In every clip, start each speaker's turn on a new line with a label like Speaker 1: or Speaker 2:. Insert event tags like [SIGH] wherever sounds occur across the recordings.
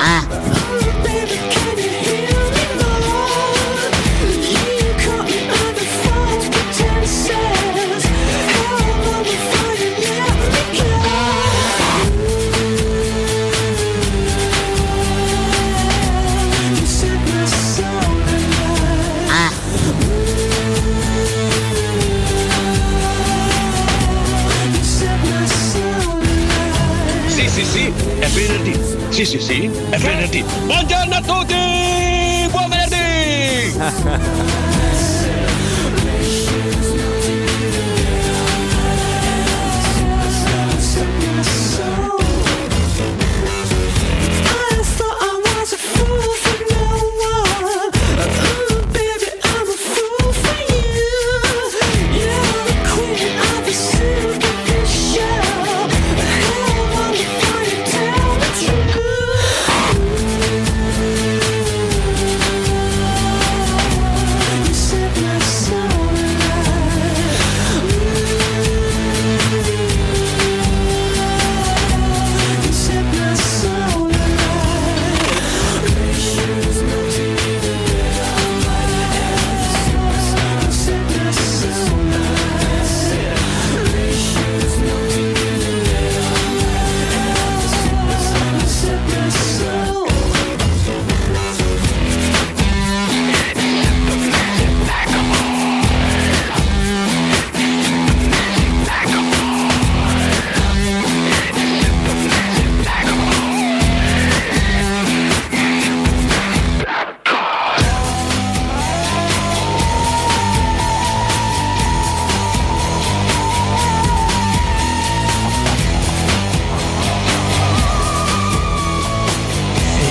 Speaker 1: Ah.
Speaker 2: Ah.
Speaker 3: Sì, sì, sì, è venerdì. Sì, sì, sì, è venerdì. Buongiorno a tutti! Buon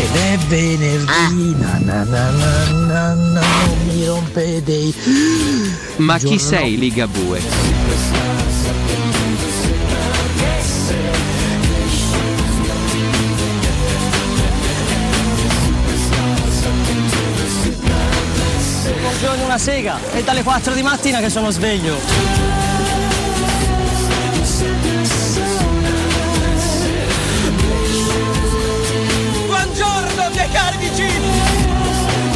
Speaker 4: Ed è venerdì, na, na, na, na, na, na, non mi rompete i...
Speaker 5: Ma chi
Speaker 4: Giorno-
Speaker 5: sei Ligabue?
Speaker 6: Buongiorno, una sega. È dalle 4 di mattina che sono sveglio.
Speaker 1: Buongiorno, miei cari vicini!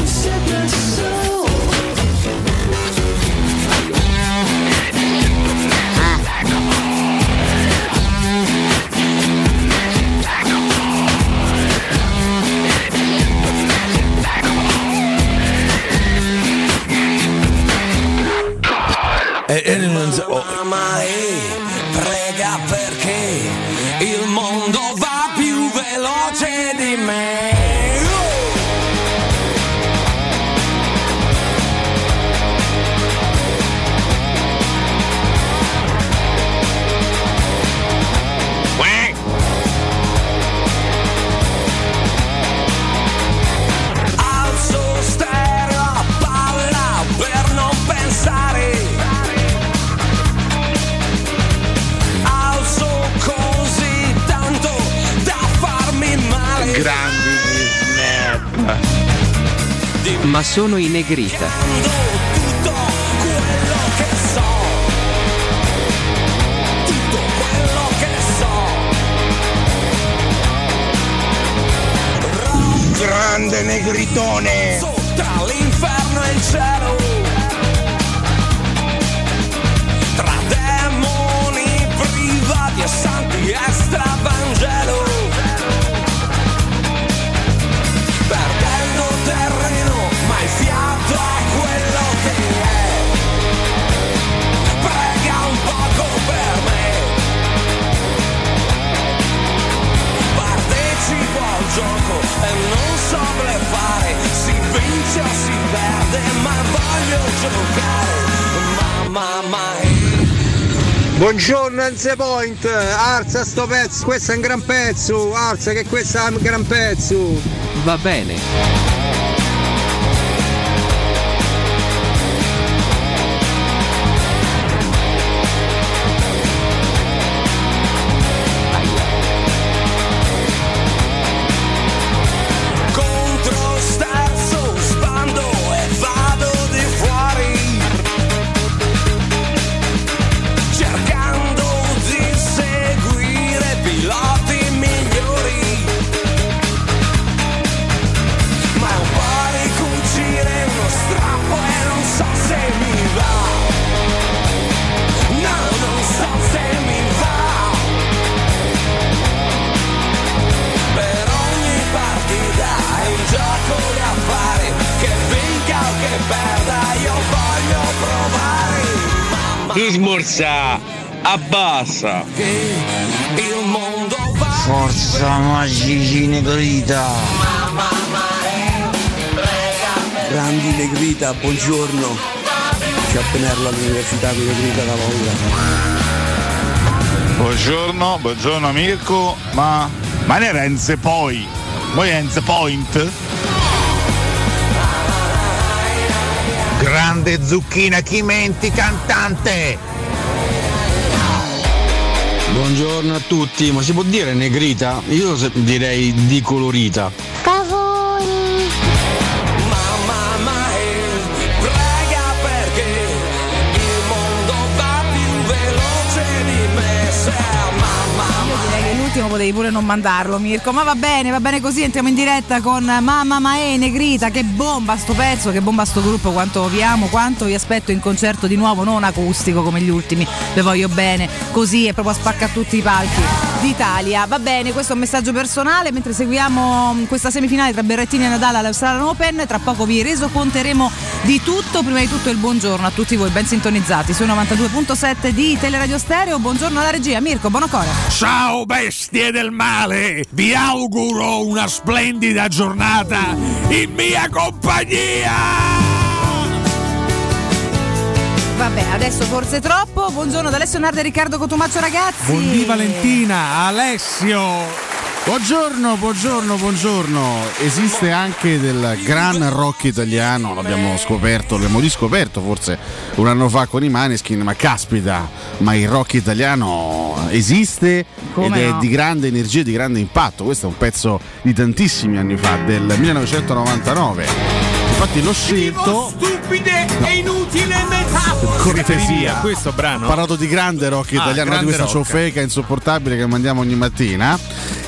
Speaker 7: E, e Eh, non so- oh. prega perché il mondo va più veloce di me. Alzo stereo a palla per non pensare. Alzo così tanto da farmi male.
Speaker 5: Grandi Ma sono in negrita.
Speaker 1: Tutto quello che so. Grande negritone. Tra l'inferno e il cielo. Tra demoni privati e santi estravangelo. Perdendo terreno, ma il fiato è quello che è. Prega un poco per me.
Speaker 4: giocare, mamma mia.
Speaker 3: Buongiorno Enze Point, alza sto pezzo, questo è un gran pezzo, alza che questo è un gran pezzo.
Speaker 8: Va bene.
Speaker 4: Contro stazzo, spando e vado di fuori Cercando di seguire piloti migliori Ma un po' di cucire uno strappo e non so se mi va No, non so se mi va Per ogni partita è un gioco da fare Che vinca o che perda io voglio provare
Speaker 9: Tu smorza,
Speaker 10: Ah,
Speaker 9: abbassa.
Speaker 4: Il mondo va
Speaker 5: Forza magici negrita.
Speaker 10: Grandi Negrita, buongiorno. C'è a Penerlo all'università con Negrita da paura.
Speaker 11: Buongiorno, buongiorno Mirko, ma. Ma ne Renze poi? Voi Renze Point?
Speaker 5: Grande zucchina Chimenti cantante.
Speaker 12: Buongiorno a tutti, ma si può dire negrita? Io se- direi dicolorita.
Speaker 4: Cavoni! Mamma mia, prega perché il mondo va più veloce di me. Se mamma
Speaker 13: Io direi che l'ultimo potevi pure non mandarlo, Mirko. Ma va bene, va bene così. Entriamo in diretta con Mamma Mae Negrita. Che bomba sto pezzo, che bomba sto gruppo. Quanto vi amo, quanto vi aspetto in concerto di nuovo, non acustico come gli ultimi. Le voglio bene. Così è proprio a spacca tutti i palchi d'Italia. Va bene, questo è un messaggio personale. Mentre seguiamo mm, questa semifinale tra Berrettini e Nadal all'Australian Open, tra poco vi resoconteremo di tutto. Prima di tutto il buongiorno a tutti voi, ben sintonizzati sui 92.7 di Teleradio Stereo. Buongiorno alla regia, Mirko, buon cuore.
Speaker 14: Ciao bestie del male, vi auguro una splendida giornata in mia compagnia!
Speaker 13: Vabbè, adesso forse troppo. Buongiorno da Alessio Nardi e Riccardo Cotumaccio ragazzi. Eh,
Speaker 15: Buondì Valentina, Alessio.
Speaker 12: Buongiorno, buongiorno, buongiorno. Esiste anche del gran rock italiano, l'abbiamo scoperto, l'abbiamo riscoperto forse un anno fa con i Maneskin, ma caspita, ma il rock italiano esiste
Speaker 13: Come
Speaker 12: ed
Speaker 13: no?
Speaker 12: è di grande energia e di grande impatto. Questo è un pezzo di tantissimi anni fa, del 1999. Infatti l'ho scelto
Speaker 4: Stupide e inutile metafora!
Speaker 12: cortesia.
Speaker 15: Questo brano.
Speaker 12: Ho parlato di grande rock
Speaker 15: Ah,
Speaker 12: italiano, non di
Speaker 15: grande
Speaker 12: questa
Speaker 15: rock.
Speaker 12: ciofeca insopportabile che mandiamo ogni mattina.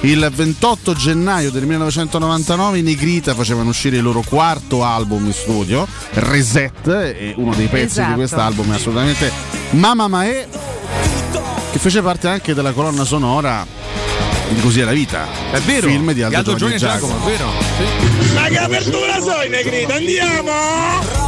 Speaker 12: Il 28 gennaio del 1999 i Negrita facevano uscire il loro quarto album in studio, Reset, e uno dei pezzi
Speaker 13: Esatto.
Speaker 12: di quest'album è assolutamente Mamma Mae, che fece parte anche della colonna sonora di Così è la vita. È
Speaker 15: vero,
Speaker 12: Film di
Speaker 15: di
Speaker 12: Aldo,
Speaker 15: Aldo
Speaker 12: Giovanni e
Speaker 15: Giovanni e Giacomo, è vero.
Speaker 14: Ma che apertura sono Negrita, andiamo!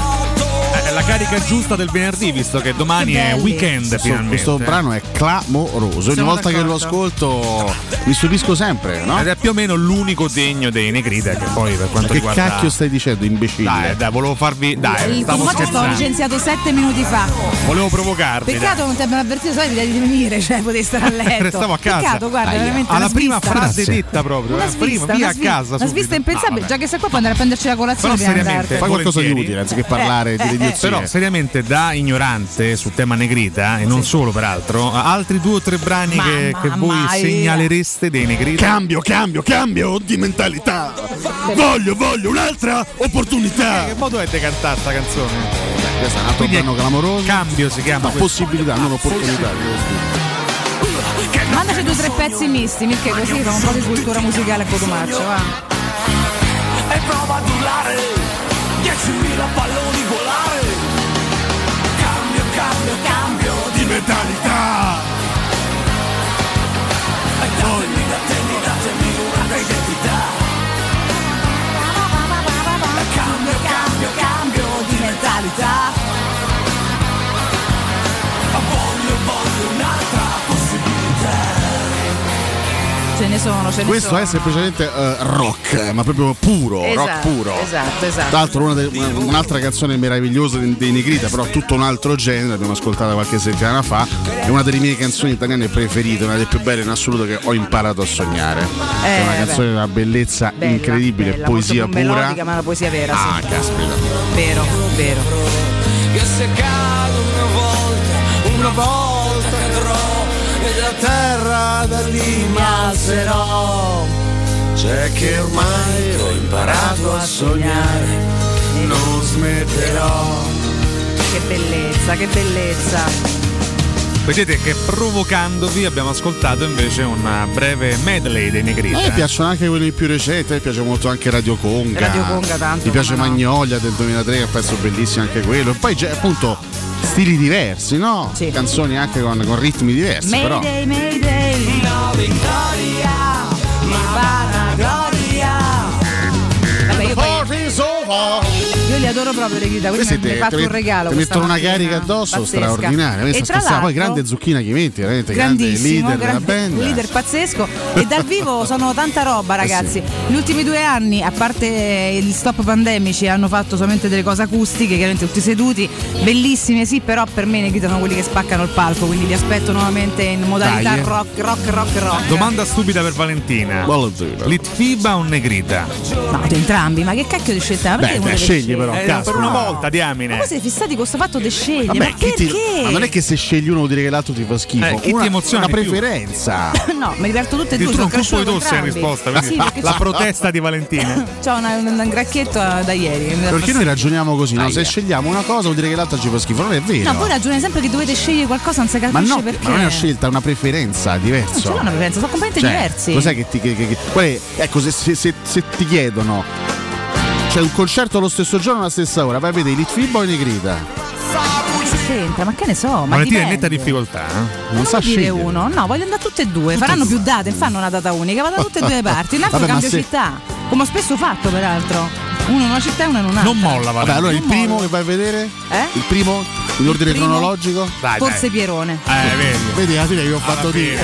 Speaker 15: È la carica giusta del venerdì, visto che domani è
Speaker 12: Belli.
Speaker 15: weekend
Speaker 12: Questo-
Speaker 15: finalmente.
Speaker 12: Questo brano è clamoroso. Ogni
Speaker 15: Siamo
Speaker 12: volta che lo ascolto mi stupisco sempre, no?
Speaker 15: Ed è più o meno l'unico degno dei Negrita che poi per quanto
Speaker 12: Che
Speaker 15: riguarda.
Speaker 12: cacchio stai dicendo, imbecille?
Speaker 15: Dai, dai, volevo farvi. Dai,
Speaker 13: Il
Speaker 15: Ah, stavo
Speaker 13: Cotumaccio stava
Speaker 15: scherzando.
Speaker 13: licenziato sette minuti fa.
Speaker 15: Volevo provocarvi. dai.
Speaker 13: Peccato non ti abbiamo avvertito, sai, di venire, cioè potevi
Speaker 15: [LAUGHS]
Speaker 13: stare a letto.
Speaker 15: Restavo a casa.
Speaker 13: Peccato, guarda,
Speaker 15: Aia.
Speaker 13: veramente
Speaker 15: Alla
Speaker 13: una
Speaker 15: prima
Speaker 13: svista.
Speaker 15: frase detta proprio.
Speaker 13: Una
Speaker 15: eh, prima,
Speaker 13: svista, una
Speaker 15: via a casa.
Speaker 13: svista, una svista
Speaker 15: subito.
Speaker 13: impensabile,
Speaker 15: No,
Speaker 13: già che sei qua può andare a prenderci la colazione Eh,
Speaker 15: Però
Speaker 13: prima di
Speaker 15: seriamente,
Speaker 13: andartene.
Speaker 12: Fai qualcosa di utile anziché parlare di idiozie.
Speaker 15: Però seriamente da ignorante sul tema negrita e non solo peraltro, altri due o tre brani che, che voi
Speaker 12: mia.
Speaker 15: segnalereste dei negrita.
Speaker 12: Cambio, cambio, cambio di mentalità. Voglio, voglio un'altra opportunità.
Speaker 15: che modo è di cantare sta canzone? Eh,
Speaker 12: Questo
Speaker 15: esatto.
Speaker 12: è un altro brano clamoroso.
Speaker 15: Cambio si chiama.
Speaker 12: No, possibilità, non opportunità.
Speaker 13: eh, Mandaci due o tre pezzi misti, Mirko, così fa un po' di cultura musicale a Cotumaccio, va.
Speaker 4: E prova ad urlare 10.000 palloni volare Cambio, cambio, cambio di mentalità E datemi, datemi, datemi una identità E Cambio, cambio, cambio di mentalità Voglio, voglio un'altra possibilità
Speaker 13: ce ne sono, ce ne
Speaker 12: Questo
Speaker 13: sono.
Speaker 12: è semplicemente eh, rock, ma proprio puro, rock
Speaker 13: Esatto,
Speaker 12: puro.
Speaker 13: Esatto, esatto.
Speaker 12: Tra l'altro una de- una- un'altra canzone meravigliosa dei dei Negrita, però tutto un altro genere, l'abbiamo ascoltata qualche settimana fa, è una delle mie canzoni italiane preferite, una delle più belle in assoluto che ho imparato a sognare. è una
Speaker 13: Eh, beh.
Speaker 12: canzone di una bellezza
Speaker 13: Bella,
Speaker 12: incredibile,
Speaker 13: bella,
Speaker 12: poesia
Speaker 13: molto più
Speaker 12: pura.
Speaker 13: melodica, ma la poesia vera,
Speaker 12: Ah,
Speaker 13: sì.
Speaker 12: caspita.
Speaker 13: Vero, vero.
Speaker 4: Che se cado una volta, una volta cadrò E da terra da lì mi alzerò C'è che ormai ho imparato a sognare Non smetterò
Speaker 13: Che bellezza, che bellezza.
Speaker 15: Vedete che provocandovi abbiamo ascoltato invece una breve medley dei
Speaker 12: A
Speaker 15: Negrita.
Speaker 12: me piacciono anche quelli più recenti, a me piace molto anche Radio Conga.
Speaker 15: Radio Conga tanto,
Speaker 12: Mi piace
Speaker 15: come no.
Speaker 12: Magnolia del 2003, che è un pezzo bellissimo anche quello. E poi c'è appunto stili diversi, no? Canzoni anche con, con ritmi diversi, però.
Speaker 13: Mayday, Mayday.
Speaker 4: No vittoria, ma vanagloria
Speaker 13: Vabbè, io poi- Io li adoro proprio le grida, quindi
Speaker 12: Questi
Speaker 13: mi
Speaker 12: te-
Speaker 13: hai fatto
Speaker 12: te
Speaker 13: un regalo.
Speaker 12: Ti
Speaker 13: questa
Speaker 12: mettono una
Speaker 13: mattina.
Speaker 12: carica addosso
Speaker 13: Pazzesca.
Speaker 12: straordinaria.
Speaker 13: E
Speaker 12: Questa
Speaker 13: tra
Speaker 12: scherzava, poi
Speaker 13: l'altro-
Speaker 12: grande Zucchina Chimenti, veramente grande
Speaker 13: Grandissimo,
Speaker 12: leader della
Speaker 13: grande-
Speaker 12: band.
Speaker 13: leader pazzesco e dal
Speaker 12: [LAUGHS]
Speaker 13: vivo sono tanta roba
Speaker 12: Eh
Speaker 13: ragazzi. Gli ultimi due anni, a parte il stop pandemici, hanno fatto solamente delle cose acustiche, chiaramente tutti seduti, bellissime sì, però per me ne gridano quelli che spaccano il palco, quindi li aspetto nuovamente in modalità
Speaker 15: Dai, eh.
Speaker 13: rock, rock, rock, rock.
Speaker 15: Domanda stupida per Valentina. Litfiba o Negrita?
Speaker 13: No, di entrambi, ma che cacchio di scelta? Ma perché uno deve scegliere?
Speaker 15: Eh, per una volta, diamine.
Speaker 13: Ma voi siete fissati con questo fatto di scegliere?
Speaker 12: Eh. Vabbè,
Speaker 13: ma
Speaker 12: chi ti-
Speaker 13: perché?
Speaker 12: ma non è che se scegli uno vuol dire che l'altro ti fa schifo.
Speaker 15: Eh, chi ti
Speaker 12: una,
Speaker 15: emoziona
Speaker 12: una
Speaker 15: di più?
Speaker 12: preferenza.
Speaker 13: No, mi diverto tutte e due,
Speaker 15: Tu
Speaker 13: sono
Speaker 15: non puoi
Speaker 13: cresciuto
Speaker 15: tu sei in
Speaker 13: entrambi. Ah,
Speaker 15: risposta,
Speaker 13: Sì,
Speaker 15: quindi
Speaker 13: perché
Speaker 15: la
Speaker 13: c'ho-
Speaker 15: protesta
Speaker 13: [LAUGHS]
Speaker 15: di Valentina.
Speaker 13: C'ho una- un, un gracchetto eh, da ieri. che mi dà
Speaker 12: Perché noi
Speaker 13: fastidio.
Speaker 12: ragioniamo così, no? Se scegliamo una cosa vuol dire che l'altra ci fa schifo, non è vero.
Speaker 13: No, voi ragionate sempre che dovete scegliere qualcosa, non si
Speaker 12: ma
Speaker 13: capisce
Speaker 12: no,
Speaker 13: perché.
Speaker 12: ma non è una scelta, è una preferenza, è diverso.
Speaker 13: Non c'è una preferenza, sono completamente
Speaker 12: Cioè,
Speaker 13: diversi.
Speaker 12: Cos'è che ti. che- che- che- qual è- ecco, se, se- se- se ti chiedono. C'è un concerto allo stesso giorno, alla stessa ora, vai a vedere i Litfiba o i Negrita?
Speaker 13: Eh, Senta, ma che ne so, ma
Speaker 15: Valentina è
Speaker 13: dipende.
Speaker 15: in netta difficoltà. eh?
Speaker 12: Non sa
Speaker 13: Voglio dire
Speaker 12: scegliere.
Speaker 13: uno, no, voglio andare tutte e due, faranno più date, non fanno una data unica, vado da tutte e due le
Speaker 12: [LAUGHS]
Speaker 13: parti, un altro
Speaker 12: Vabbè, ma
Speaker 13: cambio
Speaker 12: se-
Speaker 13: città, come ho spesso fatto peraltro. Uno in una città e uno in un'altra.
Speaker 12: Non molla, Valentina. Vabbè, allora il
Speaker 13: Non
Speaker 12: primo
Speaker 13: molla.
Speaker 12: che vai a vedere?
Speaker 13: Eh?
Speaker 12: Il primo? In ordine
Speaker 13: primo?
Speaker 12: cronologico?
Speaker 13: Forse Pierone.
Speaker 15: Eh, vedi.
Speaker 12: Vedi, alla fine che ho fatto dire.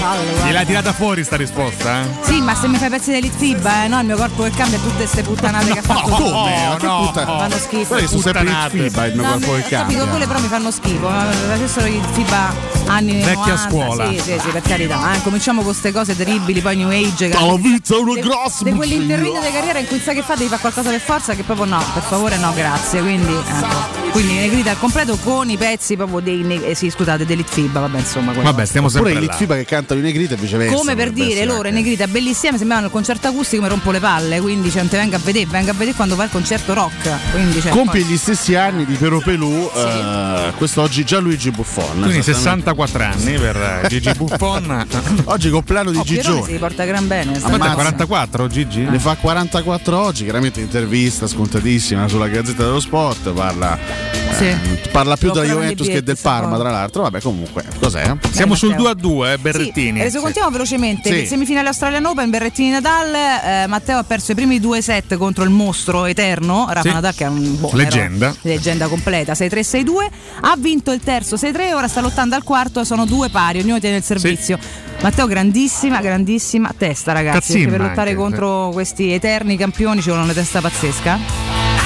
Speaker 13: Allora.
Speaker 15: Gliel'ha tirata fuori sta risposta, eh?
Speaker 13: Sì, ma se mi fai pezzi dell'Izziba, eh, no, il mio corpo che cambia tutte queste puttanate che ha fatto.
Speaker 12: Come?
Speaker 13: No,
Speaker 12: Ma che
Speaker 13: no,
Speaker 12: puttana-
Speaker 13: Fanno schifo.
Speaker 12: Quelli sono sempre il
Speaker 15: Puttanate.
Speaker 12: FIBA, il mio
Speaker 13: No,
Speaker 12: corpo che
Speaker 13: ho capito, quelle
Speaker 12: cambia.
Speaker 13: però mi fanno schifo. eh, Adesso gli FIBA anni
Speaker 12: Vecchia
Speaker 13: 90,
Speaker 12: scuola.
Speaker 13: Sì, sì, sì, per carità. eh, Cominciamo con queste cose terribili, poi New Age.
Speaker 12: Ma la vita è una
Speaker 13: De-
Speaker 12: grossa
Speaker 13: De quell'intervento
Speaker 12: bugia.
Speaker 13: di carriera in cui sai che fa, devi fare qualcosa per forza, che proprio no, per favore no, grazie. Quindi, ecco. Quindi ne grida al completo con i pezzi proprio dei. ne- eh, sì, scusate, dell'Izziba, vabbè, insomma. quello.
Speaker 12: Oppure i Litfiba che cantano i Negrita e viceversa.
Speaker 13: Come per
Speaker 12: dovrebbe
Speaker 13: dire,
Speaker 12: essere.
Speaker 13: loro in negrita bellissima, mi sembravano il concerto acustico, mi rompo le palle, quindi cioè, non te venga a vedere, venga a vedere quando va il concerto rock. Quindi, cioè,
Speaker 12: Compie
Speaker 13: poi-
Speaker 12: gli stessi anni di Pero Pelù, eh, quest'oggi Gianluigi Buffon.
Speaker 15: Quindi
Speaker 12: esattamente.
Speaker 15: 64 anni per eh, Gigi Buffon.
Speaker 12: [LAUGHS] Oggi compleanno di
Speaker 13: Oh, Pierone si
Speaker 12: Gigione.
Speaker 13: porta gran bene.
Speaker 12: Ammazza.
Speaker 13: stamattina.
Speaker 15: 44 Gigi?
Speaker 12: Ne fa 44 oggi, chiaramente intervista scontatissima sulla Gazzetta dello Sport, parla, eh,
Speaker 13: Sì.
Speaker 12: parla più
Speaker 13: Lo
Speaker 12: della
Speaker 13: prendono i
Speaker 12: Juventus che
Speaker 13: biglietti,
Speaker 12: del
Speaker 13: sta
Speaker 12: Parma,
Speaker 13: cosa.
Speaker 12: tra l'altro, vabbè comunque, cos'è?
Speaker 15: Siamo sul
Speaker 13: Matteo.
Speaker 15: 2 a 2, eh, Berrettini.
Speaker 13: Sì, resocontiamo velocemente
Speaker 15: Sì.
Speaker 13: che semifinale Australian Open, Berrettini Nadal, eh, Matteo ha perso i primi due set contro il mostro eterno, Rafa
Speaker 15: Sì.
Speaker 13: Nadal che è un boh,
Speaker 15: Leggenda.
Speaker 13: era- leggenda completa, 6-3-6-2, ha vinto il terzo 6-3, ora sta lottando al quarto, sono due pari, ognuno tiene il servizio. Matteo grandissima, grandissima testa ragazzi, perché
Speaker 15: Cazzimma
Speaker 13: per lottare
Speaker 15: anche, eh.
Speaker 13: contro questi eterni campioni ci vuole una testa pazzesca.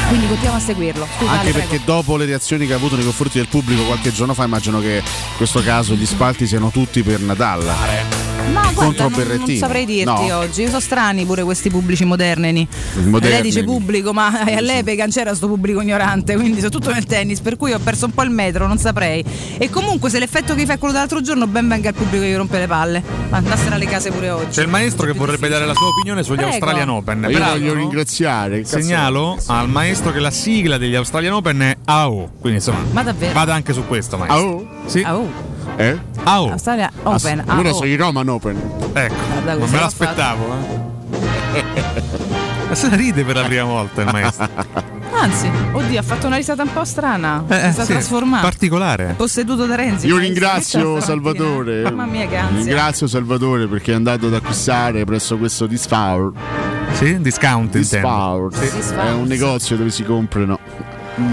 Speaker 13: Quindi continuiamo a seguirlo. Scusa, Ale,
Speaker 12: Anche
Speaker 13: prego.
Speaker 12: perché dopo le reazioni che ha avuto nei confronti del pubblico qualche giorno fa, immagino che in questo caso gli spalti siano tutti per Nadal.
Speaker 13: Ma guarda,
Speaker 12: contro
Speaker 13: non,
Speaker 12: Berrettini.
Speaker 13: non saprei dirti
Speaker 12: No.
Speaker 13: oggi, sono strani pure questi pubblici moderni.
Speaker 12: Moderni.
Speaker 13: Lei dice pubblico, ma all'epoca non c'era sto pubblico ignorante, quindi sono tutto nel tennis, per cui ho perso un po' il metro, non saprei. E comunque se l'effetto che gli fa è quello dell'altro giorno, ben venga il pubblico che gli rompe le palle. Andassero alle case pure oggi.
Speaker 15: C'è il maestro che vorrebbe dare la sua opinione sugli
Speaker 13: Prego.
Speaker 15: Australian Open.
Speaker 12: Ma io voglio ringraziare. cazzo.
Speaker 15: Segnalo al maestro che la sigla degli Australian Open è AO. Quindi insomma,
Speaker 13: Ma davvero?
Speaker 15: vada anche su questo, maestro. Sì.
Speaker 12: Eh?
Speaker 15: AO.
Speaker 13: Australia Ah,
Speaker 12: Ah,
Speaker 13: Open. oh.
Speaker 12: Allora
Speaker 13: AO.
Speaker 12: sono i Roman Open.
Speaker 15: Ecco,
Speaker 13: Guarda,
Speaker 15: non
Speaker 13: questo
Speaker 15: me
Speaker 13: l'ha
Speaker 15: l'aspettavo. eh. [LAUGHS] Ma se la ride per la prima volta il maestro.
Speaker 13: Anzi, oddio, ha fatto una risata un po' strana.
Speaker 15: Eh, eh,
Speaker 13: si è
Speaker 15: sì,
Speaker 13: trasformato.
Speaker 15: Particolare.
Speaker 13: Posseduto da Renzi.
Speaker 12: Io
Speaker 13: Ma questa
Speaker 12: ringrazio
Speaker 13: stamattina.
Speaker 12: Salvatore.
Speaker 13: Mamma mia, che ansia.
Speaker 12: Ringrazio Salvatore perché è andato ad acquistare presso questo Disfaur.
Speaker 15: Sì, discount.
Speaker 12: Disfaur.
Speaker 15: intendo. Sì.
Speaker 12: È un negozio dove si comprano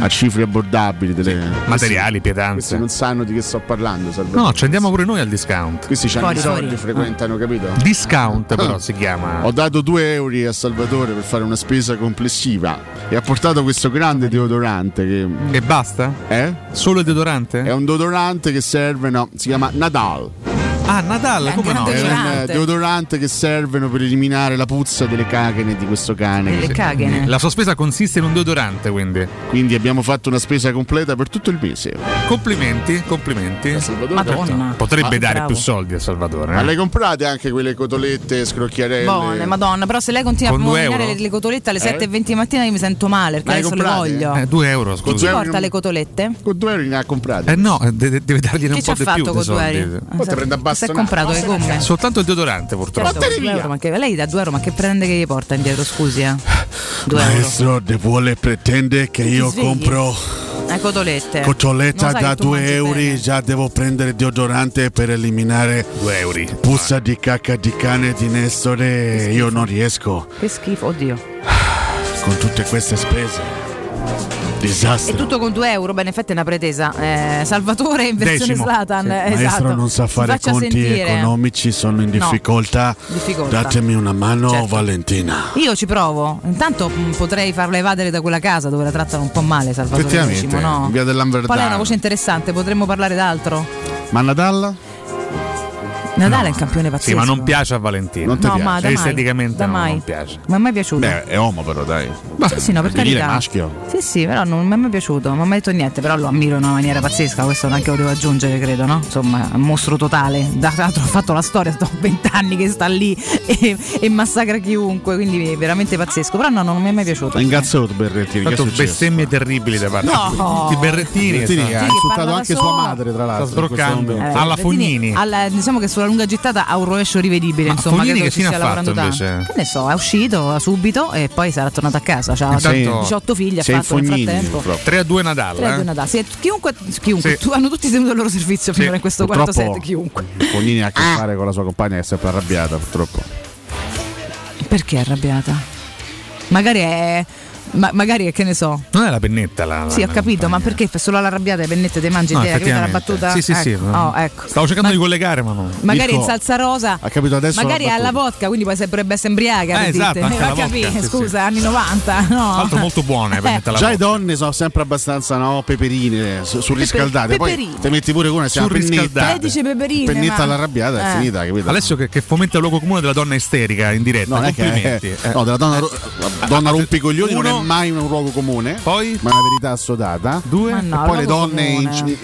Speaker 12: a cifre abbordabili delle
Speaker 16: Mm. Materiali,
Speaker 12: Questi
Speaker 16: pietanze.
Speaker 12: non sanno di che sto parlando, Salvatore.
Speaker 16: No, ci andiamo pure noi al discount.
Speaker 12: Questi c'hanno
Speaker 16: Fuori,
Speaker 12: i soldi,
Speaker 16: fuori.
Speaker 12: frequentano, capito?
Speaker 16: Discount però
Speaker 12: Ah.
Speaker 16: si chiama.
Speaker 12: Ho dato 2 euro a Salvatore per fare una spesa complessiva e ha portato questo grande deodorante che...
Speaker 16: E basta?
Speaker 12: Eh?
Speaker 16: Solo il deodorante?
Speaker 12: È un deodorante che serve, no, si chiama Nadal.
Speaker 16: Ah, Natale, come no?
Speaker 12: È un eh, deodorante che servono per eliminare la puzza delle cagene di questo cane.
Speaker 13: Delle cagene.
Speaker 16: La sospesa consiste in un deodorante, quindi.
Speaker 12: Quindi abbiamo fatto una spesa completa per tutto il mese.
Speaker 16: Complimenti, complimenti.
Speaker 13: Madonna.
Speaker 16: Certo. Potrebbe
Speaker 13: Ah,
Speaker 16: dare
Speaker 13: bravo.
Speaker 16: più soldi a Salvatore.
Speaker 12: certo. Ma
Speaker 16: eh?
Speaker 12: le comprate anche quelle cotolette scrocchiarelle?
Speaker 13: Buone, madonna, però se lei continua
Speaker 12: Con
Speaker 13: a
Speaker 12: due
Speaker 13: nominare
Speaker 12: euro?
Speaker 13: le, le cotolette alle
Speaker 12: Eh?
Speaker 13: 7.20 mattina io mi sento male perché
Speaker 12: Ma le
Speaker 13: adesso le
Speaker 12: comprate?
Speaker 13: voglio.
Speaker 12: Eh,
Speaker 16: 2 euro,
Speaker 13: Chi
Speaker 12: scusa.
Speaker 13: porta le cotolette?
Speaker 12: Con 2 euro ne ha comprate.
Speaker 16: Eh no, de- de- deve dargliene
Speaker 13: Chi
Speaker 16: un
Speaker 13: ci ha
Speaker 16: po' di
Speaker 13: fatto
Speaker 16: più
Speaker 13: con
Speaker 16: di
Speaker 13: 2
Speaker 16: soldi.
Speaker 13: euro? Ah,
Speaker 12: Poi te prende a
Speaker 13: Si è
Speaker 12: bastonate.
Speaker 13: comprato
Speaker 8: eh.
Speaker 13: le gomme.
Speaker 16: Soltanto il deodorante purtroppo.
Speaker 13: Certo, due euro, ma che- lei da 2 euro, ma che prende che gli porta indietro? Scusi, eh? 2 euro.
Speaker 17: Maestro De vuole pretende che io
Speaker 13: svegli?
Speaker 17: compro
Speaker 13: Le Eh, cotolette.
Speaker 17: cotoletta
Speaker 13: Non sai
Speaker 17: da
Speaker 13: che tu
Speaker 17: 2
Speaker 13: mangi
Speaker 17: euro,
Speaker 13: bene.
Speaker 17: già devo prendere deodorante per eliminare puzza di cacca di cane di Nestore, io non riesco
Speaker 13: Che schifo, oddio.
Speaker 17: con tutte queste spese. Disastro.
Speaker 13: E tutto con 2 euro, beh, in effetti è una pretesa. Eh, Salvatore in versione
Speaker 17: Decimo.
Speaker 13: Slatan.
Speaker 17: Maestro
Speaker 13: esatto.
Speaker 17: non sa
Speaker 13: Si
Speaker 17: fare
Speaker 13: faccia
Speaker 17: conti
Speaker 13: sentire.
Speaker 17: economici, sono in
Speaker 13: No.
Speaker 17: difficoltà.
Speaker 13: Difficoltà. Certo.
Speaker 17: Datemi una mano, Valentina.
Speaker 13: Io ci provo. Intanto mh, potrei farla evadere da quella casa dove la trattano un po' male, Salvatore. Decimo,
Speaker 12: Effettivamente,
Speaker 13: no?
Speaker 12: via
Speaker 13: Qual è una
Speaker 12: dell'Anverdano.
Speaker 13: voce interessante? Potremmo parlare d'altro.
Speaker 12: Ma Nadal?
Speaker 13: Natale è un campione pazzesco.
Speaker 16: Sì, ma non piace a Valentino.
Speaker 13: Non ti No, piace? ma da mai,
Speaker 16: Esteticamente
Speaker 13: da
Speaker 16: no,
Speaker 13: mai.
Speaker 16: non piace. eh,
Speaker 13: Ma mai piaciuto.
Speaker 12: Beh, è uomo però, dai.
Speaker 13: Sì, sì, no, per
Speaker 12: Voglio dire,
Speaker 13: carità.
Speaker 12: maschio.
Speaker 13: Sì, sì, però non mi è mai piaciuto, non mi ha mai detto niente, però lo ammiro in una maniera pazzesca, questo anche lo devo aggiungere, credo, no? Insomma, è un mostro totale. Da- Tra l'altro ho fatto la storia, sto vent'anni che sta lì [LAUGHS] e, e massacra chiunque, quindi è veramente pazzesco. Però no, no, non mi è mai piaciuto.
Speaker 12: Ha ingazzato Berrettini.
Speaker 16: Tanto
Speaker 12: che è successo?
Speaker 16: bestemmie terribili da parte
Speaker 13: No.
Speaker 16: di Berrettini. esatto.
Speaker 12: Berrettini ha
Speaker 13: Sì, che
Speaker 12: insultato
Speaker 13: parla da
Speaker 12: anche
Speaker 13: solo.
Speaker 12: sua madre, tra l'altro.
Speaker 16: Sta
Speaker 12: in questo
Speaker 16: sbroccando.
Speaker 12: momento.
Speaker 16: Alla Fognini.
Speaker 13: Eh, Alla- diciamo che sulla lunga gittata ha un rovescio rivedibile, insomma,
Speaker 16: Fognini
Speaker 13: credo
Speaker 16: che
Speaker 13: ci
Speaker 16: fine
Speaker 13: stia
Speaker 16: ha fatto,
Speaker 13: lavorando tanto.
Speaker 16: invece?
Speaker 13: Che ne so, è uscito subito e poi sarà tornato a casa. Ha
Speaker 16: Intanto-
Speaker 13: 18 figli, ha
Speaker 16: sei
Speaker 13: fatto nel
Speaker 16: Fognini,
Speaker 13: frattempo.
Speaker 16: proprio. 3 a 2 Nadal.
Speaker 13: Tre a due
Speaker 16: eh?
Speaker 13: Nadal. Sì, chiunque, chiunque
Speaker 16: Sì.
Speaker 13: tu- hanno tutti tenuto il loro servizio finora in questo quarto
Speaker 12: purtroppo-
Speaker 13: set. Chiunque.
Speaker 12: Fognini ha a che
Speaker 13: Ah.
Speaker 12: fare con la sua compagna che è sempre arrabbiata, purtroppo.
Speaker 13: Perché è arrabbiata? Magari è. ma- magari è che ne so.
Speaker 16: Non è la pennetta la. la-
Speaker 13: Sì, ho
Speaker 16: la-
Speaker 13: capito, ma perché fa solo l'arrabbiata e pennette te mangi
Speaker 16: No,
Speaker 13: te? Capito la
Speaker 16: effettivamente.
Speaker 13: battuta?
Speaker 16: Sì, sì, sì.
Speaker 13: Ecco. Oh, ecco.
Speaker 16: Stavo cercando di collegare, ma non.
Speaker 13: Magari in salsa rosa.
Speaker 12: Ha capito adesso
Speaker 13: Magari
Speaker 12: la
Speaker 13: alla
Speaker 12: battuta.
Speaker 13: vodka, quindi poi se- potrebbe essere embriaca.
Speaker 12: Eh,
Speaker 13: per
Speaker 12: esatto,
Speaker 13: dirti. [LAUGHS]
Speaker 12: anche alla
Speaker 13: Ma capì,
Speaker 12: vodka, sì, sì.
Speaker 13: scusa, anni 90. No.
Speaker 12: Tra l'altro [LAUGHS] molto
Speaker 16: buone,
Speaker 13: per metterla
Speaker 12: Già le donne sono sempre abbastanza no, peperine, su- surriscaldate.
Speaker 13: peperine.
Speaker 12: Poi te metti pure con una sia pennetta.
Speaker 13: Lei dice peperine.
Speaker 12: Pennetta
Speaker 13: ma-
Speaker 12: all'arrabbiata è
Speaker 13: Eh.
Speaker 12: finita, capito?
Speaker 16: Adesso che, che fomenta il luogo comune della donna isterica in diretta.
Speaker 12: No, non è che-
Speaker 16: complimenti.
Speaker 12: eh, no, della donna, ro- la donna rompicoglioni non è mai un luogo comune, poi? ma è una verità assodata.
Speaker 16: Due,
Speaker 13: Ma no,
Speaker 12: e poi le
Speaker 13: luogo
Speaker 12: donne in-
Speaker 13: comune.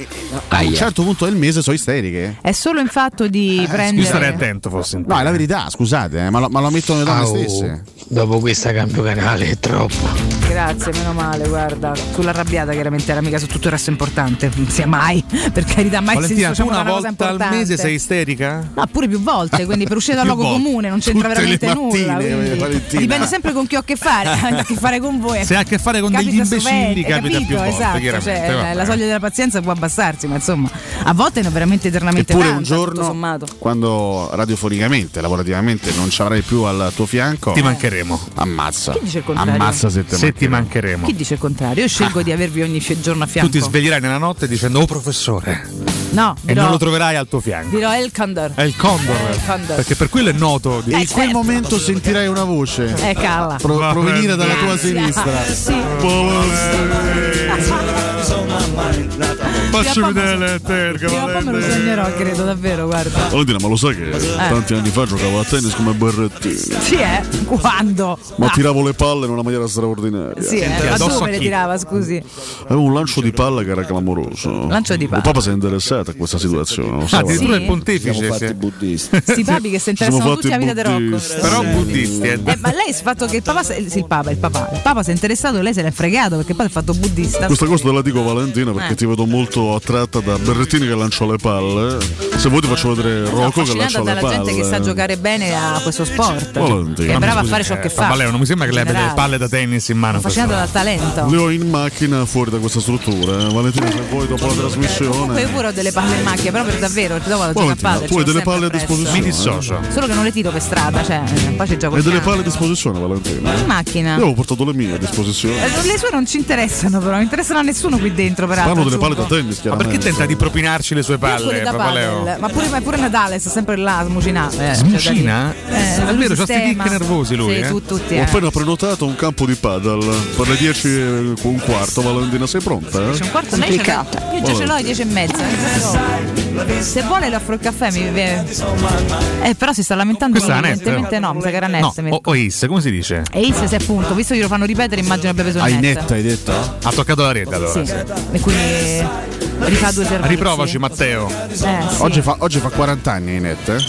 Speaker 12: a un certo punto del mese sono isteriche.
Speaker 13: È solo in fatto
Speaker 12: Eh,
Speaker 13: di prendere.
Speaker 16: attento forse.
Speaker 12: No, è la verità, scusate, eh, ma, lo, ma lo mettono le donne
Speaker 4: Au,
Speaker 12: stesse.
Speaker 4: Dopo questa cambio canale è troppo.
Speaker 13: Grazie, meno male, guarda. Sull'arrabbiata chiaramente era mica su tutto il resto importante. Non sia mai, [LAUGHS] per carità, mai
Speaker 16: Valentina,
Speaker 13: si
Speaker 16: tu
Speaker 13: dissociamo da
Speaker 16: una
Speaker 13: diciamo,
Speaker 16: volta
Speaker 13: cosa
Speaker 16: al
Speaker 13: importante.
Speaker 16: mese sei isterica?
Speaker 13: No, pure più volte, quindi per uscire dal
Speaker 16: [LAUGHS] Più
Speaker 13: luogo
Speaker 16: volte.
Speaker 13: comune non c'entra
Speaker 16: Tutte le
Speaker 13: veramente nulla.
Speaker 16: mattine,
Speaker 13: quindi
Speaker 16: Valentina.
Speaker 13: Dipende sempre con chi ho a che fare, [LAUGHS] ha a che fare con voi.
Speaker 16: Se ha a che fare con degli
Speaker 13: su
Speaker 16: imbecilli,
Speaker 13: me,
Speaker 16: capita
Speaker 13: capito,
Speaker 16: più volte,
Speaker 13: esatto,
Speaker 16: chiaramente,
Speaker 13: cioè,
Speaker 16: vabbè.
Speaker 13: la soglia della pazienza può abbassarsi, ma insomma, a volte è veramente eternamente
Speaker 12: Eppure
Speaker 13: tanta,
Speaker 12: un
Speaker 13: tutto sommato.
Speaker 12: giorno, quando radiofonicamente, lavorativamente non ci avrai più al tuo fianco,
Speaker 16: Ti mancheremo.
Speaker 12: Ammazza.
Speaker 13: Chi dice il contrario?
Speaker 12: Ammazza se te
Speaker 16: Se ti mancheremo.
Speaker 13: Chi dice il contrario? Io scelgo di avervi ogni giorno a fianco.
Speaker 16: Ah. Tu ti sveglierai nella notte dicendo Oh professore
Speaker 13: No,
Speaker 16: E non
Speaker 13: dirò,
Speaker 16: lo troverai al tuo fianco
Speaker 13: dirò El Condor.
Speaker 16: È il condor
Speaker 13: Il condor.
Speaker 16: Perché per quello è noto di-
Speaker 12: E in quel momento sentirai una voce
Speaker 13: Certo. Eh, calla.
Speaker 12: pro-
Speaker 16: Va
Speaker 12: provenire dalla tua
Speaker 13: Grazie.
Speaker 12: sinistra.
Speaker 13: Sì.
Speaker 16: Facci
Speaker 13: Prima o poi
Speaker 16: vedere le
Speaker 13: Prima o poi me lo sognerò, credo, davvero, guarda.
Speaker 17: Valentina, ma lo sai che
Speaker 13: Eh.
Speaker 17: tanti anni fa giocavo a tennis come Berrettini?
Speaker 13: Sì, eh? Quando?
Speaker 17: Ma
Speaker 13: Ah,
Speaker 17: tiravo le palle in una maniera straordinaria.
Speaker 13: Sì, eh, ma dove le tirava, scusi?
Speaker 17: Avevo un lancio di palla che era clamoroso.
Speaker 13: Lancio di palla.
Speaker 17: Il Papa si è interessato a questa situazione. non so,
Speaker 16: addirittura
Speaker 17: guarda.
Speaker 16: il pontefice,
Speaker 17: Siamo
Speaker 16: sì.
Speaker 17: fatti buddisti.
Speaker 13: Sti papi che [LAUGHS] si interessano
Speaker 17: Siamo
Speaker 13: tutti
Speaker 17: fatti
Speaker 13: alla vita di Rocco.
Speaker 17: buddisti.
Speaker 16: Però buddisti eh.
Speaker 13: Eh, ma lei il fatto che il papà, se- sì, il papà, il papà, il papà si è interessato, lei se l'è fregato perché poi è fatto buddista.
Speaker 17: Questa cosa te la dico Valentina perché
Speaker 13: Eh.
Speaker 17: ti vedo molto adesso attratta da Berrettini che lancia le palle. Se vuoi ti faccio vedere Rocco che
Speaker 13: Affascinata
Speaker 17: lancia le
Speaker 13: dalla
Speaker 17: palle.
Speaker 13: gente che sa giocare bene a questo sport.
Speaker 17: Volentieri.
Speaker 13: Che è brava a
Speaker 17: Scusi,
Speaker 13: fare ciò
Speaker 17: eh,
Speaker 13: che
Speaker 17: fa
Speaker 13: fa.
Speaker 15: Valero, non mi sembra che lei abbia delle
Speaker 13: Generale.
Speaker 15: palle da tennis in mano.
Speaker 13: Affascinata dal talento.
Speaker 17: Le ho in macchina fuori da questa struttura. eh. Valentina, se vuoi dopo la
Speaker 13: Comunque io
Speaker 17: trasmissione.
Speaker 13: pure ho delle palle in macchina, però per davvero, ti do la gioco a
Speaker 17: Valentina,
Speaker 13: palle.
Speaker 17: tu hai delle palle a disposizione.
Speaker 15: Mi dissocio.
Speaker 17: eh.
Speaker 13: Solo che non le tiro per strada, cioè, poi ci gioco
Speaker 17: Hai delle
Speaker 13: fianco.
Speaker 17: palle a disposizione, Valentina?
Speaker 13: In macchina.
Speaker 17: Io ho portato le mie a disposizione.
Speaker 13: Eh, Le sue non ci interessano, però, non interessano a nessuno qui dentro, peraltro.
Speaker 17: Parlo delle palle da
Speaker 13: aggiungo.
Speaker 17: tennis,
Speaker 15: Ma
Speaker 17: chiaramente.
Speaker 15: perché tenta di propinarci le sue palle, oh.
Speaker 13: Pure da padel,
Speaker 15: Papaleo?
Speaker 13: ma pure, ma pure Natale sta sempre là a smucinare. eh,
Speaker 15: Smucina?
Speaker 13: cioè, da dire. Eh,
Speaker 15: Davvero,
Speaker 13: lui
Speaker 15: c'ha sti
Speaker 13: sistema.
Speaker 15: tic nervosi lui,
Speaker 13: Sì,
Speaker 15: eh?
Speaker 13: tu- tutti.
Speaker 17: Ho
Speaker 13: eh.
Speaker 17: appena prenotato un campo di paddle per le 10 e un quarto. Valentina, sei pronta? eh?
Speaker 13: Un quarto lei ce l'ha. Io già ce l'ho alle 10 e mezza. Se vuole le offro il caffè, mi Eh, però si sta lamentando
Speaker 15: Questa è la Nest.
Speaker 13: evidentemente no, mi sa che era
Speaker 15: No, oh.
Speaker 13: Nest. mi
Speaker 15: o, o Is, come si dice?
Speaker 13: E Is se appunto, visto che glielo fanno ripetere, immagino abbia preso il net.
Speaker 15: hai detto? Ha toccato la rete allora.
Speaker 13: Sì. E quindi rifà due servizi.
Speaker 15: Riprovaci Matteo.
Speaker 13: Eh, sì.
Speaker 12: Oggi, fa, oggi fa 40 anni Inet.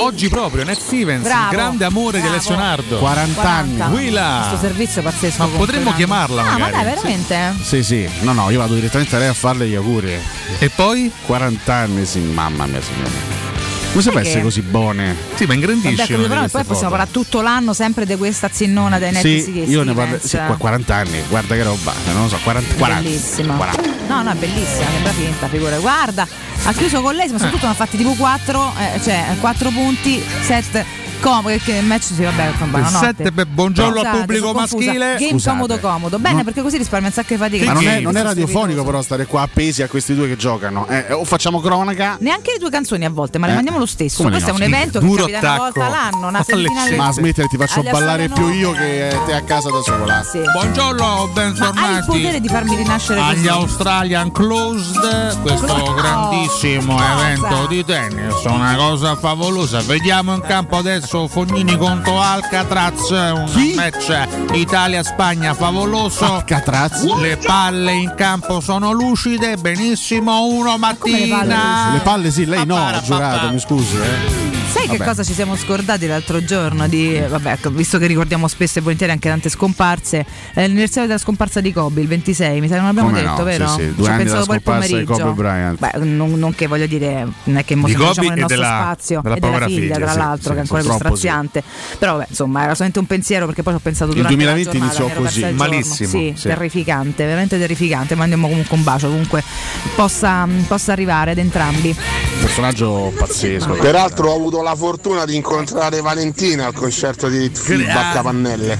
Speaker 15: Oggi proprio, Ned Stevens,
Speaker 13: Oh, Bravo,
Speaker 15: grande amore di Alessio Nardo.
Speaker 12: 40, anni.
Speaker 15: Willa.
Speaker 13: Questo servizio è pazzesco.
Speaker 15: Ma
Speaker 13: comunque,
Speaker 15: potremmo
Speaker 13: grande.
Speaker 15: chiamarla
Speaker 13: Ah, ma
Speaker 15: magari.
Speaker 13: dai, veramente?
Speaker 12: Sì, sì, no, no, io vado direttamente a lei a farle gli auguri.
Speaker 15: E poi?
Speaker 12: 40 anni, sì, mamma mia, signora. Come si può
Speaker 13: Perché?
Speaker 12: essere così buone?
Speaker 15: Sì, ma
Speaker 13: Vabbè,
Speaker 15: ingrandisci.
Speaker 13: come però poi possiamo parlare tutto l'anno sempre di questa zinnona dei Netflix
Speaker 12: Sì,
Speaker 13: che
Speaker 12: io ne
Speaker 13: si
Speaker 12: parlo.
Speaker 13: pensa.
Speaker 12: Sì, qua 40 anni, guarda che roba, non lo so, 40. 40
Speaker 13: Bellissima.
Speaker 12: 40.
Speaker 13: No, no, è bellissima, sembra finta, figura. Guarda, ha chiuso con lei, ma soprattutto hanno fatti tipo 4, cioè 4 punti, 7 comodo, perché il match si vabbè, buonanotte.
Speaker 15: Sette, beh, buongiorno al
Speaker 13: Scusate,
Speaker 15: pubblico
Speaker 13: sono confusa.
Speaker 15: maschile.
Speaker 13: Game
Speaker 12: Scusate.
Speaker 13: comodo comodo. Bene,
Speaker 12: No.
Speaker 13: perché così risparmia un sacco di fatica.
Speaker 12: Ma non è, non è radiofonico però stare qua appesi a questi due che giocano. Eh, o facciamo cronaca.
Speaker 13: Neanche le due canzoni a volte, ma le
Speaker 12: Eh,
Speaker 13: mandiamo lo stesso.
Speaker 12: come le
Speaker 13: Questo è un
Speaker 12: nostre.
Speaker 13: evento che
Speaker 12: Duro
Speaker 13: capita una
Speaker 12: attacco
Speaker 13: volta
Speaker 12: [LAUGHS]
Speaker 13: all'anno, una
Speaker 12: alle
Speaker 13: settimana
Speaker 12: scelte. Ma smettila, ti faccio
Speaker 13: Alle
Speaker 12: ballare
Speaker 13: assole
Speaker 12: più
Speaker 13: no.
Speaker 12: io che eh, te a casa da sola.
Speaker 13: Sì.
Speaker 15: Buongiorno,
Speaker 13: Ma hai il potere
Speaker 15: bentornati
Speaker 13: di farmi rinascere
Speaker 15: agli
Speaker 13: così.
Speaker 15: Australian Closed, questo
Speaker 13: No.
Speaker 15: grandissimo evento di tennis, una cosa favolosa. Vediamo in campo adesso Fognini contro Alcatraz, un match Italia-Spagna favoloso.
Speaker 12: Alcatraz.
Speaker 15: Le palle in campo sono lucide, benissimo, uno
Speaker 13: le palle
Speaker 15: mattina.
Speaker 12: Le palle sì, lei no, ha giurato, mi scusi. Eh.
Speaker 13: Sai che
Speaker 12: Vabbè.
Speaker 13: cosa ci siamo scordati l'altro giorno? Di, vabbè, ecco, visto che ricordiamo spesso e volentieri anche tante scomparse, eh, l'anniversario della scomparsa di Kobe, il 26, mi sa che non abbiamo
Speaker 12: Come
Speaker 13: detto,
Speaker 12: no?
Speaker 13: vero?
Speaker 12: Sì, sì, due
Speaker 13: Ci ho
Speaker 12: anni
Speaker 13: pensato
Speaker 12: dalla
Speaker 13: poi il
Speaker 12: scomparsa di
Speaker 13: pomeriggio.
Speaker 12: Kobe Bryant.
Speaker 13: Beh, non, non che voglio dire, non è che mo
Speaker 12: Di
Speaker 13: siamo, diciamo
Speaker 12: Kobe
Speaker 13: nel
Speaker 12: e
Speaker 13: nostro
Speaker 12: della-
Speaker 13: spazio
Speaker 12: della
Speaker 13: e della
Speaker 12: povera
Speaker 13: figlia,
Speaker 12: figlia,
Speaker 13: tra
Speaker 12: sì,
Speaker 13: l'altro,
Speaker 12: sì,
Speaker 13: che è ancora più
Speaker 12: purtroppo sì.
Speaker 13: straziante. Però, vabbè, insomma, era solamente un pensiero perché poi ci ho pensato
Speaker 12: Il
Speaker 13: durante
Speaker 12: 2020
Speaker 13: la giornata,
Speaker 12: iniziò
Speaker 13: mi ero persa il
Speaker 12: così.
Speaker 13: giorno.
Speaker 12: Malissimo,
Speaker 13: Sì,
Speaker 12: sì.
Speaker 13: terrificante, veramente terrificante. Mandiamo comunque un bacio, comunque possa, possa arrivare ad entrambi.
Speaker 12: Personaggio pazzesco.
Speaker 18: Ah. Peraltro ho avuto la fortuna di incontrare Valentina al concerto di Feedback a Pannelle.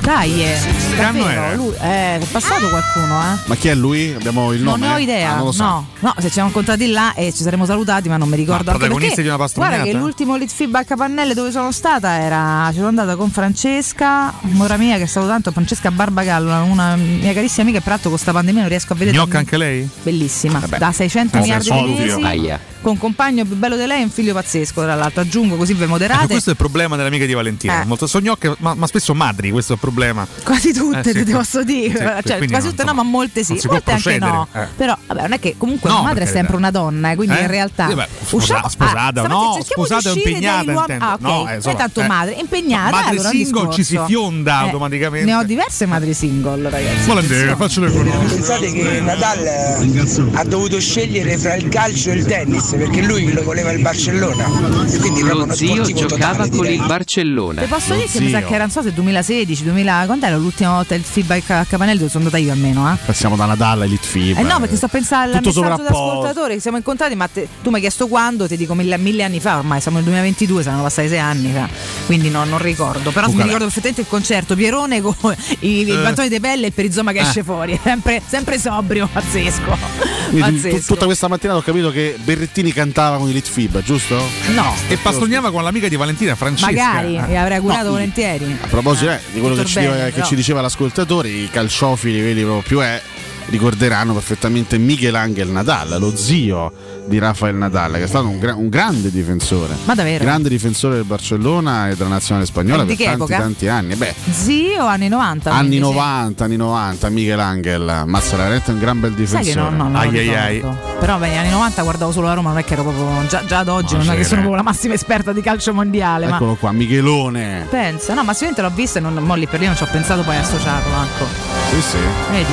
Speaker 13: Dai, eh,
Speaker 18: Che anno
Speaker 13: davvero,
Speaker 18: era?
Speaker 13: lui- eh, è passato qualcuno, eh?
Speaker 12: Ma chi è lui? Abbiamo Ah! il
Speaker 13: Non
Speaker 12: nome?
Speaker 13: ne ho idea,
Speaker 12: Ah, non lo so.
Speaker 13: no, no, se ci siamo incontrati là e ci saremmo salutati, ma non mi ricordo.
Speaker 12: Ma
Speaker 13: anche
Speaker 12: protagonisti
Speaker 13: perché-
Speaker 12: di una eh? pastrugnata?
Speaker 13: Guarda che l'ultimo lead feedback a Pannelle dove sono stata era, ci sono andata con Francesca, mora mia che saluto tanto, Francesca Barbagallo, una mia carissima amica, e peraltro con sta pandemia non riesco a vedere.
Speaker 15: Gnocca anche lei?
Speaker 13: Bellissima, da 600
Speaker 15: Eh,
Speaker 13: miliardi
Speaker 15: ovvio.
Speaker 13: di mesi,
Speaker 15: Aia.
Speaker 13: con un compagno più bello di lei e un figlio pazzesco, tra l'altro aggiungo così ve
Speaker 15: Ecco,
Speaker 13: moderate.
Speaker 15: questo è il problema dell'amica di Valentina.
Speaker 13: Eh.
Speaker 15: Molto sono gnocche, ma, ma spesso madri, questo è il problema.
Speaker 13: Quasi tutte,
Speaker 15: Eh, sì,
Speaker 13: te
Speaker 15: sì.
Speaker 13: posso dire.
Speaker 15: Sì,
Speaker 13: cioè,
Speaker 15: quindi
Speaker 13: quasi
Speaker 15: non-
Speaker 13: tutte no, ma molte sì.
Speaker 15: non si può
Speaker 13: molte anche
Speaker 15: procedere,
Speaker 13: no.
Speaker 15: eh.
Speaker 13: Però, vabbè, non è che comunque
Speaker 15: No,
Speaker 13: una madre è
Speaker 15: per
Speaker 13: sempre
Speaker 15: carità.
Speaker 13: una donna, eh, quindi
Speaker 15: Eh?
Speaker 13: in realtà.
Speaker 15: Sì, beh, sposa-
Speaker 13: ah,
Speaker 15: sposata o
Speaker 13: stamattina
Speaker 15: no,
Speaker 13: cerchiamo di
Speaker 15: sposata o
Speaker 13: uscire
Speaker 15: impegnata,
Speaker 13: dagli uomini- Ah, ok.
Speaker 15: intendo. No, eh, insomma,
Speaker 13: è tanto
Speaker 15: eh.
Speaker 13: madre, impegnata.
Speaker 15: Madre
Speaker 13: allora è un
Speaker 15: single ci
Speaker 13: discorso.
Speaker 15: si fionda
Speaker 13: Eh,
Speaker 15: automaticamente.
Speaker 13: Ne ho diverse madri single, ragazzi.
Speaker 15: Valentina, faccio le conoscere.
Speaker 19: Eh, Pensate che Nadal eh, ha dovuto scegliere fra il calcio e il tennis perché lui lo voleva il Barcellona. Quindi proprio
Speaker 8: Lo
Speaker 19: uno
Speaker 8: zio
Speaker 19: sportivo
Speaker 8: giocava
Speaker 19: totale,
Speaker 8: con
Speaker 19: direi.
Speaker 8: il Barcellona.
Speaker 13: Te posso dire che mi sa che era, non so se 2016, 2000, quando era l'ultima volta il feedback a Capanello dove sono andata io almeno, eh?
Speaker 12: Passiamo dalla Dalla Elite FIBA.
Speaker 13: Eh no, perché sto a pensare al
Speaker 12: tutto
Speaker 13: messaggio
Speaker 12: sovrapposto.
Speaker 13: dell'ascoltatore. Ci siamo incontrati, ma te- tu mi hai chiesto quando, ti dico mille, mille anni fa, ormai siamo nel 2022, saranno passati sei anni fa, quindi no, non ricordo. Però mi
Speaker 12: Bucalà.
Speaker 13: ricordo perfettamente il concerto, Pierone con [LAUGHS] i, i
Speaker 12: Eh.
Speaker 13: bantoni di pelle e il perizoma che
Speaker 12: Ah.
Speaker 13: esce fuori, [LAUGHS] sempre, sempre sobrio, pazzesco.
Speaker 12: [LAUGHS] Quindi tu-
Speaker 13: pazzesco.
Speaker 12: tutta questa mattina ho capito che Berrettini cantava con i Elite FIBA, giusto?
Speaker 13: No.
Speaker 15: E pastognava con l'amica di Valentina, Francesca.
Speaker 13: Magari,
Speaker 15: Eh.
Speaker 13: vi avrei curato
Speaker 15: No,
Speaker 13: volentieri.
Speaker 12: A proposito eh, di quello che, ci,
Speaker 13: Ah, Dottor
Speaker 12: diceva-
Speaker 13: Bene,
Speaker 12: che
Speaker 13: però.
Speaker 12: ci diceva l'ascoltatore, i calciofili veri proprio è ricorderanno perfettamente Michelangelo Nadal, lo zio di Rafael Nadal, che è stato un, gra- un grande difensore.
Speaker 13: Ma davvero?
Speaker 12: Grande difensore del Barcellona e della nazionale spagnola
Speaker 13: E
Speaker 12: per
Speaker 13: di che
Speaker 12: tanti
Speaker 13: epoca?
Speaker 12: tanti anni. Beh,
Speaker 13: Zio, anni 90.
Speaker 12: anni
Speaker 13: quindi, sì.
Speaker 12: 90, anni 90, Michelangelo, ma sarà veramente un gran bel
Speaker 13: Sai
Speaker 12: difensore.
Speaker 13: che no, no, non lo
Speaker 12: Ai, ai, ai.
Speaker 13: Però beh, negli anni 90 guardavo solo la Roma, non è che ero proprio. Già, già ad oggi
Speaker 12: Ma Ecco,
Speaker 13: non è
Speaker 12: sì,
Speaker 13: che sono
Speaker 12: eh.
Speaker 13: proprio la massima esperta di calcio mondiale. Ma
Speaker 12: Eccolo qua, Michelone.
Speaker 13: Pensa, no, ma sicuramente l'ho visto e non molli per lì non ci ho pensato poi associato manco.
Speaker 12: Sì, sì.
Speaker 13: Vedi?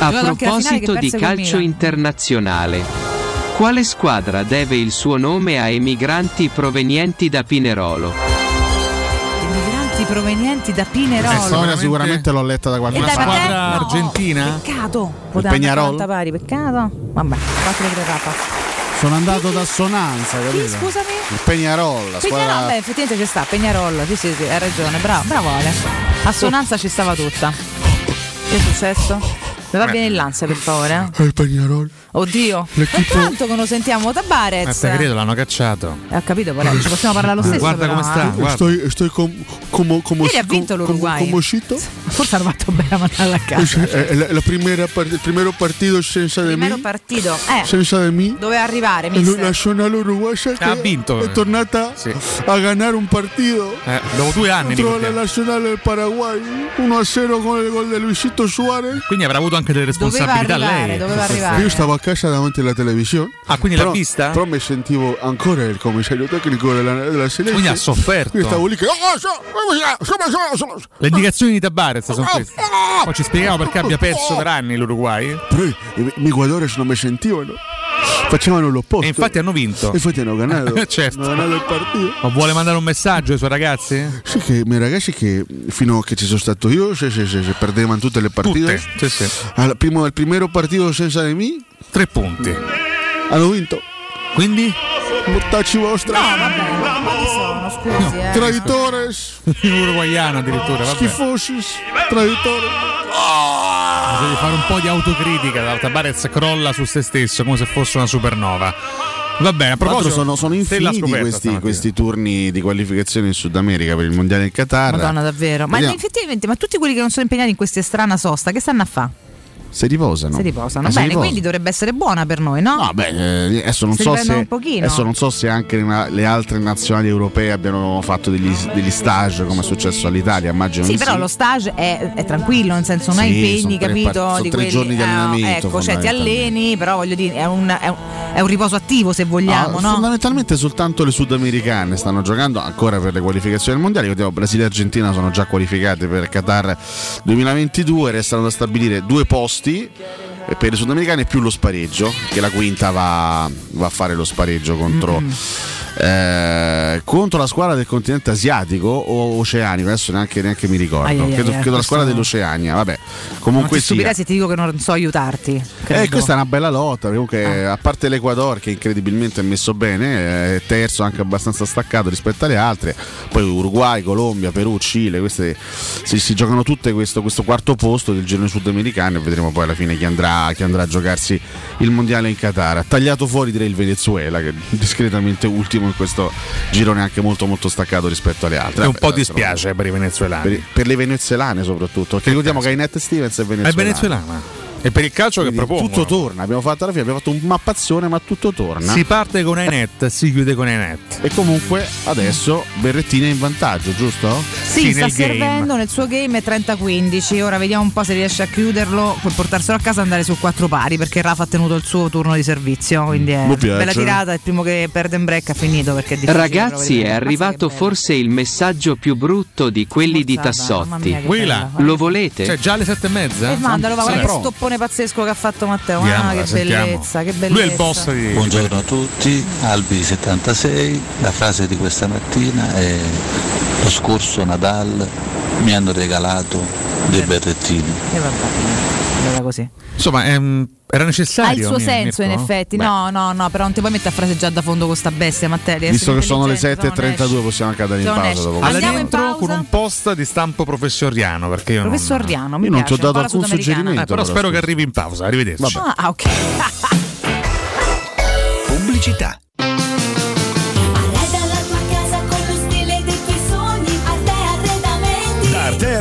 Speaker 5: A
Speaker 13: Arrivato anche la finale che
Speaker 5: proposito di
Speaker 13: perse col
Speaker 5: calcio
Speaker 13: Milan.
Speaker 5: internazionale, quale squadra deve il suo nome a emigranti provenienti da Pinerolo?
Speaker 13: Migranti provenienti da
Speaker 12: La
Speaker 13: Pinerolo.
Speaker 12: Eh, storia sicuramente l'ho letta da qualche
Speaker 13: E dai, ma
Speaker 12: parte.
Speaker 13: te- no.
Speaker 12: argentina?
Speaker 13: Peccato. Può
Speaker 12: Il
Speaker 13: dare una
Speaker 12: Peñarol?
Speaker 13: quaranta pari, peccato. Vabbè, 4 3 rapa.
Speaker 12: Sono andato da Sonanza, capito?
Speaker 13: scusami?
Speaker 12: Il Peñarol, la
Speaker 13: Peñarol,
Speaker 12: squadra
Speaker 13: beh, effettivamente ci sta, Peñarol, sì, sì, sì, hai ragione, bravo, bravo Ale. Assonanza ci stava tutta. Che è successo? Mi va
Speaker 12: Eh.
Speaker 13: bene l'ansia, per favore. eh?
Speaker 16: Il Pagnarol.
Speaker 13: Oddio,
Speaker 16: L'equipe-
Speaker 13: tanto che non sentiamo
Speaker 15: Eh,
Speaker 13: Tabarez.
Speaker 16: Aspetta, Eh, credo l'hanno cacciato.
Speaker 13: Eh, Ho capito, Borelli, ci possiamo parlare lo stesso.
Speaker 16: Guarda
Speaker 13: però,
Speaker 16: come sta,
Speaker 13: eh.
Speaker 16: guarda.
Speaker 17: Estoy, estoy com- como, como,
Speaker 13: Ieri ha vinto l'Uruguay.
Speaker 17: Come uscito?
Speaker 13: Forse hanno fatto bene a mandare a
Speaker 17: Eh,
Speaker 13: casa.
Speaker 17: la, la primera part- il primo partito senza di
Speaker 13: Primero
Speaker 17: me.
Speaker 13: partito. Eh,
Speaker 17: Senza di me.
Speaker 13: doveva arrivare,
Speaker 17: La
Speaker 13: mister.
Speaker 17: nazionale uruguaya che
Speaker 16: Ha vinto.
Speaker 17: è tornata
Speaker 16: Sì.
Speaker 17: a ganare un partito.
Speaker 16: Eh, dopo due anni. mi
Speaker 17: contro la
Speaker 16: ricordiamo.
Speaker 17: nazionale del Paraguay 1 0 con il gol di Luisito Suarez
Speaker 16: Quindi avrà avuto anche delle responsabilità lei.
Speaker 17: Io stavo a casa davanti alla televisione.
Speaker 16: Ah, quindi l'ha
Speaker 17: però,
Speaker 16: vista?
Speaker 17: Però mi sentivo ancora il commissario tecnico della, della selezione.
Speaker 16: Quindi ha sofferto.
Speaker 17: Io stavo lì che. "Oh, so- so- so- so- so- so-
Speaker 16: Le indicazioni di Tabarez sono
Speaker 17: Ah,
Speaker 16: queste. Poi ci spieghiamo perché abbia perso per anni l'Uruguay.
Speaker 17: Però i i guadores non mi sentivano. Facevano l'opposto.
Speaker 16: E infatti hanno vinto.
Speaker 17: E infatti hanno
Speaker 12: Eh,
Speaker 15: [LAUGHS]
Speaker 17: ganato.
Speaker 16: certo.
Speaker 17: Hanno ganato il partito.
Speaker 16: Ma vuole mandare un messaggio ai suoi ragazzi?
Speaker 17: Sì, che i miei ragazzi che fino a che ci sono stato io, se, se, se, se perdevano tutte le partite.
Speaker 16: Tutte, sì, sì.
Speaker 17: Al primo, al primo partito senza di me.
Speaker 16: Tre punti.
Speaker 17: Hanno vinto.
Speaker 16: Quindi?
Speaker 17: Mortacci vostra.
Speaker 13: No, vabbè, ma
Speaker 12: Oh.
Speaker 13: chi sono? Scusi, eh.
Speaker 15: [LAUGHS]
Speaker 17: Traitores,
Speaker 16: Un uruguaiano addirittura, vabbè.
Speaker 17: schifosi, traitore.
Speaker 16: Devi fare un po' di autocritica. la Tabarez crolla su se stesso come se fosse una supernova. Va bene, a
Speaker 12: Tra l'altro
Speaker 16: proposito,
Speaker 12: sono, sono
Speaker 16: stella
Speaker 12: infiniti
Speaker 16: scoperta
Speaker 12: questi,
Speaker 16: stamattina.
Speaker 12: questi turni di qualificazione in Sud America per il mondiale in Qatar.
Speaker 13: Madonna, davvero. Ma
Speaker 12: Vediamo.
Speaker 13: effettivamente, ma tutti quelli che non sono impegnati in questa strana sosta, che stanno a fare?
Speaker 12: Si riposano.
Speaker 13: Si riposano.
Speaker 12: Eh, si
Speaker 13: Bene,
Speaker 12: riposano.
Speaker 13: quindi dovrebbe essere buona per noi, no?
Speaker 12: No, beh, eh, adesso non,
Speaker 13: Si
Speaker 12: so se,
Speaker 13: riprendono un pochino.
Speaker 12: adesso non so se anche na- le altre nazionali europee abbiano fatto degli, degli stage come è successo all'Italia. Immagino
Speaker 13: Sì,
Speaker 12: di
Speaker 13: però
Speaker 12: sì.
Speaker 13: lo stage è, è tranquillo, nel senso non hai
Speaker 12: Sì,
Speaker 13: impegni,
Speaker 12: son tre
Speaker 13: capito?
Speaker 12: par- son
Speaker 13: di
Speaker 12: tre
Speaker 13: quelli-
Speaker 12: giorni di
Speaker 13: eh,
Speaker 12: allenamento,
Speaker 13: Ecco, cioè ti alleni, però voglio dire, è un, è un- è un riposo attivo se vogliamo,
Speaker 12: Ah,
Speaker 13: no?
Speaker 12: Fondamentalmente soltanto le sudamericane stanno giocando ancora per le qualificazioni del mondiale. Vediamo Brasile e Argentina sono già qualificate per Qatar 2022, restano da stabilire due posti eh, per le sudamericane più lo spareggio, che la quinta va, va a fare lo spareggio contro, eh, contro la squadra del continente asiatico o oceanico, adesso neanche, neanche mi ricordo,
Speaker 13: Ai, ai, ai,
Speaker 12: credo, credo
Speaker 13: eh,
Speaker 12: la
Speaker 13: questo-
Speaker 12: squadra dell'Oceania, vabbè,
Speaker 13: Non
Speaker 12: comunque
Speaker 13: ti
Speaker 12: sia.
Speaker 13: stupirei se ti dico che non so aiutarti.
Speaker 12: Eh,
Speaker 13: credo.
Speaker 12: questa è una bella lotta, comunque
Speaker 16: Ah.
Speaker 12: a parte l'Equador che incredibilmente è messo bene, eh, è terzo anche abbastanza staccato rispetto alle altre, poi Uruguay, Colombia, Perù, Cile, queste si, si giocano tutte questo, questo quarto posto del girone sudamericano e vedremo poi alla fine chi andrà, chi andrà a giocarsi il mondiale in Qatar. Ha tagliato fuori direi il Venezuela che è discretamente ultimo in questo girone anche molto molto staccato rispetto alle altre.
Speaker 16: E un
Speaker 12: Vabbè,
Speaker 16: po'
Speaker 12: adesso-
Speaker 16: dispiace per i venezuelani.
Speaker 12: Per, per le venezuelane soprattutto, perché ricordiamo che Inette Stevens è
Speaker 16: È
Speaker 12: venezuelana.
Speaker 16: venezuelana. E per il calcio che propongono.
Speaker 12: Tutto torna, abbiamo fatto alla fine, abbiamo fatto un mappazzone, ma tutto torna.
Speaker 16: Si parte con Ainet, si chiude con Ainet.
Speaker 12: E comunque adesso Berrettini è in vantaggio, giusto?
Speaker 13: Sì, sta servendo nel suo game è 30-15. Ora vediamo un po' se riesce a chiuderlo. Può portarselo a casa e andare su quattro pari perché Rafa ha tenuto il suo turno di servizio.
Speaker 12: Mm,
Speaker 13: Quindi è
Speaker 5: Mi piace.
Speaker 13: bella tirata. Il primo che perde in break ha finito perché è difficile. Eh,
Speaker 5: Ragazzi, eh, è arrivato forse il messaggio più brutto di quelli di Tassotti.
Speaker 13: che bella.
Speaker 5: Lo volete?
Speaker 16: Cioè, già alle sette e mezza?
Speaker 13: E mandalo, va, guarda che
Speaker 5: Sono
Speaker 13: stoppone pazzesco che ha fatto Matteo.
Speaker 20: Andiamo,
Speaker 13: ah, che
Speaker 20: la sentiamo.
Speaker 13: bellezza, che bellezza.
Speaker 20: Buongiorno a tutti, Albi76. La frase di questa mattina è lo scorso Nadal mi hanno regalato dei berrettini.
Speaker 13: E vabbè, era così.
Speaker 16: Insomma, ehm, era necessario.
Speaker 13: Ha il suo
Speaker 16: Mir-
Speaker 13: senso, in
Speaker 16: Mirko?
Speaker 13: effetti.
Speaker 16: Beh.
Speaker 13: No, no, no, però non ti puoi mettere a frase già da fondo con sta bestia, Matteo. devi
Speaker 12: Visto
Speaker 13: essere
Speaker 12: che sono le
Speaker 13: intelligente,
Speaker 12: 7.32 possiamo anche andare in
Speaker 13: Sono
Speaker 12: pausa
Speaker 13: esci.
Speaker 12: dopo
Speaker 16: Alla
Speaker 12: questo.
Speaker 16: dentro con un post di stampo professoriano. Perché io non-
Speaker 13: Professor Riano, mi
Speaker 12: Io non
Speaker 13: piace,
Speaker 12: ti ho dato
Speaker 13: un po' la
Speaker 12: alcun
Speaker 13: sudamericana.
Speaker 12: suggerimento,
Speaker 16: Eh, però spero che arrivi in pausa. Arrivederci.
Speaker 13: Ah, ah, ok.
Speaker 16: Pubblicità.
Speaker 4: Arreda la tua casa con lo stile dei tuoi sogni, Arte Arredamenti.
Speaker 21: Da Arte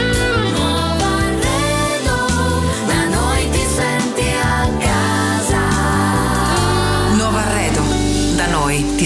Speaker 2: Nuovo arredo, da noi ti senti a casa.
Speaker 22: Nuovo Arredo. Da noi ti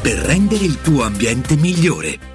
Speaker 23: per rendere il tuo ambiente migliore.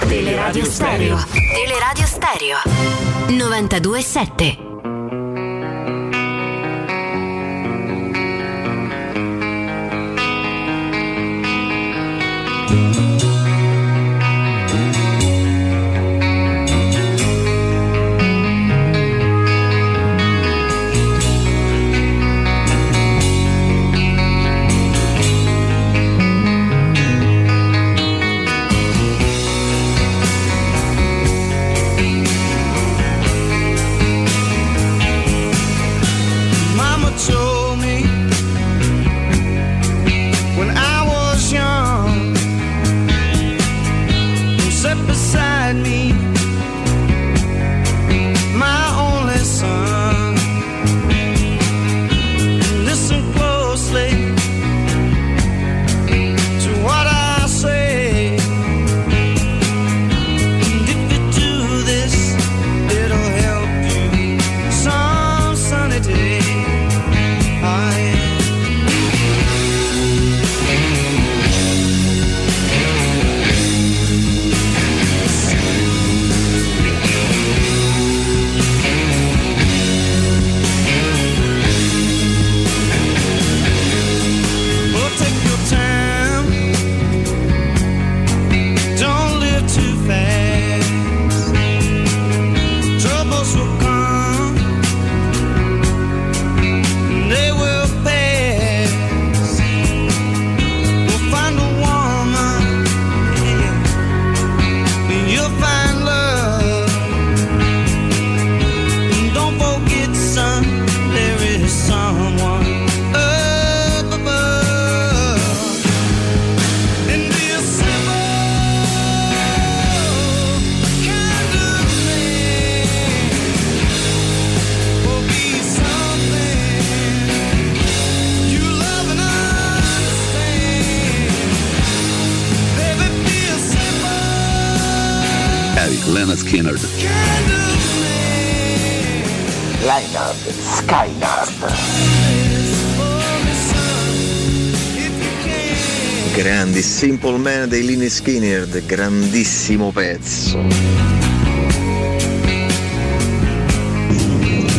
Speaker 24: Teleradio Stereo. Teleradio Stereo. 92.7.
Speaker 4: Mama told me when I was young Oh,
Speaker 21: magari, Leonard Skinner.
Speaker 4: Leinard, Skynard.
Speaker 25: Grandi, Simple Man dei Lini Skinner, grandissimo pezzo.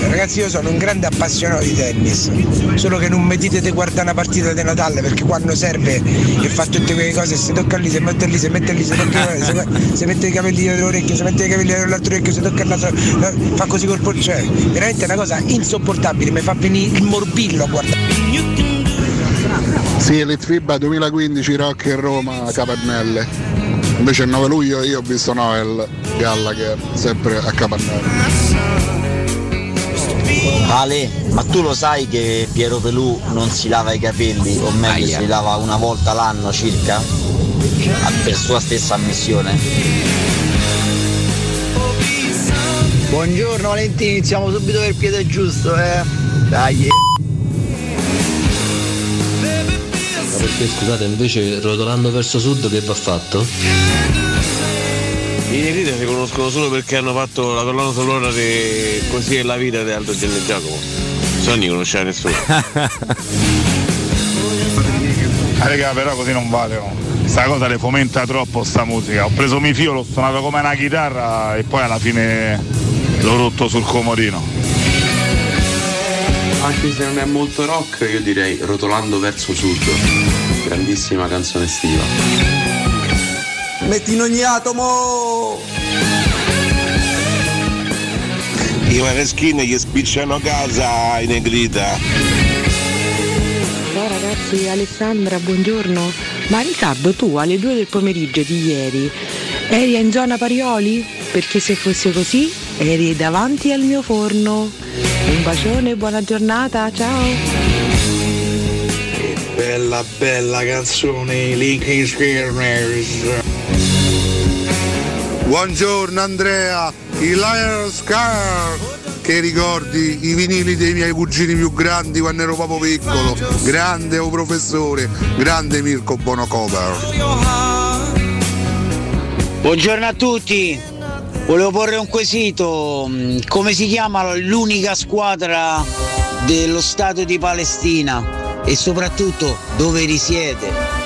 Speaker 19: Ragazzi io sono un grande appassionato di tennis, solo che non mi dite di guardare una partita di Natale perché quando serve e fa tutte quelle cose, si tocca lì, si mette lì, si mette lì, si tocca lì, si, me- si mette i capelli dietro l'orecchio, si mette i capelli dietro l'altro orecchio, si tocca il naso, no, fa così col polso, cioè veramente è una cosa insopportabile, mi fa venire il morbillo a guardare.
Speaker 26: Sì, Litfiba 2015 Rock in Roma, Capannelle. Invece il 9 luglio io ho visto Noel Gallagher, sempre a Capannelle.
Speaker 5: Ale, ma tu lo sai che Piero Pelù non si lava i capelli, o meglio si lava una volta l'anno circa? Ah, Per sua stessa ammissione.
Speaker 27: Buongiorno Valentini, iniziamo subito per il piede giusto, eh. Dai. eh.
Speaker 10: Ma perché scusate, invece rotolando verso sud che va fatto?
Speaker 28: I Negrita si conoscono solo perché hanno fatto la collana sonora di Così è la vita di Aldo Genne Giacomo. Se no non li conosceva nessuno.
Speaker 29: Ah, raga, però così non vale, oh. Sta cosa le fomenta troppo sta musica. Ho preso mio figlio, l'ho suonato come una chitarra e poi alla fine l'ho rotto sul comodino.
Speaker 30: [LAUGHS] Anche se non è molto rock, io direi Rotolando verso sud. Grandissima canzone estiva.
Speaker 27: [LAUGHS] Metti in ogni atomo!
Speaker 28: I maneschini gli spicciano casa in negrita.
Speaker 22: Ciao ragazzi, Alessandra, buongiorno. Ma Riccardo, tu alle 2 del pomeriggio di ieri eri in zona Parioli? Perché se fosse così eri davanti al mio forno. Un bacione, buona giornata, ciao.
Speaker 27: Bella bella canzone, Linkin Skinner.
Speaker 26: Buongiorno Andrea, Ah, il Lion Scar. Che ricordi i vinili dei miei cugini più grandi quando ero proprio piccolo. Grande o professore, grande Mirko Bonocover.
Speaker 27: Buongiorno a tutti. Volevo porre un quesito. Mm, Come si chiama l'unica squadra dello Stato di Palestina? E soprattutto dove risiede?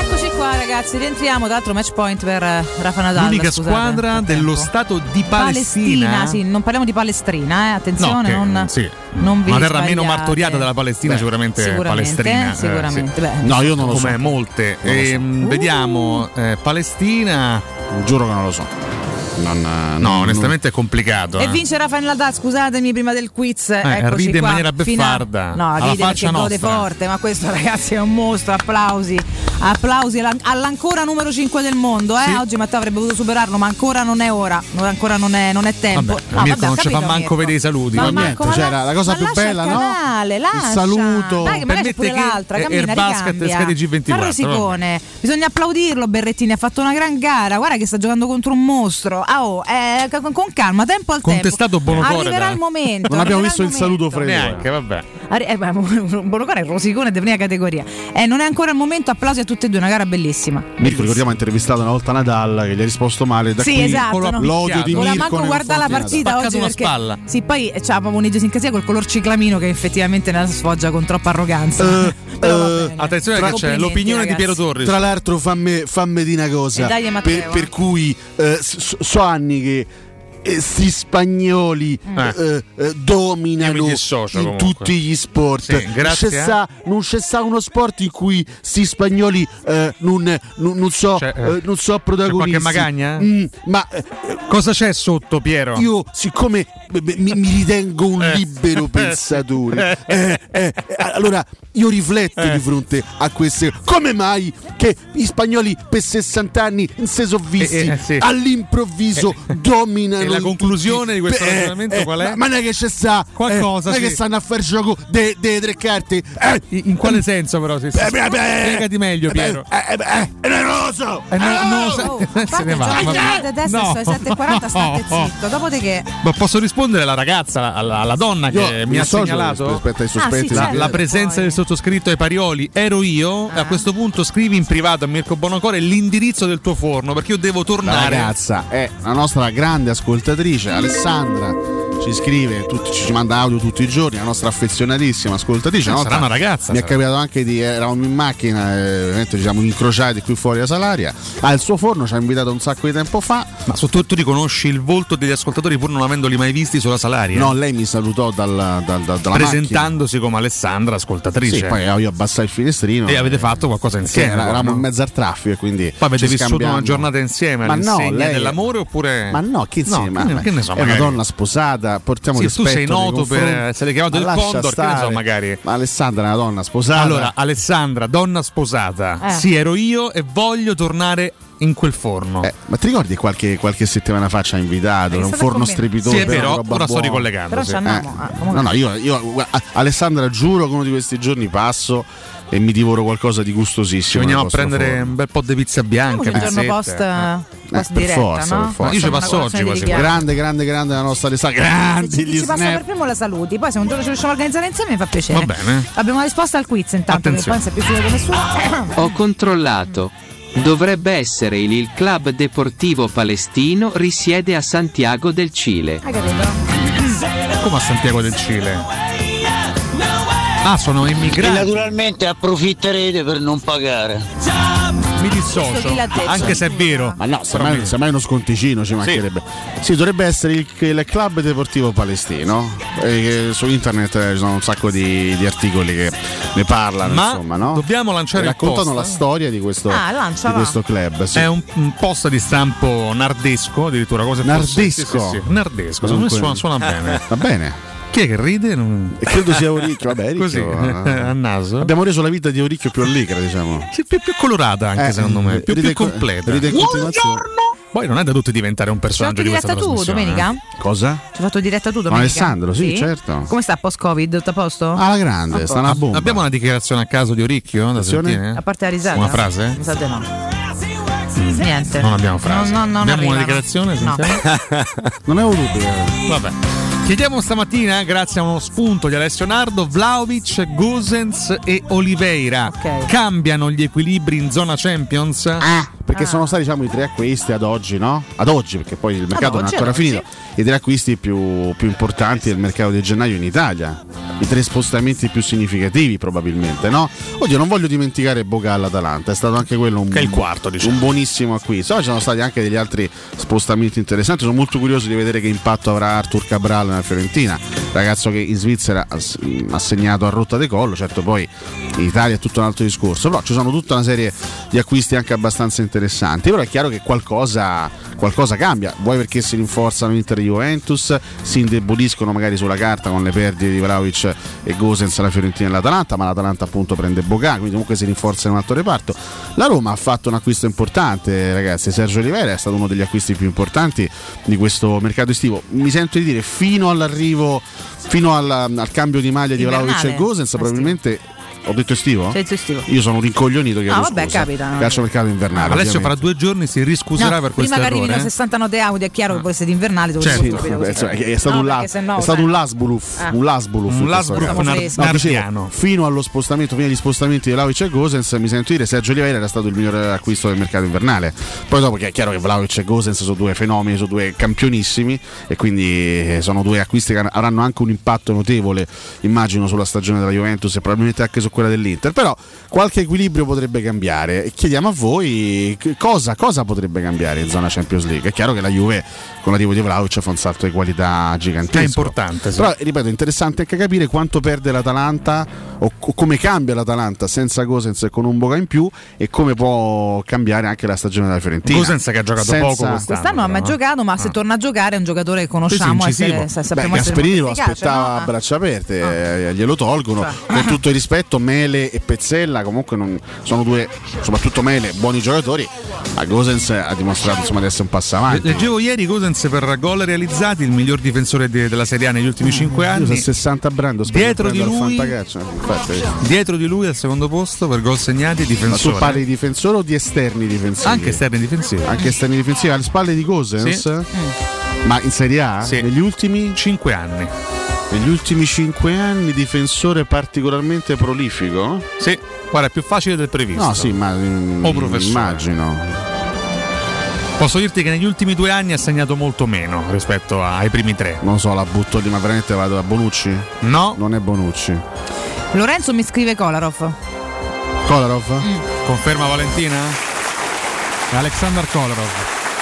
Speaker 13: Eccoci qua ragazzi, rientriamo, d'altro match point per eh, Rafa Nadal.
Speaker 16: L'unica
Speaker 13: scusate.
Speaker 16: squadra dello Stato di Palestina.
Speaker 13: sì, non parliamo di Palestrina, eh,
Speaker 16: No,
Speaker 13: attenzione,
Speaker 16: che,
Speaker 13: non,
Speaker 16: sì.
Speaker 13: non vi
Speaker 16: una terra meno
Speaker 13: sbagliate.
Speaker 16: martoriata della Palestina,
Speaker 13: Beh,
Speaker 16: sicuramente,
Speaker 13: sicuramente,
Speaker 16: palestrina. eh, sì.
Speaker 13: sicuramente, beh.
Speaker 16: no, io non lo so.
Speaker 13: Come
Speaker 16: Come molte. Ehm,
Speaker 13: Non lo so. Uh.
Speaker 16: Vediamo, eh, Palestina. Giuro che non lo so.
Speaker 12: eh.
Speaker 16: no, onestamente è complicato.
Speaker 13: E
Speaker 16: eh.
Speaker 13: vince Rafa Nadal, scusatemi prima del quiz.
Speaker 16: Eh,
Speaker 13: eccoci
Speaker 16: ride in
Speaker 13: qua.
Speaker 16: maniera
Speaker 13: Fina-
Speaker 16: beffarda.
Speaker 13: No,
Speaker 16: Alla
Speaker 13: ride perché
Speaker 16: faccia
Speaker 13: gode
Speaker 16: nostra.
Speaker 13: forte, ma questo [LAUGHS] ragazzi è un mostro, applausi. Applausi alla- all'ancora numero 5 del mondo, eh? Oggi Matteo avrebbe potuto superarlo, ma ancora non è ora, non- ancora non è, non è tempo.
Speaker 16: Vabbè,
Speaker 13: Ah,
Speaker 16: Mirko
Speaker 13: vabbè, ho
Speaker 16: non ci fa
Speaker 13: capito,
Speaker 16: manco
Speaker 13: Mirko.
Speaker 16: vedere i saluti. cioè,
Speaker 13: Ma
Speaker 16: quindi-
Speaker 13: Marco, ma la- ma lascia il canale, lascia.
Speaker 16: Il saluto.
Speaker 13: Dai, che magari c'è
Speaker 16: Permette
Speaker 13: pure
Speaker 16: che
Speaker 13: l'altra,
Speaker 16: Air
Speaker 13: cammina,
Speaker 16: Basket
Speaker 13: ricambia.
Speaker 16: scade G24,
Speaker 13: Ma Rosicone, bisogna applaudirlo Berrettini, ha fatto una gran gara, guarda che sta giocando contro un mostro. Ah, oh, eh, con con calma, tempo al
Speaker 16: Contestato
Speaker 13: tempo.
Speaker 16: Bonocore,
Speaker 13: Arriverà
Speaker 16: dai.
Speaker 13: il momento.
Speaker 16: Non abbiamo
Speaker 13: arriverà
Speaker 16: visto il saluto freddo.
Speaker 13: Neanche,
Speaker 16: vabbè.
Speaker 13: Arri- eh, ma [LAUGHS] Bonocore è il rosicone di prima categoria. Eh, non è ancora il momento, applausi a tutte e due, una gara bellissima.
Speaker 12: Mirko, ricordiamo, ha intervistato una volta Nadal che gli ha risposto male. Da
Speaker 13: sì,
Speaker 12: qui
Speaker 13: esatto. no?
Speaker 12: l'odio di
Speaker 13: Voleva
Speaker 12: Mirko.
Speaker 13: manco
Speaker 12: nei
Speaker 13: guardare la
Speaker 12: confronti di
Speaker 13: partita
Speaker 12: Nadal.
Speaker 13: oggi perché Sì, poi eh, c'ha proprio un'idiosincrasia col color ciclamino che effettivamente ne sfoggia con troppa arroganza.
Speaker 16: Eh,
Speaker 13: [LAUGHS]
Speaker 16: attenzione
Speaker 13: Tra-
Speaker 16: che c'è
Speaker 13: complimenti,
Speaker 16: l'opinione
Speaker 13: ragazzi.
Speaker 16: di Piero Torri.
Speaker 12: Tra l'altro, fammi, fammi dire una
Speaker 13: E
Speaker 12: cosa:
Speaker 13: dagli, Matteo,
Speaker 12: per,
Speaker 13: eh.
Speaker 12: per cui eh, so, so anni che eh, sti spagnoli eh, eh,
Speaker 16: Io
Speaker 12: dominano
Speaker 16: mi dissocio
Speaker 12: in
Speaker 16: comunque.
Speaker 12: tutti gli sport.
Speaker 16: Sì, grazie, eh.
Speaker 12: Non c'è sta- non c'è sta uno sport in cui sti spagnoli eh, non, non- non so,
Speaker 16: eh,
Speaker 12: eh, non so
Speaker 16: c'è qualche
Speaker 12: protagonisti.
Speaker 16: magagna?
Speaker 12: Mm, ma eh,
Speaker 16: Cosa c'è sotto, Piero? Eh.
Speaker 12: io, siccome b- b- mi, mi ritengo
Speaker 16: [LAUGHS]
Speaker 12: un libero pensatore, eh, eh, eh, allora io rifletto
Speaker 16: Eh.
Speaker 12: di fronte a queste. Come mai che gli spagnoli per 60 anni non si sono visti
Speaker 16: Eh, eh, sì. Eh,
Speaker 12: all'improvviso dominano?
Speaker 16: e la
Speaker 12: in
Speaker 16: conclusione
Speaker 12: tutti?
Speaker 16: di questo
Speaker 12: Beh, eh,
Speaker 16: ragionamento
Speaker 12: eh,
Speaker 16: qual è?
Speaker 12: Ma, ma non è che c'è sta eh,
Speaker 16: Qualcosa,
Speaker 12: non è
Speaker 16: sì.
Speaker 12: che stanno a fare gioco de- delle tre carte. Eh,
Speaker 16: In quale senso, però? Se,
Speaker 12: Eh, beh, beh.
Speaker 16: spiegati meglio, Piero.
Speaker 12: Neroso!
Speaker 16: Eh, no, non lo
Speaker 13: Oh,
Speaker 16: so- eh, [LAUGHS] se ne va.
Speaker 13: Già,
Speaker 16: vabbè.
Speaker 13: guardate adesso
Speaker 16: No.
Speaker 13: sono le
Speaker 16: [LAUGHS]
Speaker 13: 7.40, state
Speaker 16: Oh, oh.
Speaker 13: zitto. Dopodiché,
Speaker 16: Ma posso rispondere alla ragazza, alla, alla donna
Speaker 12: Io
Speaker 16: che
Speaker 12: mi
Speaker 16: mi ha
Speaker 12: associo
Speaker 16: segnalato
Speaker 12: rispetto ai
Speaker 13: Ah, sì, sospetti.
Speaker 16: la,
Speaker 13: certo.
Speaker 16: la presenza del sottoscritto ai Parioli ero io. A questo punto scrivi in privato a Mirko Bonocore l'indirizzo del tuo forno perché io devo
Speaker 12: La
Speaker 16: tornare.
Speaker 12: ragazza è la nostra grande ascoltatrice Alessandra. Ci scrive, tutti- ci manda audio tutti i giorni, la nostra affezionatissima ascoltatrice.
Speaker 16: Eh,
Speaker 12: volta
Speaker 16: sarà una ragazza,
Speaker 12: Mi è
Speaker 16: sarà.
Speaker 12: capitato anche di. Eravamo in macchina, eh, veramente ci siamo incrociati qui fuori da Salaria. Ha il suo forno, ci ha invitato un sacco di tempo fa.
Speaker 16: Ma soprattutto riconosci il volto degli ascoltatori pur non avendoli mai visti sulla salaria.
Speaker 12: No, lei mi salutò dal, dal- dal- dalla
Speaker 16: presentandosi come Alessandra, ascoltatrice.
Speaker 12: Sì, poi io abbassai il finestrino.
Speaker 16: e avete fatto qualcosa
Speaker 12: macchina. Sì,
Speaker 16: insieme.
Speaker 12: era- eravamo
Speaker 16: no?
Speaker 12: in mezzo al traffico, e quindi.
Speaker 16: Poi avete
Speaker 12: ci
Speaker 16: vissuto una
Speaker 12: scambiamo-
Speaker 16: giornata insieme
Speaker 12: Ma
Speaker 16: all'insegna
Speaker 12: no, lei-
Speaker 16: dell'amore oppure...
Speaker 12: Ma no, che insieme?
Speaker 16: che, ne- che ne so,
Speaker 12: è una
Speaker 16: magari.
Speaker 12: donna sposata, portiamo
Speaker 16: Sì, tu
Speaker 12: rispetto
Speaker 16: sei
Speaker 12: nei
Speaker 16: noto per
Speaker 12: confronti.
Speaker 16: essere chiamato
Speaker 12: Ma
Speaker 16: il
Speaker 12: lascia
Speaker 16: Condor, che ne so,
Speaker 12: stare.
Speaker 16: magari.
Speaker 12: Ma Alessandra è una donna sposata.
Speaker 16: Allora, Alessandra, donna sposata.
Speaker 12: Eh.
Speaker 16: Sì, ero io e voglio tornare in quel forno.
Speaker 12: Eh, ma ti ricordi qualche, qualche settimana fa ci ha invitato? Era un
Speaker 16: Eh, stato
Speaker 12: forno
Speaker 16: convinto.
Speaker 12: strepitoso.
Speaker 16: Sì, è vero,
Speaker 12: una roba
Speaker 16: ora sto
Speaker 12: buona. Eh,
Speaker 16: ricollegando, Però sì. ci andiamo, ah,
Speaker 12: no, no, io, io- guarda, a- Alessandra, giuro che uno di questi giorni passo e mi divoro qualcosa di
Speaker 16: Ci
Speaker 12: gustosissimo.
Speaker 16: veniamo a
Speaker 12: nel vostro
Speaker 16: prendere
Speaker 12: forno.
Speaker 16: un bel po' di pizza bianca.
Speaker 13: il giorno post,
Speaker 12: Eh,
Speaker 13: post
Speaker 12: per
Speaker 13: diretta,
Speaker 12: forza,
Speaker 13: no?
Speaker 12: per forza.
Speaker 16: Io ci passo oggi quasi.
Speaker 12: Grande, grande, grande la nostra Alessandra.
Speaker 13: Se
Speaker 12: Grandi
Speaker 13: ci,
Speaker 12: gli
Speaker 13: ci passa per
Speaker 12: snap.
Speaker 13: primo la saluti, poi se un giorno ci riusciamo a organizzare insieme mi fa piacere.
Speaker 12: Va bene.
Speaker 13: Abbiamo la risposta al quiz intanto, che poi
Speaker 22: Attenzione.
Speaker 13: non si è più sicuro di
Speaker 16: [COUGHS]
Speaker 13: nessuno.
Speaker 22: Ho controllato. Dovrebbe essere il, il club deportivo palestino risiede a Santiago del Cile.
Speaker 13: Hai capito?
Speaker 16: Come a Santiago del Cile. Ah, sono
Speaker 31: E
Speaker 16: immigrati.
Speaker 31: naturalmente approfitterete per non pagare.
Speaker 16: Mi
Speaker 31: Questo chi
Speaker 16: dissocio.
Speaker 31: l'ha detto?
Speaker 16: Anche se è vero.
Speaker 12: Ma no, semmai, semmai uno sconticino ci mancherebbe. Sì, dovrebbe essere il, il club deportivo palestino. E, eh, su internet eh, ci sono un sacco di, di articoli che ne parlano.
Speaker 16: Ma
Speaker 12: insomma, no?
Speaker 16: dobbiamo lanciare
Speaker 12: E
Speaker 16: il
Speaker 12: raccontano
Speaker 16: post,
Speaker 12: la
Speaker 16: eh?
Speaker 12: storia di questo,
Speaker 13: Ah, lancia,
Speaker 12: di
Speaker 13: va.
Speaker 12: questo club. Sì.
Speaker 16: È un, un post di stampo nardesco, addirittura cose fosse- sì,
Speaker 12: Nardesco?
Speaker 16: sì, sì. Nardesco, secondo me
Speaker 12: Dunque- eh,
Speaker 16: suona, suona bene.
Speaker 12: Va bene.
Speaker 16: Chi è che ride? Non-
Speaker 12: Credo sia Oricchio, vabbè,
Speaker 16: [LAUGHS]
Speaker 12: Oricchio,
Speaker 16: Così, [LAUGHS]
Speaker 12: eh.
Speaker 16: a naso.
Speaker 12: Abbiamo reso la vita di Oricchio più allegra, diciamo.
Speaker 16: Sì, più, più colorata anche
Speaker 12: Eh,
Speaker 16: secondo me, più,
Speaker 12: ride
Speaker 16: più
Speaker 12: co-
Speaker 16: completa.
Speaker 12: ride in continuazione.
Speaker 16: Poi non è da tutti diventare un
Speaker 13: Ci hai
Speaker 16: personaggio
Speaker 13: fatto
Speaker 16: di
Speaker 13: diretta
Speaker 16: questa
Speaker 13: tu
Speaker 16: trasmissione,
Speaker 13: domenica?
Speaker 16: eh.
Speaker 12: Cosa?
Speaker 13: Ci hai fatto diretta tu domenica?
Speaker 16: Alessandro, sì, certo. Ah,
Speaker 13: Come sta post-Covid? Tutto a posto? Ah.
Speaker 12: Alla
Speaker 13: A
Speaker 12: grande,
Speaker 13: posto.
Speaker 16: Abbiamo una dichiarazione a caso di Oricchio eh, da
Speaker 13: Attenzione.
Speaker 16: sentire?
Speaker 13: eh? A parte la risata?
Speaker 16: Una frase? Mm.
Speaker 13: Mi sa di no. Niente.
Speaker 16: Non abbiamo frasi.
Speaker 13: No, no, non
Speaker 16: abbiamo una
Speaker 13: arrivano.
Speaker 16: dichiarazione?
Speaker 13: No.
Speaker 12: [LAUGHS] non avevo dubbio. eh.
Speaker 16: Vabbè. Chiediamo stamattina, eh, grazie a uno spunto di Alessio Nardo, Vlaovic, Gosens e Oliveira cambiano gli equilibri in zona Champions?
Speaker 13: Ah.
Speaker 12: Perché
Speaker 16: Ah.
Speaker 12: sono stati diciamo i tre acquisti ad oggi, no? Ad oggi, perché poi il mercato non
Speaker 16: oggi,
Speaker 12: è ancora
Speaker 16: ad oggi.
Speaker 12: finito. I tre acquisti più, più importanti del mercato di gennaio in Italia. I tre spostamenti più significativi, probabilmente, no? Oddio, non voglio dimenticare Boga all'Atalanta, è stato anche quello un, un buonissimo acquisto. Poi ci sono stati anche degli altri spostamenti interessanti. Sono molto curioso di vedere che impatto avrà Artur Cabral nella Fiorentina, ragazzo che in Svizzera ha s- ha segnato a rotta di collo. Certo, poi in Italia è tutto un altro discorso. Però ci sono tutta una serie di acquisti anche abbastanza interessanti. Però è chiaro che qualcosa, qualcosa cambia. Vuoi perché si rinforzano Inter e Juventus, si indeboliscono magari sulla carta con le perdite di Vlaovic e Gosens alla Fiorentina e all'Atalanta, ma l'Atalanta appunto prende Boga, quindi comunque si rinforza in un altro reparto. La Roma ha fatto un acquisto importante, ragazzi. Sergio Oliveira è stato uno degli acquisti più importanti di questo mercato estivo. Mi sento di dire fino all'arrivo, fino alla- al cambio di maglia di
Speaker 13: Invernale. Ah,
Speaker 12: Vlaovic e Gosens, probabilmente. Ho detto estivo?
Speaker 13: Sì, sì, estivo.
Speaker 12: Io sono un rincoglionito che
Speaker 13: No, Ah, vabbè, capita.
Speaker 12: Calcio mercato invernale.
Speaker 16: Alessio
Speaker 12: ovviamente.
Speaker 16: fra due giorni si riscuserà
Speaker 13: No,
Speaker 16: per questo
Speaker 13: prima che arrivino
Speaker 16: errore. eh? Ah.
Speaker 13: 60 note audio è chiaro che voi siete invernali dove
Speaker 16: Certo.
Speaker 13: si stupido così.
Speaker 12: Eh, cioè, è stato
Speaker 13: No,
Speaker 12: un, la-
Speaker 13: perché sennò,
Speaker 12: è stato
Speaker 13: sai.
Speaker 12: un lasbuluf,
Speaker 13: Ah.
Speaker 12: un lasbuluf,
Speaker 16: Un
Speaker 12: in questo
Speaker 16: lasbuluf
Speaker 12: caso.
Speaker 16: nar-
Speaker 12: no, dicevo,
Speaker 16: nardiano.
Speaker 12: fino allo spostamento, fino agli spostamenti di Vlaovic e Gosens, mi sento dire Sergio Oliveira era stato il migliore acquisto del mercato invernale. Poi dopo che è chiaro che Vlaovic e Gosens sono due fenomeni, sono due campionissimi e quindi eh, sono due acquisti che avranno anche un impatto notevole, immagino, sulla stagione della Juventus e probabilmente anche su quella dell'Inter. Però qualche equilibrio potrebbe cambiare. E Chiediamo a voi che cosa, cosa potrebbe cambiare in zona Champions League. È chiaro che la Juve con l'arrivo di Vlaovic fa un salto di qualità gigantesco.
Speaker 16: È importante, sì.
Speaker 12: Però ripeto, è interessante anche capire quanto perde l'Atalanta o co- come cambia l'Atalanta senza Gosens e con un Boga in più e come può cambiare anche la stagione della Fiorentina.
Speaker 16: Gosens che ha giocato poco quest'anno,
Speaker 13: Quest'anno ha mai
Speaker 12: eh.
Speaker 13: giocato, ma
Speaker 16: Ah.
Speaker 13: se torna a giocare è un giocatore che conosciamo e se- se- sappiamo
Speaker 12: Beh,
Speaker 13: diciamo, essere
Speaker 12: Gasperini lo
Speaker 13: molto efficace,
Speaker 12: aspettava
Speaker 13: no? Ah. Cioè.
Speaker 12: a braccia aperte, eh, glielo tolgono. Con tutto il rispetto, Mele e Pezzella comunque non- sono due, soprattutto Mele, buoni giocatori. A Gosens ha dimostrato insomma, di essere un passo
Speaker 16: Le-
Speaker 12: avanti.
Speaker 16: Leggevo ieri Gosens per gol realizzati, il miglior difensore de- della Serie A negli
Speaker 12: Eh,
Speaker 16: ultimi 5
Speaker 12: Io sono
Speaker 16: anni.
Speaker 12: 60 brando,
Speaker 16: Dietro di lui-
Speaker 12: infatti,
Speaker 16: Dietro di lui al secondo posto per gol segnati
Speaker 12: Ma tu
Speaker 16: difensore.
Speaker 12: parli di difensore o di esterni difensivi?
Speaker 16: Anche esterni difensivi.
Speaker 12: Anche esterni difensivi alle spalle di Gosens? Mm.
Speaker 16: Sì.
Speaker 12: Ma in Serie A? Negli ultimi
Speaker 16: 5 anni.
Speaker 12: Negli Negli ultimi cinque anni difensore particolarmente prolifico?
Speaker 16: Sì, guarda, è più facile del previsto.
Speaker 12: No, sì, ma mm,
Speaker 16: O professore.
Speaker 12: immagino.
Speaker 16: Posso dirti che negli ultimi due anni ha segnato molto meno rispetto ai primi tre.
Speaker 12: Non so, la butto lì, ma veramente vado da Bonucci?
Speaker 16: No.
Speaker 12: Non è Bonucci.
Speaker 13: Lorenzo mi scrive Kolarov.
Speaker 12: Kolarov?
Speaker 16: Mm. Conferma Valentina? Alexander Kolarov.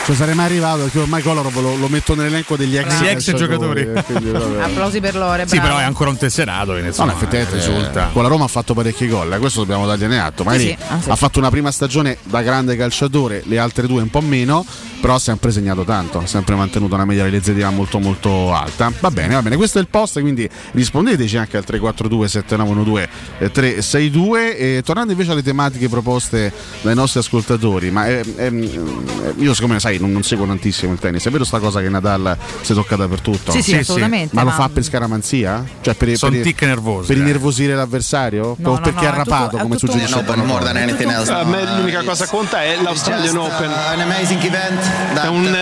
Speaker 12: Cioè sarei mai arrivato perché ormai Kolarov lo, lo metto nell'elenco degli ex,
Speaker 16: Gli ex giocatori.
Speaker 12: eh, quindi, vabbè.
Speaker 13: Applausi per Lore.
Speaker 16: Sì,
Speaker 13: bravo.
Speaker 16: però è ancora un tesserato. quindi,
Speaker 12: No, no,
Speaker 16: Insomma,
Speaker 12: effettivamente
Speaker 16: risulta.
Speaker 12: risulta. Con la Roma ha fatto parecchi gol, eh, questo dobbiamo dargliene atto. Magari
Speaker 16: Sì, sì, ah, sì.
Speaker 12: ha fatto una prima stagione da grande calciatore, le altre due un po' meno, però ha sempre segnato tanto, ha sempre mantenuto una media realizzativa molto molto alta. Va bene, va bene, questo è il post, quindi rispondeteci anche al 342 7912 362 e tornando invece alle tematiche proposte dai nostri ascoltatori, ma ehm, ehm, io siccome sai non, non seguo tantissimo il tennis, è vero sta cosa che Nadal si tocca dappertutto?
Speaker 13: Sì, sì, Sì, sì. assolutamente,
Speaker 12: Ma lo
Speaker 13: ma-
Speaker 12: fa per scaramanzia? Cioè per,
Speaker 16: Sono
Speaker 12: per-
Speaker 16: tic nervosi,
Speaker 12: Per
Speaker 16: eh.
Speaker 12: innervosire l'avversario?
Speaker 16: No,
Speaker 12: o
Speaker 16: no, no,
Speaker 12: perché è
Speaker 16: è tutto-
Speaker 12: arrapato,
Speaker 16: è
Speaker 12: come
Speaker 16: tutto-
Speaker 12: suggerisce?
Speaker 5: No, but more than anything else.
Speaker 12: A me
Speaker 13: Ah,
Speaker 12: l'unica cosa
Speaker 5: conta è l'Australian Open. An amazing event. uh, È un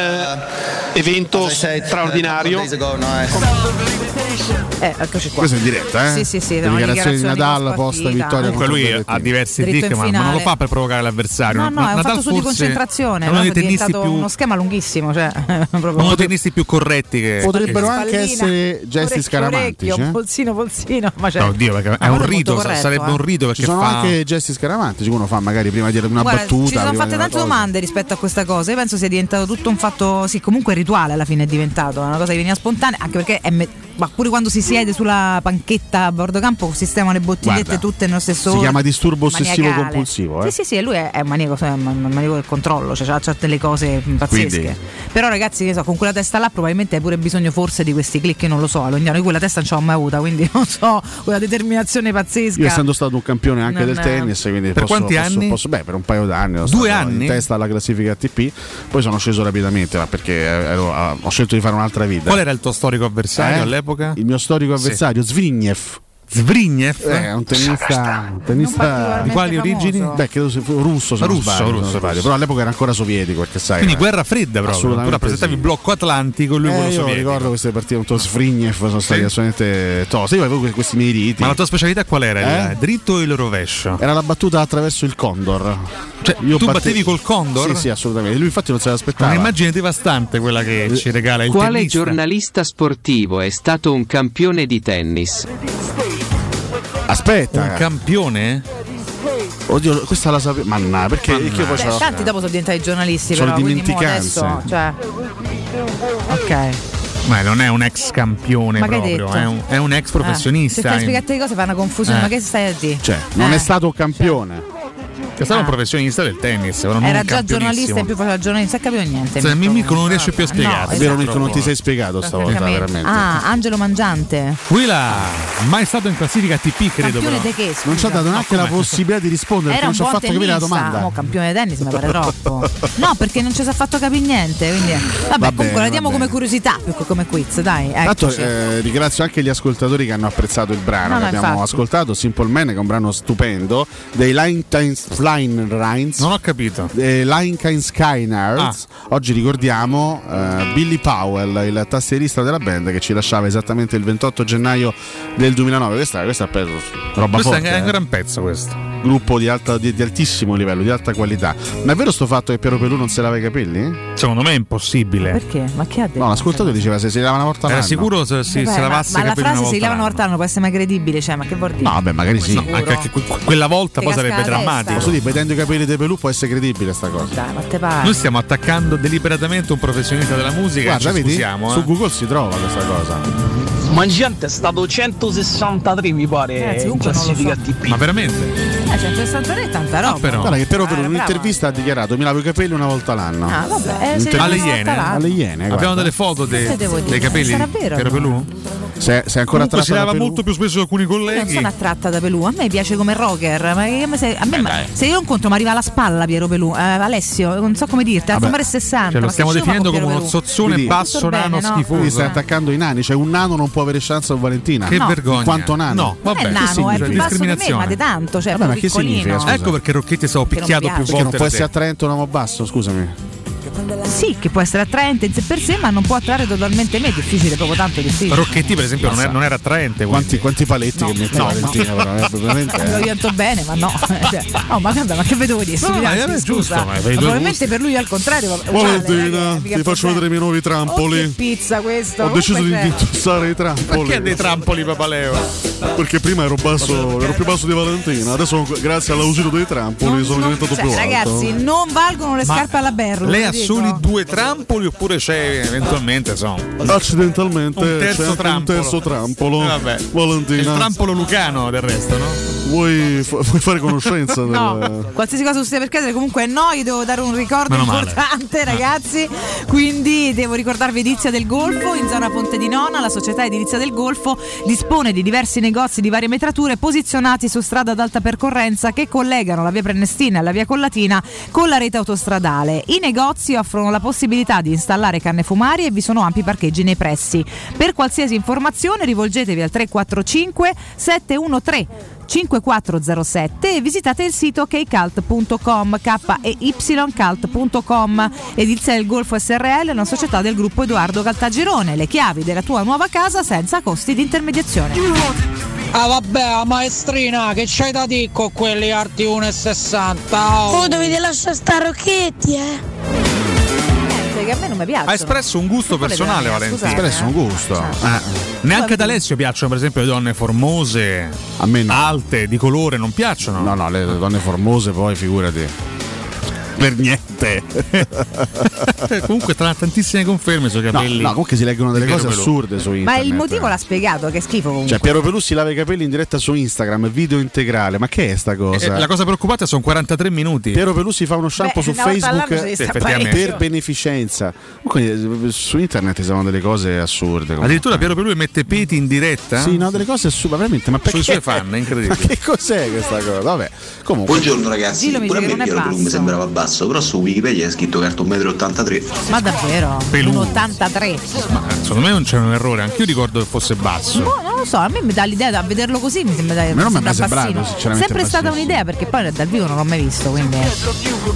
Speaker 5: evento straordinario.
Speaker 13: Eh, eccoci qua.
Speaker 12: Questo è in diretta, eh?
Speaker 13: Sì, sì, sì.
Speaker 12: Le
Speaker 13: no,
Speaker 12: dichiarazioni di
Speaker 13: post
Speaker 12: Nadal, posta
Speaker 13: partita.
Speaker 12: vittoria.
Speaker 16: Comunque lui ha diversi
Speaker 13: Dritto
Speaker 16: tic, ma,
Speaker 13: in
Speaker 16: ma non lo
Speaker 13: finale.
Speaker 16: fa per provocare l'avversario.
Speaker 13: No, no, è un
Speaker 16: Nadal
Speaker 13: fatto su di
Speaker 16: forse
Speaker 13: concentrazione.
Speaker 16: È uno
Speaker 13: no?
Speaker 16: dei
Speaker 13: È
Speaker 16: tennisti
Speaker 13: diventato
Speaker 16: più
Speaker 13: uno schema lunghissimo. Cioè, [LAUGHS] proprio-
Speaker 16: uno dei tennisti più corretti che
Speaker 12: Potrebbero
Speaker 16: che-
Speaker 12: anche
Speaker 13: Spallina,
Speaker 12: essere gesti
Speaker 13: orecchio,
Speaker 12: scaramantici.
Speaker 13: orecchio,
Speaker 12: eh?
Speaker 13: Polsino, polsino. Ma cioè,
Speaker 16: No, oddio, perché è
Speaker 13: Ma
Speaker 16: un
Speaker 13: guarda,
Speaker 16: rito,
Speaker 13: molto
Speaker 16: sa-
Speaker 13: corretto,
Speaker 16: sarebbe
Speaker 13: eh.
Speaker 16: un rito perché
Speaker 12: Ci sono
Speaker 16: fa
Speaker 12: anche gesti scaramantici che uno fa magari prima di una
Speaker 13: Guarda,
Speaker 12: battuta.
Speaker 13: ci sono
Speaker 12: prima
Speaker 13: fatte
Speaker 12: di una
Speaker 13: tante
Speaker 12: cosa.
Speaker 13: domande rispetto a questa cosa. Io penso sia diventato tutto un fatto, sì, comunque rituale alla fine è diventato, è una cosa che veniva spontanea, anche perché è me- ma pure quando si siede sulla panchetta a bordo campo sistemano le bottigliette
Speaker 12: Guarda,
Speaker 13: tutte nello stesso
Speaker 12: Si chiama disturbo
Speaker 13: maniacale.
Speaker 12: ossessivo compulsivo. eh.
Speaker 13: Sì, sì, sì, e lui è, è un maniaco, cioè, è un maniaco del controllo, cioè ha certe le cose mh, pazzesche.
Speaker 12: Quindi-
Speaker 13: Però ragazzi, che so, con quella testa là probabilmente hai pure bisogno forse di questi click, io non lo so, allora, io quella testa non ce l'ho mai avuta, quindi [LAUGHS] non so, quella determinazione pazzesca.
Speaker 12: Io essendo stato un campione anche
Speaker 13: Non-
Speaker 12: del tennis, quindi
Speaker 16: Per
Speaker 12: posso-
Speaker 16: quanti
Speaker 12: posso-
Speaker 16: anni?
Speaker 12: posso- beh, per un paio d'anni. Ero
Speaker 16: Due
Speaker 12: stato
Speaker 16: anni?
Speaker 12: In testa alla classifica ATP, poi sono sceso rapidamente, ma perché ero- ho scelto di fare un'altra vita.
Speaker 16: Qual era il tuo storico avversario
Speaker 12: Eh?
Speaker 16: all'epoca?
Speaker 12: Il mio storico
Speaker 16: Sì.
Speaker 12: avversario, Zvignev.
Speaker 16: Zvignev?
Speaker 12: Eh, è un tennista, un tennista-
Speaker 16: particolarmente Di quali famoso. origini?
Speaker 12: Beh, credo se fu- russo, se non
Speaker 16: Russo,
Speaker 12: sbaglio, se non
Speaker 16: russo,
Speaker 12: sbaglio.
Speaker 16: russo.
Speaker 12: però all'epoca era ancora sovietico, perché sai.
Speaker 16: Quindi
Speaker 12: eh,
Speaker 16: guerra fredda proprio. Tu
Speaker 12: assolutamente
Speaker 16: rappresentavi
Speaker 12: sì.
Speaker 16: il blocco atlantico e lui
Speaker 12: Eh,
Speaker 16: quello
Speaker 12: io
Speaker 16: sovietico.
Speaker 12: ricordo queste partite contro Svrignev sono state assolutamente toste. Io avevo que- questi miei riti.
Speaker 16: Ma la tua specialità qual era? Il
Speaker 12: Eh?
Speaker 16: Dritto o il rovescio?
Speaker 12: Era la battuta attraverso il Condor. Cioè,
Speaker 16: tu battevi col Condor?
Speaker 12: Sì, sì, assolutamente. Lui infatti non se l'aspettava.
Speaker 16: Un'immagine devastante quella che ci regala il
Speaker 22: Quale
Speaker 16: tennista.
Speaker 22: giornalista sportivo è stato un campione di tennis?
Speaker 12: Aspetta.
Speaker 16: Un campione?
Speaker 12: Oddio, questa la sapevo. Manna, perché perché io poi
Speaker 13: Beh,
Speaker 12: c'ho-
Speaker 13: tanti dopo sono diventati giornalisti,
Speaker 12: Sono
Speaker 13: però quindi mo
Speaker 16: dimenticanze.
Speaker 13: adesso. Cioè... Ok.
Speaker 16: Ma non è un ex campione
Speaker 13: Ma che hai
Speaker 16: proprio,
Speaker 13: detto?
Speaker 16: è un, è un ex
Speaker 13: Se
Speaker 16: professionista.
Speaker 13: stai spiegate le cose fa una confusione,
Speaker 16: Eh.
Speaker 13: ma che stai a dire?
Speaker 12: eh. Cioè,
Speaker 13: Eh. Ah.
Speaker 12: stato campione.
Speaker 16: È stato un professionista del tennis, però non
Speaker 13: Era
Speaker 16: un
Speaker 13: già giornalista
Speaker 16: campionissimo.
Speaker 13: in più faceva il giornalista, non capivo niente.
Speaker 16: Cioè,
Speaker 13: Mirko.
Speaker 16: Mirko non riesce più a
Speaker 13: No,
Speaker 16: spiegarsi.
Speaker 12: È vero, Mirko, non ti sei spiegato stavolta,
Speaker 13: Francamente.
Speaker 12: esatto, veramente.
Speaker 13: Ah, Angelo Mangiante.
Speaker 16: Willa, mai stato in classifica TP, credo però.
Speaker 13: Campione di che? Scusa. Eh.
Speaker 12: Non ci ha dato neanche la possibilità di rispondere
Speaker 13: Era
Speaker 12: perché
Speaker 13: un
Speaker 12: non Cioè, ci ha
Speaker 13: buon
Speaker 12: fatto capire la domanda.
Speaker 13: tennista, mo, campione di tennis mi pare troppo. No, perché non ci si è fatto capire niente. Quindi... Vabbè,
Speaker 12: bene,
Speaker 13: comunque
Speaker 12: va
Speaker 13: la diamo
Speaker 12: bene.
Speaker 13: come curiosità più che come quiz,
Speaker 12: [LAUGHS]
Speaker 13: dai.
Speaker 12: Tanto
Speaker 13: eccoci.
Speaker 12: eh, ringrazio anche gli ascoltatori che hanno apprezzato il brano
Speaker 13: No,
Speaker 12: che
Speaker 13: no,
Speaker 12: abbiamo
Speaker 13: infatti.
Speaker 12: ascoltato, Simple Man, che è un brano stupendo, dei Line Eh, Rhines. Non
Speaker 16: ho capito. Ah.
Speaker 12: Skynards. Oggi ricordiamo eh, Billy Powell, il tastierista della band che ci lasciava esattamente il 28 gennaio del 2009. Questa, questa è per roba
Speaker 16: Questo è
Speaker 12: forte.
Speaker 16: anche- è un
Speaker 12: eh.
Speaker 16: gran pezzo questo.
Speaker 12: Gruppo di, alta- di- di altissimo livello, di alta qualità. Ma è vero sto fatto che Piero Pelù non se lava i capelli?
Speaker 16: Secondo me è impossibile.
Speaker 13: Perché? Ma chi ha detto?
Speaker 12: No, l'ascoltatore diceva se si lava una volta
Speaker 16: Cioè, Era
Speaker 12: l'anno.
Speaker 16: sicuro se si,
Speaker 13: Vabbè,
Speaker 16: se lavasse
Speaker 13: ma,
Speaker 16: i capelli
Speaker 13: ma la
Speaker 16: una
Speaker 13: frase
Speaker 16: volta
Speaker 13: si lava una
Speaker 16: l'anno.
Speaker 13: volta all'anno può essere mai credibile, cioè, ma che vuol dire?
Speaker 12: No, vabbè, magari sì.
Speaker 16: No, anche perché que- que- quella volta
Speaker 13: Ti
Speaker 16: poi
Speaker 13: casca
Speaker 16: sarebbe
Speaker 13: la testa.
Speaker 16: drammatico.
Speaker 12: Posso dire, vedendo i capelli di Pelù può essere credibile sta cosa.
Speaker 13: Dai, ma te pare.
Speaker 16: Noi stiamo attaccando deliberatamente un professionista della musica.
Speaker 12: Guarda,
Speaker 16: ci
Speaker 12: vedi?
Speaker 16: scusiamo, eh.
Speaker 12: Su Google si trova questa cosa.
Speaker 8: Mangiante è stato 163 mi pare
Speaker 13: Ragazzi,
Speaker 8: in
Speaker 13: comunque non lo
Speaker 8: classifica
Speaker 13: so.
Speaker 8: TP.
Speaker 16: Ma veramente?
Speaker 13: Eh, 163 è tanta roba.
Speaker 12: Guarda che però per
Speaker 13: Ah, era brava.
Speaker 12: un'intervista ha dichiarato mi lavo i capelli una volta l'anno.
Speaker 13: Ah, vabbè, eh, se
Speaker 12: Inter-
Speaker 13: li Alle lavo una iene? volta l'anno.
Speaker 12: Alle iene,
Speaker 16: Abbiamo
Speaker 12: guarda.
Speaker 16: delle foto de-
Speaker 13: Che devo
Speaker 16: dei
Speaker 13: dire?
Speaker 16: capelli
Speaker 13: Sarà vero,
Speaker 16: Piero
Speaker 13: no?
Speaker 16: Pelù?
Speaker 12: Se, se è ancora
Speaker 16: Comunque si
Speaker 12: tratta da
Speaker 16: lava
Speaker 12: Pelù?
Speaker 16: molto più spesso da alcuni
Speaker 13: Io non
Speaker 16: colleghi.
Speaker 13: sono attratta da Pelù, a me piace come rocker, ma che- ma se, a me, ma- se io lo incontro mi arriva alla spalla Piero Pelù, Eh, Alessio, non so come dirti,
Speaker 12: Vabbè.
Speaker 13: al numero 60.
Speaker 16: Cioè, lo
Speaker 13: ma
Speaker 16: stiamo
Speaker 13: che ci fa
Speaker 16: definendo
Speaker 13: con
Speaker 16: come
Speaker 13: Piero
Speaker 16: uno
Speaker 13: Pelù?
Speaker 16: zozzone
Speaker 12: Quindi-
Speaker 16: basso,
Speaker 13: Tutto bene,
Speaker 16: nano,
Speaker 13: no?
Speaker 16: schifoso.
Speaker 12: Quindi stai attaccando i nani, cioè un nano non può avere chance a Valentina.
Speaker 16: Che vergogna.
Speaker 12: In quanto nano.
Speaker 16: No, vabbè.
Speaker 13: È nano, è
Speaker 16: significa? Cioè,
Speaker 13: più basso di me, ma
Speaker 16: Discriminazione.
Speaker 13: di tanto, cioè,
Speaker 12: Vabbè, ma che
Speaker 13: piccolino.
Speaker 12: significa? Scusa.
Speaker 16: Ecco perché Rocchetti è stato
Speaker 13: Che non
Speaker 16: picchiato più
Speaker 13: piace.
Speaker 12: Perché non
Speaker 16: volte.
Speaker 12: può
Speaker 16: da
Speaker 12: essere
Speaker 16: te.
Speaker 12: attraente un uomo basso, scusami.
Speaker 13: sì, che può essere attraente in sé per sé, ma non può attrarre totalmente me. È difficile, proprio tanto difficile.
Speaker 16: Rocchetti, per esempio, non, è- non era attraente. Quanti,
Speaker 12: paletti che mette Valentina, però, eh, veramente,
Speaker 13: [LAUGHS] Me lo pianto bene, ma
Speaker 12: [LAUGHS]
Speaker 13: no. Cioè, no, ma guarda, ma che vedevo dire?
Speaker 12: No,
Speaker 13: Sti
Speaker 12: ma
Speaker 13: piatti,
Speaker 12: è
Speaker 13: scusa.
Speaker 12: giusto, ma avevi due
Speaker 13: probabilmente per lui è al contrario. ma- uguale,
Speaker 12: Valentina,
Speaker 13: ragazzi, mica
Speaker 12: ti faccio
Speaker 13: problema.
Speaker 12: vedere i miei nuovi
Speaker 13: Oh, che
Speaker 12: trampoli.
Speaker 13: pizza oh, questo.
Speaker 12: Ho deciso di
Speaker 13: Comunque, cioè,
Speaker 12: di indossare i trampoli.
Speaker 16: Perché dei trampoli, Papaleo?
Speaker 12: Perché prima ero basso, ero più basso di Valentina, adesso grazie all'ausilio dei trampoli sono diventato
Speaker 13: cioè,
Speaker 12: più alto.
Speaker 13: ragazzi, non valgono le
Speaker 16: Ma
Speaker 13: scarpe alla berro.
Speaker 16: Lei
Speaker 13: ve lo
Speaker 16: ha
Speaker 13: dico.
Speaker 16: soli due trampoli oppure c'è eventualmente, insomma.
Speaker 12: Accidentalmente
Speaker 16: Un
Speaker 12: c'è
Speaker 16: terzo
Speaker 12: anche un
Speaker 16: trampolo.
Speaker 12: terzo trampolo.
Speaker 16: Eh, vabbè.
Speaker 12: Valentina.
Speaker 16: Il trampolo lucano del resto, no?
Speaker 12: Vuoi, fa- vuoi fare
Speaker 13: [LAUGHS]
Speaker 12: conoscenza? del-
Speaker 13: Qualsiasi cosa succede per casa, comunque no, io devo dare un ricordo
Speaker 12: Meno male.
Speaker 13: importante, ragazzi. Quindi devo ricordarvi Edizia del Golfo in zona Ponte di Nona. La società Edilizia del Golfo dispone di diversi negozi di varie metrature posizionati su strada ad alta percorrenza che collegano la via Prenestina e la via Collatina con la rete autostradale. I negozi offrono la possibilità di installare canne fumarie e vi sono ampi parcheggi nei pressi. Per qualsiasi informazione rivolgetevi al 345 713 5407 e visitate il sito kcult.com kycult.com Edilizia del Golfo SRL è una società del gruppo Edoardo Caltagirone le chiavi della tua nuova casa senza costi di intermediazione
Speaker 4: Ah vabbè, maestrina, che c'hai da dire con quelli arti 1,60? Oh, dovete lasciare stare Rocchetti, eh!
Speaker 13: che a me non mi
Speaker 12: Ah,
Speaker 13: piace
Speaker 16: Ha espresso un gusto personale, Valentina.
Speaker 13: scusate, Ha espresso
Speaker 16: un gusto. Neanche ad Alessio piacciono, per esempio, le donne formose,
Speaker 12: a me no.
Speaker 16: alte, di colore, non piacciono.
Speaker 12: No, no, le donne formose poi figurati.
Speaker 16: [LAUGHS]
Speaker 12: Per niente.
Speaker 16: [LAUGHS] Eh, Comunque, tra tantissime conferme sui
Speaker 12: No,
Speaker 16: capelli.
Speaker 12: no, comunque si leggono delle
Speaker 16: Di
Speaker 12: cose
Speaker 16: Piero Pelù.
Speaker 12: assurde su internet.
Speaker 13: ma il motivo l'ha spiegato che è schifo comunque
Speaker 12: Cioè, Piero Pelù si lava i capelli in diretta su Instagram, video integrale. Ma che è sta
Speaker 16: Eh,
Speaker 12: cosa?
Speaker 16: la cosa preoccupante sono 43 minuti.
Speaker 12: Piero Pelù si fa uno
Speaker 16: Beh,
Speaker 12: shampoo su
Speaker 16: una volta all'anno
Speaker 12: Facebook
Speaker 16: se ne sta Sì, effettivamente.
Speaker 12: per beneficenza. Quindi, eh, su internet ci sono delle cose assurde. comunque.
Speaker 16: Addirittura Piero Pelù mette peti in diretta
Speaker 12: Sì, no, delle cose assurde, veramente. Ma
Speaker 16: sui
Speaker 12: perché?
Speaker 16: suoi fan, è
Speaker 12: [LAUGHS] Ma
Speaker 16: incredibile.
Speaker 12: che cos'è questa cosa? Vabbè, comunque.
Speaker 27: Buongiorno ragazzi,
Speaker 13: Dillo, mi
Speaker 27: pure a
Speaker 13: dice
Speaker 27: me
Speaker 13: che non è
Speaker 27: Piero Pelù mi
Speaker 13: basso.
Speaker 27: sembrava basso, però su Wikipedia è scritto che è alto 1,83 m.
Speaker 13: ma davvero
Speaker 16: Pelù.
Speaker 13: un 83
Speaker 16: Eh, Secondo me non c'è un errore, anch'io ricordo che fosse basso.
Speaker 13: No, Boh, non lo so, a me mi dà l'idea da vederlo così, mi sembra,
Speaker 16: non mi è
Speaker 13: sembra
Speaker 16: mai sembrato,
Speaker 13: bassino.
Speaker 16: sinceramente,
Speaker 13: Sempre stata
Speaker 16: bassissimo.
Speaker 13: un'idea perché poi dal vivo non l'ho mai visto, quindi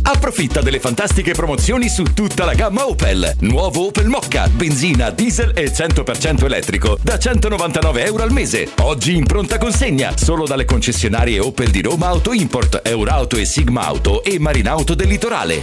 Speaker 32: Approfitta delle fantastiche promozioni su tutta la gamma Opel. Nuovo Opel Mocca, benzina, diesel e 100% elettrico da 199 euro al mese. Oggi in pronta consegna solo dalle concessionarie Opel di Roma Auto Import, Eurauto e Sigma Auto e Marinauto del Litorale.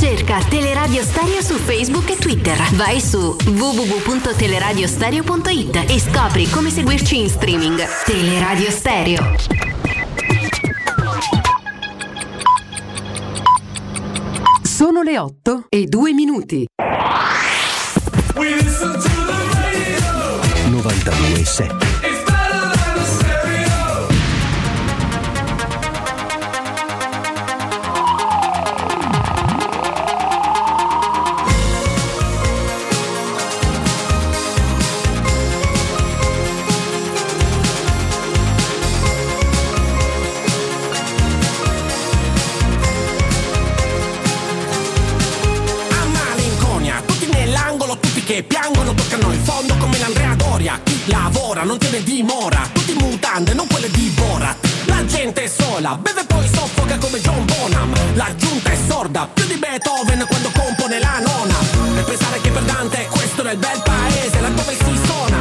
Speaker 24: Cerca Teleradio Stereo su Facebook e Twitter. Vai su www.teleradiostereo.it e scopri come seguirci in streaming. Teleradio Stereo. Sono le 8 e 2 minuti.
Speaker 15: 927
Speaker 6: A malinconia, tutti nell'angolo, tutti che piangono, toccano il fondo come l'Andrea Doria. Chi lavora non tiene dimora, tutti in mutande, non quelle di Borat. La gente è sola, beve poi soffoca come John Bonham. La giunta è sorda, più di Beethoven quando compone la nona. E pensare che per Dante questo era il bel paese, laddove si suona.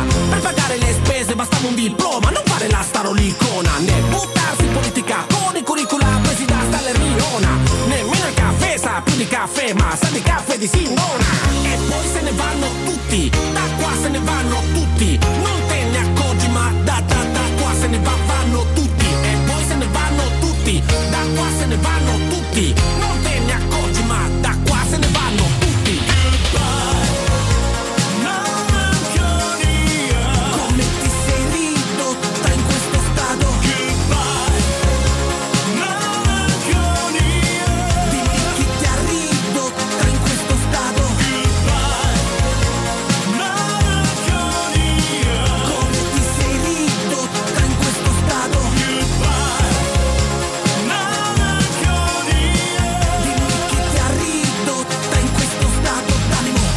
Speaker 6: caffè, ma sa di caffè di Sindona. E poi se ne vanno tutti, da qua se ne vanno tutti. Non te ne accorgi, ma da, da, da qua se ne va, vanno tutti. E poi se ne vanno tutti, da qua se ne vanno tutti. Non te ne accorgi, ma da qua se ne vanno tutti. Come ti sei ridotta in questo stato? Dimmi chi ti ha ridotta in questo stato? Come ti sei ridotta in questo stato? Dimmi chi ti ha ridotta in questo stato d'animo?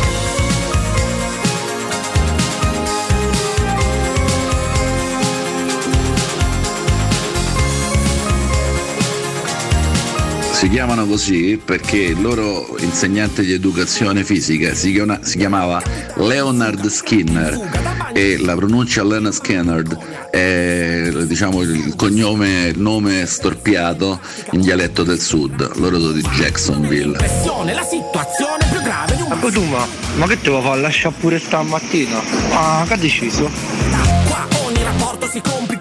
Speaker 21: Si chiamano così perché il loro insegnante di educazione fisica si, chiama- si chiamava Leonard Skinner e la pronuncia Leonard Skinner è diciamo, il cognome, il nome storpiato in dialetto del sud, loro sono di Jacksonville.
Speaker 6: Pressione, la situazione più grave di un
Speaker 33: Ma Oh, tu ma, ma che te lo fa? Lascia pure stamattina. Ah, che ha deciso?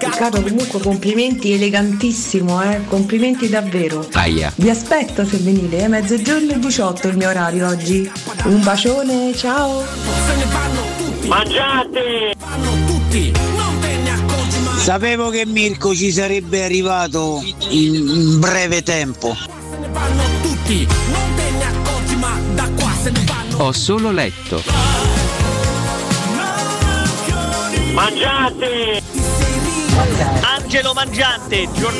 Speaker 22: Riccardo comunque complimenti elegantissimo eh? complimenti davvero
Speaker 34: Aia.
Speaker 22: vi aspetto se venite eh? mezzogiorno e 18 il mio orario oggi un bacione ciao
Speaker 6: Mangiate! Vanno tutti, non te ne accorgi ma
Speaker 27: Sapevo che Mirko ci sarebbe arrivato in, in breve tempo.
Speaker 6: vanno tutti, non te ne accorgi ma da qua se ne vanno
Speaker 34: Ho solo letto.
Speaker 6: Mangiate!
Speaker 35: Angelo Mangiante, giorno.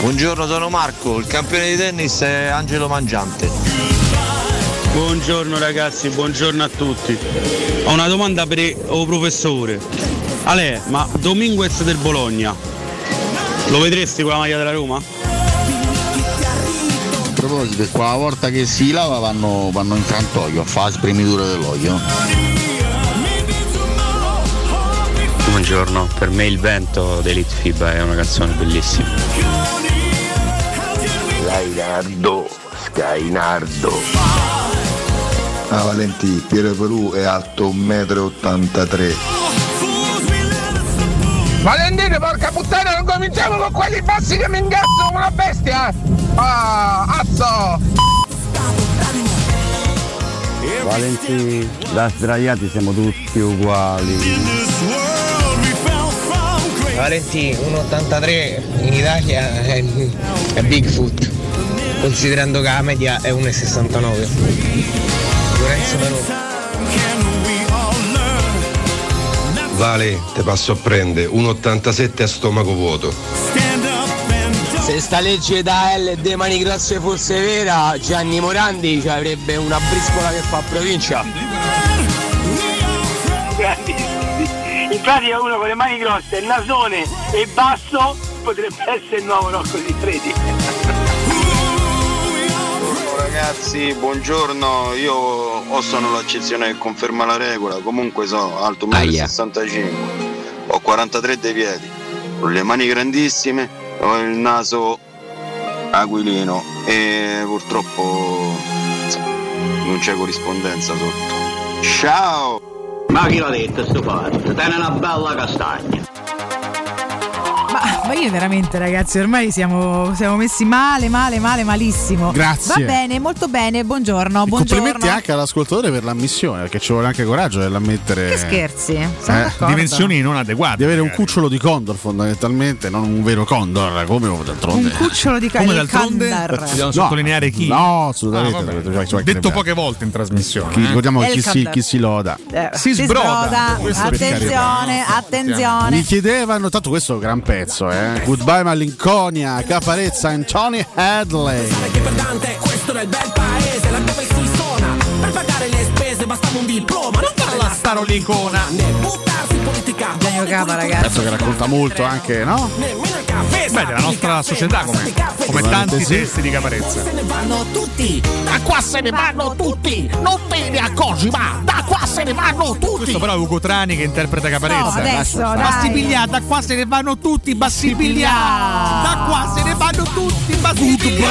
Speaker 33: Buongiorno, sono Marco, il campione di tennis è Angelo Mangiante.
Speaker 36: Buongiorno ragazzi, buongiorno a tutti. Ho una domanda per il oh, professore. Ale, ma Dominguez del Bologna, lo vedresti con la maglia della Roma?
Speaker 37: A proposito, è qua la volta che si lava vanno, vanno in frantoio a fare la spremitura dell'olio.
Speaker 38: Buongiorno, per me il vento dei Litfiba è una canzone bellissima.
Speaker 5: Lainardo, Scainardo. Ah Valenti, Piero Pelù è alto 1,83 m.
Speaker 26: Valentino, porca puttana, non cominciamo con quelli bassi che mi ingazzano come una bestia! Ah, azzo!
Speaker 39: Valentini, da sdraiati siamo tutti uguali.
Speaker 19: Valentì, 1,83 in Italia è, è Bigfoot, considerando che la media è 1,69. Lorenzo Manu.
Speaker 5: Vale, te passo a prendere 1,87 a stomaco vuoto.
Speaker 19: Se sta legge da L e dei mani grasse fosse vera, Gianni Morandi ci avrebbe una briscola che fa provincia.
Speaker 4: In pratica uno con le mani grosse, il nasone e basso potrebbe essere il nuovo Rocco di Freddy.
Speaker 5: Ragazzi, buongiorno, io o sono l'eccezione che conferma la regola, comunque sono alto
Speaker 34: Aia.
Speaker 5: 1,65 ho 43 dei piedi, con le mani grandissime, ho il naso aquilino e purtroppo non c'è corrispondenza sotto. Ciao!
Speaker 40: Ma chi l'ha detto sto fatto? Te ne una bella castagna.
Speaker 13: Ma, ma io veramente ragazzi ormai siamo, siamo messi male, male, male, malissimo.
Speaker 12: Grazie.
Speaker 13: Va bene, molto bene, buongiorno, buongiorno.
Speaker 12: Complimenti anche all'ascoltatore per l'ammissione, perché ci vuole anche coraggio nell'ammettere.
Speaker 13: Che scherzi, sono
Speaker 12: Eh,
Speaker 13: d'accordo.
Speaker 12: non adeguate. Di avere un cucciolo di condor fondamentalmente, non un vero condor, come d'altronde.
Speaker 13: Un cucciolo di cane
Speaker 12: Come
Speaker 13: il
Speaker 12: d'altronde?
Speaker 16: eh,
Speaker 13: Kandar.
Speaker 12: Dobbiamo sottolineare chi? No, assolutamente.
Speaker 21: Ah, vabbè.
Speaker 12: Cioè, cioè,
Speaker 21: Detto
Speaker 12: che-
Speaker 21: poche volte in trasmissione.
Speaker 12: Chi-
Speaker 21: eh.
Speaker 12: ricordiamo
Speaker 13: El
Speaker 12: chi si,
Speaker 13: Kandar.
Speaker 12: chi si loda.
Speaker 13: Eh,
Speaker 21: Si
Speaker 12: sbroda. Questo per
Speaker 13: Attenzione, attenzione.
Speaker 12: Mi chiedevano, tanto questo è un gran pezzo, eh. Goodbye Malinconia, Caparezza e Tony Hadley.
Speaker 6: Che per Dante questo era il bel paese, là dove si suona. Per pagare le spese bastava un diploma, non parla starolicona. Né buttarsi in politica.
Speaker 13: Genio Cava, ragazzi.
Speaker 12: Pezzo che racconta molto anche, no?
Speaker 6: Nemmeno il Beh,
Speaker 16: della nostra società come, come tanti testi di Caparezza.
Speaker 6: Se ne vanno tutti, da qua se ne vanno tutti, non te ne accorgi, ma da qua se ne vanno tutti.
Speaker 16: Questo però è Ugo Trani che interpreta Caparezza.
Speaker 6: No, adesso, dai.
Speaker 16: Bassipiglià, da qua se ne vanno tutti, Bassipiglià. Da qua se ne vanno tutti, Bassipiglià.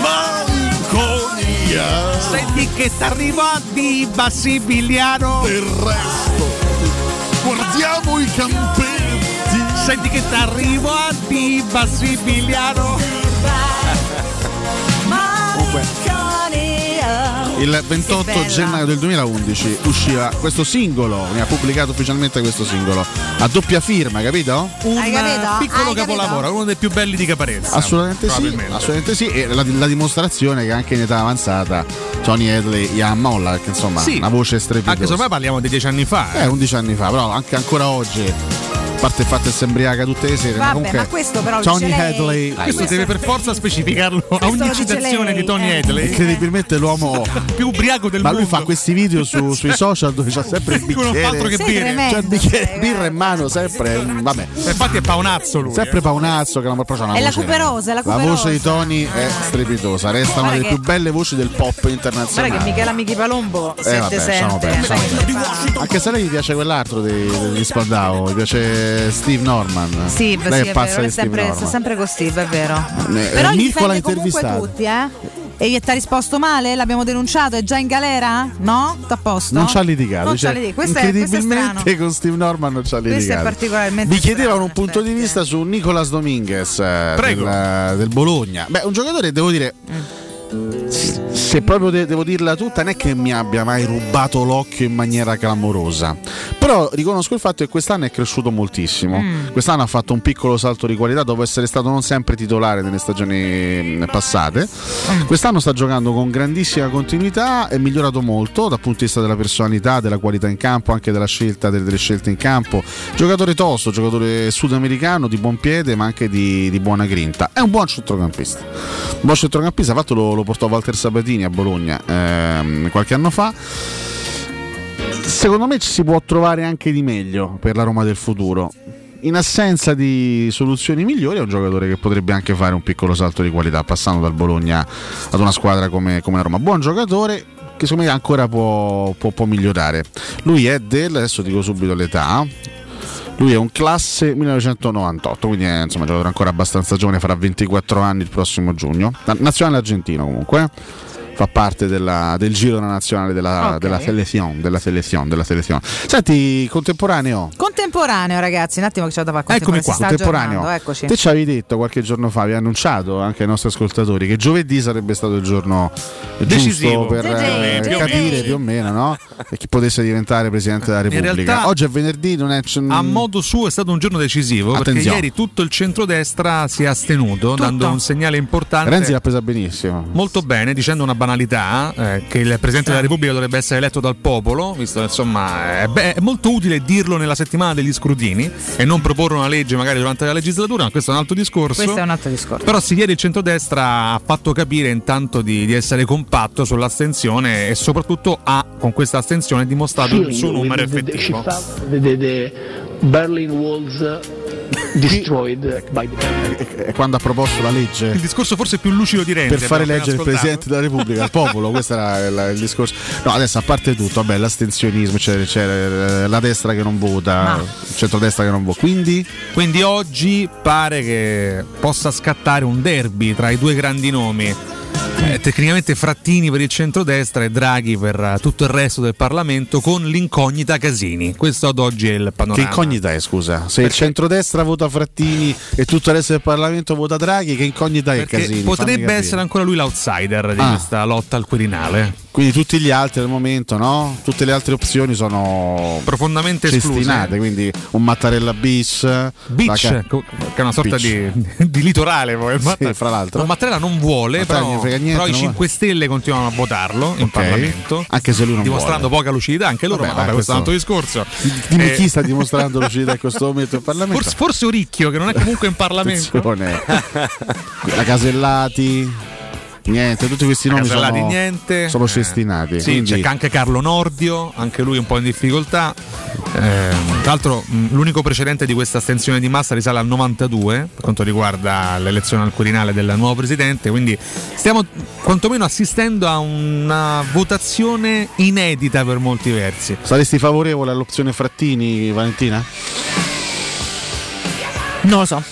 Speaker 5: Manconia.
Speaker 16: Senti che t'arrivò di Bassipigliano.
Speaker 5: Del resto, guardiamo i campetti.
Speaker 16: Senti che t'arrivo a di Bassipigliano.
Speaker 12: Il 28 gennaio del 2011 usciva questo singolo, ne ha pubblicato ufficialmente questo singolo, a doppia firma, capito?
Speaker 16: Un
Speaker 13: Hai capito?
Speaker 16: piccolo
Speaker 13: Hai capito?
Speaker 16: capolavoro, uno dei più belli di Caparezza.
Speaker 12: Assolutamente sì,
Speaker 16: probabilmente.
Speaker 12: assolutamente sì, e la, la dimostrazione che anche in età avanzata Tony Hadley gli ammolla, perché insomma
Speaker 16: Sì.
Speaker 12: una voce strepitosa.
Speaker 16: Anche se ormai parliamo di dieci anni fa.
Speaker 12: Eh, 11 anni fa, però anche ancora oggi. A parte il fatto che si embriaca tutte le sere. ma
Speaker 13: Vabbè,
Speaker 12: comunque
Speaker 13: ma questo però lo
Speaker 12: Tony
Speaker 13: dice lei.
Speaker 12: Hadley.
Speaker 13: Questo Questo deve
Speaker 16: per forza specificarlo
Speaker 13: a ogni lo dice citazione lei, di Tony eh. Hadley.
Speaker 12: Incredibilmente l'uomo
Speaker 16: più ubriaco del
Speaker 12: ma mondo. Ma lui fa questi video
Speaker 16: [LAUGHS]
Speaker 12: su- sui social dove c'ha sempre il
Speaker 16: Dicono
Speaker 12: bicchiere.
Speaker 16: altro che Sei bere. tremendo,
Speaker 12: C'ha il bicchiere birra in mano, sempre. mm, Vabbè.
Speaker 16: Infatti è paonazzo lui. eh.
Speaker 12: Sempre paonazzo che non però c'ha una
Speaker 13: È la
Speaker 12: voce-
Speaker 13: cuperosa, è la cuperosa.
Speaker 12: voce di Tony è strepitosa, resta una
Speaker 13: Guarda
Speaker 12: delle
Speaker 13: che-
Speaker 12: più belle voci del pop
Speaker 13: Guarda che
Speaker 12: internazionale.
Speaker 13: Michela Michi Palombo
Speaker 12: Eh,
Speaker 13: 7
Speaker 12: vabbè, lasciamo perdere, lasciamo Anche se lei gli piace quell'altro di, di Spandau, gli piace Steve Norman.
Speaker 13: Sì,
Speaker 12: lei
Speaker 13: sì, è
Speaker 12: pazza
Speaker 13: vero,
Speaker 12: di
Speaker 13: è
Speaker 12: Steve
Speaker 13: sempre,
Speaker 12: Norman.
Speaker 13: sta sempre con Steve, è vero.
Speaker 12: Eh,
Speaker 13: Però
Speaker 12: eh,
Speaker 13: li
Speaker 12: Mirko l'ha
Speaker 13: difende comunque
Speaker 12: intervistato.
Speaker 13: tutti, eh? E gli ha risposto male? L'abbiamo denunciato? È già in galera? No? Tutto a posto?
Speaker 12: Non ci ha litigato.
Speaker 13: Non ci ha
Speaker 12: dice,
Speaker 13: litigato. Questo è, questo è strano.
Speaker 12: incredibilmente con Steve Norman non ci ha litigato.
Speaker 13: Questo è particolarmente
Speaker 12: Mi chiedevano un punto di vista su Nicolas Dominguez eh,
Speaker 16: Prego.
Speaker 12: del, del Bologna. Beh, un giocatore, devo dire. s- Se proprio de- devo dirla tutta, non è che mi abbia mai rubato l'occhio in maniera clamorosa. Però riconosco il fatto che quest'anno è cresciuto moltissimo.
Speaker 4: Mm.
Speaker 12: Quest'anno ha fatto un piccolo salto di qualità dopo essere stato non sempre titolare nelle stagioni mh, passate. Quest'anno sta giocando con grandissima continuità, è migliorato molto dal punto di vista della personalità, della qualità in campo, anche della scelta delle, delle scelte in campo. Giocatore tosto, giocatore sudamericano di buon piede ma anche di, di buona grinta. È un buon centrocampista. Un buon centrocampista, fatto lo, lo portò Walter Sabatini a Bologna ehm, qualche anno fa. Secondo me ci si può trovare anche di meglio per la Roma del futuro. In assenza di soluzioni migliori, è un giocatore che potrebbe anche fare un piccolo salto di qualità, passando dal Bologna ad una squadra come, come la Roma. Buon giocatore che secondo me ancora può, può- può migliorare. Lui è del, adesso dico subito l'età. Lui è un classe 1998, quindi è insomma, un giocatore ancora abbastanza giovane, farà 24 anni il prossimo giugno. Na- Nazionale argentino comunque. eh. Fa parte della- del giro nazionale della,
Speaker 13: Ok.
Speaker 12: della selezione, della selezione, della selezione. Senti, contemporaneo.
Speaker 13: Contemporaneo, ragazzi, un attimo che c'ho da fare. Contemporaneo, si sta
Speaker 12: contemporaneo.
Speaker 13: aggiornando, Eccoci.
Speaker 12: Te ci avevi detto qualche giorno fa, vi ha annunciato anche ai nostri ascoltatori che giovedì sarebbe stato il giorno
Speaker 16: Decisivo.
Speaker 12: giusto per eh,
Speaker 16: Più o meno.
Speaker 12: capire più o meno
Speaker 16: [LAUGHS]
Speaker 12: no? E chi potesse diventare presidente della Repubblica.
Speaker 16: realtà-
Speaker 12: Oggi è venerdì, non è. c'è-
Speaker 16: A modo suo è stato un giorno decisivo perché
Speaker 12: Attenzione.
Speaker 16: ieri tutto il centrodestra si è astenuto, dando un segnale importante.
Speaker 12: Renzi l'ha presa benissimo.
Speaker 16: Molto bene, dicendo una banalità, eh, che il Presidente della Repubblica dovrebbe essere eletto dal popolo, visto che insomma è, be- è molto utile dirlo nella settimana degli scrutini e non proporre una legge magari durante la legislatura, ma questo è un altro discorso.
Speaker 13: Questo è un altro discorso.
Speaker 16: Però sì, ieri il centrodestra ha fatto capire intanto di, di essere compatto sull'astensione e soprattutto ha con questa astensione dimostrato il suo numero effettivo.
Speaker 14: Vedete Berlin Walls destroyed by the
Speaker 12: E [LAUGHS] quando ha proposto la legge.
Speaker 16: Il discorso forse più lucido di Renzi.
Speaker 12: per fare
Speaker 16: abbiamo
Speaker 12: leggere il
Speaker 16: appena ascoltato.
Speaker 12: presidente della Repubblica
Speaker 16: [LAUGHS]
Speaker 12: al popolo, questo era il, il discorso. No, adesso a parte tutto, vabbè, l'astensionismo, c'è, c'è la destra che non vota,
Speaker 16: Ma-
Speaker 12: il centrodestra che non vota. Quindi
Speaker 16: Quindi oggi pare che possa scattare un derby tra i due grandi nomi. Eh, tecnicamente Frattini per il centrodestra e Draghi per eh, tutto il resto del Parlamento con l'incognita Casini. Questo ad oggi è il panorama.
Speaker 12: Che incognita è, scusa? Se il centrodestra vota Frattini e tutto il resto del Parlamento vota Draghi, che incognita è
Speaker 16: Perché
Speaker 12: Casini? Fammi
Speaker 16: potrebbe
Speaker 12: capire.
Speaker 16: essere ancora lui l'outsider di
Speaker 12: Ah.
Speaker 16: questa lotta al Quirinale.
Speaker 12: Quindi tutti gli altri al momento, no? Tutte le altre opzioni sono
Speaker 16: Profondamente
Speaker 12: cestinate, quindi un Mattarella bis, la
Speaker 16: Beach,
Speaker 12: ca-
Speaker 16: co- che è una sorta
Speaker 12: Beach.
Speaker 16: di, di [LAUGHS] litorale. Poi,
Speaker 12: Sì, fra l'altro.
Speaker 16: No, Mattarella non vuole,
Speaker 12: Mattarella
Speaker 16: però,
Speaker 12: gli frega niente,
Speaker 16: però i
Speaker 12: non
Speaker 16: 5 Stelle continuano a votarlo in
Speaker 12: Ok.
Speaker 16: Parlamento.
Speaker 12: Anche se lui non
Speaker 16: dimostrando poca lucidità anche loro,
Speaker 12: Vabbè,
Speaker 16: ma vabbè,
Speaker 12: ma
Speaker 16: questo è un altro
Speaker 12: questo-
Speaker 16: discorso.
Speaker 12: Dimmi
Speaker 16: Eh,
Speaker 12: chi sta dimostrando lucidità in questo momento in Parlamento?
Speaker 16: Forse, forse Oricchio, che non è comunque
Speaker 12: [LAUGHS]
Speaker 16: in Parlamento.
Speaker 12: Attenzione.
Speaker 16: [LAUGHS]
Speaker 12: la Casellati, niente, tutti questi
Speaker 16: La
Speaker 12: nomi
Speaker 16: Casellati
Speaker 12: sono,
Speaker 16: niente.
Speaker 12: sono cestinati.
Speaker 16: Sì, c'è
Speaker 12: quindi-
Speaker 16: anche Carlo Nordio, anche lui un po' in difficoltà. Ehm, tra l'altro mh, l'unico precedente di questa astensione di massa risale al 92 per quanto riguarda l'elezione al Quirinale del nuovo presidente, quindi stiamo quantomeno assistendo a una votazione inedita per molti versi.
Speaker 12: Saresti favorevole all'opzione Frattini, Valentina?
Speaker 13: Non lo
Speaker 16: [LAUGHS]
Speaker 13: so.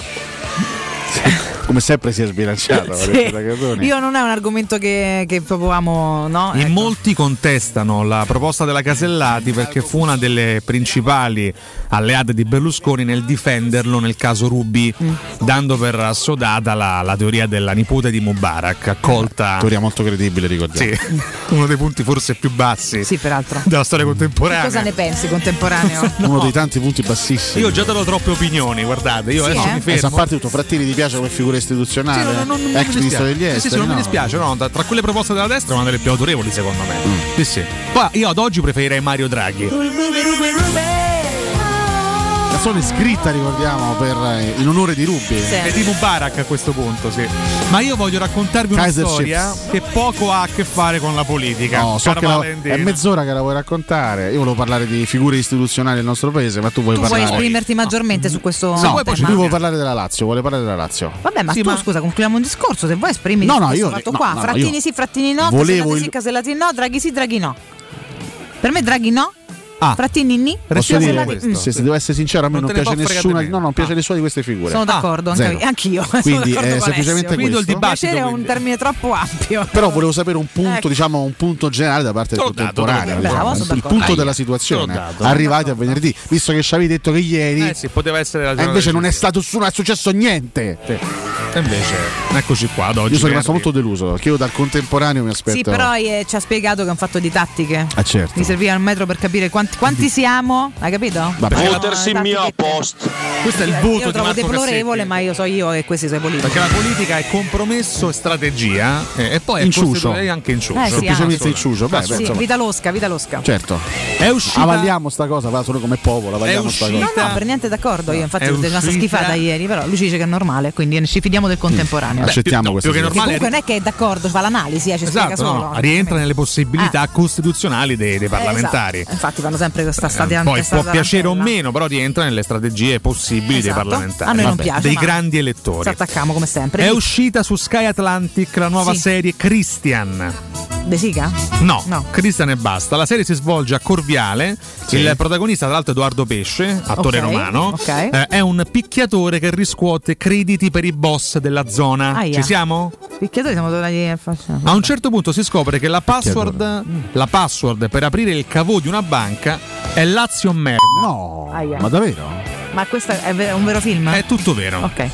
Speaker 12: Come sempre si è sbilanciato.
Speaker 13: Sì.
Speaker 12: Valentina Catoni.
Speaker 13: Io non è un argomento che, che proprio amo, no?
Speaker 16: In molti contestano la proposta della Casellati perché fu una delle principali alleate di Berlusconi nel difenderlo nel caso Rubi, dando per assodata la, la teoria della nipote di Mubarak, accolta.
Speaker 12: Teoria molto credibile, ricordiamo.
Speaker 16: Sì, [LAUGHS] uno dei punti forse più bassi
Speaker 13: Sì, peraltro.
Speaker 16: della
Speaker 12: Mm.
Speaker 16: storia
Speaker 13: Che cosa
Speaker 16: contemporanea.
Speaker 13: ne pensi
Speaker 12: [LAUGHS]
Speaker 13: contemporaneo?
Speaker 12: Uno dei tanti punti bassissimi.
Speaker 16: Io ho già dato troppe opinioni, guardate, io
Speaker 12: Sì,
Speaker 16: adesso
Speaker 12: eh?
Speaker 16: mi
Speaker 12: Eh,
Speaker 16: fermo.
Speaker 12: San Partito, Frattini ti piace come figura istituzionale?
Speaker 16: Sì, no, no, non- non mi
Speaker 12: Ex ministro
Speaker 16: dispiace.
Speaker 12: degli
Speaker 16: Sì,
Speaker 12: esteri.
Speaker 16: Sì, sì, non mi
Speaker 12: no?
Speaker 16: dispiace. no, tra, tra quelle proposte della destra è una delle più autorevoli, secondo me.
Speaker 12: Mm.
Speaker 16: Sì, sì. Poi io ad oggi preferirei Mario Draghi.
Speaker 12: Canzone scritta, ricordiamo, per, eh, in onore di Rubi.
Speaker 16: E di Mubarak a questo punto, sì. Ma io voglio raccontarvi una
Speaker 12: Kaiser
Speaker 16: storia
Speaker 12: Chiefs.
Speaker 16: che poco ha a che fare con la politica.
Speaker 12: No, so
Speaker 16: cara
Speaker 12: che la-
Speaker 16: Valentina.
Speaker 12: è mezz'ora che la vuoi raccontare. Io volevo parlare di figure istituzionali del nostro paese, ma tu vuoi
Speaker 13: tu vuoi
Speaker 12: parlare.
Speaker 13: esprimerti maggiormente su questo
Speaker 12: No,
Speaker 13: tema?
Speaker 12: lui vuole parlare della Lazio, vuole parlare della Lazio.
Speaker 13: Vabbè, ma tu scusa, concludiamo un discorso. Se vuoi esprimi
Speaker 12: No, no,
Speaker 13: questo
Speaker 12: io-
Speaker 13: fatto
Speaker 12: no,
Speaker 13: qua.
Speaker 12: no, no,
Speaker 13: frattini
Speaker 12: io
Speaker 13: sì, frattini no,
Speaker 12: volevo
Speaker 13: casellati
Speaker 12: il-
Speaker 13: sì, casellati no, draghi sì, draghi no. Per me draghi no,
Speaker 16: Ah.
Speaker 13: frattini ni,
Speaker 12: Posso dire,
Speaker 13: casellati mm.
Speaker 12: se, se devo essere sincero, a me
Speaker 16: Non
Speaker 12: non,
Speaker 16: te ne
Speaker 12: piace
Speaker 16: può fregare Ah.
Speaker 12: nessuna,
Speaker 16: niente.
Speaker 12: no, non piace nessuna di queste figure.
Speaker 13: Sono d'accordo, anche
Speaker 12: Ah, Zero.
Speaker 13: io- anch'io. [LAUGHS] sono
Speaker 12: Quindi
Speaker 13: d'accordo
Speaker 12: è
Speaker 13: con
Speaker 12: semplicemente
Speaker 13: Alessio.
Speaker 12: questo.
Speaker 13: piacere è un termine troppo ampio.
Speaker 12: Però volevo sapere un punto,
Speaker 13: Ecco.
Speaker 12: diciamo, un punto generale da parte del
Speaker 13: Te l'ho dato,
Speaker 12: contemporaneo.
Speaker 13: te l'ho dato.
Speaker 12: diciamo,
Speaker 13: Bravo, sono
Speaker 12: il
Speaker 13: d'accordo.
Speaker 12: punto
Speaker 13: Ahia,
Speaker 12: della
Speaker 16: te l'ho
Speaker 12: situazione.
Speaker 16: dato.
Speaker 12: Arrivati a venerdì, visto che ci avevi detto che ieri.
Speaker 16: Eh sì, poteva essere la
Speaker 12: e
Speaker 16: giornata
Speaker 12: invece
Speaker 16: del
Speaker 12: non è stato su- non è successo niente.
Speaker 16: E invece, eccoci qua ad oggi.
Speaker 12: Io sono
Speaker 16: venerdì.
Speaker 12: rimasto molto deluso, perché io dal contemporaneo mi aspetto.
Speaker 13: Sì, però eh, ci ha spiegato che è un fatto di tattiche.
Speaker 12: Ah, certo.
Speaker 13: Mi serviva un metro per capire quanti, quanti siamo, hai capito?
Speaker 12: Vabbè.
Speaker 13: Votersi in mio
Speaker 16: posto. Questo è il
Speaker 13: Io
Speaker 16: voto
Speaker 13: lo
Speaker 16: di
Speaker 13: trovo
Speaker 16: Marco Cassetti.
Speaker 13: deplorevole, ma io so io che questi sono i politici.
Speaker 16: Perché la politica è compromesso e strategia eh, e poi è
Speaker 12: Inciucio.
Speaker 16: costituirei anche inciucio.
Speaker 13: Eh, sì, Semplicemente
Speaker 16: Assolutamente.
Speaker 12: inciucio, beh, beh,
Speaker 13: Sì,
Speaker 16: Assolutamente.
Speaker 13: vita losca, vita losca.
Speaker 12: Certo.
Speaker 16: È uscita
Speaker 12: Avaliamo sta cosa, va solo come popolo, avaliamo sta
Speaker 13: No,
Speaker 12: cosa.
Speaker 13: no, per niente d'accordo. Io infatti
Speaker 12: È
Speaker 13: sono rimasta
Speaker 12: uscita-
Speaker 13: schifata ieri, però lui ci dice che è normale, quindi ci fidiamo del contemporaneo.
Speaker 16: Mm. Beh, Accettiamo più- no, questa più che situazione. normale-
Speaker 13: Comunque non è che è d'accordo, fa l'analisi, eh, ci spiega
Speaker 16: Esatto,
Speaker 13: solo.
Speaker 16: no, rientra nelle possibilità costituzionali dei, dei
Speaker 13: Ah. Eh,
Speaker 16: parlamentari.
Speaker 13: esatto. Infatti fanno sempre questa
Speaker 16: Eh,
Speaker 13: stadia
Speaker 16: Poi
Speaker 13: questa
Speaker 16: può
Speaker 13: tarantella.
Speaker 16: piacere o meno, però rientra nelle strategie possibili
Speaker 13: Esatto.
Speaker 16: dei parlamentari,
Speaker 13: A noi non
Speaker 16: Vabbè,
Speaker 13: piace,
Speaker 16: dei
Speaker 13: ma- Esatto.
Speaker 16: grandi elettori.
Speaker 13: Ci attacchiamo come sempre.
Speaker 16: È uscita su Sky Atlantic la nuova
Speaker 13: Sì.
Speaker 16: serie Christian.
Speaker 13: De Sica?
Speaker 16: No, Christian e basta. La serie si svolge a Corviale. Il protagonista, tra l'altro, è Edoardo Pesce, attore
Speaker 13: Ok,
Speaker 16: romano,
Speaker 13: ok.
Speaker 16: eh, è un picchiatore che riscuote crediti per i boss della zona.
Speaker 13: Aia.
Speaker 16: Ci siamo?
Speaker 13: Picchiatore siamo tornati a faccia.
Speaker 16: A un certo punto si scopre che la password, la password per aprire il cavo di una banca è Lazio Merda.
Speaker 12: No,
Speaker 13: Aia. ma
Speaker 12: davvero?
Speaker 13: Ma questo è ver- un vero film?
Speaker 16: È tutto vero.
Speaker 13: Ok.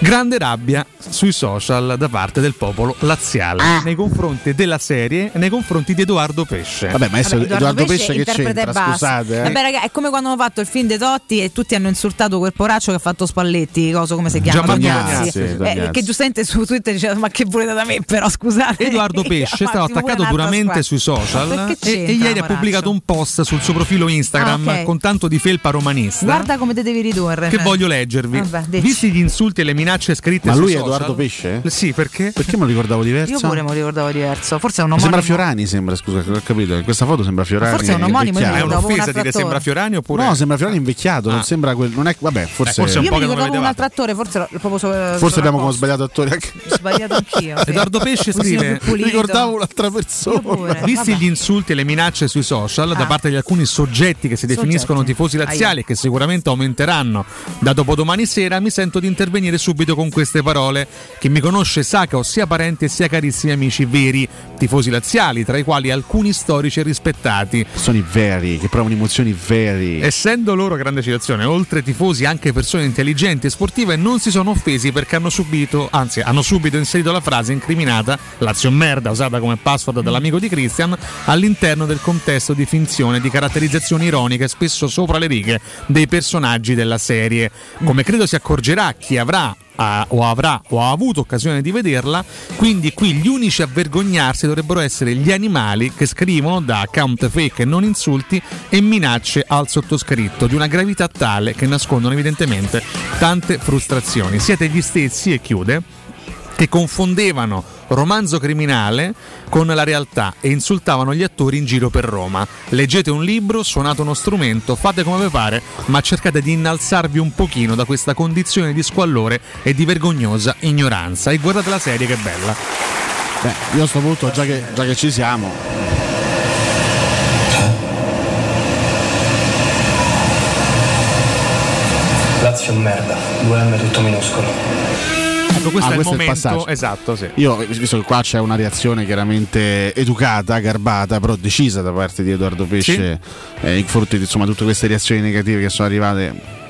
Speaker 16: Grande rabbia sui social da parte del popolo laziale
Speaker 13: Ah.
Speaker 16: nei confronti della serie e nei confronti di Edoardo Pesce.
Speaker 12: Vabbè, ma adesso
Speaker 13: Vabbè, interpreta e basta.
Speaker 16: eh.
Speaker 13: Vabbè, raga, è come quando hanno fatto il film dei Totti e tutti hanno insultato quel poraccio che ha fatto Spalletti, cosa come si chiama?
Speaker 16: Gianmarco
Speaker 13: Tognazzi.
Speaker 16: Tognazzi,
Speaker 13: Eh,
Speaker 16: Tognazzi.
Speaker 13: che giustamente su Twitter diceva ma che volete da me però scusate. [LAUGHS]
Speaker 16: Edoardo Pesce è stato
Speaker 13: Massimo,
Speaker 16: attaccato
Speaker 13: un'altra
Speaker 16: duramente
Speaker 13: squadra.
Speaker 16: sui
Speaker 13: Ma
Speaker 16: social
Speaker 13: perché
Speaker 16: e,
Speaker 13: c'entra,
Speaker 16: e ieri ha
Speaker 13: Maraccio?
Speaker 16: pubblicato un post sul suo profilo Instagram
Speaker 13: Ah, ok.
Speaker 16: con tanto di felpa romanista.
Speaker 13: Eh? Guarda come te devi ridurre.
Speaker 16: che voglio leggervi.
Speaker 13: Vabbè, dici.
Speaker 16: Visti gli insulti e le minacce scritte
Speaker 12: Ma
Speaker 16: sui
Speaker 12: lui è
Speaker 16: social-
Speaker 12: Edoardo Pesce?
Speaker 16: Sì, perché?
Speaker 12: Perché me lo ricordavo diverso?
Speaker 13: Io pure me lo ricordavo diverso. Forse è un
Speaker 12: Mi sembra
Speaker 13: omonimo.
Speaker 12: Fiorani, sembra, scusa, ho capito. In questa foto sembra Fiorani.
Speaker 13: forse è un omonimo,
Speaker 12: invecchiato.
Speaker 13: io mi ricordavo È un'offesa un altro dire sembra attore.
Speaker 16: Fiorani oppure- Ah. Eh,
Speaker 12: No, sembra Fiorani invecchiato, non sembra quel non è vabbè, forse
Speaker 16: forse è un
Speaker 13: Io
Speaker 16: po'
Speaker 13: mi
Speaker 16: che non
Speaker 13: ricordavo
Speaker 16: lo
Speaker 13: un
Speaker 16: vedevate.
Speaker 13: altro attore, forse l'ho- l'ho proprio so-
Speaker 12: Forse
Speaker 13: so-
Speaker 12: abbiamo come sbagliato attore anche.
Speaker 13: ho sbagliato anch'io. sì.
Speaker 16: Edoardo Pesce
Speaker 13: Così
Speaker 16: scrive-
Speaker 13: più pulito.
Speaker 16: Ricordavo
Speaker 12: un'altra
Speaker 13: persona.
Speaker 16: Visti gli insulti e le minacce sui social da parte di alcuni soggetti che si definiscono
Speaker 13: Soggetti.
Speaker 16: tifosi laziali
Speaker 13: Aia.
Speaker 16: e che sicuramente aumenteranno da dopodomani sera, mi sento di intervenire subito con queste parole. Chi mi conosce sa che ho sia parenti sia carissimi amici veri, tifosi laziali, tra i quali alcuni storici e rispettati.
Speaker 12: Sono i veri, che provano emozioni veri.
Speaker 16: Essendo loro, grande citazione, oltre tifosi anche persone intelligenti e sportive, non si sono offesi perché hanno subito, anzi hanno subito inserito la frase incriminata Lazio merda, usata come password dall'amico di Christian, all'interno del contesto di finzione di caratterizzazioni ironiche, spesso sopra le righe, dei personaggi della serie. Come credo si accorgerà chi avrà ha- o avrà o ha avuto occasione di vederla, quindi qui gli unici a vergognarsi dovrebbero essere gli animali che scrivono da account fake e non insulti e minacce al sottoscritto di una gravità tale che nascondono evidentemente tante frustrazioni. Siete gli stessi, e chiude, che confondevano romanzo criminale con la realtà e insultavano gli attori in giro per Roma. Leggete un libro, suonate uno strumento, fate come vi pare, ma cercate di innalzarvi un pochino da questa condizione di squallore e di vergognosa ignoranza. E guardate la serie che è bella.
Speaker 12: Beh, io a sto punto, già che, già che ci siamo,
Speaker 4: Lazio è merda, 2M tutto minuscolo.
Speaker 16: Ecco, questo
Speaker 12: Ah,
Speaker 16: è
Speaker 12: questo è il
Speaker 16: il momento.
Speaker 12: passaggio.
Speaker 16: esatto, sì.
Speaker 12: Io, visto che qua c'è una reazione chiaramente educata, garbata, però decisa da parte di Edoardo Pesce, eh, in fronte di insomma, tutte queste reazioni negative che sono arrivate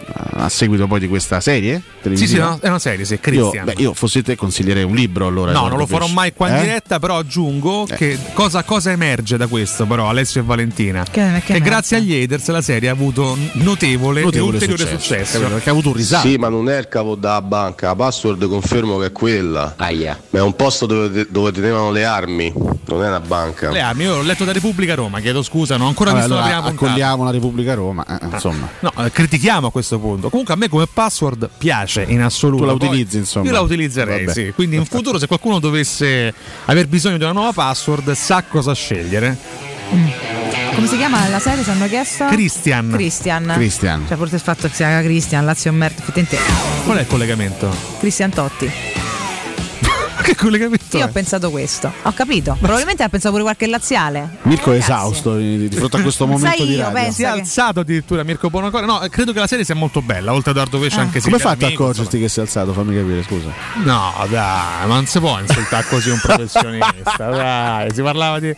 Speaker 12: eh, a seguito poi di questa serie
Speaker 16: Sì, sì, è
Speaker 12: televisiva.
Speaker 16: una- è una serie, sì,
Speaker 12: io,
Speaker 16: Christian.
Speaker 12: beh, io fossi te consiglierei un libro allora.
Speaker 16: No,
Speaker 12: Edoardo
Speaker 16: non lo farò
Speaker 12: Pesce.
Speaker 16: mai qua in
Speaker 12: Eh?
Speaker 16: diretta, però aggiungo che cosa, cosa emerge da questo, però, Alessio e Valentina.
Speaker 13: Che,
Speaker 16: grazie agli haters la serie ha avuto notevole, e
Speaker 15: Notevole
Speaker 16: ulteriore
Speaker 15: successo,
Speaker 16: successo.
Speaker 15: capito?
Speaker 12: Perché ha avuto un risalto.
Speaker 15: Sì, ma non è il cavo da banca. La password confermo che è quella. Ma è un posto dove, dove tenevano le armi, non è una banca.
Speaker 16: Le armi, io ho letto da Repubblica Roma, chiedo scusa, non ho ancora
Speaker 12: Vabbè,
Speaker 16: visto la
Speaker 12: allora,
Speaker 16: prima puntata.
Speaker 12: accogliamo la Repubblica Roma, eh, insomma.
Speaker 16: No, eh, critichiamo a questo punto. Comunque a me come password piace in assoluto.
Speaker 12: Tu la
Speaker 16: Poi
Speaker 12: utilizzi, insomma.
Speaker 16: Io la utilizzerei,
Speaker 12: Vabbè.
Speaker 16: sì.
Speaker 12: [LAUGHS]
Speaker 16: Quindi in futuro se qualcuno dovesse aver bisogno di una nuova password sa cosa scegliere.
Speaker 13: Come si chiama la serie? Ci hanno chiesto?
Speaker 16: Christian.
Speaker 13: Ah, Christian.
Speaker 16: Christian.
Speaker 13: Cioè, forse il fatto che si chiama Christian, Lazio è merda, effettivamente.
Speaker 16: Qual è il collegamento?
Speaker 13: Christian Totti.
Speaker 16: [LAUGHS] che collegamento?
Speaker 13: Io ho pensato questo. Ho capito. Probabilmente ha pensato pure qualche laziale.
Speaker 12: Mirko è esausto di, di fronte
Speaker 16: [LAUGHS]
Speaker 12: a questo momento
Speaker 13: Sai
Speaker 16: di
Speaker 13: io,
Speaker 16: radio.
Speaker 13: pensa
Speaker 16: Si è
Speaker 13: che-
Speaker 16: alzato addirittura Mirko Bonacore. No, eh, credo che la serie sia molto bella, oltre ad Ardo Vesce
Speaker 13: Ah.
Speaker 16: anche se
Speaker 12: Come hai
Speaker 16: è
Speaker 12: fatto a
Speaker 16: amico,
Speaker 12: accorgerti che sei alzato? Fammi capire, scusa.
Speaker 16: No, dai, ma non si può insultare così
Speaker 12: [LAUGHS]
Speaker 16: un professionista. dai, si parlava di.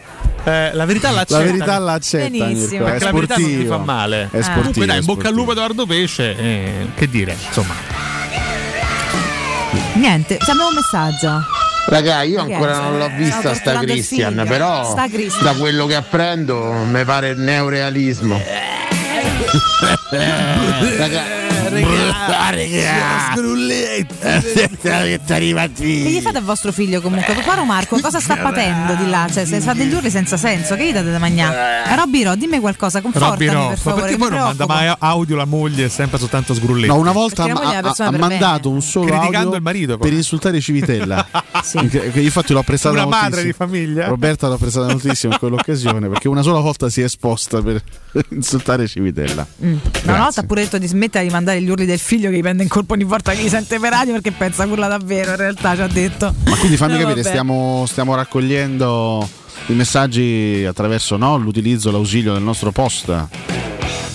Speaker 16: eh, la verità l'accetta.
Speaker 12: La verità l'accetta, Benissimo. Mirko, è
Speaker 16: Perché la verità non ti
Speaker 12: sportivo.
Speaker 16: fa male.
Speaker 13: Ah.
Speaker 12: È sportivo,
Speaker 16: Comunque, dai,
Speaker 12: è
Speaker 16: in bocca al lupo Edoardo Pesce. eh, che dire, insomma.
Speaker 13: Niente, ci abbiamo un messaggio.
Speaker 17: Raga, io
Speaker 13: Che
Speaker 17: ancora
Speaker 13: è?
Speaker 17: non l'ho
Speaker 13: Stavo
Speaker 17: vista sta
Speaker 13: torturando il
Speaker 17: Christian,
Speaker 13: figlio.
Speaker 17: però
Speaker 13: Sta Christian.
Speaker 17: da quello che apprendo mi pare neorealismo. Raga, Ah,
Speaker 13: Che gli fate a vostro figlio comunque? Caro Marco, cosa sta patendo di là? Cioè, se fa degli urli senza senso, che gli date da mangiare? Robby Ro, dimmi qualcosa,
Speaker 16: Robby
Speaker 13: confortami per
Speaker 16: Roff, ma
Speaker 13: favore.
Speaker 16: perché
Speaker 13: mi
Speaker 16: poi non manda
Speaker 13: preoccupo.
Speaker 16: mai audio la moglie, è sempre soltanto sgrulletto.
Speaker 12: No, una volta
Speaker 13: Perché la
Speaker 12: ha,
Speaker 13: moglie è una
Speaker 12: ha-
Speaker 13: persona
Speaker 12: ha
Speaker 13: per bene.
Speaker 12: mandato un solo
Speaker 16: Criticando
Speaker 12: audio
Speaker 16: il marito, poi.
Speaker 12: per
Speaker 16: [LAUGHS]
Speaker 12: insultare Civitella. Che- che infatti l'ho apprezzato
Speaker 16: Una madre
Speaker 12: moltissimo.
Speaker 16: di famiglia.
Speaker 12: Roberta l'ho apprezzata moltissimo in quell'occasione perché una sola volta si è esposta per [LAUGHS] insultare Civitella.
Speaker 13: Mm. Ma una volta ha pure detto di smettere di mandare gli urli del figlio che gli prende in colpo ogni volta che li sente per radio perché pensa culla davvero, in realtà ci ha detto.
Speaker 12: Ma quindi fammi
Speaker 13: No,
Speaker 12: capire,
Speaker 13: vabbè.
Speaker 12: stiamo, stiamo raccogliendo i messaggi attraverso no, l'utilizzo, l'ausilio del nostro post.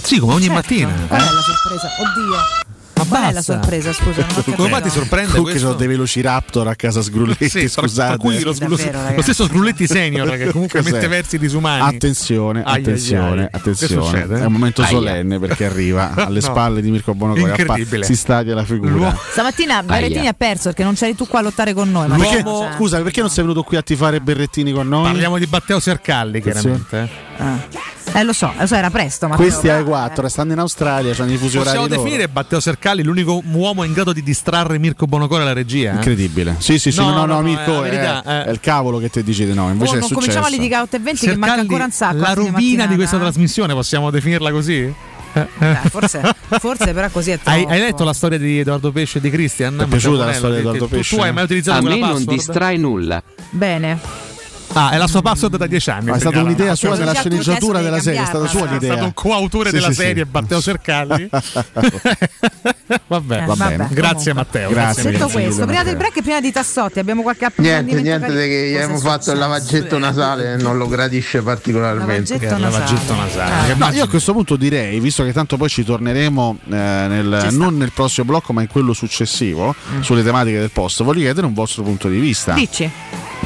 Speaker 16: Sì, come ogni
Speaker 13: Certo.
Speaker 16: mattina. eh?
Speaker 13: Qual è la sorpresa? Oddio. Ma Qual è la
Speaker 12: basta.
Speaker 13: sorpresa, scusa? non ho
Speaker 16: [LAUGHS] Come
Speaker 13: capito.
Speaker 16: fa ti sorprende
Speaker 12: Comunque
Speaker 16: questo?
Speaker 12: sono dei velociraptor a casa Sgrulletti,
Speaker 16: Sì, tra- tra
Speaker 12: scusate.
Speaker 16: cui lo, sgrullo-
Speaker 13: Davvero,
Speaker 16: lo
Speaker 13: ragazzi.
Speaker 16: stesso Sgrulletti Senior che comunque
Speaker 12: Cos'è?
Speaker 16: mette versi disumani.
Speaker 12: Attenzione,
Speaker 16: Ai, ai,
Speaker 12: attenzione,
Speaker 16: ai. Che
Speaker 12: attenzione.
Speaker 16: succede?
Speaker 12: È un momento
Speaker 16: Aia.
Speaker 12: solenne perché
Speaker 16: [LAUGHS]
Speaker 12: arriva alle
Speaker 16: No.
Speaker 12: spalle di Mirko Bonocore.
Speaker 16: Incredibile.
Speaker 12: si stadia la figura.
Speaker 13: Stamattina Berrettini ha perso perché non c'eri tu qua a lottare con noi. ma
Speaker 12: Perché,
Speaker 13: no, cioè.
Speaker 12: scusa, perché non sei venuto qui a tifare Berrettini con noi?
Speaker 16: Parliamo di Matteo Sercalli, chiaramente.
Speaker 13: Eh, lo so, lo so, era presto. Ma
Speaker 12: Questi ai 4 stanno in Australia, hanno i fusi
Speaker 16: Possiamo
Speaker 12: orari loro.
Speaker 16: definire Matteo Sercalli l'unico uomo in grado di distrarre Mirko Bonocore alla regia? eh?
Speaker 12: Incredibile. Sì, sì, sì, no, no, no, Mirko,
Speaker 16: la
Speaker 12: è,
Speaker 16: verità,
Speaker 12: è il cavolo che ti dici di no,
Speaker 13: Oh,
Speaker 12: invece
Speaker 13: non
Speaker 12: è successo.
Speaker 13: cominciamo a litigare 8 e 20 che manca
Speaker 16: Sercalli,
Speaker 13: ancora un sacco.
Speaker 16: la
Speaker 13: alla fine
Speaker 16: rovina di
Speaker 13: mattinata.
Speaker 16: questa trasmissione, possiamo definirla così? Eh, eh.
Speaker 13: [LAUGHS] Forse, forse però così è
Speaker 16: Hai,
Speaker 13: troppo.
Speaker 16: hai letto la storia di Edoardo Pesce e di Christian? Ti
Speaker 22: è piaciuta la storia di Edoardo Pesce?
Speaker 16: Tu hai mai utilizzato
Speaker 22: A
Speaker 16: quella
Speaker 22: me non
Speaker 16: password?
Speaker 22: distrae nulla.
Speaker 13: Bene.
Speaker 16: Ah, è la sua password da dieci anni.
Speaker 12: Ma è stata
Speaker 16: segnala.
Speaker 12: un'idea sua nella sceneggiatura della serie, è stata sua
Speaker 16: È
Speaker 12: l'idea.
Speaker 16: stato un coautore
Speaker 12: Sì,
Speaker 16: della
Speaker 12: sì, sì.
Speaker 16: serie, Matteo
Speaker 12: [LAUGHS]
Speaker 16: Sercalli. Oh, vabbè,
Speaker 13: Eh, vabbè,
Speaker 16: grazie Matteo.
Speaker 12: Grazie,
Speaker 13: Detto
Speaker 16: mille.
Speaker 13: questo, prima del break e prima di Tassotti abbiamo qualche approfondimento
Speaker 17: niente, niente
Speaker 13: per-
Speaker 17: di che gli
Speaker 13: Cosa
Speaker 17: abbiamo
Speaker 13: è
Speaker 17: fatto il lavaggetto nasale e non lo gradisce particolarmente.
Speaker 13: Lavaggetto Che lavaggetto nasale. nasale.
Speaker 12: Ah, No, io a questo punto direi, visto che tanto poi ci torneremo eh, nel, non nel prossimo blocco, ma in quello successivo, sulle tematiche del post, voglio chiedere un vostro punto di vista.
Speaker 13: Mm. Dici,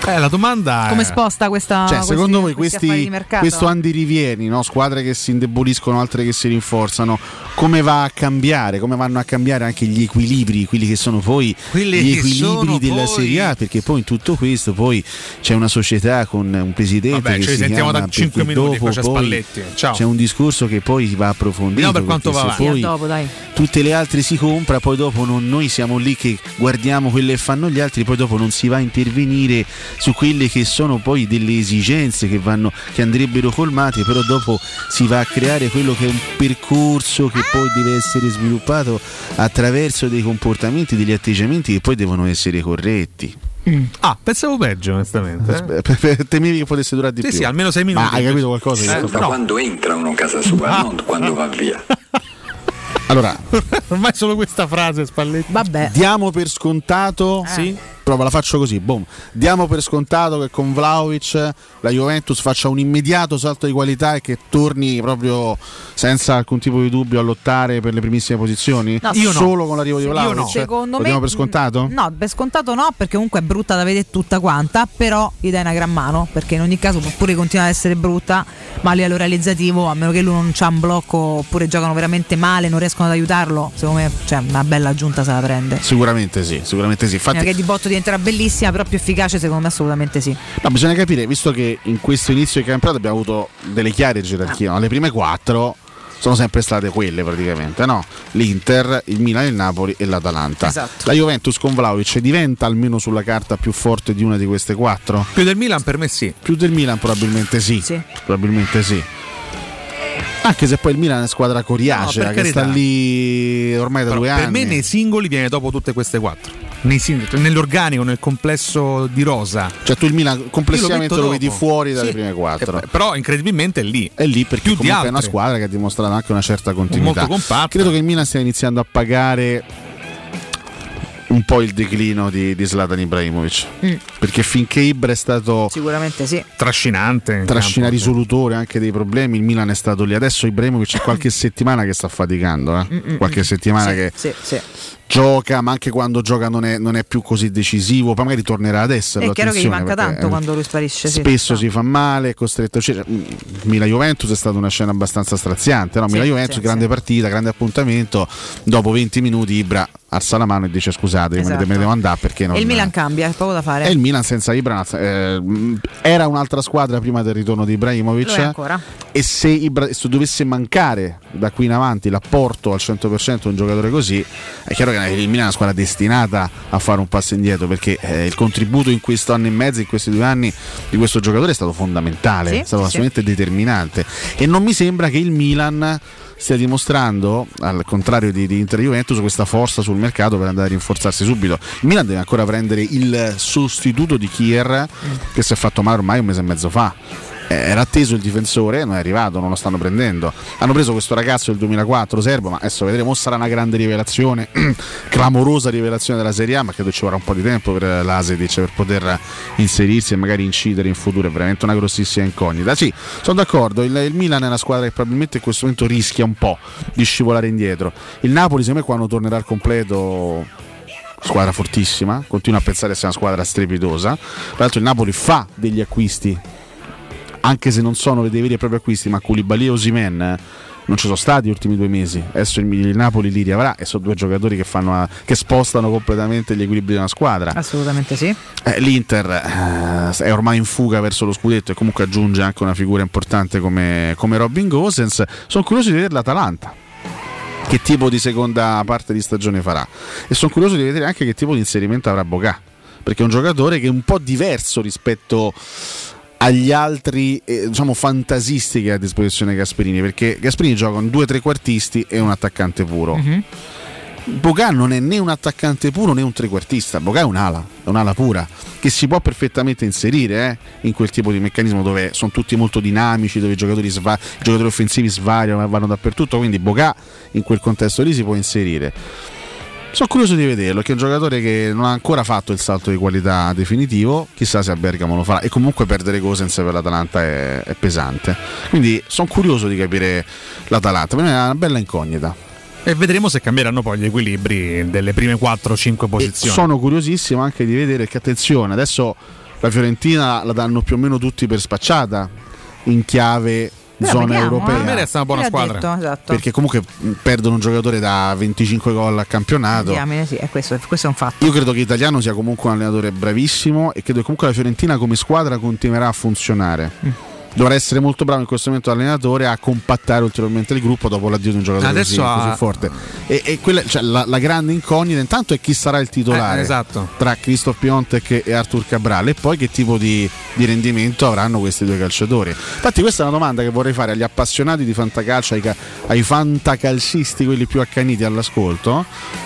Speaker 16: Eh, la domanda è...
Speaker 13: come sposta questa
Speaker 12: Cioè,
Speaker 13: questi-
Speaker 12: secondo voi
Speaker 13: questi
Speaker 12: questi,
Speaker 13: affari di mercato?
Speaker 12: questo andirivieni, no? squadre che si indeboliscono, altre che si rinforzano, come va a cambiare? Come vanno a cambiare anche gli equilibri, quelli che sono poi
Speaker 16: Quelli
Speaker 12: gli
Speaker 16: che sono
Speaker 12: equilibri della
Speaker 16: poi-
Speaker 12: Serie A? Perché poi in tutto questo poi c'è una società con un presidente
Speaker 16: Vabbè,
Speaker 12: che
Speaker 16: ci
Speaker 12: si
Speaker 16: sentiamo
Speaker 12: chiama
Speaker 16: tra cinque
Speaker 12: perché
Speaker 16: minuti, poi c'è
Speaker 12: dopo poi
Speaker 16: Spalletti. Ciao.
Speaker 12: C'è un discorso che poi va approfondito.
Speaker 16: Vediamo per quanto
Speaker 12: perché
Speaker 16: va
Speaker 12: se
Speaker 16: avanti.
Speaker 12: poi
Speaker 16: Sì, a dopo, dai.
Speaker 12: Tutte le altre si compra, poi dopo non- noi siamo lì che guardiamo quelle che fanno gli altri, poi dopo non si va a intervenire su quelle che sono poi delle esigenze che, vanno, che andrebbero colmate, però dopo si va a creare quello che è un percorso che poi deve essere sviluppato attraverso dei comportamenti, degli atteggiamenti che poi devono essere corretti.
Speaker 16: Ah, pensavo peggio, onestamente. eh.
Speaker 12: Temevi che potesse durare di
Speaker 16: Sì,
Speaker 12: più.
Speaker 16: sì, almeno sei minuti. Eh,
Speaker 12: Ma hai capito qualcosa? di
Speaker 8: Salta
Speaker 12: questo fatto?
Speaker 8: quando entra uno a casa sua,
Speaker 16: Ah.
Speaker 8: non quando va via.
Speaker 12: Allora,
Speaker 16: [LAUGHS] Ormai solo questa frase, Spalletti.
Speaker 13: Vabbè. Ah.
Speaker 12: diamo per scontato. Sì. Prova, la faccio così, boom. Diamo per scontato che con Vlaovic la Juventus faccia un immediato salto di qualità e che torni proprio senza alcun tipo di dubbio a lottare per le primissime posizioni?
Speaker 13: No, io no.
Speaker 12: Solo con l'arrivo di
Speaker 13: Io
Speaker 12: Vlaovic?
Speaker 13: no. Secondo
Speaker 12: Lo
Speaker 13: me-
Speaker 12: diamo per scontato?
Speaker 13: No, per scontato no, perché comunque è brutta da vedere tutta quanta, però gli dai una gran mano, perché in ogni caso può pure continuare ad essere brutta, ma a livello realizzativo, a meno che lui non c'ha un blocco oppure giocano veramente male, non riescono ad aiutarlo, secondo me cioè, una bella aggiunta se la prende.
Speaker 12: Sicuramente sì, sicuramente sì. Infatti,
Speaker 13: Che di botto diventerà bellissima, però più efficace secondo me assolutamente sì.
Speaker 12: No, bisogna capire, visto che in questo inizio di campionato abbiamo avuto delle chiare gerarchie, no? le prime quattro sono sempre state quelle praticamente, no? l'Inter, il Milan, il Napoli e l'Atalanta.
Speaker 16: Esatto.
Speaker 12: La Juventus con Vlaovic diventa almeno sulla carta più forte di una di queste quattro?
Speaker 16: Più del Milan per me sì.
Speaker 12: Più del Milan probabilmente sì, probabilmente sì. Anche se poi il Milan è squadra coriacea,
Speaker 16: No, per
Speaker 12: che sta
Speaker 16: carità.
Speaker 12: lì ormai da
Speaker 16: Però
Speaker 12: due
Speaker 16: per
Speaker 12: anni.
Speaker 16: me nei singoli viene dopo tutte queste quattro. Nei singoli, cioè nell'organico, nel complesso di rosa.
Speaker 12: Cioè tu il Milan complessivamente lo vedi fuori dalle prime quattro.
Speaker 16: Eh, Però incredibilmente è lì.
Speaker 12: È lì perché
Speaker 16: Più di
Speaker 12: comunque è una
Speaker 16: altre.
Speaker 12: squadra che ha dimostrato anche una certa continuità.
Speaker 16: Molto compatta.
Speaker 12: Credo che il Milan stia iniziando a pagare un po' il declino di, di Zlatan Ibrahimovic.
Speaker 13: Mm.
Speaker 12: Perché finché Ibra è stato
Speaker 13: Sicuramente sì.
Speaker 16: Trascinante.
Speaker 12: trascina risolutore anche dei problemi, il Milan è stato lì. Adesso Ibrahimovic è
Speaker 13: [COUGHS]
Speaker 12: qualche settimana che sta faticando, eh?
Speaker 13: Mm, mm,
Speaker 12: qualche
Speaker 13: mm.
Speaker 12: settimana
Speaker 13: Sì,
Speaker 12: che
Speaker 13: sì, sì.
Speaker 12: gioca, ma anche quando gioca non è, non è più così decisivo. Poi magari tornerà ad esserlo.
Speaker 13: È chiaro che gli
Speaker 12: attenzione,
Speaker 13: manca
Speaker 12: perché
Speaker 13: tanto
Speaker 12: è-
Speaker 13: quando lui sparisce. sì.
Speaker 12: spesso si fa male, è costretto a uscire. Mm, Milan-Juventus è stata una scena abbastanza straziante. No?
Speaker 13: Sì,
Speaker 12: Milan-Juventus,
Speaker 13: sì,
Speaker 12: grande partita, grande appuntamento. Dopo 20 minuti Ibra alza la mano e dice scusate, me ne-
Speaker 13: Esatto.
Speaker 12: me ne devo andare perché non...
Speaker 13: E il Milan cambia, è poco da fare.
Speaker 12: E il Milan senza Ibra eh, mm, era un'altra squadra prima del ritorno di Ibrahimovic
Speaker 13: Lo è ancora.
Speaker 12: e se, Ibra- se dovesse mancare da qui in avanti l'apporto al 100% un giocatore così è chiaro che il Milan è una squadra destinata a fare un passo indietro perché eh, il contributo in questo anno e mezzo in questi due anni di questo giocatore è stato fondamentale
Speaker 31: Sì,
Speaker 12: è stato
Speaker 31: sì,
Speaker 12: assolutamente determinante e non mi sembra che il Milan stia dimostrando al contrario di, di Inter e Juventus questa forza sul mercato per andare a rinforzarsi subito il Milan deve ancora prendere il sostituto di Kier che si è fatto male ormai un mese e mezzo fa eh, era atteso il difensore, non è arrivato, non lo stanno prendendo. Hanno preso questo ragazzo del 2004, serbo, ma adesso vedremo, o sarà una grande rivelazione, [CLEARS THROAT] clamorosa rivelazione della Serie A, ma credo ci vorrà un po' di tempo per eh, l'Asedic per poter eh, inserirsi e magari incidere in futuro, è veramente una grossissima incognita. Sì, sono d'accordo, il, il Milan è una squadra che probabilmente in questo momento rischia un po' di scivolare indietro. Il Napoli, secondo me, quando tornerà al completo squadra fortissima, continuo a pensare sia una squadra strepitosa. Tra l'altro il Napoli fa degli acquisti, anche se non sono dei veri e propri acquisti, ma Koulibaly e Osimen non ci sono stati gli ultimi due mesi. Adesso il, il Napoli li riavrà e sono due giocatori che, fanno una- che spostano completamente gli equilibri di una squadra.
Speaker 13: Assolutamente sì.
Speaker 12: Eh, L'Inter eh, è ormai in fuga verso lo scudetto e comunque aggiunge anche una figura importante come, come Robin Gosens. Sono curioso di vedere l'Atalanta. Che tipo di seconda parte di stagione farà? E sono curioso di vedere anche che tipo di inserimento avrà Bocà. Perché è un giocatore che è un po' diverso rispetto agli altri eh, diciamo fantasisti che ha a disposizione Gasperini. Perché Gasperini gioca con due trequartisti e un attaccante puro. Bogà non è né un attaccante puro né un trequartista, Bogà è un'ala, è un'ala pura, che si può perfettamente inserire eh, in quel tipo di meccanismo dove sono tutti molto dinamici, dove i giocatori, sva- i giocatori offensivi svariano e vanno dappertutto, quindi Bogà in quel contesto lì si può inserire. Sono curioso di vederlo, che è un giocatore che non ha ancora fatto il salto di qualità definitivo, chissà se a Bergamo lo farà e comunque perdere Gosens per l'Atalanta è, è pesante. Quindi sono curioso di capire l'Atalanta, per me è una bella incognita.
Speaker 16: E vedremo se cambieranno poi gli equilibri delle prime
Speaker 12: Eh,
Speaker 16: 4-5 posizioni.
Speaker 12: Sono curiosissimo anche di vedere che attenzione, adesso la Fiorentina la danno più o meno tutti per spacciata in chiave
Speaker 16: Però
Speaker 12: zona
Speaker 16: vediamo, eh.
Speaker 12: europea.
Speaker 16: Per me resta una buona Chi l'ha squadra. detto? Esatto.
Speaker 12: Perché comunque mh, perdono un giocatore da 25 gol al campionato.
Speaker 13: Diamine, sì, è questo, questo è un fatto.
Speaker 12: Io credo che Italiano sia
Speaker 13: Mm.
Speaker 12: comunque un allenatore bravissimo e credo che comunque la Fiorentina come squadra continuerà a funzionare. dovrà essere molto bravo in questo momento l'allenatore a compattare ulteriormente il gruppo dopo l'addio di un giocatore
Speaker 16: Adesso
Speaker 12: così,
Speaker 16: ha-
Speaker 12: così forte. E, e quella- cioè, la, la grande incognita intanto è chi sarà il titolare
Speaker 16: Eh, esatto.
Speaker 12: tra Christoph Piontek e Artur Cabral e poi che tipo di, di rendimento avranno questi due calciatori. Infatti questa è una domanda che vorrei fare agli appassionati di fantacalcio, ai, ca- ai fantacalcisti, quelli più accaniti all'ascolto,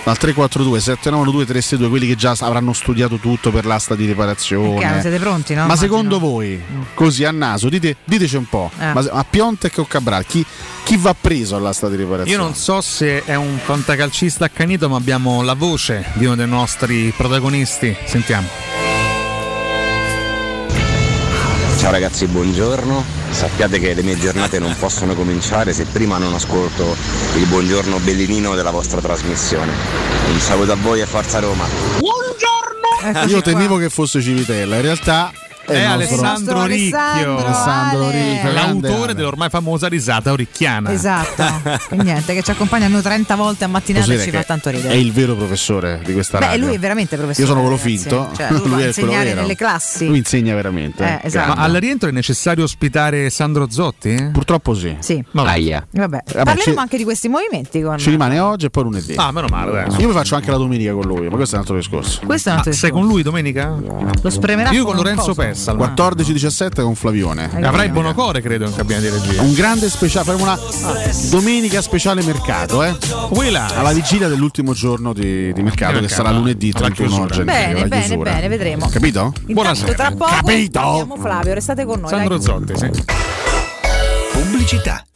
Speaker 12: al 342 792 362, quelli che già s- avranno studiato tutto per l'asta di riparazione.
Speaker 13: Chiaro, Eh, siete pronti, no?
Speaker 12: Ma
Speaker 13: Immagino.
Speaker 12: secondo voi, così a naso, dite- diteci un po',
Speaker 16: Eh.
Speaker 12: ma se- a Piontek o Cabral, chi, chi va preso all'asta di riparazione?
Speaker 16: Io non so se è un fantacalcista accanito, ma abbiamo la voce di uno dei nostri protagonisti. Sentiamo.
Speaker 41: Ciao ragazzi, buongiorno. Sappiate che le mie giornate non possono cominciare se prima non ascolto il buongiorno bellinino della vostra trasmissione. Un saluto a voi e Forza Roma.
Speaker 13: Buongiorno!
Speaker 12: Io temevo che fosse Civitella, in
Speaker 26: Ah.
Speaker 12: realtà è,
Speaker 16: È
Speaker 12: il nostro-
Speaker 16: Alessandro Ricchio,
Speaker 12: Eh, Alessandro Ricchio, grande
Speaker 16: l'autore
Speaker 12: Ale.
Speaker 16: dell'ormai famosa risata oricchiana. [LAUGHS]
Speaker 13: Esatto. E niente, che ci accompagnano 30 volte a mattinata
Speaker 12: Posso
Speaker 13: e
Speaker 12: dire
Speaker 13: ci
Speaker 12: che
Speaker 13: fa tanto ridere.
Speaker 12: È il vero professore di questa
Speaker 13: Beh,
Speaker 12: radio.
Speaker 13: lui è veramente professore.
Speaker 12: Io sono quello
Speaker 13: ragazzi,
Speaker 12: finto, [LAUGHS]
Speaker 13: eh. Cioè, lui,
Speaker 12: lui
Speaker 13: va
Speaker 12: è
Speaker 13: a
Speaker 12: quello
Speaker 13: insegnare
Speaker 12: vero.
Speaker 13: nelle classi.
Speaker 12: Lui insegna veramente.
Speaker 13: Eh, esatto.
Speaker 16: Ma al rientro è necessario ospitare Sandro Zotti?
Speaker 12: Purtroppo sì.
Speaker 13: Sì. Vabbè.
Speaker 12: Vabbè,
Speaker 13: Parleremo
Speaker 12: ci-
Speaker 13: anche di questi movimenti con...
Speaker 12: Ci rimane oggi e poi lunedì.
Speaker 16: Ah, meno male, dai.
Speaker 12: Io mi faccio anche la domenica con lui, ma questo è un altro discorso. Ah.
Speaker 13: Questo è un altro
Speaker 16: sei con lui domenica?
Speaker 13: Lo spremerà
Speaker 16: Io
Speaker 13: con
Speaker 16: con
Speaker 13: un
Speaker 16: Lorenzo
Speaker 13: coso.
Speaker 16: Pessa. al
Speaker 12: 14-17 con Flavione.
Speaker 16: massimo. Avrai Bonocore, credo, in cabina di regia.
Speaker 12: Un grande speciale, faremo una domenica speciale mercato, eh?
Speaker 16: Quella.
Speaker 12: Alla vigilia dell'ultimo giorno di, di mercato,
Speaker 16: Di
Speaker 12: che
Speaker 16: mercato.
Speaker 12: sarà lunedì
Speaker 16: Alla
Speaker 12: 31
Speaker 16: chiusura.
Speaker 12: gennaio.
Speaker 13: Bene,
Speaker 12: alla
Speaker 13: bene,
Speaker 12: chiusura.
Speaker 13: bene, vedremo.
Speaker 12: Capito?
Speaker 13: Intanto tra poco
Speaker 12: Capito?
Speaker 13: abbiamo Flavio, restate con noi.
Speaker 16: Sandro
Speaker 13: dai.
Speaker 16: Zotti, sì.
Speaker 3: Pubblicità.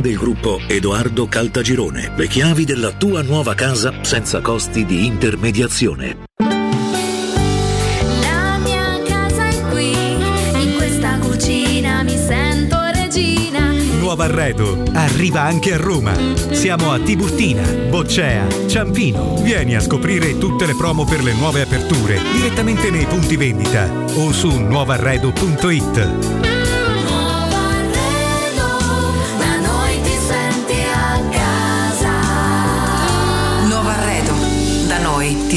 Speaker 3: del gruppo Edoardo Caltagirone. Le chiavi della tua nuova casa senza costi di intermediazione.
Speaker 4: La mia casa è qui, in questa cucina mi sento regina.
Speaker 2: Nuovo Arredo arriva anche a Roma. Siamo a Tiburtina, Boccea, Ciampino. Vieni a scoprire tutte le promo per le nuove aperture direttamente nei punti vendita o su nuovarredo.it.
Speaker 4: Nuovo arredo, da noi ti senti a casa.
Speaker 22: Nuovo arredo. Da noi ti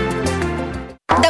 Speaker 24: Da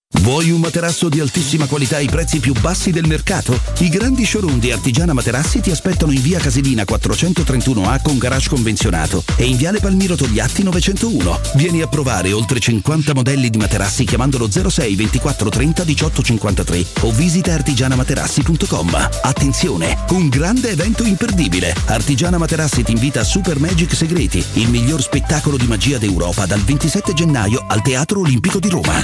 Speaker 21: Vuoi un materasso di altissima qualità ai prezzi più bassi del mercato? I grandi showroom di Artigiana Materassi ti aspettano in via Casilina 431A con garage convenzionato e in viale Palmiro Togliatti 901. Vieni a provare oltre 50 modelli di materassi chiamandolo 06 24 30 18 53 o visita artigianamaterassi.com. Attenzione, un grande evento imperdibile. Artigiana Materassi ti invita a Super Magic Segreti, il miglior spettacolo di magia d'Europa dal 27 gennaio al Teatro Olimpico di Roma.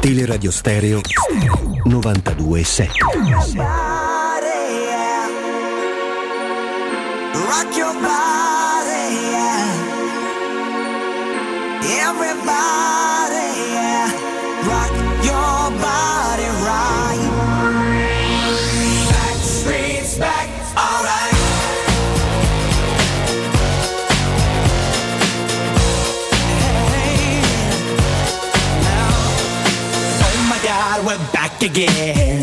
Speaker 3: Teleradio Stereo 92.7
Speaker 4: Rock your body, yeah. Everybody, yeah. Rock your body right. Back streets back, alright. Hey, now. Oh my God, we're back again.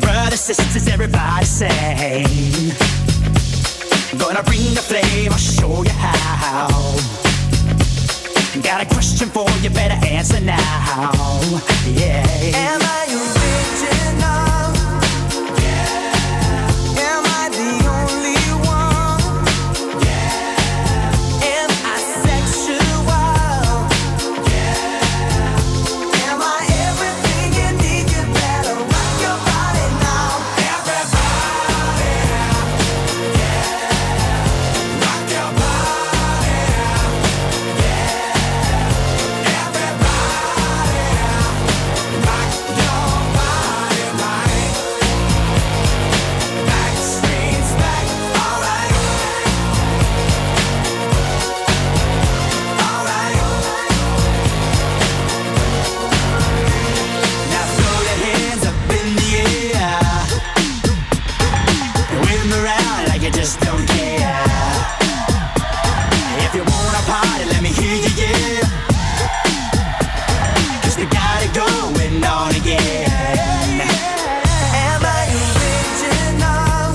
Speaker 4: Brothers, sisters, everybody sing. Gonna bring the flame, I'll show you how. Got a question for you, better answer now. Yeah. Am I original? Yeah. Am I the only one? Yeah. Am I sexual? Yeah. Am I everything you need? You better rock your body now, everybody. Just don't care. If you wanna party, let me hear you, yeah. Cause we got it going on again. Am I original?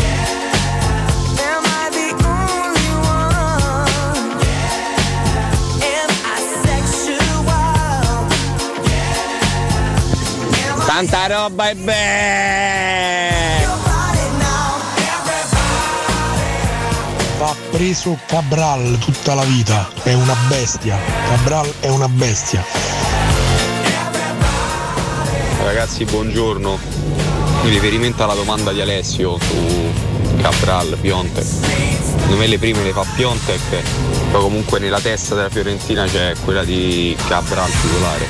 Speaker 4: Yeah. Am I the only one? Yeah. Am I sexual?
Speaker 6: Tanta roba e beh!
Speaker 42: Va preso Cabral tutta la vita, è una bestia. Cabral è una bestia.
Speaker 31: Ragazzi, buongiorno. In riferimento alla domanda di Alessio su Cabral, Piontek, secondo me le prime le fa Piontek, poi comunque nella testa della Fiorentina c'è quella di Cabral titolare,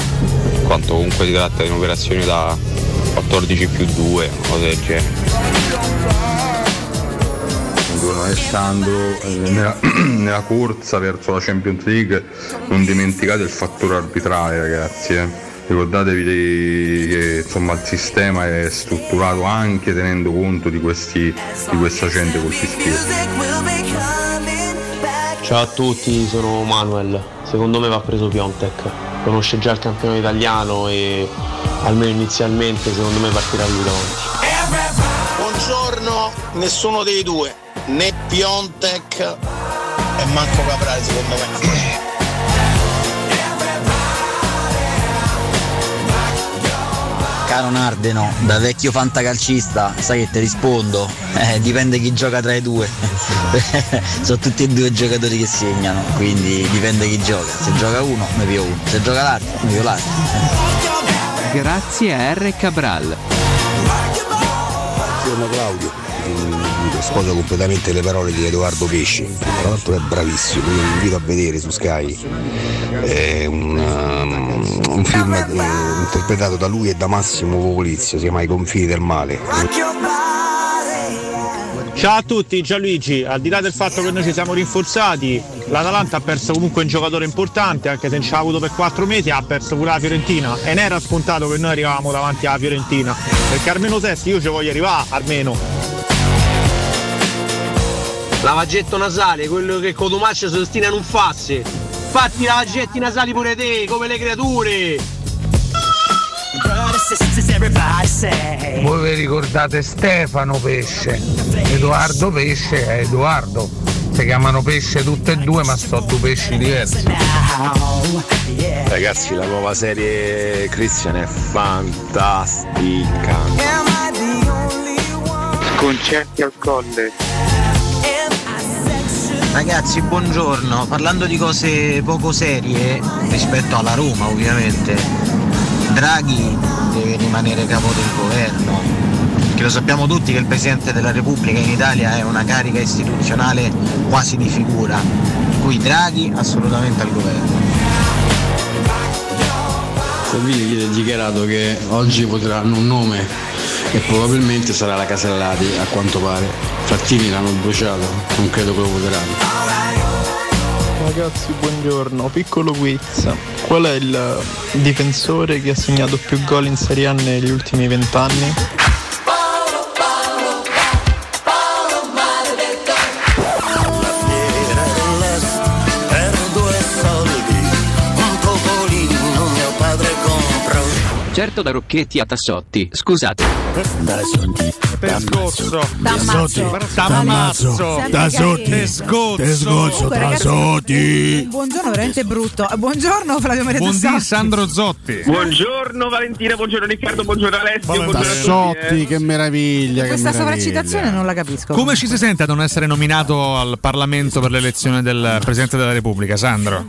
Speaker 31: in quanto comunque si tratta di un'operazione da 14 più 2, cose del genere.
Speaker 26: Buongiorno Alessandro, Eh, nella, [CLEARS THROAT] nella corsa verso la Champions League non dimenticate il fattore arbitrale ragazzi, eh. ricordatevi dei- che insomma, il sistema è strutturato anche tenendo conto di, questi, di questa gente col fischio.
Speaker 16: Ciao a tutti, sono Manuel. Secondo me va preso Piontek. Conosce già il campionato italiano e almeno inizialmente secondo me partirà lui davanti.
Speaker 19: Buongiorno, nessuno dei due, né Piontek e manco Caprari secondo me.
Speaker 27: Caro Nardeno, da vecchio fantacalcista, sai che ti rispondo, eh, dipende chi gioca tra i due. [LAUGHS] Sono tutti e due giocatori che segnano, quindi dipende chi gioca. Se gioca uno, mi pio uno. Se gioca l'altro, mi pio l'altro.
Speaker 43: Grazie a R. Cabral.
Speaker 5: Buongiorno Claudio, Mm, sposo completamente le parole di Edoardo Pesci, tra l'altro è bravissimo, io vi invito a vedere su Sky, è un, um, un film eh, interpretato da lui e da Massimo Popolizio, si chiama I confini del male.
Speaker 44: Ciao a tutti, Gianluigi. Al di là del fatto che noi ci siamo rinforzati, l'Atalanta ha perso comunque un giocatore importante, anche se non ce l'ha avuto per 4 mesi, ha perso pure la Fiorentina. E non era scontato che noi arrivavamo davanti alla Fiorentina. Perché almeno Sesti io ci voglio arrivare, almeno.
Speaker 5: Lavaggetto nasale, quello che Cotumaccio sostiene non fasse. Fatti lavaggetti nasali pure te, come le creature.
Speaker 8: Eh.
Speaker 10: Brothers, sisters, everybody say.
Speaker 8: Voi vi ricordate Stefano Pesce? Edoardo Pesce è Edoardo. Si chiamano pesce tutte e due, ma sono due pesci diversi.
Speaker 45: Ragazzi, la nuova serie Eh, Christian è fantastica.
Speaker 31: Concerti al colle.
Speaker 27: Ragazzi, buongiorno. Parlando di cose poco serie, rispetto alla Roma ovviamente, Draghi deve rimanere capo del governo, che lo sappiamo tutti che il Presidente della Repubblica in Italia è una carica istituzionale quasi di figura, per cui Draghi assolutamente al governo.
Speaker 4: Salvini chiede di dichiarato che oggi voteranno un nome e probabilmente sarà la Casellati a quanto pare. Frattini l'hanno bruciato, non credo che lo voteranno.
Speaker 12: Ragazzi, buongiorno. Piccolo quiz. Qual è il difensore che ha segnato più gol in Serie A negli ultimi vent'anni?
Speaker 22: Certo da Rocchetti a Tassotti, scusate.
Speaker 16: Pescozzo.
Speaker 22: T'ammazzo.
Speaker 16: T'ammazzo.
Speaker 13: Sempre
Speaker 16: Tassotti.
Speaker 13: carino.
Speaker 16: Pescozzo.
Speaker 13: Comunque, ragazzi, Buongiorno, veramente brutto. Eh, Buongiorno Flavio Maria
Speaker 16: Eh. Buondì
Speaker 13: Tassotti.
Speaker 16: Sandro Zotti.
Speaker 31: Buongiorno Valentina, buongiorno Riccardo, buongiorno Alessio, buongiorno a tutti. eh.
Speaker 12: Tassotti, che meraviglia.
Speaker 13: Questa
Speaker 16: meraviglia.
Speaker 13: sovracitazione non la capisco.
Speaker 16: Come ci si sente a non essere nominato al Parlamento per l'elezione del Presidente della Repubblica, Sandro?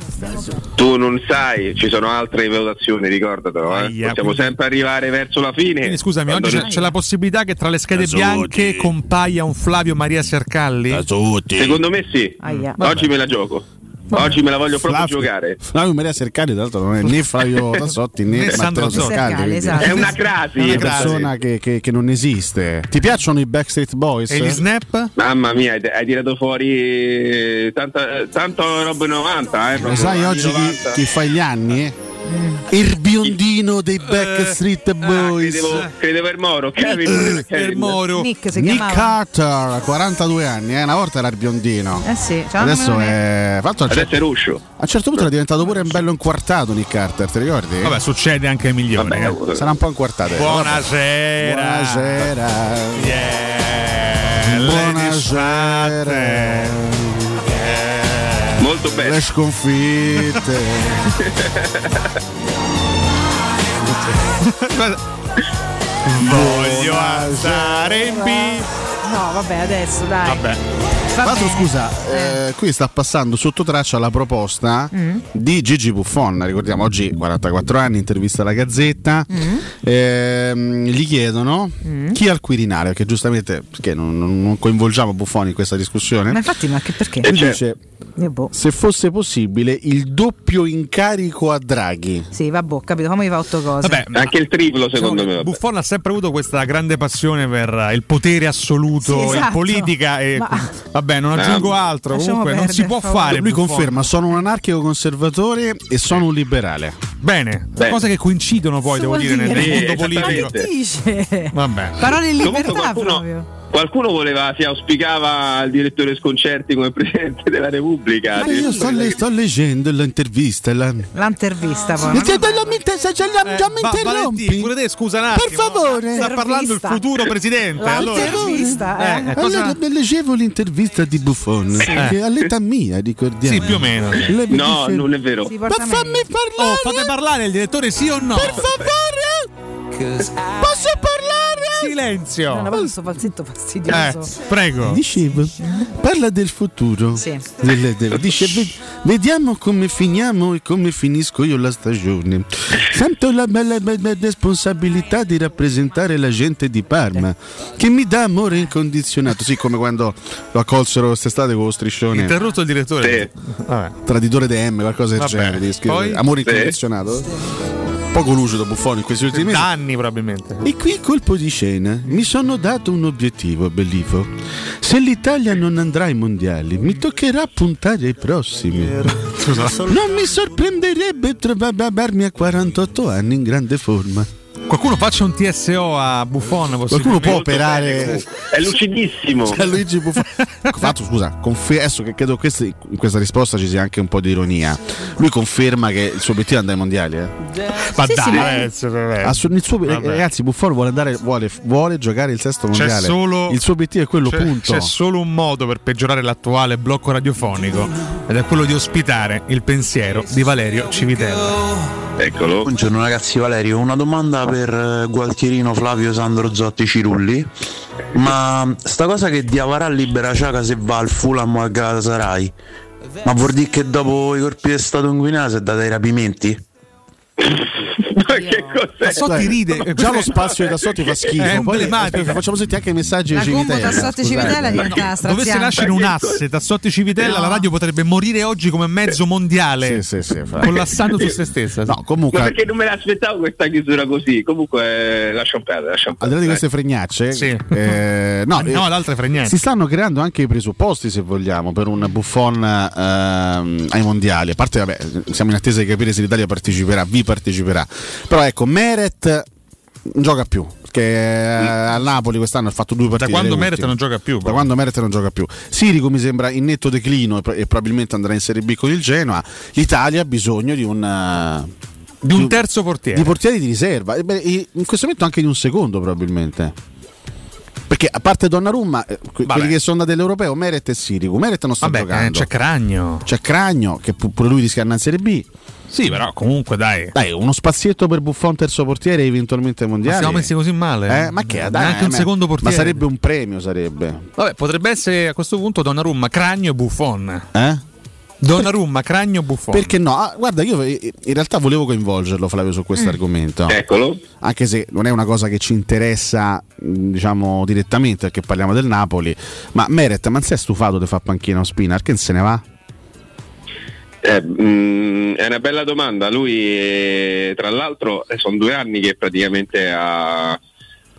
Speaker 31: Tu non sai, ci sono altre valutazioni, ricordatelo. Eh.
Speaker 16: Aia,
Speaker 31: Possiamo
Speaker 16: quindi-
Speaker 31: sempre arrivare verso la fine.
Speaker 16: Quindi scusami,
Speaker 31: Quando
Speaker 16: oggi c'è,
Speaker 31: noi-
Speaker 16: c'è la possibilità che tra le schede
Speaker 31: Tassotti.
Speaker 16: bianche compaia un Flavio Maria Sercalli? [LAUGHS]
Speaker 31: Secondo me sì.
Speaker 13: Aia.
Speaker 31: Oggi me la gioco. Oggi me la voglio proprio
Speaker 12: Flavio-
Speaker 31: giocare.
Speaker 12: Flavio Maria Sercari, tra l'altro, non è né Flavio Tassotti né,
Speaker 31: Né Sandro
Speaker 12: Matteo
Speaker 31: Zotti.
Speaker 12: Sercari.
Speaker 31: Sercali,
Speaker 12: quindi
Speaker 31: esatto. È una crasi,
Speaker 12: È
Speaker 31: è
Speaker 12: una
Speaker 31: crasi.
Speaker 12: persona che, che- che non esiste. Ti piacciono i Backstreet Boys?
Speaker 16: snap?
Speaker 31: Mamma mia, hai, hai tirato fuori tanta, tanto roba 90, eh.
Speaker 12: Lo
Speaker 31: proprio
Speaker 12: sai
Speaker 31: anni
Speaker 12: oggi chi,
Speaker 31: 90.
Speaker 12: chi fa gli anni? Il biondino dei
Speaker 16: Eh.
Speaker 31: Eh.
Speaker 12: Backstreet Boys.
Speaker 31: Ah, Credevo, credevo il Moro,
Speaker 16: Eh,
Speaker 31: Kevin. Kevin.
Speaker 13: Nick si
Speaker 12: Nick
Speaker 13: chiamava.
Speaker 12: Carter, 42 anni, eh, una volta era il biondino.
Speaker 13: Eh sì, c'ha una
Speaker 12: Adesso
Speaker 13: melone-
Speaker 12: è. fatto a un
Speaker 31: Adesso
Speaker 12: certo-
Speaker 31: è Ruscio.
Speaker 12: A un certo punto era diventato pure un bello inquartato Nick Carter, ti ricordi?
Speaker 16: Vabbè, succede anche ai milioni. eh.
Speaker 12: Sarà un po' inquartato. eh.
Speaker 16: Buonasera.
Speaker 12: Buonasera.
Speaker 16: Yeah.
Speaker 12: Buonasera.
Speaker 31: Molto bene. [LAUGHS]
Speaker 12: Le sconfitte.
Speaker 16: Voglio andare in B.
Speaker 13: No, vabbè, adesso dai.
Speaker 16: Vabbè.
Speaker 12: Tra l'altro, sotto scusa, eh, qui sta passando sotto traccia la proposta
Speaker 13: Mm.
Speaker 12: di Gigi Buffon. Ricordiamo, oggi 44 anni, intervista alla Gazzetta.
Speaker 13: Mm.
Speaker 12: Ehm, gli chiedono chi al Quirinale, perché giustamente perché non, non- non coinvolgiamo Buffon in questa discussione.
Speaker 13: Ma infatti, ma che perché?
Speaker 12: Lui
Speaker 16: cioè,
Speaker 12: dice,
Speaker 13: Eh, boh.
Speaker 12: se fosse possibile, il doppio incarico a Draghi.
Speaker 13: Sì, va boh, capito, come gli fa otto cose.
Speaker 16: Vabbè, ma-
Speaker 31: Anche il triplo,
Speaker 16: Diciamo
Speaker 31: secondo
Speaker 16: che
Speaker 31: me. vabbè.
Speaker 16: Buffon ha sempre avuto questa grande passione per eh, il potere assoluto
Speaker 12: Sì, esatto.
Speaker 16: in politica e
Speaker 12: Ma-
Speaker 16: vabbè, non aggiungo altro, comunque non si può fare.
Speaker 12: Lui
Speaker 16: Buffon.
Speaker 12: conferma: sono un anarchico conservatore e sono un liberale.
Speaker 16: Bene, cose che coincidono poi, devo dire, nel
Speaker 12: dire.
Speaker 16: mondo
Speaker 12: Sì,
Speaker 16: politico.
Speaker 13: Dice.
Speaker 16: Vabbè.
Speaker 13: Parole in
Speaker 31: Comunque
Speaker 13: libertà
Speaker 31: qualcuno-
Speaker 13: proprio.
Speaker 31: Qualcuno voleva, si auspicava il direttore Sconcerti come [LAUGHS] presidente della Repubblica.
Speaker 12: Ma io sto, le- sto leggendo l'intervista. La... Ah,
Speaker 13: L'intervista poi.
Speaker 12: Ma se non mi inter- se- se- già mi
Speaker 16: Va-
Speaker 12: interrompi.
Speaker 16: Valentino, pure te, scusa un
Speaker 12: Per
Speaker 16: attimo.
Speaker 12: favore.
Speaker 16: Sta parlando il futuro presidente. Allora.
Speaker 13: L'intervista,
Speaker 16: Eh,
Speaker 12: Eh,
Speaker 16: cosa-
Speaker 12: allora, mi leggevo l'intervista di Buffon
Speaker 16: Sì.
Speaker 12: che all'età mia ricordiamo
Speaker 16: Sì, più o meno.
Speaker 12: Lei mi
Speaker 16: No,
Speaker 12: dice-
Speaker 16: non è vero.
Speaker 12: ma fammi parlare
Speaker 16: Oh, fate parlare il direttore, sì o no?
Speaker 12: per favore posso parlare
Speaker 16: silenzio
Speaker 13: No, ma questo falsetto fastidioso.
Speaker 16: Eh, prego
Speaker 12: dicevo parla del futuro
Speaker 13: Sì.
Speaker 12: Del- del- dice "Ved- vediamo come finiamo e come finisco io la stagione sento la bella bella responsabilità di rappresentare la gente di Parma che mi dà amore incondizionato sì come quando lo accolsero quest'estate con lo striscione
Speaker 16: Interrotto il direttore. Vabbè.
Speaker 12: Traditore DM, qualcosa del
Speaker 16: Vabbè,
Speaker 12: genere. di Cioè, scrivere.
Speaker 16: poi?
Speaker 12: Amore
Speaker 16: Sì.
Speaker 12: incondizionato. poco lucido Buffon in questi ultimi mesi.
Speaker 16: anni probabilmente.
Speaker 12: E qui colpo di scena, mi sono dato un obiettivo, Bellivo. Se l'Italia non andrà ai mondiali, mi toccherà puntare ai prossimi. Non mi sorprenderebbe trovarmi a 48 anni in grande forma.
Speaker 16: Qualcuno faccia un TSO a Buffon.
Speaker 12: Qualcuno può operare.
Speaker 31: È lucidissimo.
Speaker 12: Cioè, Luigi Buffon. [LAUGHS] Fatto, scusa, confe- adesso che credo queste- in questa risposta ci sia anche un po' di ironia. Lui conferma che il suo obiettivo è andare ai mondiali. Eh?
Speaker 16: Ma Sì, dai, sì, ma- eh, sì, vabbè.
Speaker 12: Assu- il suo- eh,
Speaker 16: Vabbè.
Speaker 12: ragazzi, Buffon vuole, andare, vuole, vuole giocare il sesto
Speaker 16: C'è
Speaker 12: mondiale.
Speaker 16: solo-
Speaker 12: il suo obiettivo è quello,
Speaker 16: c'è,
Speaker 12: punto.
Speaker 16: c'è solo un modo per peggiorare l'attuale blocco radiofonico ed è quello di ospitare il pensiero di Valerio Civitella.
Speaker 31: Eccolo.
Speaker 14: Buongiorno ragazzi, Valerio, una domanda per eh, Gualtierino Flavio Sandro Zotti Cirulli. Ma sta cosa che Diavarà libera Ciaca se va al Fulham o al Galatasaray, ma vuol dire che dopo i colpi di Stato in Guinea si è data ai rapimenti?
Speaker 16: Tassotti ride.
Speaker 12: Già lo spazio di Tassotti fa schifo.
Speaker 16: È
Speaker 12: Poi
Speaker 16: emblematico.
Speaker 12: facciamo sentire anche i messaggi di
Speaker 13: La combo
Speaker 12: Civitella.
Speaker 13: Tassotti
Speaker 12: Scusate.
Speaker 13: Civitella diventa
Speaker 16: Dovesse nascere
Speaker 13: straziante.
Speaker 16: un asse Tassotti Civitella, la radio potrebbe morire oggi come mezzo mondiale, collassando su se stessa.
Speaker 12: No, comunque.
Speaker 31: Ma perché non me l'aspettavo questa chiusura così? Comunque, eh, lasciamo perdere, lasciamo
Speaker 12: Al di là di
Speaker 31: perdere.
Speaker 12: queste fregnacce, eh, no,
Speaker 16: Ah, [LAUGHS] no, l'altra è fregnaccia.
Speaker 12: Si stanno creando anche i presupposti, se vogliamo, per un buffon ehm, ai mondiali. A parte, vabbè, siamo in attesa di capire se l'Italia parteciperà, vi parteciperà. Però ecco, Meret non gioca più. Perché eh, a Napoli quest'anno ha fatto due partite.
Speaker 16: quando
Speaker 12: le
Speaker 16: Meret
Speaker 12: ultime.
Speaker 16: non gioca più,
Speaker 12: Da quando Meret non gioca più. Sirico mi sembra in netto declino e, pro- e probabilmente andrà in Serie B con il Genoa. L'Italia ha bisogno di un. eh,
Speaker 16: Di un terzo portiere.
Speaker 12: di portieri di riserva, E beh, e in questo momento anche di un secondo probabilmente. Perché a parte Donnarumma, eh, que- quelli che sono andati all'Europeo, Meret e Sirigu, Meret non sta
Speaker 16: Vabbè,
Speaker 12: giocando.
Speaker 16: eh, c'è Cragno.
Speaker 12: C'è Cragno, che pu- pure lui di in Serie B.
Speaker 16: Sì, però comunque dai.
Speaker 12: Dai, uno spazietto per Buffon terzo portiere eventualmente mondiale.
Speaker 16: siamo messi così male?
Speaker 12: Eh, ma che dai,
Speaker 16: Neanche un
Speaker 12: ma-
Speaker 16: secondo portiere.
Speaker 12: Ma sarebbe un premio, sarebbe.
Speaker 16: Vabbè, potrebbe essere a questo punto Donnarumma, Cragno e
Speaker 12: [LAUGHS]
Speaker 16: Buffon.
Speaker 12: Eh?
Speaker 16: Donnarumma, Cragno e Buffon.
Speaker 12: Perché no? Ah, guarda, io eh, in realtà volevo coinvolgerlo, Flavio, su questo
Speaker 16: Mm.
Speaker 12: argomento.
Speaker 31: Eccolo.
Speaker 12: Anche se non è una cosa che ci interessa, mh, diciamo, direttamente, perché parliamo del Napoli. Ma Meret, ma non sei stufato di far panchina o spina? Perché non se ne va?
Speaker 31: Eh, mm, è una bella domanda. Lui, eh, tra l'altro, eh, sono due anni che praticamente ha-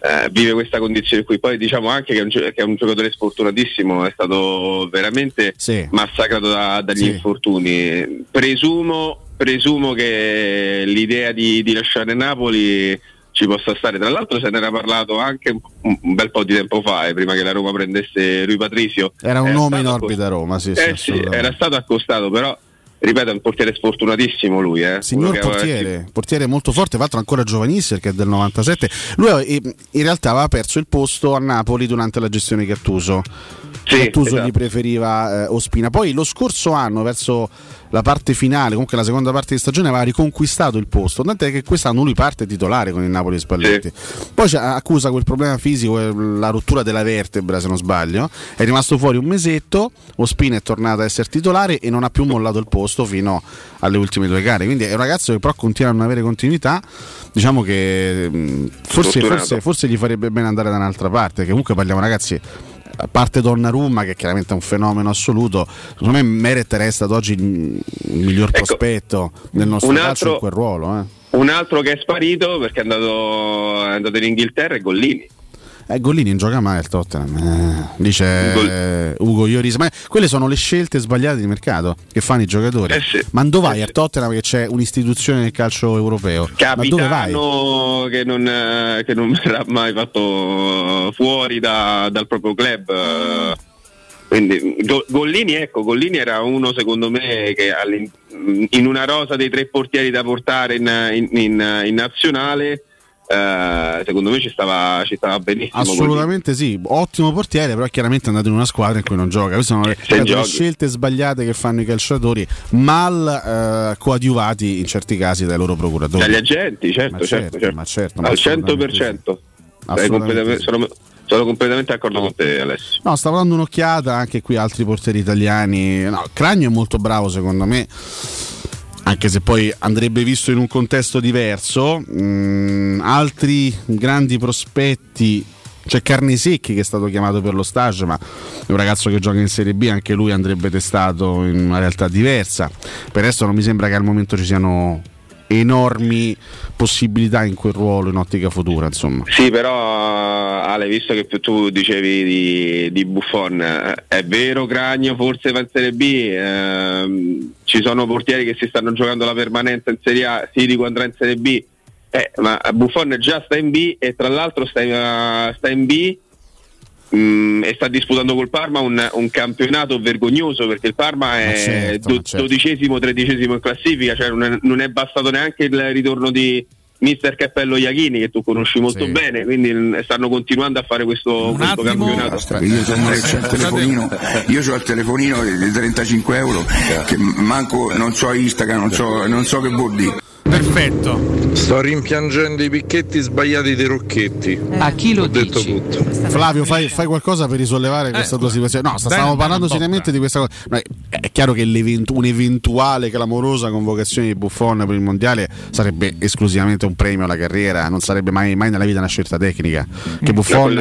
Speaker 31: eh, vive questa condizione qui. Poi diciamo anche che è un, gio- che è un giocatore sfortunatissimo, è stato veramente massacrato da- dagli infortuni. Presumo, presumo che l'idea di, di lasciare Napoli ci possa stare. Tra l'altro se ne era parlato anche un- un bel po' di tempo fa, eh, prima che la Roma prendesse Rui Patrizio.
Speaker 12: Era un
Speaker 31: Eh,
Speaker 12: nome in
Speaker 31: stato
Speaker 12: orbita a Roma, sì, sì,
Speaker 31: eh sì,
Speaker 12: assolutamente.
Speaker 31: era stato accostato, però ripeto, è un portiere sfortunatissimo lui. Eh.
Speaker 12: Signor
Speaker 31: Quello che aveva-
Speaker 12: portiere, portiere molto forte, tra l'altro ancora giovanissimo perché è del 97. Lui eh, in realtà aveva perso il posto a Napoli durante la gestione Gattuso. Gattuso
Speaker 31: esatto.
Speaker 12: gli preferiva eh, Ospina. Poi lo scorso anno, verso la parte finale, comunque la seconda parte di stagione, aveva riconquistato il posto. Tant'è che quest'anno lui parte titolare con il Napoli e Spalletti. Poi c'è- accusa quel problema fisico, eh, la rottura della vertebra, se non sbaglio. È rimasto fuori un mesetto. Ospina è tornato a essere titolare e non ha più mollato il posto fino alle ultime due gare. Quindi è un ragazzo che però continua a non avere continuità. Diciamo che mh, forse,
Speaker 31: Fortunato.
Speaker 12: forse- forse gli farebbe bene andare da un'altra parte. Che comunque parliamo, ragazzi. A parte Donnarumma, che chiaramente è un fenomeno assoluto, secondo me Meret resta ad oggi il miglior prospetto nel nostro
Speaker 31: Ecco, un altro-
Speaker 12: calcio in quel ruolo. Eh.
Speaker 31: Un altro che è sparito perché è andato, è andato in Inghilterra è Gollini.
Speaker 12: Eh, Gollini non gioca mai al Tottenham, eh, dice eh, Ugo Ioris. Ma quelle sono le scelte sbagliate di mercato che fanno i
Speaker 31: Eh,
Speaker 12: giocatori. Ma dove vai al Tottenham che c'è un'istituzione nel calcio europeo? Ma dove vai?
Speaker 31: Capitano che non, eh, che non [LAUGHS] verrà mai fatto fuori da- dal proprio club. eh. Quindi, Go- Gollini, ecco, Gollini era uno secondo me che all'in- in una rosa dei tre portieri da portare in, in- in- in nazionale, eh, secondo me ci stava, ci stava benissimo.
Speaker 12: Assolutamente sì, ottimo portiere, però chiaramente è andato in una squadra in cui non gioca. Queste sono le,
Speaker 31: Se
Speaker 12: le
Speaker 31: giochi.
Speaker 12: scelte sbagliate che fanno i calciatori, mal eh, coadiuvati in certi casi dai loro procuratori.
Speaker 31: Dagli agenti, certo,
Speaker 12: Ma
Speaker 31: certo,
Speaker 12: certo,
Speaker 31: certo.
Speaker 12: ma certo, ma
Speaker 31: al
Speaker 12: assolutamente
Speaker 31: 100%. Sei
Speaker 12: Assolutamente
Speaker 31: completamente- sono, sono completamente d'accordo con te, Alessio.
Speaker 12: No, stavo dando un'occhiata anche qui a altri portieri italiani. No, Cragno è molto bravo secondo me. Anche se poi andrebbe visto in un contesto diverso, Mm, altri grandi prospetti. C'è Carnesecchi che è stato chiamato per lo stage, ma è un ragazzo che gioca in Serie B, anche lui andrebbe testato in una realtà diversa. Per il resto non mi sembra che al momento ci siano enormi possibilità in quel ruolo in ottica futura, insomma.
Speaker 31: Sì, però Ale, visto che tu dicevi di, di Buffon, eh, è vero Cragno forse va in Serie B, ehm, ci sono portieri che si stanno giocando la permanenza in Serie A, Sirico andrà in Serie B, eh, ma Buffon già sta in B e tra l'altro sta in, sta in B mm, e sta disputando col Parma un, un campionato vergognoso perché il Parma è
Speaker 12: certo,
Speaker 31: do-
Speaker 12: ma certo.
Speaker 31: dodicesimo, tredicesimo in classifica, cioè non è, non è bastato neanche il ritorno di Mister Cappello Iachini che tu conosci molto bene, quindi mm, stanno continuando a fare questo, questo campionato.
Speaker 1: Io sono- c'ho il telefonino, io ho il telefonino di 35 euro, che manco, non so Instagram, non so, non so che vuol dire.
Speaker 16: Perfetto.
Speaker 15: Sto rimpiangendo i picchetti sbagliati dei Rocchetti.
Speaker 22: A chi
Speaker 1: lo
Speaker 15: Ho detto tutto.
Speaker 12: Flavio, fai, fai qualcosa per risollevare questa tua situazione. No, sta-
Speaker 16: Eh, Dai,
Speaker 12: stavamo
Speaker 16: dai,
Speaker 12: parlando
Speaker 16: un po',
Speaker 12: seriamente di questa cosa. No, è- è chiaro che l'event- un'eventuale clamorosa convocazione di Buffon per il mondiale sarebbe esclusivamente un premio alla carriera, non sarebbe mai, mai nella vita una scelta tecnica. Che
Speaker 16: Mm,
Speaker 12: Buffon,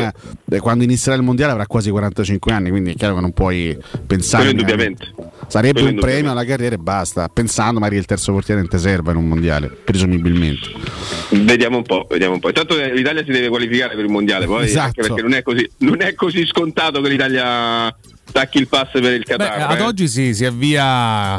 Speaker 12: eh, quando inizierà il mondiale, avrà quasi 45 anni, quindi è chiaro che non puoi pensare.
Speaker 31: Quello indubbiamente.
Speaker 12: Sarebbe
Speaker 31: Quello
Speaker 12: un premio alla carriera e basta, pensando magari che il terzo portiere non ti serva in un mondiale, presumibilmente.
Speaker 31: Vediamo un po', vediamo un po'. Intanto eh, l'Italia si deve qualificare per il mondiale, poi
Speaker 12: Esatto.
Speaker 31: anche perché non è, così, non è così scontato che l'Italia tacchi il pass per il
Speaker 16: Beh,
Speaker 31: Qatar.
Speaker 16: ad
Speaker 31: eh.
Speaker 16: oggi sì, si avvia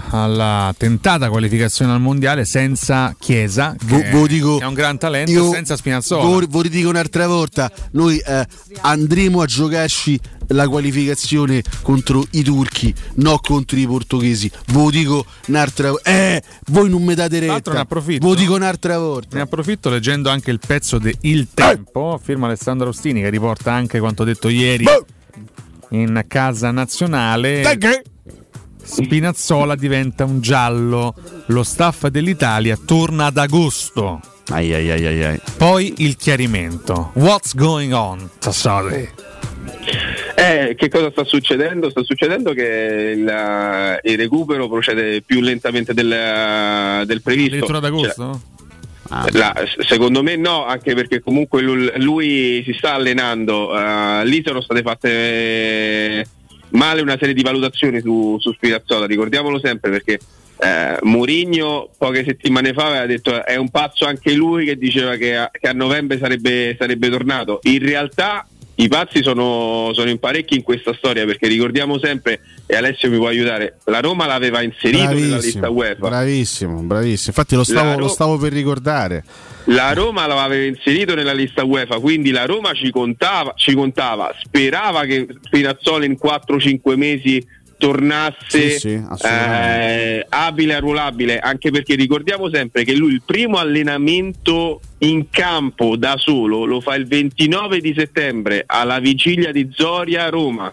Speaker 16: alla tentata qualificazione al mondiale senza Chiesa, che
Speaker 9: Vo- vo dico-
Speaker 16: è un gran talento,
Speaker 9: io-
Speaker 16: e senza Spinazzola.
Speaker 9: Voi vi dico un'altra volta, noi eh, andremo a giocarci la qualificazione contro i turchi, no contro i portoghesi. Ve lo dico un'altra volta. Eh, voi non mi date
Speaker 16: Tra l'altro ne
Speaker 9: retta. Ve
Speaker 16: approfitto.
Speaker 9: lo dico un'altra volta.
Speaker 16: Ne approfitto leggendo anche il pezzo di Il Tempo, firma Alessandro Ostini, che riporta anche quanto detto ieri
Speaker 9: Boh!
Speaker 16: in casa nazionale. Spinazzola diventa un giallo. Lo staff dell'Italia torna ad agosto. Poi il chiarimento. What's going on? Sassoli.
Speaker 31: Eh, che cosa sta succedendo? Sta succedendo che il, il recupero procede più lentamente del, del previsto.
Speaker 16: Addirittura ad agosto?
Speaker 31: Cioè, la- s- secondo me no, anche perché comunque lui, lui si sta allenando. eh, lì sono state fatte eh, male una serie di valutazioni su, su Spinazzola, ricordiamolo sempre perché eh, Mourinho poche settimane fa aveva detto è un pazzo anche lui che diceva che a, che a novembre sarebbe, sarebbe tornato. In realtà i pazzi sono, sono in parecchi in questa storia perché ricordiamo sempre, e Alessio mi può aiutare, la Roma l'aveva inserito nella lista
Speaker 12: Bravissimo,
Speaker 31: UEFA.
Speaker 12: bravissimo, bravissimo. Infatti lo
Speaker 31: La
Speaker 12: stavo, lo
Speaker 31: Ro-
Speaker 12: stavo per ricordare.
Speaker 31: La Roma l'aveva inserito nella lista UEFA, quindi la Roma ci contava, ci contava sperava che Spinazzola in 4-5 mesi tornasse
Speaker 12: Sì, sì,
Speaker 31: eh, abile e ruolabile, anche perché ricordiamo sempre che lui il primo allenamento in campo da solo lo fa il 29 di settembre alla vigilia di Zoria a Roma,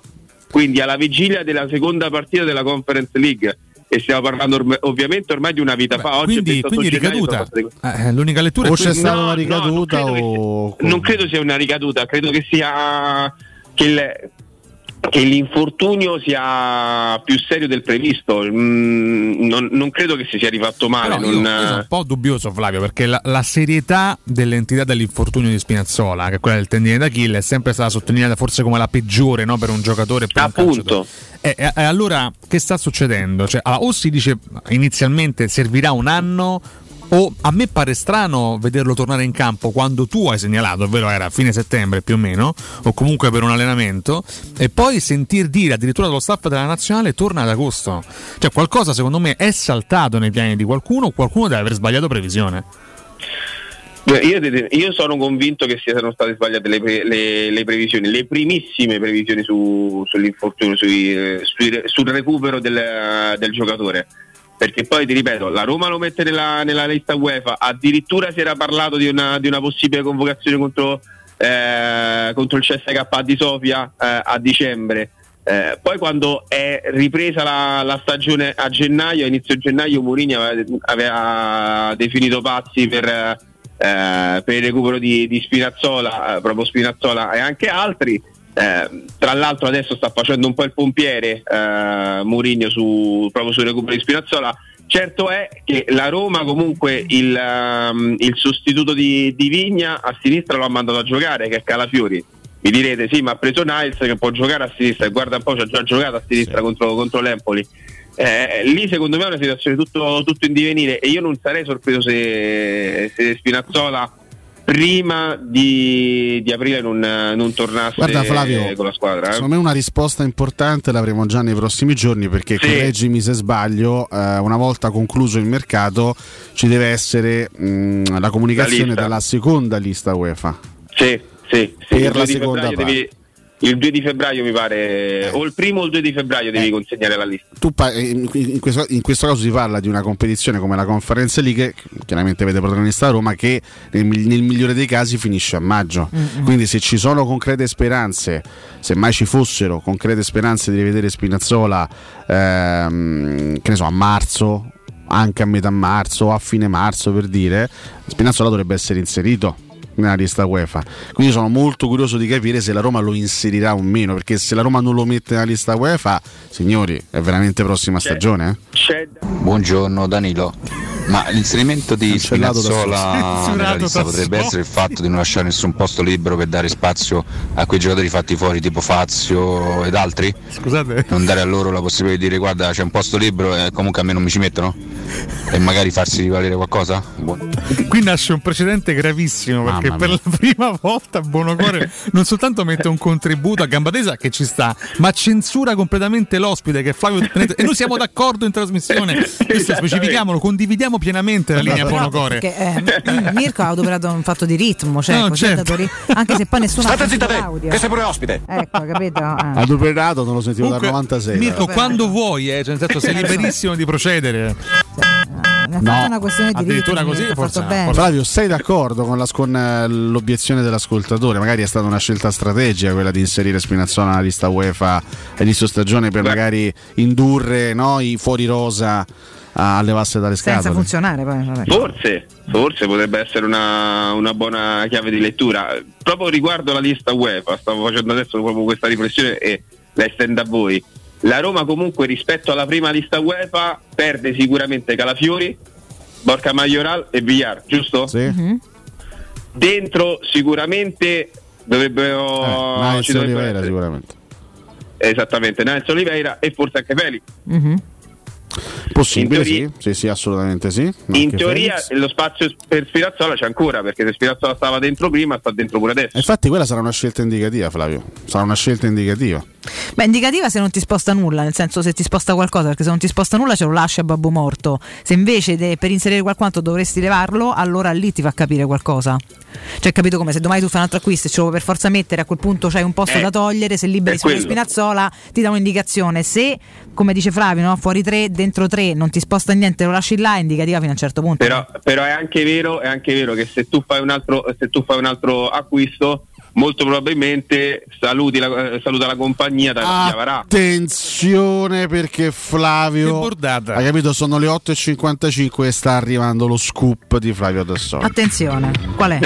Speaker 31: quindi alla vigilia della seconda partita della Conference League. E stiamo parlando orm- ovviamente ormai di una vita fa. Oggi è
Speaker 16: Quindi,
Speaker 31: 28
Speaker 16: quindi
Speaker 31: gennaio, sono
Speaker 16: ricaduta.
Speaker 31: passate queste-
Speaker 16: Eh, l'unica lettura
Speaker 12: o
Speaker 16: è
Speaker 12: c'è
Speaker 16: questa.
Speaker 12: stata una ricaduta o
Speaker 31: non credo sia una ricaduta, credo che sia che, il- che l'infortunio sia più serio del previsto. Mm, non, non credo che si sia rifatto male.
Speaker 16: Però io- esatto.
Speaker 31: non-
Speaker 16: io sono un po' dubbioso, Flavio, perché la, la serietà dell'entità dell'infortunio di Spinazzola, che è quella del tendine d'Achille, è sempre stata sottolineata forse come la peggiore no, per un giocatore e per un calciatore. E, e- e Eh, allora che sta succedendo? Cioè, ah, o si dice inizialmente servirà un anno. O a me pare strano vederlo tornare in campo quando tu hai segnalato, ovvero era fine settembre più o meno, o comunque per un allenamento, e poi sentir dire addirittura dallo staff della nazionale torna ad agosto. Cioè qualcosa secondo me è saltato nei piani di qualcuno, o qualcuno deve aver sbagliato previsione.
Speaker 31: Beh, Io, de- io sono convinto che siano state sbagliate le, pre- le- le previsioni, le primissime previsioni su- sull'infortunio, sui- eh, sui- sul recupero del, del giocatore. Perché poi ti ripeto, la Roma lo mette nella, nella lista UEFA, addirittura si era parlato di una, di una possibile convocazione contro, eh, contro il CSK di Sofia eh, a dicembre. Eh, poi quando è ripresa la, la stagione a gennaio, a inizio gennaio, Mourinho aveva, aveva definito pazzi per, eh, per il recupero di, di Spinazzola, eh, proprio Spinazzola e anche altri. Eh, tra l'altro adesso sta facendo un po' il pompiere eh, Mourinho su, proprio sul recupero di Spinazzola. Certo è che la Roma comunque il, ehm, il sostituto di, di Vigna a sinistra lo ha mandato a giocare, che è Calafiori. Mi direte sì, ma ha preso Niles che può giocare a sinistra e guarda un po' ci ha già giocato a sinistra contro, contro l'Empoli. Eh, lì secondo me è una situazione tutto, tutto in divenire e io non sarei sorpreso se, se Spinazzola prima di, di aprile non, non tornasse
Speaker 12: Guarda, Flavio,
Speaker 31: con la squadra. eh.
Speaker 12: Secondo me una risposta importante l'avremo già nei prossimi giorni perché, correggimi se sbaglio, eh, una volta concluso il mercato ci deve essere mh, la comunicazione
Speaker 31: La lista.
Speaker 12: dalla seconda lista UEFA.
Speaker 31: Sì, sì, sì,
Speaker 12: Per
Speaker 31: il
Speaker 12: la
Speaker 31: 2 di
Speaker 12: seconda
Speaker 31: febbraio
Speaker 12: parte. Eh.
Speaker 31: devi- il 2 di febbraio mi pare, o il primo o il 2 di febbraio devi consegnare la lista.
Speaker 12: Tu pa- eh, in, in questo, in questo caso si parla di una competizione come la Conference League, che chiaramente vede protagonista Roma, che nel, mi- nel migliore dei casi finisce a maggio. Quindi se ci sono concrete speranze, se mai ci fossero concrete speranze di rivedere Spinazzola, ehm, che ne so, a marzo, anche a metà marzo o a fine marzo per dire, Spinazzola dovrebbe essere inserito nella lista UEFA. Quindi sono molto curioso di capire se la Roma lo inserirà o meno, perché se la Roma non lo mette nella lista UEFA, signori, è veramente prossima stagione. eh?
Speaker 3: Buongiorno Danilo. Ma l'inserimento di
Speaker 12: Cancellato da
Speaker 3: Spinazzola
Speaker 12: solo.
Speaker 3: nella lista
Speaker 12: Censurato da
Speaker 3: potrebbe
Speaker 12: solo.
Speaker 3: essere il fatto di non lasciare nessun posto libero per dare spazio a quei giocatori fatti fuori tipo Fazio ed altri?
Speaker 16: Scusate.
Speaker 3: Non dare a loro la possibilità di dire guarda c'è un posto libero e comunque a me non mi ci mettono? E magari farsi valere qualcosa? Buon-
Speaker 16: Qui nasce un precedente gravissimo perché
Speaker 3: Mamma
Speaker 16: per la prima volta
Speaker 3: [LAUGHS]
Speaker 16: Buonocore non soltanto mette un contributo a gamba tesa che ci sta, ma censura completamente l'ospite che è Flavio Tenente. E noi siamo d'accordo in trasmissione.
Speaker 3: [LAUGHS]
Speaker 16: Questo specifichiamolo, condividiamo pienamente la
Speaker 3: Esatto.
Speaker 16: linea Buonocore.
Speaker 13: Perché,
Speaker 31: [LAUGHS]
Speaker 13: eh, Mirko ha adoperato un fatto di ritmo, cioè,
Speaker 16: No,
Speaker 13: così
Speaker 16: certo.
Speaker 13: è dato ri- anche se poi nessuno ha sentito l'audio.
Speaker 3: ospite.
Speaker 13: Ecco, capito? Eh.
Speaker 12: Adoperato non lo sentivo
Speaker 16: Comunque,
Speaker 12: dal 96.
Speaker 16: Mirko,
Speaker 12: però.
Speaker 16: quando vuoi, eh, cioè, nel senso, sei
Speaker 3: Esatto.
Speaker 16: liberissimo di procedere.
Speaker 13: Ne ha fatto una questione di ritmo.
Speaker 16: addirittura così,
Speaker 13: ha
Speaker 16: forse
Speaker 13: fatto
Speaker 16: no,
Speaker 31: Esatto.
Speaker 13: bene.
Speaker 12: Flavio, sei d'accordo con, la- con, eh, l'obiezione dell'ascoltatore? Magari è stata una scelta strategica quella di inserire Spinazzola nella lista UEFA all'inizio stagione per magari indurre no, i fuori rosa a levarsi dalle
Speaker 13: Senza
Speaker 12: scatole.
Speaker 13: funzionare poi. vabbè.
Speaker 31: Forse, forse potrebbe essere una, una buona chiave di lettura. Proprio riguardo la lista UEFA, stavo facendo adesso proprio questa riflessione e la estendo a voi. La Roma comunque rispetto alla prima lista UEFA perde sicuramente Calafiori, Borca Maioral e Villar, giusto?
Speaker 13: Mhm.
Speaker 31: Dentro sicuramente dovrebbero...
Speaker 12: Nelson
Speaker 31: ci dovrebbero-
Speaker 12: Eh, Oliveira, sicuramente.
Speaker 31: Esattamente, Nelson Oliveira e forse anche Felix.
Speaker 13: Mhm.
Speaker 12: Possibile,
Speaker 31: In teoria-
Speaker 12: sì. sì, sì, assolutamente sì. Ma
Speaker 31: In
Speaker 12: anche
Speaker 31: teoria
Speaker 12: Felix.
Speaker 31: lo spazio per Spirazzola c'è ancora, perché se Spirazzola stava dentro prima sta dentro pure adesso.
Speaker 12: E Infatti quella sarà una scelta indicativa, Flavio. Sarà una scelta indicativa.
Speaker 13: Beh, indicativa se non ti sposta nulla, nel senso se ti sposta qualcosa, perché se non ti sposta nulla ce lo lasci a babbo morto. Se invece de- per inserire qualquanto dovresti levarlo, allora lì ti fa capire qualcosa. Cioè, capito come? Se domani tu fai un altro acquisto e ce lo vuoi per forza mettere, a quel punto c'hai un posto
Speaker 11: Eh,
Speaker 13: da togliere, se liberi
Speaker 11: è
Speaker 13: solo
Speaker 11: quello.
Speaker 13: Spinazzola ti dà un'indicazione. Se, come dice Flavio, no? fuori tre, dentro tre, non ti sposta niente, lo lasci là, è indicativa fino a un certo punto.
Speaker 31: Però, però è, anche vero, è anche vero che se tu fai un altro, se tu fai un altro acquisto, molto probabilmente saluti la, eh, saluta la compagnia da
Speaker 13: Ah.
Speaker 31: Chiavarà.
Speaker 12: Attenzione perché Flavio. Hai capito? Sono le 8.55 e sta arrivando lo scoop di Flavio Dessol.
Speaker 13: Attenzione, qual è?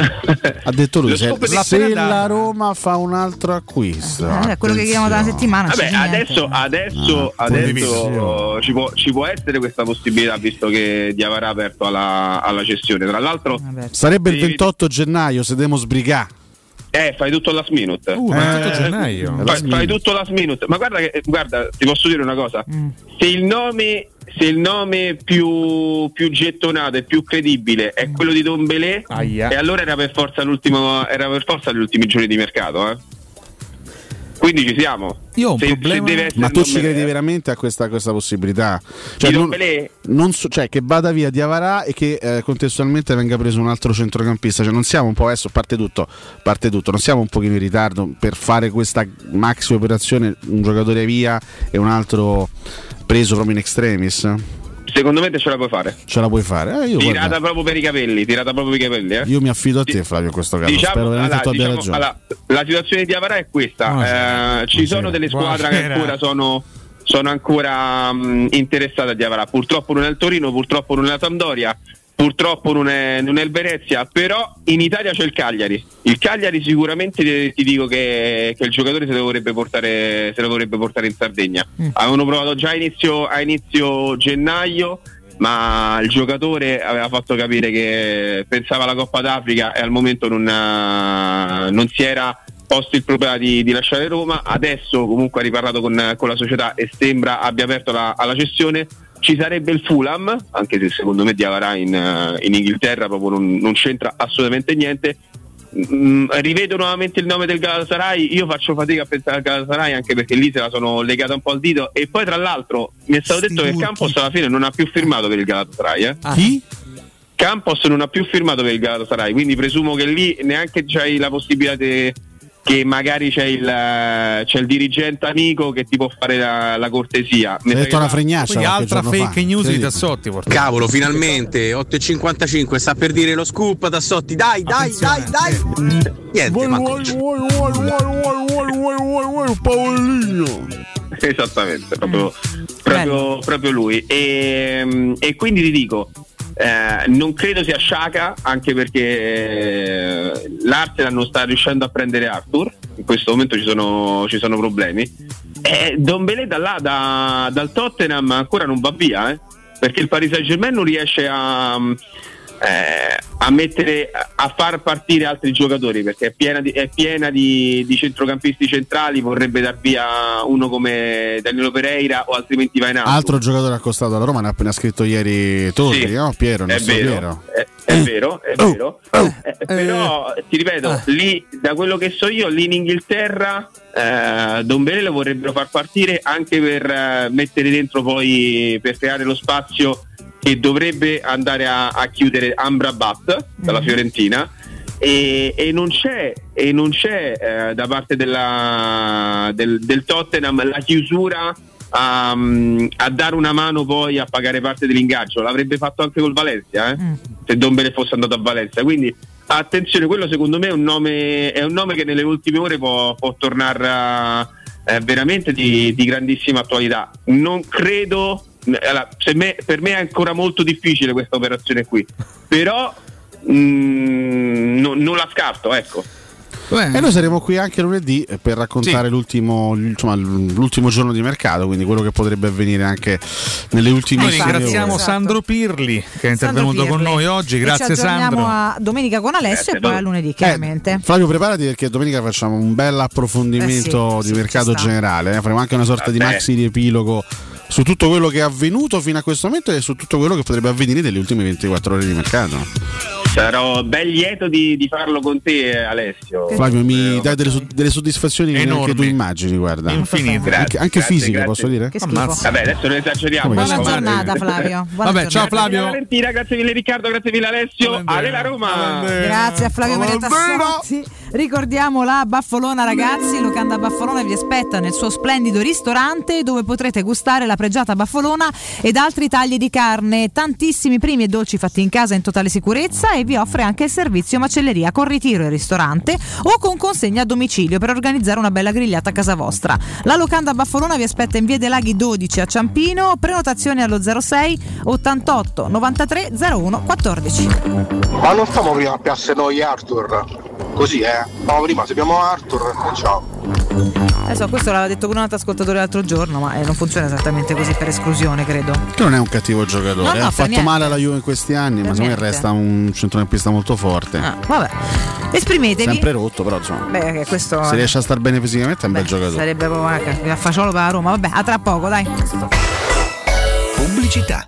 Speaker 12: Ha detto lui: se,
Speaker 13: scoop di-
Speaker 12: se
Speaker 13: Appena
Speaker 12: la
Speaker 13: data.
Speaker 12: Roma fa un altro acquisto.
Speaker 13: Eh, è quello che chiediamo da una settimana. non
Speaker 31: Vabbè,
Speaker 13: c'è niente.
Speaker 31: adesso, adesso,
Speaker 12: Ah,
Speaker 31: adesso ci, può, ci può essere questa possibilità visto che Diavara ha aperto alla, alla cessione. Tra l'altro,
Speaker 12: Sarebbe il
Speaker 31: devi-
Speaker 12: 28 gennaio, se devo sbrigà.
Speaker 31: Eh, fai tutto last minute.
Speaker 12: Uh, ma è tutto gennaio.
Speaker 31: Fai,
Speaker 12: Last minute.
Speaker 31: fai tutto last minute. Ma guarda, che, eh, guarda, ti posso dire una cosa.
Speaker 12: Mm.
Speaker 31: Se il nome, se il nome più, più gettonato e più credibile
Speaker 12: Mm.
Speaker 31: è quello di Don Belé,
Speaker 16: Aia.
Speaker 31: e allora era per forza l'ultimo, era per forza gli ultimi giorni di mercato, eh. Quindi ci siamo.
Speaker 16: Io ho un
Speaker 31: Se- se
Speaker 16: problema-
Speaker 31: deve essere eh.
Speaker 12: Ma tu
Speaker 31: Don
Speaker 12: ci
Speaker 31: Belé-
Speaker 12: credi veramente a questa, a questa possibilità? Cioè,
Speaker 31: Di
Speaker 12: non,
Speaker 31: Dembélé?
Speaker 12: non so- cioè, che vada via Diavara e che eh, contestualmente venga preso un altro centrocampista. Cioè, non siamo un po' adesso, parte tutto, parte tutto, non siamo un pochino in ritardo per fare questa maxi operazione, un giocatore via e un altro preso proprio in extremis?
Speaker 31: Secondo me te ce la puoi fare.
Speaker 12: Ce la puoi fare? Eh, io,
Speaker 31: tirata
Speaker 12: guarda,
Speaker 31: proprio per i capelli, tirata proprio per i capelli, eh.
Speaker 12: io mi affido a te, Flavio, in questo caso. Spero veramente
Speaker 31: Diciamo, allora,
Speaker 12: tu abbia
Speaker 31: diciamo,
Speaker 12: ragione. Ah,
Speaker 31: allora, la situazione di Avarà è questa. Eh, ci sono delle squadre che
Speaker 12: Buonasera.
Speaker 31: ancora sono, sono ancora mh, interessate a di Avarà. Purtroppo non è il Torino, purtroppo non è la Sampdoria, purtroppo non è, non è il Venezia, però in Italia c'è il Cagliari. Il Cagliari sicuramente ti, ti dico che, che il giocatore se lo vorrebbe portare, se lo vorrebbe portare in Sardegna.
Speaker 12: Mm.
Speaker 31: Avevano provato già a inizio, a inizio gennaio ma il giocatore aveva fatto capire che pensava alla Coppa d'Africa e al momento non, eh, non si era posto il problema di, di lasciare Roma, adesso comunque ha riparlato con, con la società e sembra abbia aperto la- alla cessione. Ci sarebbe il Fulham, anche se secondo me Diavara in, eh, in Inghilterra proprio non, non c'entra assolutamente niente. Mm, rivedo nuovamente il nome del Galatasaray, io faccio fatica a pensare al Galatasaray anche perché lì se la sono legata un po' al dito e poi tra l'altro mi è stato detto che Campos alla fine non ha più firmato per il Galatasaray. Eh?
Speaker 16: Chi?
Speaker 31: Campos non ha più firmato per il Galatasaray, quindi presumo che lì neanche c'hai la possibilità de- che magari c'è il, eh, c'è il dirigente amico che ti può fare la, la cortesia. Mi
Speaker 4: Hai
Speaker 31: sa
Speaker 4: detto
Speaker 31: che-
Speaker 4: una fregnaccia.
Speaker 16: Quindi
Speaker 4: qualche
Speaker 16: altra
Speaker 4: giorno fa.
Speaker 16: fake news di
Speaker 4: Incredibile.
Speaker 16: Tassotti. porca.
Speaker 46: Cavolo, finalmente 8.55 sta per dire lo scoop Tassotti. Dai, dai, dai, dai. Niente, ma
Speaker 4: Paolino.
Speaker 31: [LAUGHS] Esattamente, proprio, proprio- proprio lui. E, mm, e quindi ti dico, eh, non credo sia Sciaca, anche perché eh, l'Arsenal non sta riuscendo a prendere Arthur, in questo momento ci sono, ci sono problemi. E Eh, Don Belé da là, da- dal Tottenham, ancora non va via, eh, perché il Paris Saint Germain non riesce a... mm, eh, a mettere a far partire altri giocatori perché è piena di, è piena di- di centrocampisti centrali vorrebbe dar via uno come Danilo Pereira o altrimenti va in alto
Speaker 12: Altro giocatore accostato alla Roma ne ha appena scritto ieri Torri, no? Piero, il
Speaker 31: è
Speaker 12: nostro
Speaker 31: vero,
Speaker 12: Piero. Oh,
Speaker 31: è, è vero, è vero. Eh, però ti ripeto,
Speaker 12: Ah.
Speaker 31: lì da quello che so io, lì in Inghilterra eh, Don Bele lo vorrebbero far partire anche per eh, mettere dentro poi per creare lo spazio che dovrebbe andare a, a chiudere Ambra Bat dalla
Speaker 12: Mm.
Speaker 31: Fiorentina. E, e non c'è, e non c'è, eh, da parte della- del, del Tottenham la chiusura a, mm, a dare una mano poi a pagare parte dell'ingaggio. L'avrebbe fatto anche col Valencia, eh? se Don Bele fosse andato a Valencia. Quindi attenzione, quello secondo me è un nome, è un nome che nelle ultime ore può, può tornare eh, veramente di, di grandissima attualità. Non credo, allora, se me- per me è ancora molto difficile questa operazione qui, però mm, non- non la scarto, ecco.
Speaker 12: E noi saremo qui anche lunedì eh, per raccontare l'ultimo, insomma, l'ultimo giorno di mercato, quindi quello che potrebbe avvenire anche nelle ultime
Speaker 16: Noi
Speaker 12: ore.
Speaker 16: ringraziamo Sandro Pirli che è
Speaker 13: Esatto. Sandro
Speaker 16: intervenuto con
Speaker 13: Pirli.
Speaker 16: noi oggi.
Speaker 13: E
Speaker 16: Grazie
Speaker 13: ci aggiorniamo
Speaker 16: Sandro. Eh,
Speaker 13: a domenica con Alessio
Speaker 11: Eh,
Speaker 16: Grazie,
Speaker 13: e poi
Speaker 16: dai.
Speaker 13: a lunedì chiaramente.
Speaker 12: Flavio, preparati perché domenica facciamo un bel approfondimento
Speaker 13: Eh sì,
Speaker 12: di
Speaker 13: sì,
Speaker 12: mercato
Speaker 13: ci sta.
Speaker 12: generale. eh. Faremo anche una sorta di
Speaker 13: Vabbè.
Speaker 12: maxi riepilogo su tutto quello che è avvenuto fino a questo momento e su tutto quello che potrebbe avvenire nelle ultime 24 ore di mercato.
Speaker 31: Sarò ben lieto di, di farlo con te, eh, Alessio.
Speaker 12: Flavio, mi dai delle, so- delle soddisfazioni che
Speaker 31: Enormi.
Speaker 12: neanche tu immagini, guarda.
Speaker 31: Infinite.
Speaker 12: Anche, anche
Speaker 31: Grazie,
Speaker 12: fisiche,
Speaker 31: grazie.
Speaker 12: posso dire?
Speaker 31: Che schifo. Ammazza. Vabbè, adesso non esageriamo.
Speaker 12: Come che
Speaker 31: Buona
Speaker 12: schifo?
Speaker 31: giornata,
Speaker 13: Ah,
Speaker 31: [LAUGHS]
Speaker 13: Flavio. Buona
Speaker 12: Vabbè, ciao,
Speaker 13: giornata.
Speaker 31: Grazie mille Valentina, grazie mille Riccardo, grazie mille Alessio. Ale la Roma.
Speaker 13: Grazie a Flavio Maria Tassotti. Ricordiamo la Baffolona ragazzi, Locanda Baffolona vi aspetta nel suo splendido ristorante dove potrete gustare la pregiata Baffolona ed altri tagli di carne, tantissimi primi e dolci fatti in casa in totale sicurezza e vi offre anche il servizio macelleria con ritiro in ristorante o con consegna a domicilio per organizzare una bella grigliata a casa vostra. La Locanda Baffolona vi aspetta in Via dei Laghi 12 a Ciampino, prenotazione allo 06 88 93 01 14.
Speaker 47: Ma non stiamo prima a piasse noi Arthur. Così eh. Stiamo prima, sappiamo Arthur e ciao.
Speaker 13: Adesso Eh, questo l'aveva detto pure un altro ascoltatore l'altro giorno, ma eh, non funziona esattamente così per esclusione, credo.
Speaker 12: Che non è un cattivo giocatore,
Speaker 13: No, no,
Speaker 12: eh.
Speaker 13: per
Speaker 12: ha fatto
Speaker 13: niente.
Speaker 12: male alla Juve in questi anni, ma secondo me
Speaker 13: niente.
Speaker 12: resta un centrocampista molto forte.
Speaker 13: Ah, Vabbè. Esprimetevi.
Speaker 12: Sempre rotto, però insomma.
Speaker 13: Beh, che questo
Speaker 12: Se riesce a star bene fisicamente è un bel giocatore.
Speaker 13: sarebbe proprio a fagiolo per la Roma. Vabbè, a tra poco, dai.
Speaker 3: Pubblicità.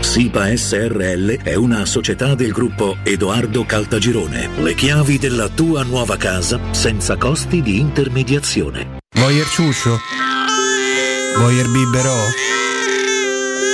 Speaker 3: SIPA SRL è una società del gruppo Edoardo Caltagirone. Le chiavi della tua nuova casa senza costi di intermediazione.
Speaker 5: Voyer ciuscio? Voyer biberò?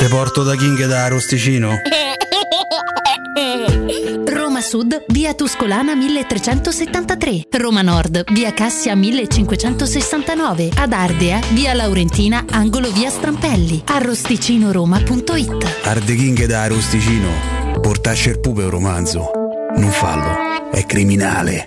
Speaker 5: Te porto da King e da Rosticino?
Speaker 24: [LAUGHS] Roma Sud, via Tuscolana 1373. Roma Nord, via Cassia 1569. Ad Ardea, via Laurentina, angolo via Strampelli. Arrosticinoroma.it
Speaker 5: Arde King e da Rosticino? Portasce il pupe un romanzo. Non fallo, è criminale.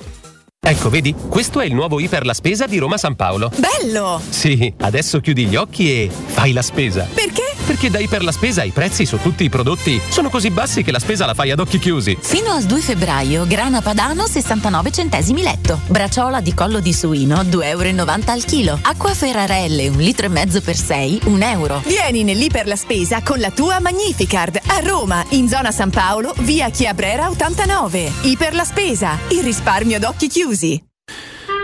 Speaker 5: Ecco, vedi? Questo è il nuovo Iper la spesa di Roma San Paolo.
Speaker 24: Bello!
Speaker 5: Sì, adesso chiudi gli occhi e fai la spesa.
Speaker 24: Perché?
Speaker 5: Perché da Iper la spesa i prezzi su tutti i prodotti sono così bassi che la spesa la fai ad occhi chiusi.
Speaker 21: Fino al 2 febbraio, grana padano 69 centesimi letto, braciola di collo di suino 2,90 euro al chilo, acqua ferrarelle 1 litro e mezzo per 6, 1 euro.
Speaker 24: Vieni nell'Iper la spesa con la tua Magnificard a Roma, in zona San Paolo, via Chiabrera 89. Iper la spesa, il risparmio ad occhi chiusi.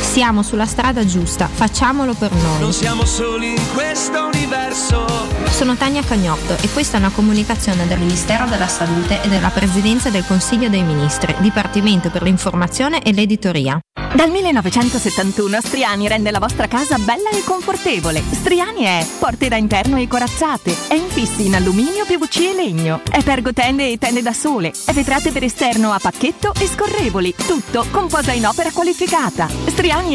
Speaker 48: Siamo sulla strada giusta, facciamolo per
Speaker 49: Non
Speaker 48: noi.
Speaker 49: siamo soli in questo universo.
Speaker 48: Sono Tania Cagnotto e questa è una comunicazione del Ministero della Salute e della Presidenza del Consiglio dei Ministri, Dipartimento per l'informazione e l'editoria.
Speaker 22: Dal 1971 Striani rende la vostra casa bella e confortevole. Striani è porte da interno e corazzate, è infissi in alluminio, PVC e legno, è pergotende e tende da sole, è vetrate per esterno a pacchetto e scorrevoli, tutto composa in opera qualificata. Striani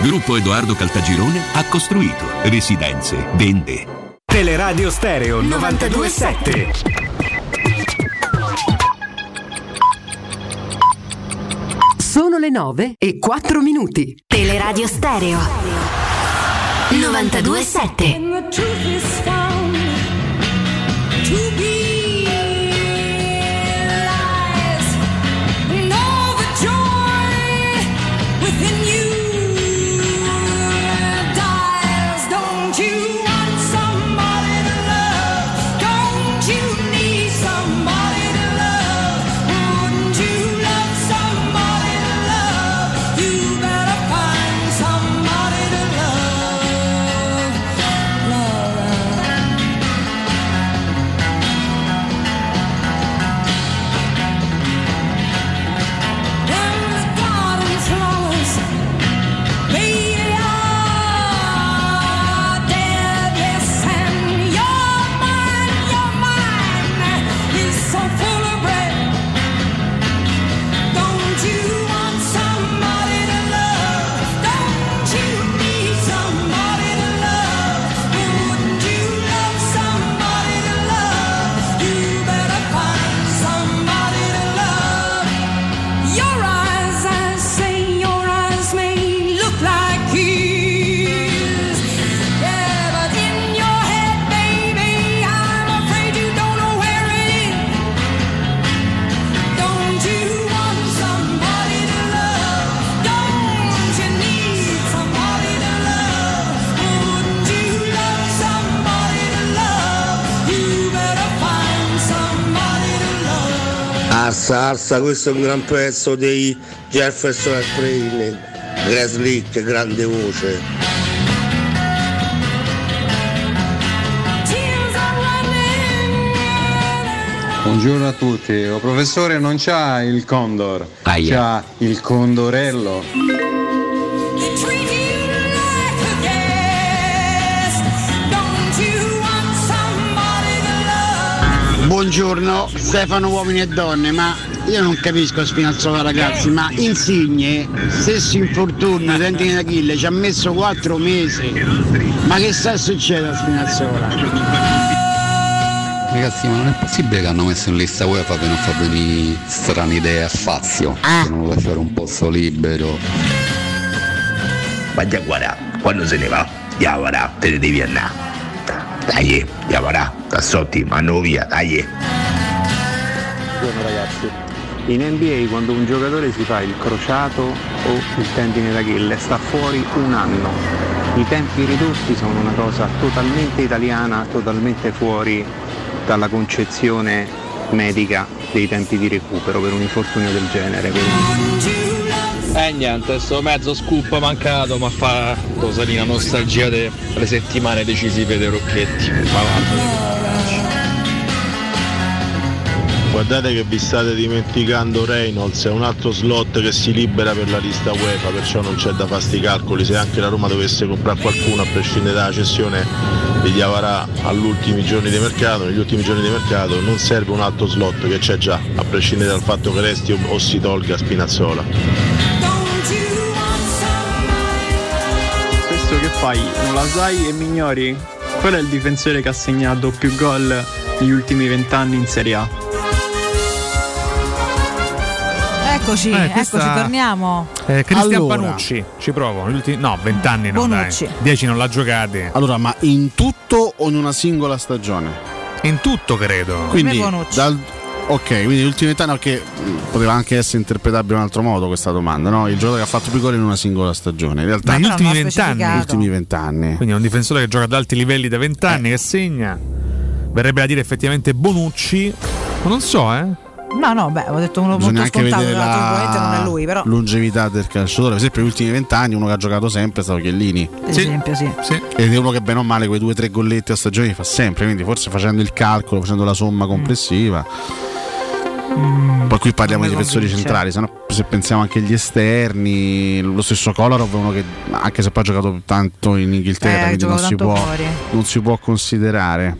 Speaker 50: Gruppo Edoardo Caltagirone ha costruito residenze, vende.
Speaker 51: Teleradio Stereo 927.
Speaker 52: Sono le 9 e 4 minuti.
Speaker 4: Teleradio Stereo 927 ah, Your eyes, I say, your eyes may look like his. Yeah, but in your head, baby, I'm afraid you don't know where it is. Don't you want somebody to love? Don't you need somebody to love? Wouldn't you love somebody to love? You better find somebody to love.
Speaker 24: Arsa, arsa, questo è un gran pezzo dei Jefferson Airplane.
Speaker 45: Graslick, grande voce.
Speaker 22: Buongiorno a tutti, o professore non c'ha il condor, c'ha il condorello.
Speaker 1: Buongiorno Stefano uomini e donne, ma io non capisco Spinazzola ragazzi, ma Insigne, stesso infortunio, tendine d'Achille, ci ha messo 4 mesi. Ma che sta succedendo a Spinazzola?
Speaker 3: Ragazzi, ma non è possibile che hanno messo in lista UEFA per non far venire strane idee a Fazio, per non lasciare un posto libero.
Speaker 8: Vaglia guarda, quando se ne va, Diavara, te ne devi andare. Dai, Diavara, Cassotti, vanno via, dai.
Speaker 4: Buongiorno ragazzi. In NBA quando un giocatore si fa il crociato o il tendine d'Achille sta fuori un anno. I tempi ridotti sono una cosa totalmente italiana, totalmente fuori dalla concezione medica dei tempi di recupero per un infortunio del genere.
Speaker 10: Eh niente, sto mezzo scoop mancato ma fa salina nostalgia delle settimane decisive dei Rocchetti.
Speaker 14: Guardate che vi state dimenticando Reynolds, è un altro slot che si libera per la lista UEFA, perciò non c'è da fare sti calcoli, se anche la Roma dovesse comprare qualcuno a prescindere dalla cessione di Diavara all'ultimi giorni di mercato, negli ultimi giorni di mercato non serve un altro slot che c'è già, a prescindere dal fatto che resti o, o si tolga Spinazzola.
Speaker 10: Questo che fai? Non la sai e mi ignori? Quello è il difensore che ha segnato più gol negli ultimi vent'anni in Serie A.
Speaker 13: Eccoci,
Speaker 16: Eh, questa-
Speaker 13: eccoci, torniamo.
Speaker 16: Eh, Cristian
Speaker 13: Allora.
Speaker 16: Panucci, ci provo. gli ultimi- No, vent'anni no, dai.
Speaker 13: Bonucci.
Speaker 16: 10 non l'ha giocate.
Speaker 12: Allora, ma in tutto o in una singola stagione?
Speaker 16: In tutto credo.
Speaker 12: Quindi, dal- ok, quindi gli ultimi vent'anni, ok, mh, poteva anche essere interpretabile in un altro modo questa domanda, no? Il giocatore che ha fatto più gol in una singola stagione. In realtà,
Speaker 16: Negli
Speaker 12: Però
Speaker 16: ultimi
Speaker 12: non ha
Speaker 16: vent'anni.
Speaker 12: specificato. Gli ultimi vent'anni.
Speaker 16: Quindi è un difensore che gioca ad alti livelli da
Speaker 12: Eh.
Speaker 16: vent'anni, che segna. Verrebbe da dire effettivamente Bonucci. Ma non so, eh.
Speaker 13: No, no, beh, ho detto uno
Speaker 12: Bisogna anche
Speaker 13: molto scontato,
Speaker 12: vedere
Speaker 13: tra l'altro, sicuramente non
Speaker 12: la
Speaker 13: è lui, però.
Speaker 12: longevità del calciatore. Per esempio, negli ultimi vent'anni uno che ha giocato sempre è stato Chiellini.
Speaker 13: Per esempio, sì.
Speaker 12: Ed è uno che bene o male quei due o tre golletti a stagione li fa sempre, quindi forse facendo il calcolo, facendo la
Speaker 13: Mm.
Speaker 12: somma complessiva. Poi qui parliamo di
Speaker 16: non mi
Speaker 12: difensori
Speaker 16: convince.
Speaker 12: centrali, se, no, se pensiamo anche agli esterni, lo stesso Kolarov è uno che anche se poi ha giocato tanto in
Speaker 13: Eh, ha
Speaker 12: Inghilterra, quindi non
Speaker 13: giocato
Speaker 12: si,
Speaker 13: tanto
Speaker 12: può,
Speaker 13: fuori.
Speaker 12: non si può considerare.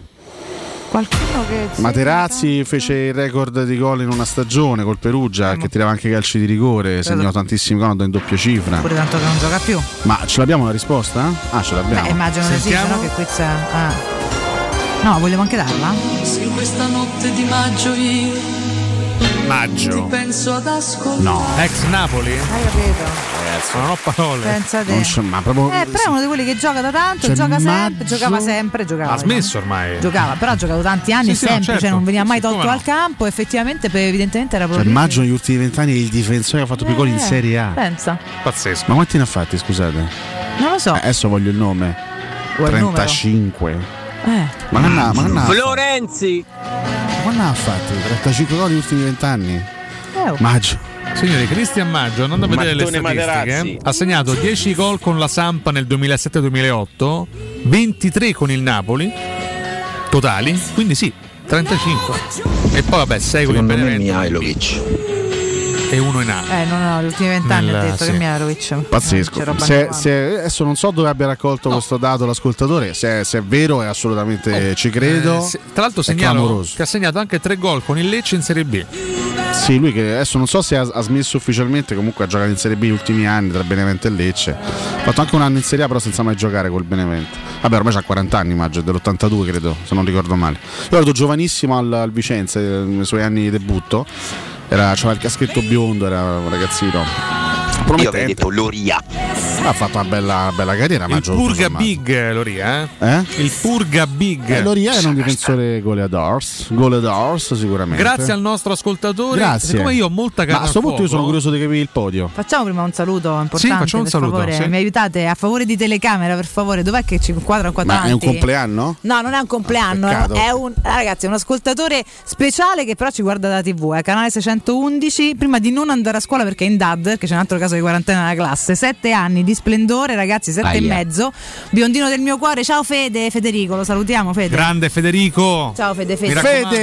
Speaker 13: Qualcuno che.
Speaker 12: Materazzi fece il record di gol in una stagione col Perugia, che tirava anche calci di rigore, segnò tantissimi gol andò in doppia cifra.
Speaker 13: Pure tanto che non gioca più.
Speaker 12: Ma ce l'abbiamo la risposta? Ah, ce l'abbiamo.
Speaker 13: Beh, immagino di sì, se no che questa. ah. No, vogliamo anche darla?
Speaker 29: Se in questa notte di maggio io ti
Speaker 16: Maggio.
Speaker 29: penso ad ascoltare.
Speaker 16: Ex Napoli?
Speaker 12: Eh.
Speaker 13: Hai capito?
Speaker 16: Ragazzi, non ho parole.
Speaker 13: Pensa te. Non c'è-
Speaker 12: ma proprio.
Speaker 13: Eh, però è uno di quelli che gioca da tanto,
Speaker 16: Cioè,
Speaker 13: gioca sempre,
Speaker 16: maggio-
Speaker 13: giocava sempre, giocava.
Speaker 16: ha smesso ormai.
Speaker 13: Giocava, però ha giocato tanti anni
Speaker 16: Sì,
Speaker 13: e
Speaker 16: sì, no,
Speaker 13: sempre,
Speaker 16: certo.
Speaker 13: cioè non veniva mai
Speaker 16: Sì, sì,
Speaker 13: tolto
Speaker 16: come
Speaker 13: al campo. Effettivamente, per- evidentemente era
Speaker 12: Cioè,
Speaker 13: proprio. lì.
Speaker 12: immagino negli ultimi vent'anni il difensore che ha fatto più gol in
Speaker 13: Eh,
Speaker 12: Serie A.
Speaker 13: Pensa,
Speaker 16: Pazzesco.
Speaker 12: Ma quanti ne ha fatti, scusate? Eh,
Speaker 13: Non lo so.
Speaker 12: adesso voglio il nome.
Speaker 13: Vuoi il numero?
Speaker 12: 35.
Speaker 13: Eh.
Speaker 12: Ma non ha, ma non ha.
Speaker 11: Florenzi!
Speaker 12: Ma non ha fatto 35 gol negli ultimi vent'anni. Eh, Maggio.
Speaker 16: Signori, Cristian Maggio, andando a vedere
Speaker 12: Mattone
Speaker 16: le statistiche,
Speaker 12: Materazzi.
Speaker 16: ha segnato 10 gol con la Sampa nel 2007-2008, 23 con il Napoli, totali, quindi sì, 35. E poi vabbè, 6 con il Benevento. E uno in A.
Speaker 13: Eh, no, no, gli ultimi vent'anni
Speaker 16: Nel-
Speaker 13: ha detto
Speaker 16: sì.
Speaker 13: che Mialovic. Non c'è
Speaker 12: Pazzesco.
Speaker 13: roba
Speaker 12: Se-
Speaker 13: nuova.
Speaker 12: se- adesso non so dove abbia raccolto questo dato l'ascoltatore, se, se è vero è assolutamente ci credo.
Speaker 16: Eh, se- tra l'altro
Speaker 12: È
Speaker 16: segnalo
Speaker 12: clamoroso.
Speaker 16: che ha segnato anche 3 gol con il Lecce in Serie B.
Speaker 12: Sì, lui che adesso non so se ha, ha smesso ufficialmente, comunque ha giocato in Serie B gli ultimi anni tra Benevento e Lecce. Ha fatto anche un anno in Serie A però senza mai giocare col Benevento. Vabbè, ormai ha 40 anni, maggio, è dell'82 credo, se non ricordo male. Io ero giovanissimo al, al Vicenza, eh, nei suoi anni di debutto. Era, c'era il caschetto biondo, era un ragazzino. Io avrei detto Loria. Ha fatto una bella, una bella carriera,
Speaker 16: Il
Speaker 12: Maggio.
Speaker 16: Purga
Speaker 12: insomma.
Speaker 16: Big, eh, Loria, eh?
Speaker 12: Eh?
Speaker 16: Il Purga Big.
Speaker 12: Eh, Loria era un difensore goleadors, goleadors sicuramente.
Speaker 16: Grazie al nostro ascoltatore.
Speaker 12: Grazie.
Speaker 16: Siccome io ho molta
Speaker 12: Ma a
Speaker 16: carne al
Speaker 12: questo punto io
Speaker 16: fuoco-
Speaker 12: sono curioso di capire il podio.
Speaker 13: Facciamo prima un saluto importante.
Speaker 16: facciamo un
Speaker 13: per
Speaker 16: saluto,
Speaker 13: favore.
Speaker 16: sì.
Speaker 13: Mi aiutate a favore di telecamera, per favore. Dov'è che ci inquadra qua
Speaker 12: Ma è un
Speaker 13: tanti?
Speaker 12: compleanno?
Speaker 13: No, non è un compleanno,
Speaker 12: Ah, peccato.
Speaker 13: è un ragazzi, è un ascoltatore eh. speciale che però ci guarda da TV, è canale 611, prima di non andare a scuola perché è in DAD, che c'è un altro caso di quarantena della classe. Sette anni di splendore, ragazzi, sette
Speaker 16: Aia.
Speaker 13: e mezzo. Biondino del mio cuore, ciao Fede, Federico, lo salutiamo Fede.
Speaker 16: Grande Federico.
Speaker 13: Ciao Fede,
Speaker 16: Mi
Speaker 13: Fede.
Speaker 16: raccomando,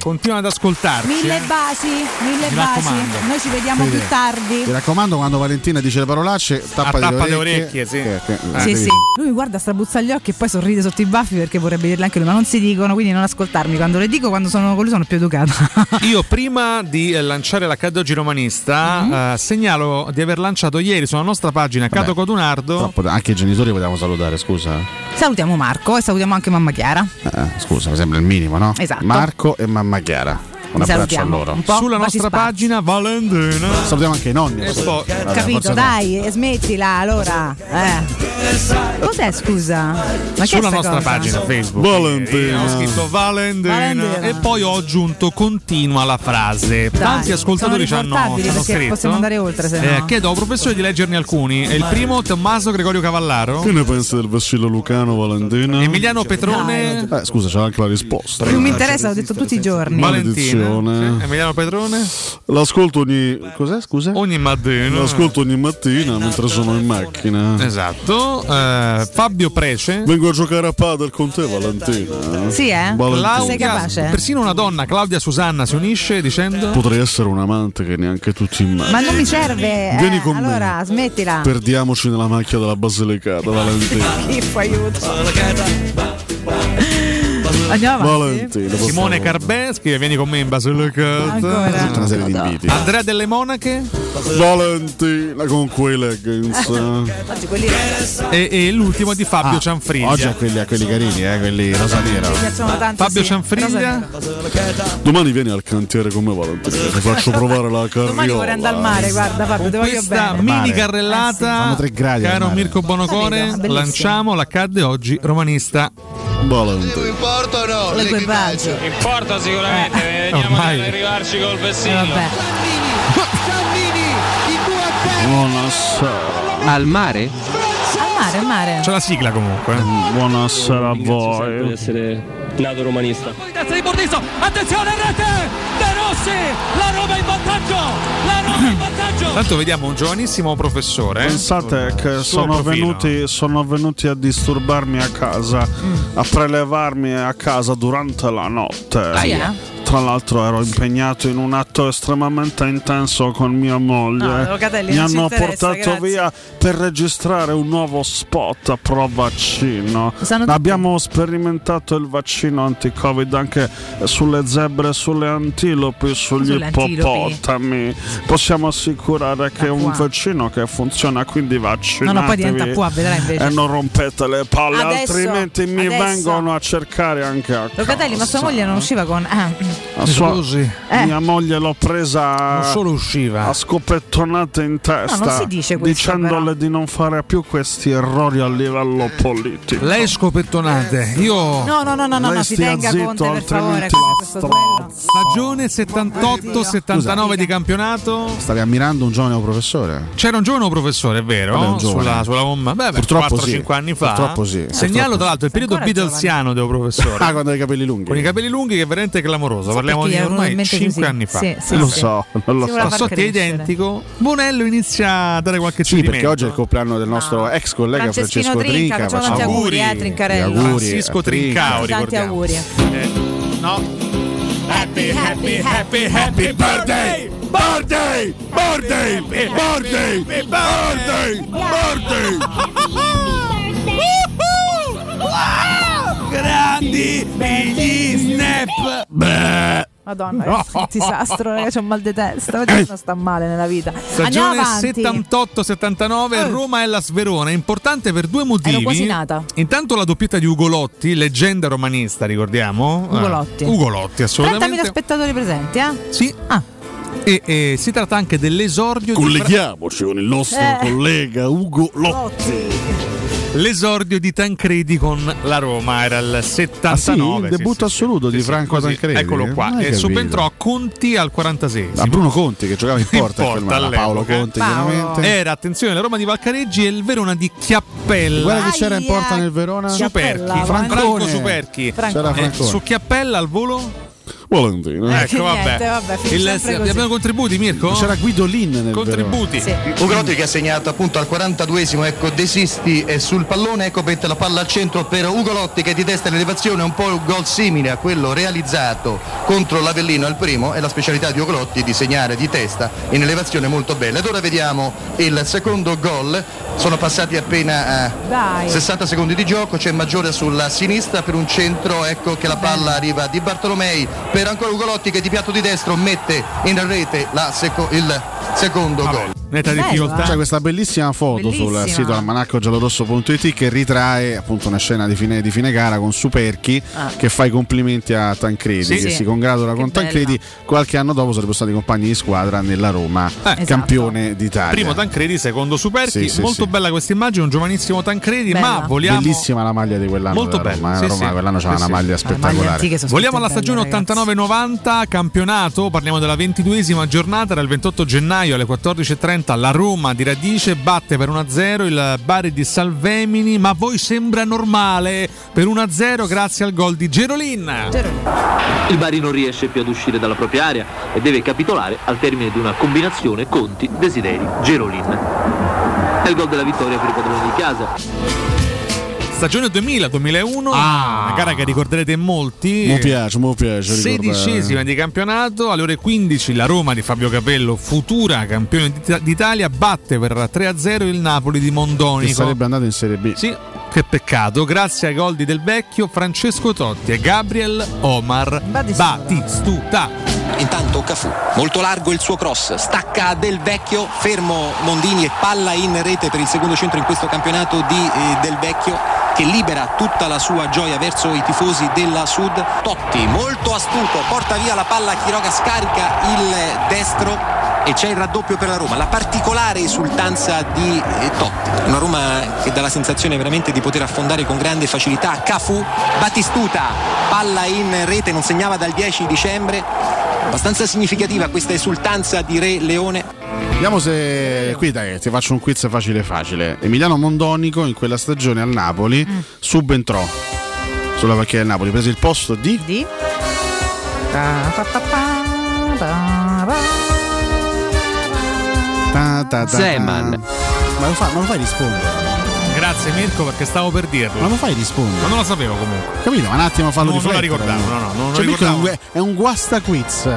Speaker 16: Continua ad ascoltarci.
Speaker 13: Mille
Speaker 16: eh.
Speaker 13: basi, mille
Speaker 16: Mi
Speaker 13: basi.
Speaker 16: raccomando.
Speaker 13: Noi ci vediamo
Speaker 29: Fede,
Speaker 13: più tardi.
Speaker 29: Mi raccomando, quando Valentina dice le parolacce, tappa,
Speaker 16: Ah, tappa le
Speaker 29: le
Speaker 16: orecchie,
Speaker 29: orecchie.
Speaker 16: sì.
Speaker 29: Che-
Speaker 12: Ah,
Speaker 29: che-
Speaker 13: Sì,
Speaker 29: eh.
Speaker 13: sì. Lui mi guarda, strabuzza gli occhi e poi sorride sotto i baffi perché vorrebbe dirle anche lui, ma non si dicono, quindi non ascoltarmi. Quando le dico, quando sono con lui sono più educata. [LAUGHS]
Speaker 16: Io prima di eh, lanciare la Cado Romanista
Speaker 13: Mhm.
Speaker 16: eh, segnalo di aver lanciato ieri sulla nostra pagina Cado Codunardo.
Speaker 29: Pot- Anche i genitori vogliamo salutare, scusa.
Speaker 13: Salutiamo Marco e salutiamo anche mamma Chiara.
Speaker 29: Eh, scusa, mi sembra il minimo, no?
Speaker 13: Esatto.
Speaker 29: Marco e mamma Chiara. Un
Speaker 13: Li
Speaker 29: abbraccio a
Speaker 13: salutiamo,
Speaker 29: loro.
Speaker 13: un po',
Speaker 16: Sulla
Speaker 13: baci
Speaker 16: nostra
Speaker 13: spazio.
Speaker 16: pagina Valentina.
Speaker 29: Salutiamo anche i nonni.
Speaker 16: Eh, spo-
Speaker 29: Vabbè,
Speaker 13: Capito,
Speaker 29: forse no.
Speaker 13: dai, e smettila allora. Eh. Cos'è scusa? Ma che
Speaker 16: Sulla
Speaker 13: è sta
Speaker 16: nostra
Speaker 13: cosa?
Speaker 16: pagina Facebook Valentina. ho scritto Valentina, e poi ho aggiunto continua la frase.
Speaker 13: Dai,
Speaker 16: Tanti ascoltatori ci
Speaker 13: sono
Speaker 16: hanno, ci
Speaker 13: riportabili
Speaker 16: hanno
Speaker 13: perché
Speaker 16: scritto.
Speaker 13: possiamo andare oltre, se
Speaker 16: Eh,
Speaker 13: no.
Speaker 16: chiedo al professore di leggerne alcuni. È il primo Tommaso Gregorio Cavallaro.
Speaker 29: ne pensi del vessillo Lucano, Valentina?
Speaker 16: Emiliano Petrone.
Speaker 29: Eh, scusa, c'è anche la risposta.
Speaker 13: Non Ah, mi interessa, l'ho detto tutti i giorni.
Speaker 29: Maledizione.
Speaker 16: Sì, Emiliano Petrone.
Speaker 29: L'ascolto ogni. Cos'è, scusa?
Speaker 16: Ogni mattina.
Speaker 29: L'ascolto ogni mattina mentre sono in macchina.
Speaker 16: Esatto. Eh, Fabio Prece.
Speaker 29: Vengo a giocare a padel con te, Valentina.
Speaker 13: Sì, eh?
Speaker 29: Valentina.
Speaker 13: Sei capace?
Speaker 16: Persino una donna, Claudia Susanna, si unisce dicendo:
Speaker 29: Potrei essere un amante che neanche tutti immaginano.
Speaker 13: Ma non mi serve. eh,
Speaker 29: Vieni con me.
Speaker 13: allora, smettila.
Speaker 29: Perdiamoci nella macchia della Basilicata, Valentina.
Speaker 13: Schifo, aiuto. Andiamo avanti.
Speaker 29: Valentina.
Speaker 16: Simone Carbè scrive vieni con me in Basilicata
Speaker 13: Ancora.
Speaker 29: Tutta una serie di inviti.
Speaker 16: Andrea delle Monache
Speaker 29: Valentina con quei
Speaker 13: [LAUGHS]
Speaker 29: leggings.
Speaker 13: Ah, Oggi quelli mi
Speaker 16: e, e l'ultimo di
Speaker 17: Ah,
Speaker 16: Fabio Cianfriglia
Speaker 29: Oggi a quelli, a quelli carini, eh, quelli rosa nero.
Speaker 13: piacciono tanto.
Speaker 16: Fabio
Speaker 13: sì.
Speaker 16: Cianfriglia
Speaker 29: Domani vieni al cantiere con me, Valentina. Ti faccio provare la carriola.
Speaker 13: Domani vorrei andare al mare, guarda Fabio, ti voglio
Speaker 16: questa
Speaker 13: bene.
Speaker 16: mini
Speaker 29: Mare. Eh
Speaker 16: carrellata
Speaker 29: Fanno tre gradi al
Speaker 16: caro
Speaker 29: mare.
Speaker 16: Mirko Bonocore
Speaker 13: Ah, bellissimo.
Speaker 16: lanciamo l'accadde oggi romanista
Speaker 29: Valentina
Speaker 5: Importa o no?
Speaker 13: L'equipaggio.
Speaker 5: Importa sicuramente,
Speaker 16: vediamo Eh, ormai. Eh, di
Speaker 5: arrivarci col vestito.
Speaker 29: Buonasera.
Speaker 4: Al mare?
Speaker 13: Al mare, al mare.
Speaker 16: c'è la sigla comunque
Speaker 29: Buonasera a voi.
Speaker 4: essere nato romanista. Terza di Bordiso, attenzione a rete! De Rossi, la Roma in vantaggio! La Roma in vantaggio!
Speaker 16: tanto vediamo un giovanissimo professore eh?
Speaker 29: Pensate che
Speaker 16: Suo
Speaker 29: sono
Speaker 16: profilo.
Speaker 29: venuti, sono venuti a disturbarmi a casa,
Speaker 13: Mm.
Speaker 29: a prelevarmi a casa durante la notte.
Speaker 13: Aia.
Speaker 29: Tra l'altro ero impegnato in un atto estremamente intenso con mia moglie.
Speaker 13: No, Locatelli,
Speaker 29: Mi
Speaker 13: non ci
Speaker 29: hanno
Speaker 13: interessa,
Speaker 29: portato
Speaker 13: grazie.
Speaker 29: via per registrare un nuovo spot a pro vaccino.
Speaker 13: Sanno tutti.
Speaker 29: Abbiamo sperimentato il vaccino anti-covid anche sulle zebre, sulle antilopi, sugli
Speaker 13: Sulle antilopi.
Speaker 29: ippopotami. Possiamo assicurare che è un
Speaker 13: qua.
Speaker 29: vaccino che funziona, quindi vaccinatevi.
Speaker 13: No, no, poi diventa qua, vedrai invece.
Speaker 29: E non rompete le palle,
Speaker 13: Adesso,
Speaker 29: altrimenti mi
Speaker 13: adesso.
Speaker 29: vengono a cercare anche a
Speaker 13: Locatelli, ma sua
Speaker 29: casa.
Speaker 13: moglie non usciva con.
Speaker 12: [LAUGHS]
Speaker 13: Ah,
Speaker 29: A sua-
Speaker 13: Eh.
Speaker 29: Mia moglie l'ho presa
Speaker 16: Non solo usciva.
Speaker 29: a scopettonate in testa
Speaker 13: No, non si dice questo,
Speaker 29: dicendole di non fare più questi errori a livello politico.
Speaker 16: lei scopettonate io
Speaker 13: No, no, no, no, no,
Speaker 29: Lei
Speaker 13: no si
Speaker 29: stia
Speaker 13: tenga
Speaker 29: zitto,
Speaker 13: conto per favore
Speaker 29: altrimenti
Speaker 13: con
Speaker 29: la
Speaker 13: questo duello.
Speaker 16: stagione 78-79 di campionato
Speaker 29: Stavi ammirando un giovane professore?
Speaker 16: C'era un giovane professore, è vero?
Speaker 29: Vabbè, un giovane.
Speaker 16: sulla, sulla bomba. Beh, beh,
Speaker 29: Purtroppo
Speaker 16: 4-5
Speaker 29: sì.
Speaker 16: anni fa.
Speaker 29: Purtroppo sì.
Speaker 16: Segnalo
Speaker 29: Purtroppo
Speaker 16: tra l'altro il periodo
Speaker 29: Ancora
Speaker 16: Beatlesiano del professore.
Speaker 29: Ah, quando hai i capelli lunghi.
Speaker 16: Con i capelli lunghi che è veramente clamoroso.
Speaker 29: Sì,
Speaker 16: Parliamo
Speaker 29: perché
Speaker 16: di
Speaker 29: gli erano
Speaker 16: ormai
Speaker 29: in mente
Speaker 16: 5
Speaker 29: così.
Speaker 16: anni fa.
Speaker 29: Sì, sì, Eh, Lo sì. so, [LAUGHS] non lo Si so. voleva far
Speaker 16: Tassotti è
Speaker 29: crescere.
Speaker 16: identico. Bonello inizia a dare qualche
Speaker 29: Sì, perché
Speaker 16: cedimento.
Speaker 29: oggi è il compleanno del nostro ex collega
Speaker 13: Franceschino
Speaker 29: Francesco
Speaker 13: Trinca,
Speaker 29: Trinca.
Speaker 13: facciamo tanti
Speaker 29: facciamo-
Speaker 13: auguri, eh, Trincarello.
Speaker 29: gli auguri,
Speaker 16: Francisco
Speaker 29: a Trinca.
Speaker 16: Trincao,
Speaker 13: Tanti
Speaker 16: ricordiamo.
Speaker 13: auguri.
Speaker 4: Eh.
Speaker 16: Happy, happy, happy, happy birthday!
Speaker 4: Birthday! Birthday!
Speaker 16: Birthday!
Speaker 4: Birthday! Birthday! Grandi gli snap!
Speaker 13: Madonna, che [LAUGHS] disastro, ragazzi, ho un mal di testa. Oggi non sta male nella vita. Andiamo
Speaker 16: Stagione
Speaker 13: avanti.
Speaker 29: Ah.
Speaker 16: 78-79, Roma e la Sverona. È importante per due motivi.
Speaker 13: Ero quasi nata.
Speaker 16: Intanto la doppietta di Ugolotti, leggenda romanista, ricordiamo.
Speaker 13: Ugolotti.
Speaker 16: Eh, Ugolotti,
Speaker 13: 30.000
Speaker 16: assolutamente.
Speaker 13: spettatori presenti, eh?
Speaker 16: Sì.
Speaker 13: Ah,
Speaker 16: E, e si tratta anche dell'esordio
Speaker 29: Colleghiamoci con il nostro
Speaker 13: Eh.
Speaker 29: collega Ugo Lotti.
Speaker 16: di L'esordio di Tancredi con la Roma era il 79.
Speaker 29: Ah, il
Speaker 16: sì,
Speaker 29: debutto assoluto di Franco
Speaker 16: così,
Speaker 29: Tancredi. eh?
Speaker 16: Eccolo qua.
Speaker 29: Non hai
Speaker 16: E
Speaker 29: capito.
Speaker 16: subentrò Conti al 46.
Speaker 29: A Bruno Conti che giocava in porta,
Speaker 16: In porta eh.
Speaker 29: fermava
Speaker 16: all'epoca.
Speaker 29: Paolo Conti chiaramente.
Speaker 16: Era attenzione la Roma di Valcareggi e il Verona di Chiappella.
Speaker 29: Guarda chi c'era in porta nel Verona?
Speaker 16: Superchi,
Speaker 29: Francone.
Speaker 16: Franco Superchi.
Speaker 29: C'era
Speaker 16: Eh,
Speaker 29: Francone.
Speaker 16: su Chiappella al volo?
Speaker 12: Valentino.
Speaker 16: Ecco, vabbè. Il- abbiamo contributi, Mirko?
Speaker 12: C'era Guidolin nel
Speaker 16: Contributi.
Speaker 12: Sì.
Speaker 15: Ugrotti che ha segnato appunto al 42esimo, ecco De Sisti è sul pallone, ecco mette la palla al centro per Ugolotti che di testa in elevazione un po' un gol simile a quello realizzato contro l'Avellino al primo e la specialità di Ugolotti di segnare di testa in elevazione molto bella. Ed ora vediamo il secondo gol, sono passati appena eh,
Speaker 13: Dai.
Speaker 15: 60 secondi di gioco, c'è Maggiore sulla sinistra per un centro, ecco che la palla arriva di Bartolomei per ancora Ugolotti che di piatto di destro mette in rete la seco- il secondo gol.
Speaker 16: Netta
Speaker 12: C'è questa bellissima foto
Speaker 15: Bellissima.
Speaker 12: sul sito almanaccogiallorosso.it che ritrae appunto una scena di fine, di fine gara con Superchi
Speaker 15: Ah.
Speaker 12: che fa i complimenti a Tancredi,
Speaker 16: Sì. Sì.
Speaker 12: che si congratula
Speaker 16: Che
Speaker 12: con
Speaker 16: bella.
Speaker 12: Tancredi. Qualche anno dopo sarebbero stati compagni di squadra nella Roma, campione d'Italia.
Speaker 16: Eh, esatto. Primo Tancredi, secondo Superchi.
Speaker 12: Sì, sì,
Speaker 16: Molto
Speaker 12: sì.
Speaker 16: bella questa immagine, un giovanissimo Tancredi, Bella. ma vogliamo
Speaker 12: Bellissima la maglia di quell'anno.
Speaker 16: Molto
Speaker 12: della
Speaker 16: bella,
Speaker 12: Roma, eh.
Speaker 16: sì,
Speaker 12: Roma
Speaker 16: sì.
Speaker 12: quell'anno c'era
Speaker 16: Sì,
Speaker 12: una
Speaker 16: sì.
Speaker 12: maglia spettacolare.
Speaker 16: Vogliamo alla stagione 89-90, campionato, parliamo della 22esima giornata, era il 28 gennaio alle 14.30, la Roma di Radice batte per 1-0 il Bari di Salvemini, ma a voi sembra normale per 1-0 grazie al gol di Gerolin.
Speaker 17: Il Bari non riesce più ad uscire dalla propria area e deve capitolare al termine di una combinazione Conti, Desideri, Gerolin. È il gol della vittoria per i padroni di casa.
Speaker 16: Stagione 2000-2001,
Speaker 12: Ah.
Speaker 16: una gara che ricorderete in molti.
Speaker 12: Mi piace, mi piace. ricordare.
Speaker 16: Sedicesima di campionato, alle ore 15 la Roma di Fabio Capello, futura campione d'It- d'Italia, batte per 3-0 il Napoli di
Speaker 12: Che
Speaker 16: Mondonico.
Speaker 12: sarebbe andato in Serie B.
Speaker 16: Sì, che peccato, grazie ai gol di Del Vecchio, Francesco Totti e Gabriel Omar Batistuta.
Speaker 18: Intanto Cafu, molto largo il suo cross, stacca del vecchio, fermo Mondini e palla in rete per il secondo centro in questo campionato di eh, del vecchio che libera tutta la sua gioia verso i tifosi della Sud. Totti molto astuto, porta via la palla, Chiroga scarica il destro e c'è il raddoppio per la Roma, la particolare esultanza di eh, Totti, una Roma che dà la sensazione veramente di poter affondare con grande facilità, Cafu, Battistuta, palla in rete, non segnava dal 10 dicembre, abbastanza significativa questa esultanza di Re Leone.
Speaker 12: Vediamo se qui dai, ti faccio un quiz facile facile. Emiliano Mondonico in quella stagione al Napoli
Speaker 13: Mm.
Speaker 12: subentrò sulla panchina del Napoli, prese il posto di, Ta, ta, ta, ta.
Speaker 16: Zeman.
Speaker 12: Ma lo, fa- ma lo fai rispondere?
Speaker 16: Grazie Mirko perché stavo per dirlo.
Speaker 12: Ma lo fai rispondere?
Speaker 16: Ma non lo sapevo comunque.
Speaker 12: Capito? Ma un attimo fallo
Speaker 16: No, non la
Speaker 12: riflettere.
Speaker 16: ricordavo, no, no, non la
Speaker 12: Cioè, Mirko è un
Speaker 16: ricordavo.
Speaker 12: gue- è un guasta quiz.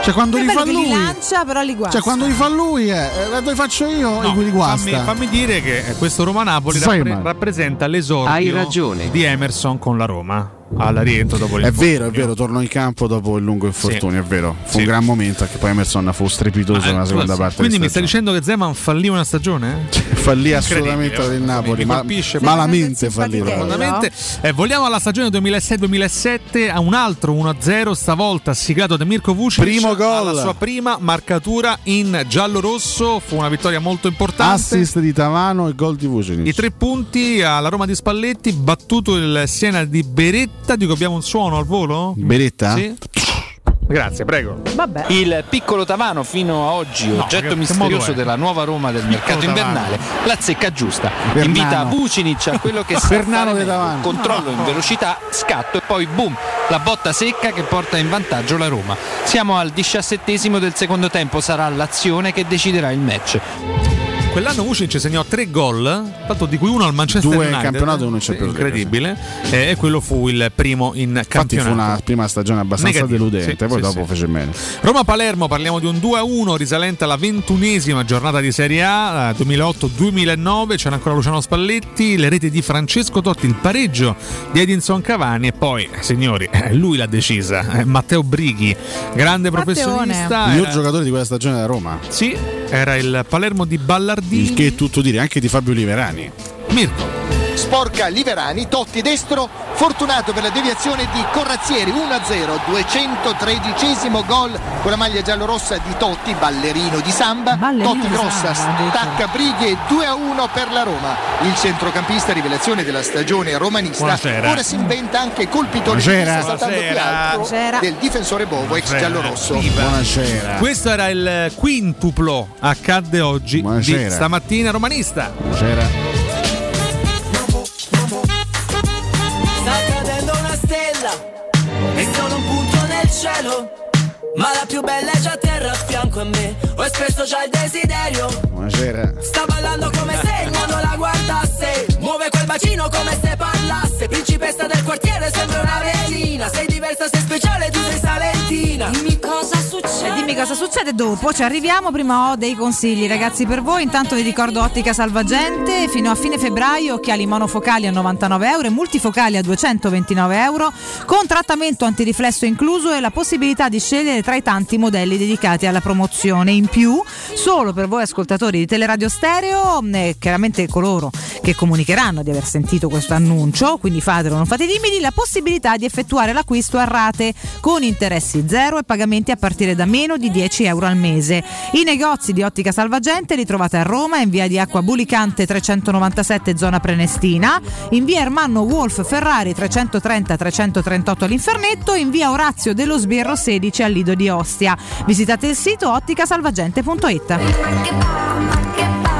Speaker 12: Cioè quando
Speaker 13: È
Speaker 12: li
Speaker 13: bello
Speaker 12: fa
Speaker 13: che li
Speaker 12: lui,
Speaker 13: lancia, però li guasta.
Speaker 12: cioè quando li fa lui, eh, eh, lo faccio io e li
Speaker 16: Fammi,
Speaker 12: guasta.
Speaker 16: fammi dire che questo Roma Napoli
Speaker 12: Zeman.
Speaker 16: rappresenta l'esordio
Speaker 12: Hai ragione.
Speaker 16: di Emerson con la Roma alla rientro dopo
Speaker 12: È vero, è
Speaker 16: l'infortunio.
Speaker 12: vero, tornò in campo dopo il lungo infortunio,
Speaker 16: Sì.
Speaker 12: è vero. Fu
Speaker 16: Sì.
Speaker 12: un gran momento, anche poi Emerson fu strepitoso
Speaker 16: Eh,
Speaker 12: nella seconda
Speaker 16: scusa,
Speaker 12: parte.
Speaker 16: Quindi
Speaker 12: di
Speaker 16: mi stai dicendo che Zeman fallì una
Speaker 12: [LAUGHS]
Speaker 16: stagione?
Speaker 12: Fallì
Speaker 16: Incredibile,
Speaker 12: assolutamente
Speaker 16: guarda,
Speaker 12: del
Speaker 16: mi-
Speaker 12: Napoli,
Speaker 16: mi
Speaker 12: ma-
Speaker 16: colpisce
Speaker 12: malamente fallì. proprio.
Speaker 16: Veramente. Eh, vogliamo alla stagione 2006-2007 a un altro 1-0, stavolta siglato da Mirko Vucic.
Speaker 12: Primo gol.
Speaker 16: Alla sua prima marcatura in giallo-rosso, fu una vittoria molto
Speaker 12: Ah,
Speaker 16: importante.
Speaker 12: Assist di Tavano e gol di Vucinic.
Speaker 16: I tre punti alla Roma di Spalletti, battuto il Siena di Beretta. Dico, abbiamo un suono al volo?
Speaker 12: Beretta?
Speaker 16: Sì. Grazie, prego.
Speaker 13: Vabbè.
Speaker 19: Il piccolo Tavano fino a oggi,
Speaker 16: No, che-
Speaker 19: oggetto
Speaker 16: che modo
Speaker 19: misterioso
Speaker 16: è?
Speaker 19: della nuova Roma del mercato
Speaker 16: Tavano.
Speaker 19: invernale, la zecca giusta.
Speaker 16: Bernano.
Speaker 19: Invita Vucinic a quello che sa
Speaker 18: Bernano
Speaker 19: fare
Speaker 18: De
Speaker 19: meglio.
Speaker 18: Tavano.
Speaker 19: controllo in velocità, scatto e poi boom, la botta secca che porta in vantaggio la Roma. Siamo al diciassettesimo del secondo tempo, sarà l'azione che deciderà il match.
Speaker 16: Quell'anno Vucic segnò tre gol, tanto di cui uno al Manchester
Speaker 12: Due in
Speaker 16: United.
Speaker 12: campionato e uno in
Speaker 16: Sì,
Speaker 12: Champions League,
Speaker 16: Incredibile. Eh, E quello fu il primo in
Speaker 12: Infatti fu
Speaker 16: campionato.
Speaker 12: una prima stagione abbastanza
Speaker 16: Negativo,
Speaker 12: deludente,
Speaker 16: sì, sì,
Speaker 12: poi dopo
Speaker 16: sì.
Speaker 12: fece bene.
Speaker 16: Roma-Palermo, parliamo di un 2-1 risalente alla ventunesima giornata di Serie A, eh, 2008-2009, c'era ancora Luciano Spalletti, le reti di Francesco Totti, il pareggio di Edinson Cavani e poi, eh, signori, eh, lui l'ha decisa, eh, Matteo Brighi, grande professionista.
Speaker 12: Il miglior
Speaker 16: era-
Speaker 12: giocatore di quella stagione da Roma.
Speaker 16: sì, era il Palermo di Ballardini.
Speaker 12: Il che è tutto dire, anche di Fabio Liverani.
Speaker 2: Sporca Liverani, Totti destro, fortunato per la deviazione di Corazzieri 1-0, 213 gol con la maglia giallorossa di Totti, ballerino di samba, Totti
Speaker 19: di
Speaker 2: grossa,
Speaker 19: samba, ha detto.
Speaker 2: stacca brighe 2-1 per la Roma. Il centrocampista rivelazione della stagione romanista
Speaker 19: Buonasera.
Speaker 2: ora si inventa anche colpitore di
Speaker 16: Buonasera.
Speaker 2: testa saltando più
Speaker 16: Buonasera.
Speaker 2: alto del difensore Bovo ex
Speaker 16: Buonasera.
Speaker 2: giallorosso.
Speaker 16: Viva.
Speaker 12: Buonasera.
Speaker 16: Questo era il quintuplo, accadde oggi,
Speaker 12: Buonasera.
Speaker 16: di stamattina romanista.
Speaker 12: Buonasera.
Speaker 24: Sta cadendo una stella, è solo un punto nel cielo.
Speaker 9: cielo. Ma la più bella è già a terra a fianco a me. Ho espresso già il desiderio.
Speaker 12: Buonasera.
Speaker 9: Sta ballando come se non la guardasse Muove quel bacino come se parlasse Principessa del quartiere sembra una regina Sei diversa, sei speciale, tu sei salentina Dimmi cosa
Speaker 13: E Eh, dimmi cosa succede dopo, ci arriviamo, prima ho dei consigli ragazzi per voi, intanto vi ricordo Ottica Salvagente, fino a fine febbraio occhiali monofocali a 99 euro e multifocali a 229 euro, con trattamento antiriflesso incluso e la possibilità di scegliere tra i tanti modelli dedicati alla promozione. In più, solo per voi ascoltatori di Teleradio Stereo, eh, chiaramente coloro che comunicheranno di aver sentito questo annuncio, quindi fatelo, non fate timidi, la possibilità di effettuare l'acquisto a rate con interessi zero e pagamenti a partire da meno di 10 euro al mese. I negozi di Ottica Salvagente li trovate a Roma in via di Acqua Bulicante 397 zona Prenestina, in via Ermanno Wolf Ferrari 330-338 all'Infernetto, in via Orazio dello Sbirro 16 al Lido di Ostia. Visitate il sito otticasalvagente.it.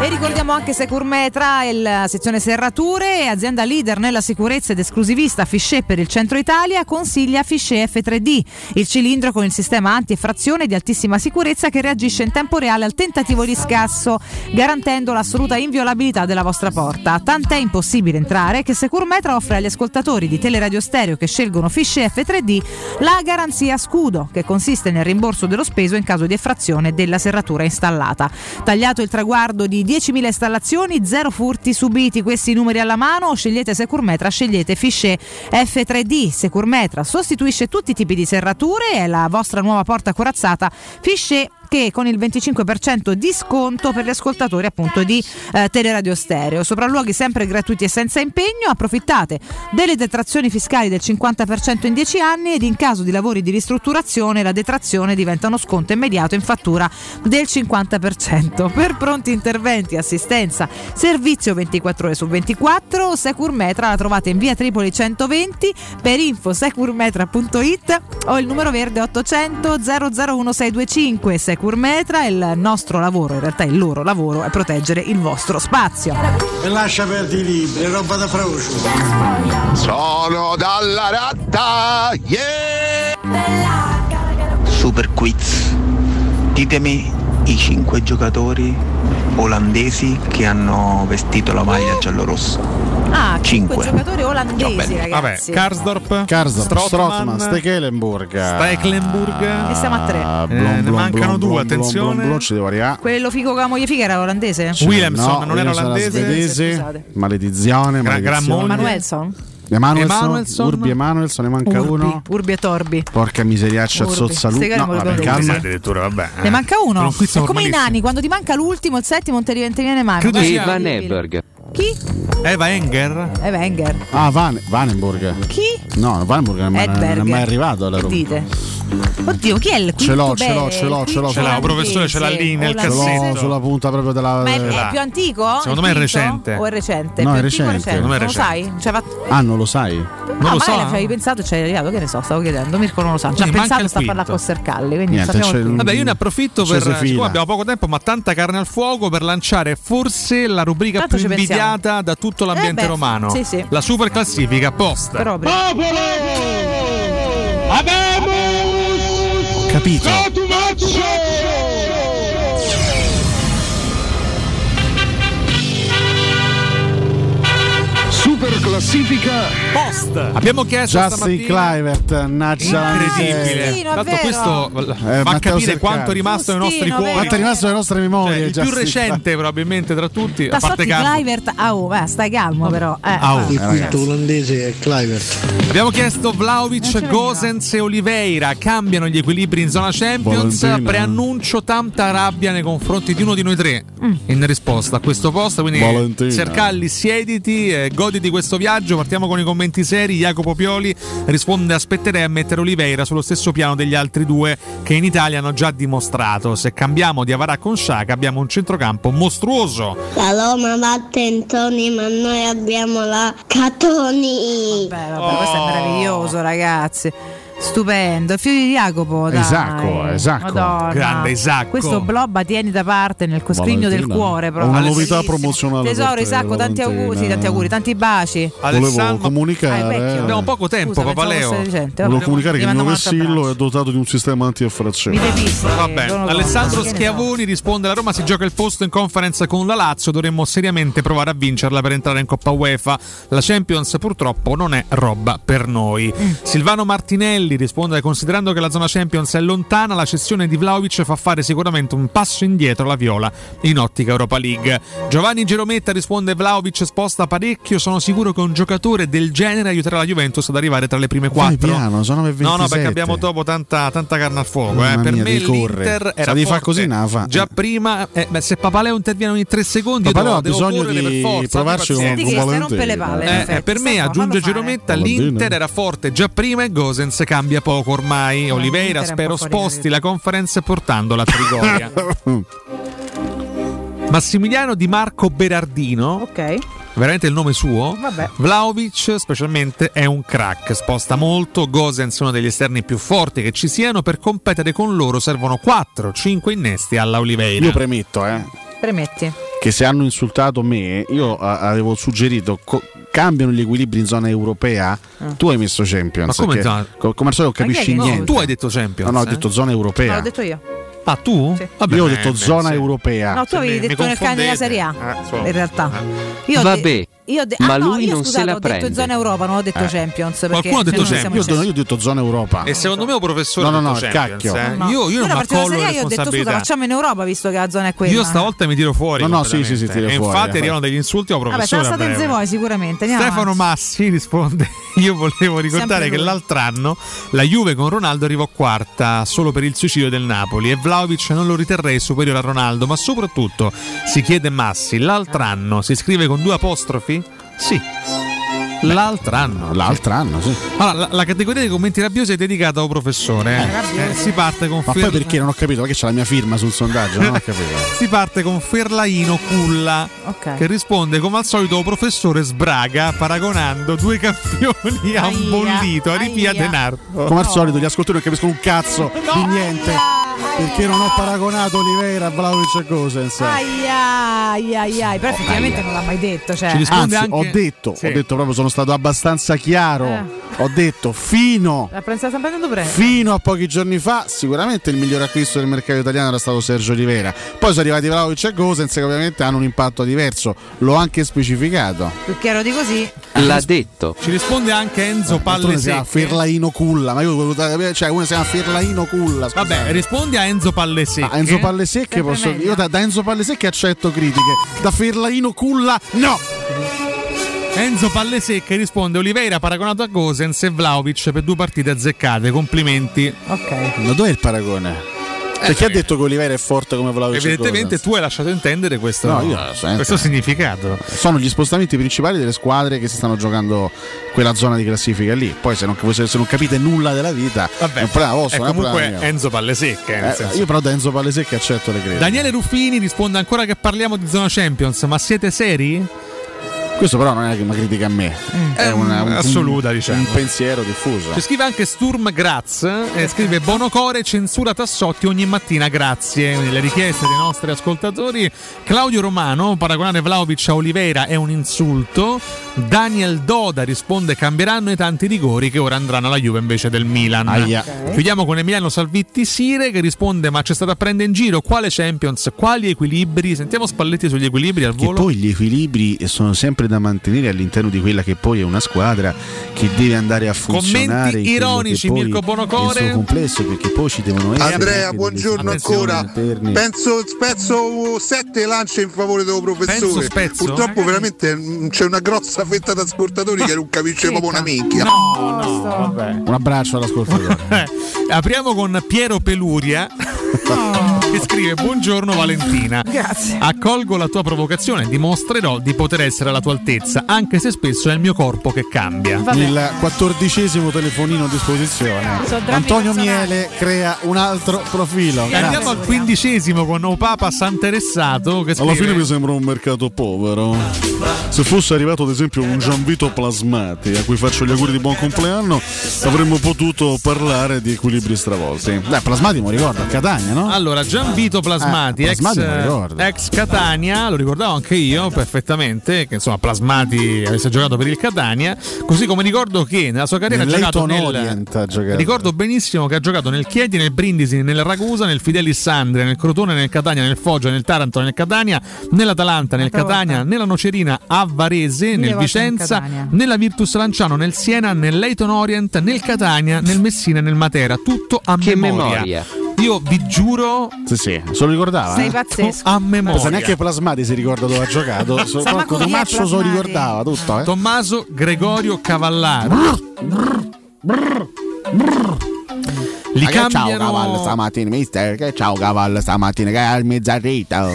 Speaker 13: E ricordiamo anche Securmetra, e la sezione serrature, azienda leader nella sicurezza ed esclusivista Fichet per il centro Italia, consiglia Fichet F3D, il cilindro con il sistema anti-effrazione di altissima sicurezza che reagisce in tempo reale al tentativo di scasso, garantendo l'assoluta inviolabilità della vostra porta. Tant'è impossibile entrare che Securmetra offre agli ascoltatori di Teleradio Stereo che scelgono Fichet F3D la garanzia scudo, che consiste nel rimborso dello speso in caso di effrazione della serratura installata. Tagliato il traguardo di 10.000 installazioni, zero furti subiti. Questi numeri alla mano, scegliete Securmetra, scegliete Fichet F3D. Securmetra sostituisce tutti i tipi di serrature e la vostra nuova porta corazzata Fichet che con il 25% di sconto per gli ascoltatori appunto di eh, Teleradio Stereo. Sopralluoghi sempre gratuiti e senza impegno, approfittate delle detrazioni fiscali del 50% in 10 anni ed in caso di lavori di ristrutturazione la detrazione diventa uno sconto immediato in fattura del 50%. Per pronti interventi, assistenza, servizio 24 ore su 24, Securmetra la trovate in via Tripoli 120, per info securmetra.it o il numero verde 800 001 625 Securmetra, il nostro lavoro, in realtà il loro lavoro è proteggere il vostro spazio. Ah,
Speaker 26: E lascia perdi i libri, è roba da frocio.
Speaker 8: Sono dalla ratta, yeah!
Speaker 21: Super quiz. Ditemi i 5 giocatori olandesi che hanno vestito la maglia giallorossa.
Speaker 13: Ah,
Speaker 21: Cinque.
Speaker 13: cinque giocatori olandesi, ragazzi.
Speaker 16: Karsdorp,
Speaker 12: Karsdorp,
Speaker 16: Strootman,
Speaker 12: Strootman, Stekelenburg.
Speaker 16: Stekelenburg.
Speaker 12: E
Speaker 13: siamo a tre.
Speaker 12: Ah,
Speaker 16: Eh,
Speaker 12: blon,
Speaker 16: ne
Speaker 12: blon,
Speaker 16: mancano
Speaker 12: blon,
Speaker 16: due,
Speaker 12: blon,
Speaker 16: attenzione.
Speaker 12: blon, blon, blon, ci devo arrivare.
Speaker 13: Quello figo con la moglie figa era olandese?
Speaker 16: Williamson, non era
Speaker 12: Williamson
Speaker 16: olandese?
Speaker 12: svedese. Maledizione, maledizione.
Speaker 13: Manuelson.
Speaker 12: Emanuelson,
Speaker 13: Emanuelson.
Speaker 12: Urbi Emanuelson, ne manca
Speaker 13: Urbi,
Speaker 12: uno.
Speaker 13: Urbi e Torbi.
Speaker 12: Porca miseriaccia,
Speaker 13: Urbi.
Speaker 12: zozza lui.
Speaker 13: Ste
Speaker 12: No,
Speaker 13: calmo,
Speaker 12: vabbè,
Speaker 13: ricordo.
Speaker 12: calma.
Speaker 16: Addirittura, vabbè.
Speaker 13: Ne manca uno.
Speaker 12: Però qui
Speaker 13: È
Speaker 12: sono
Speaker 13: come i
Speaker 16: malissimo.
Speaker 13: nani, quando ti manca l'ultimo, il settimo, non te ne viene mai. Ma guarda, incredibile. Chi?
Speaker 16: Eva Enger.
Speaker 13: È Wenger.
Speaker 12: Ah, Van- Vanenburg.
Speaker 13: Chi?
Speaker 12: No, Vanenburg non è, mai,
Speaker 13: Edberg.
Speaker 12: non è mai arrivato alla
Speaker 13: Che
Speaker 12: Roma.
Speaker 13: dite? Oddio, chi è il quinto
Speaker 12: Ce l'ho,
Speaker 13: Beh,
Speaker 12: ce l'ho, ce l'ho,
Speaker 13: il
Speaker 12: ce l'ho.
Speaker 13: quinto olandese?
Speaker 12: Ce l'ho
Speaker 13: Olandese?
Speaker 12: sulla punta proprio della.
Speaker 13: Ma è, è più antico?
Speaker 12: eh, Secondo
Speaker 13: Il
Speaker 12: me è
Speaker 13: quinto?
Speaker 12: recente.
Speaker 13: O è recente?
Speaker 12: No,
Speaker 13: Più
Speaker 12: è
Speaker 13: antico o
Speaker 12: recente. Secondo me è
Speaker 13: Non lo sai? Cioè, va-
Speaker 12: Ah, non lo sai?
Speaker 13: ah, magari ci avevi pensato, ci hai arrivato, che ne so, stavo chiedendo, Mirko non lo sa. Ci ha
Speaker 16: Quindi manca
Speaker 13: pensato,
Speaker 16: il
Speaker 13: sta a
Speaker 16: quinto.
Speaker 13: parlare con Sercalli, quindi non sappiamo più.
Speaker 16: Vabbè, io ne approfitto
Speaker 12: c'è
Speaker 16: per.
Speaker 12: Sefila.
Speaker 16: siccome abbiamo poco tempo, ma tanta carne al fuoco per lanciare forse la rubrica
Speaker 13: Tanto
Speaker 16: più
Speaker 13: ci pensiamo.
Speaker 16: invidiata da tutto l'ambiente
Speaker 13: Eh beh,
Speaker 16: romano.
Speaker 13: sì, sì.
Speaker 16: La super classifica apposta.
Speaker 13: Proprio.
Speaker 16: Capito?
Speaker 12: Super classifica
Speaker 16: post. Abbiamo chiesto
Speaker 12: Justin
Speaker 16: stamattina-
Speaker 12: Clivert, Naccia
Speaker 16: Incredibile. Tra l'altro questo fa capire quanto è rimasto nei nostri cuori.
Speaker 12: Eh, Quanto è rimasto nelle nostre
Speaker 16: Cioè,
Speaker 12: memorie.
Speaker 16: il più
Speaker 12: Justin
Speaker 16: recente probabilmente tra tutti, a parte
Speaker 13: Tassotti
Speaker 16: Carlo.
Speaker 13: Clivert, au, eh, stai calmo però. Eh,
Speaker 16: Au.
Speaker 13: guarda.
Speaker 16: Il quinto
Speaker 12: olandese è Clivert.
Speaker 16: Abbiamo chiesto Vlaovic, Gosens e Oliveira cambiano gli equilibri in zona Champions.
Speaker 12: Valentino.
Speaker 16: Preannuncio tanta rabbia nei confronti di uno di noi tre in risposta a questo post. Quindi
Speaker 12: Valentino.
Speaker 16: Sercalli, siediti, eh, goditi questo viaggio. Partiamo con i commenti seri. Jacopo Pioli risponde: Aspetterei a mettere Oliveira sullo stesso piano degli altri due che in Italia hanno già dimostrato. Se cambiamo di Avarà con Sciaca, abbiamo un centrocampo mostruoso.
Speaker 24: La Roma
Speaker 16: [LAUGHS]
Speaker 24: batte Antoni, ma noi abbiamo la Catoni.
Speaker 13: Vabbè, questo è meraviglioso, ragazzi. Stupendo, il figlio di Jacopo. Dai.
Speaker 12: Isacco, Isacco.
Speaker 13: Madonna.
Speaker 12: Grande Isacco.
Speaker 13: Questo blobba tieni da parte nel coscrigno del
Speaker 12: Valentina.
Speaker 13: cuore. Proprio.
Speaker 12: Una
Speaker 13: Bellissimo.
Speaker 12: novità promozionale.
Speaker 13: Tesoro,
Speaker 12: per te,
Speaker 13: Isacco, tanti
Speaker 12: Valentina.
Speaker 13: auguri, sì, tanti auguri, tanti baci.
Speaker 12: Volevo comunicare.
Speaker 13: Ah, è vecchio.
Speaker 12: eh.
Speaker 13: poco
Speaker 19: tempo,
Speaker 13: Scusa,
Speaker 19: Papaleo.
Speaker 13: pensavo fosse recente, vabbè.
Speaker 12: Volevo comunicare
Speaker 13: Gli
Speaker 12: che il
Speaker 13: mando
Speaker 12: mio
Speaker 13: un altro
Speaker 12: vessillo è dotato di un sistema antiaffrazione.
Speaker 16: Vabbè, Alessandro Schiavoni risponde: La Roma si gioca il posto in conference con la Lazio. Dovremmo seriamente provare a vincerla per entrare in Coppa UEFA. La Champions, purtroppo, non è roba per noi.
Speaker 12: Mm.
Speaker 16: Silvano Martinelli risponde: Considerando che la zona Champions è lontana, la cessione di Vlaovic fa fare sicuramente un passo indietro alla viola in ottica Europa League. Giovanni Gerometta risponde: Vlaovic sposta parecchio. Sono sicuro che un giocatore del genere aiuterà la Juventus ad arrivare tra le prime
Speaker 12: Vai
Speaker 16: quattro.
Speaker 12: piano, sono le
Speaker 16: No, no,
Speaker 12: 27.
Speaker 16: perché abbiamo dopo tanta, tanta carne al fuoco.
Speaker 12: Mamma
Speaker 16: eh. Per
Speaker 12: mia,
Speaker 16: me
Speaker 12: devi correre.
Speaker 16: l'Inter
Speaker 12: Se la
Speaker 16: era
Speaker 12: devi fare
Speaker 16: forte.
Speaker 12: così, no, fa.
Speaker 16: Già prima, eh, beh, se Papaleo interviene ogni tre secondi, io devo-
Speaker 12: Papaleo ha
Speaker 16: devo
Speaker 12: bisogno
Speaker 16: correre
Speaker 12: di
Speaker 16: per forza,
Speaker 12: provarci
Speaker 16: abbi
Speaker 12: con-
Speaker 16: pazienza.
Speaker 12: con Sì, che se rompe Valentini. le palle, in
Speaker 16: Eh,
Speaker 12: effetti.
Speaker 16: eh, per me, aggiunge Girometta, l'Inter era forte già prima e Gosens cambia poco ormai. Oliveira, Eh, l'Inter è un po' spero fuori sposti la conference portandola a
Speaker 12: [LAUGHS]
Speaker 16: Trigoria. Massimiliano Di Marco Berardino. Veramente il nome suo?
Speaker 13: Vabbè.
Speaker 16: Vlaovic specialmente è un crack, sposta molto, Gosens è uno degli esterni più forti che ci siano, per competere con loro servono 4-5 innesti alla Oliveira.
Speaker 12: Io premetto, eh,
Speaker 13: Premetti.
Speaker 12: che se hanno insultato me, io eh, avevo suggerito co- cambiano gli equilibri in zona europea. Tu hai messo Champions.
Speaker 16: Ma come
Speaker 12: che-
Speaker 16: zona-
Speaker 12: co- come al solito
Speaker 13: Ah. Ma
Speaker 12: non capisci
Speaker 13: chi è che
Speaker 12: niente.
Speaker 13: insulta? Tu
Speaker 16: hai detto Champions,
Speaker 12: No, no, ho
Speaker 16: eh?
Speaker 12: detto zona
Speaker 13: No, l'ho
Speaker 12: europea.
Speaker 13: detto io.
Speaker 16: Ah, tu? Vabbè, eh,
Speaker 12: io ho detto
Speaker 16: beh,
Speaker 12: zona
Speaker 16: sì.
Speaker 12: europea.
Speaker 13: No, tu avevi detto nel cane della Serie
Speaker 16: Eh,
Speaker 13: A. in realtà. Io ho
Speaker 12: Vabbè.
Speaker 13: de- io ho de- ah,
Speaker 12: Ma
Speaker 13: no,
Speaker 12: lui
Speaker 13: io,
Speaker 12: non se
Speaker 13: scusate,
Speaker 12: la
Speaker 13: ho detto in
Speaker 12: prende.
Speaker 13: zona Europa, non ho detto
Speaker 12: Eh.
Speaker 13: Champions. perché cioè,
Speaker 16: Qualcuno ha detto Eh,
Speaker 13: non siamo
Speaker 12: Io, ho
Speaker 13: Champions.
Speaker 12: detto- io ho detto zona Europa.
Speaker 16: E secondo me un professore
Speaker 12: No, no,
Speaker 16: ha
Speaker 12: no,
Speaker 16: detto
Speaker 12: il
Speaker 16: Champions,
Speaker 12: cacchio.
Speaker 16: eh. Io, io non
Speaker 13: Io la
Speaker 16: mi
Speaker 13: partita della
Speaker 16: accollo le
Speaker 13: Serie A io ho detto scusa,
Speaker 16: responsabilità.
Speaker 13: facciamo in Europa visto che la zona è quella.
Speaker 16: Io stavolta mi tiro fuori.
Speaker 12: No, no, sì, sì, sì,
Speaker 16: completamente.
Speaker 12: tira
Speaker 16: E
Speaker 12: fuori,
Speaker 16: Infatti
Speaker 12: eh.
Speaker 16: erano degli insulti a un
Speaker 13: Vabbè,
Speaker 16: professore.
Speaker 13: sono state
Speaker 16: a breve.
Speaker 13: in voi sicuramente. Andiamo
Speaker 16: Stefano
Speaker 13: avanti.
Speaker 16: Massi Ah, risponde: [LAUGHS] Io volevo ricordare
Speaker 13: lui.
Speaker 16: che l'altro anno la Juve con Ronaldo arrivò quarta solo per il suicidio del Napoli e Vlaovic non lo riterrei superiore a Ronaldo, ma soprattutto si chiede Massi: l'altro anno si scrive con due apostrofi? Sì. L'altro anno.
Speaker 12: L'altro anno, sì.
Speaker 16: Allora, la, la categoria dei commenti rabbiosi è dedicata al professore. eh. Eh, si parte con
Speaker 12: Ma
Speaker 16: Fer-
Speaker 12: poi perché non ho capito? Perché c'è la mia firma sul sondaggio?
Speaker 16: [LAUGHS]
Speaker 12: Non ho capito.
Speaker 16: si parte con Ferlaino Culla che risponde come al solito professore Sbraga paragonando due campioni a un bollito a ripia denaro.
Speaker 12: Come al solito, gli ascoltatori non capiscono un cazzo di niente. Perché non ho paragonato Oliveira a Vlaovic e Gosens.
Speaker 13: Ai ai ai ai, però effettivamente non l'ha mai detto. Cioè.
Speaker 12: Ci risponde Anzi, ho detto, ho detto proprio, sono stato abbastanza chiaro. Ho detto fino,
Speaker 13: La prensa sta prendendo pre-
Speaker 12: fino a pochi giorni fa, sicuramente il miglior acquisto del mercato italiano era stato Sergio Oliveira. Poi sono arrivati Vlaovic e Gosens che ovviamente hanno un impatto diverso. L'ho anche specificato.
Speaker 13: Più chiaro di così.
Speaker 12: L'ha
Speaker 16: detto. Ci risponde anche Enzo
Speaker 12: Uno si chiama
Speaker 16: Pallesecchi.
Speaker 12: Ferlaino Culla, ma io volevo capire, cioè uno si chiama Ferlaino Culla. scusate.
Speaker 16: Vabbè, rispondi a Enzo Pallesecchi.
Speaker 12: Ah, Enzo Pallesecchi posso io da, da Enzo Pallesecchi accetto critiche, da Ferlaino Culla no.
Speaker 16: Enzo Pallesecchi risponde Oliveira paragonato a Gosens e Vlaovic per due partite azzeccate. Complimenti.
Speaker 13: Ok.
Speaker 12: Ma dov'è il paragone? Perché ha detto che Oliveira è forte come Vlaovic? e
Speaker 16: Evidentemente
Speaker 12: Gosens?
Speaker 16: tu hai lasciato intendere questo,
Speaker 12: No, io, senti.
Speaker 16: questo significato.
Speaker 12: sono gli spostamenti principali delle squadre che si stanno giocando quella zona di classifica lì. Poi se non, se non capite nulla della vita, è un problema vostro,
Speaker 16: è
Speaker 12: non è un
Speaker 16: comunque
Speaker 12: problema mio.
Speaker 16: Enzo Pallesecchi. eh, nel
Speaker 12: Eh,
Speaker 16: senso.
Speaker 12: io però da Enzo Palesecchi accetto le critiche.
Speaker 16: Daniele Ruffini risponde ancora che parliamo di zona Champions, ma siete seri?
Speaker 12: Questo però non è che una critica a me, Mm. è una, un,
Speaker 16: assoluta,
Speaker 12: un-
Speaker 16: diciamo.
Speaker 12: un pensiero diffuso.
Speaker 16: Ci scrive anche Sturm Graz eh, e scrive Bonocore censura Tassotti ogni mattina grazie. Quindi le richieste dei nostri ascoltatori. Claudio Romano, paragonare Vlaovic a Oliveira è un insulto. Daniel Doda risponde cambieranno i tanti rigori che ora andranno alla Juve invece del Milan.
Speaker 12: Aia.
Speaker 16: Ok. Chiudiamo con Emiliano Salvitti Sire che risponde ma c'è stata a prendere in giro quale Champions, quali equilibri. Sentiamo Spalletti sugli equilibri al
Speaker 12: Che
Speaker 16: volo.
Speaker 12: poi gli equilibri sono sempre da mantenere all'interno di quella che poi è una squadra che deve andare a funzionare. in
Speaker 16: Commenti
Speaker 12: quello che
Speaker 16: ironici,
Speaker 12: poi
Speaker 16: Mirko Bonocore.
Speaker 12: è Il suo complesso perché poi ci devono essere.
Speaker 45: Andrea,
Speaker 12: anche
Speaker 45: buongiorno
Speaker 12: delle situazioni
Speaker 45: ancora.
Speaker 12: interne.
Speaker 45: Penso, spezzo sette lance in favore del
Speaker 12: Penso
Speaker 45: professore.
Speaker 12: spezzo?
Speaker 45: Purtroppo veramente mm, c'è una grossa fetta di ascoltatori che non capisce proprio una minchia.
Speaker 16: Eh,
Speaker 12: Un abbraccio all'ascoltatore.
Speaker 16: Apriamo con Piero Peluria. che scrive buongiorno Valentina
Speaker 13: Grazie.
Speaker 16: accolgo la tua provocazione e dimostrerò di poter essere alla tua altezza anche se spesso è il mio corpo che cambia
Speaker 12: Il quattordicesimo telefonino a disposizione.
Speaker 16: Sono drammi
Speaker 12: Antonio Miele crea un altro profilo.
Speaker 16: E Eh, andiamo al quindicesimo con O Papa Sant'Eressato che
Speaker 17: Alla
Speaker 16: scrive
Speaker 17: fine mi sembra un mercato povero. Se fosse arrivato ad esempio un Gianvito Plasmati, a cui faccio gli auguri di buon compleanno, avremmo potuto parlare di equilibri stravolti. Eh,
Speaker 12: Dai, Plasmati mi ricorda, Catania, no?
Speaker 16: Allora, Gianvito Plasmati,
Speaker 12: Eh,
Speaker 16: ex,
Speaker 12: Plasmati me lo ricordo.
Speaker 16: ex Catania, lo ricordavo anche io perfettamente, che insomma Plasmati avesse giocato per il Catania, così come ricordo che nella sua carriera ha giocato
Speaker 12: Nell'Eyton
Speaker 16: nel...
Speaker 12: Orient ha giocato.
Speaker 16: Ricordo benissimo che ha giocato nel Chieti, nel Brindisi, nel Ragusa, nel Fidelissandria, nel Crotone, nel Catania, nel Foggia, nel Taranto, nel Catania, nell'Atalanta, nel
Speaker 13: Un'altra
Speaker 16: Catania, nella Nocerina a Varese,
Speaker 13: Mille
Speaker 16: nel
Speaker 13: volte
Speaker 16: Vicenza,
Speaker 13: nel Catania.
Speaker 16: nella Virtus Lanciano, nel Siena, nell'Eyton Orient, nel Catania, nel Messina, e nel Matera, tutto a
Speaker 12: Che
Speaker 16: memoria.
Speaker 12: memoria.
Speaker 16: Io vi giuro
Speaker 12: Sì, sì, se lo ricordava.
Speaker 16: Sei
Speaker 12: eh?
Speaker 16: pazzesco. A memoria.
Speaker 12: Pensa, neanche Plasmati si ricorda dove ha giocato. so-
Speaker 16: Sa ma
Speaker 12: Porco
Speaker 16: chi è
Speaker 12: Tomaccio se lo
Speaker 16: Plasmati?
Speaker 12: ricordava tutto, eh.
Speaker 16: Tommaso Gregorio Cavallaro. Li
Speaker 12: Ma che ciao
Speaker 16: cambiano-
Speaker 12: cavallo stamattina, mister. Che ciao cavallo stamattina, che è al mezzarrito.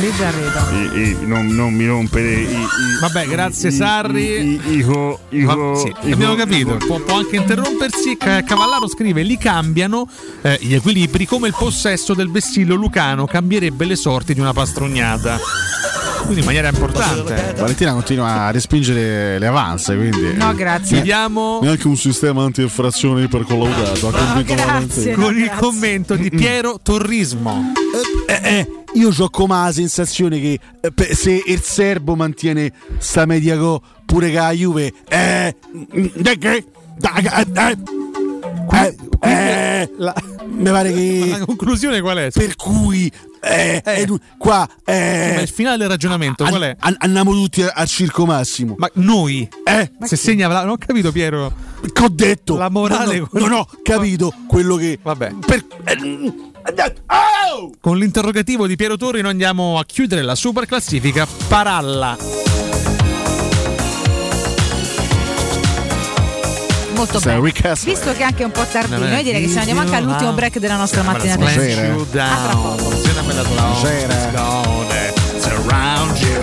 Speaker 13: Mezzarrito.
Speaker 29: non, non mi rompere i, i-
Speaker 16: Vabbè, grazie
Speaker 29: i-
Speaker 16: Sarri.
Speaker 29: i- Ico,
Speaker 16: Va- sì, abbiamo capito, può, può anche interrompersi. Ca- Cavallaro scrive: Li cambiano eh, gli equilibri come il possesso del vessillo lucano cambierebbe le sorti di una pastrugnata. Quindi in maniera importante. eh.
Speaker 12: Valentina continua a respingere le avance, quindi.
Speaker 13: No, grazie.
Speaker 16: Chiudiamo
Speaker 17: Neanche un sistema anti-effrazione ipercollaudato. Ha
Speaker 16: Ah,
Speaker 17: convinto la Valentina.
Speaker 16: con il commento di Piero Torrismo.
Speaker 12: Eh, eh, io ho come la sensazione che eh, pe- se il serbo mantiene sta media co pure che la Juve, eh, mm, da che- da- eh, eh, eh, eh, la- mi pare che [LAUGHS]
Speaker 16: la conclusione qual è?
Speaker 12: Per cui eh, è du- qua eh,
Speaker 16: Ma il finale del ragionamento
Speaker 12: an-
Speaker 16: qual è?
Speaker 12: an- andiamo tutti a- al circo massimo.
Speaker 16: Ma noi
Speaker 12: eh,
Speaker 16: Se segna, non ho capito, Piero.
Speaker 12: che ho detto?
Speaker 16: La morale-
Speaker 12: non, ho- non ho capito quello che
Speaker 16: Vabbè.
Speaker 12: per- eh, oh!
Speaker 16: Con l'interrogativo di Piero Torri, noi andiamo a chiudere la super classifica Paralla.
Speaker 13: Molto
Speaker 16: Sei
Speaker 13: bene.
Speaker 16: Rick Astley.
Speaker 13: Visto che è anche un po' tardino,
Speaker 16: Vabbè.
Speaker 13: io direi che se ne andiamo anche all'ultimo break della nostra mattina.
Speaker 16: Smash you down.
Speaker 12: Buonasera.
Speaker 16: Surround you.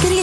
Speaker 24: Per il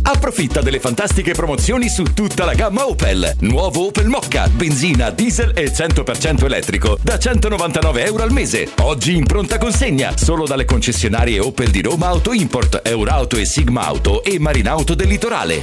Speaker 21: Approfitta delle fantastiche promozioni su tutta la gamma Opel. Nuovo Opel Mocca, benzina, diesel e 100% elettrico da 199 euro al mese. Oggi in pronta consegna solo dalle concessionarie Opel di Roma Auto Import, Eurauto e Sigma Auto e Marinauto del Litorale.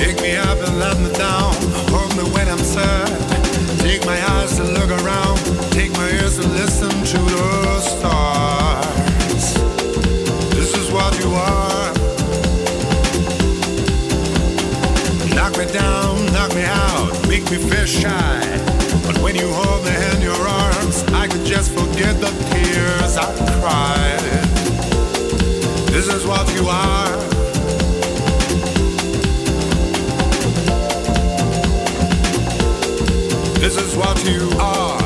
Speaker 4: Take me up and let me down. Hold me when I'm sad. Take my eyes to look around. Take my ears to listen to the stars. This is what you are. Knock me down, knock me out, make me feel shy. But when you hold me in your arms, I could just forget the tears I cried. This is what you are. This is what you are.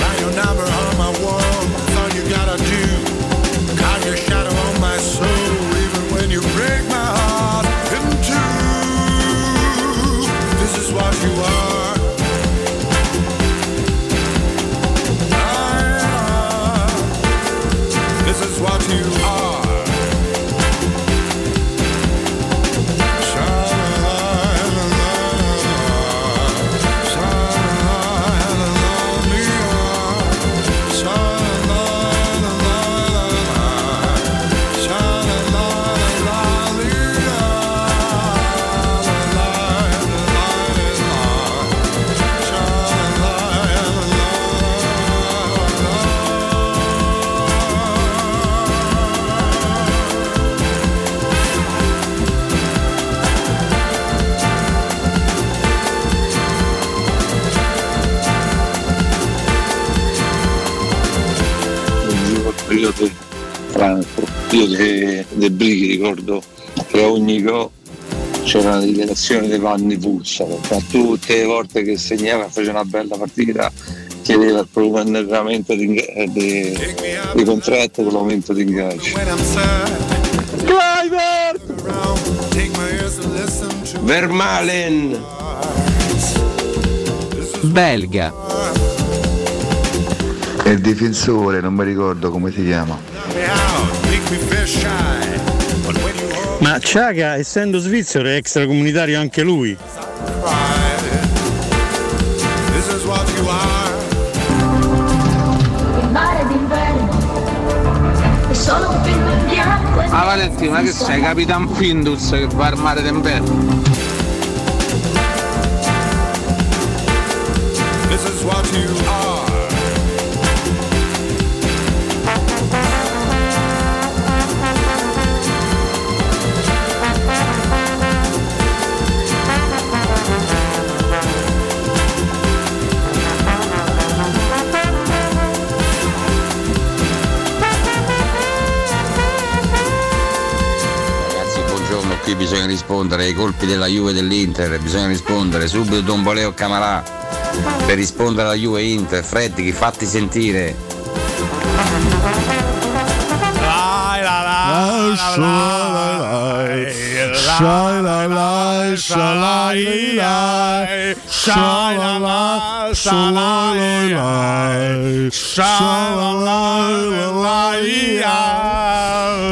Speaker 4: Write your number on my wall. That's all you gotta do. Got your shadow on my soul. Even when you break my heart in two. This is what you are. I- Ah, This is what you are.
Speaker 45: lungo periodo franco. Io de, de Brighi ricordo che a ogni gol c'era una dichiarazione di Vanni Pulsa, perché tutte le volte che segnava faceva una bella partita chiedeva il prolungamento di, inga- di, di contratto con l'aumento di ingaggio.
Speaker 4: Driver! Take my ears and listen to
Speaker 45: Vermalen!
Speaker 53: Belga. E il difensore, non mi ricordo come si chiama.
Speaker 4: me out, make me feel shy. But when you hold
Speaker 54: Ma Ciaga, essendo svizzero, è extracomunitario anche lui.
Speaker 4: This is what you are.
Speaker 22: Il mare d'inverno è solo un film di acqua.
Speaker 55: Ma Valentino, ma che sei? Capitan Findus che va al mare d'inverno.
Speaker 4: This is what you are.
Speaker 56: Ragazzi, buongiorno, qui vi
Speaker 27: bisogna rispondere, ai colpi della Juve e dell'Inter bisogna rispondere, subito Domboleo Camarà per rispondere alla Juve e Inter, Freddi chi fatti sentire.
Speaker 22: Shalalai, shalalai, shalalai, shalalai, shalalai.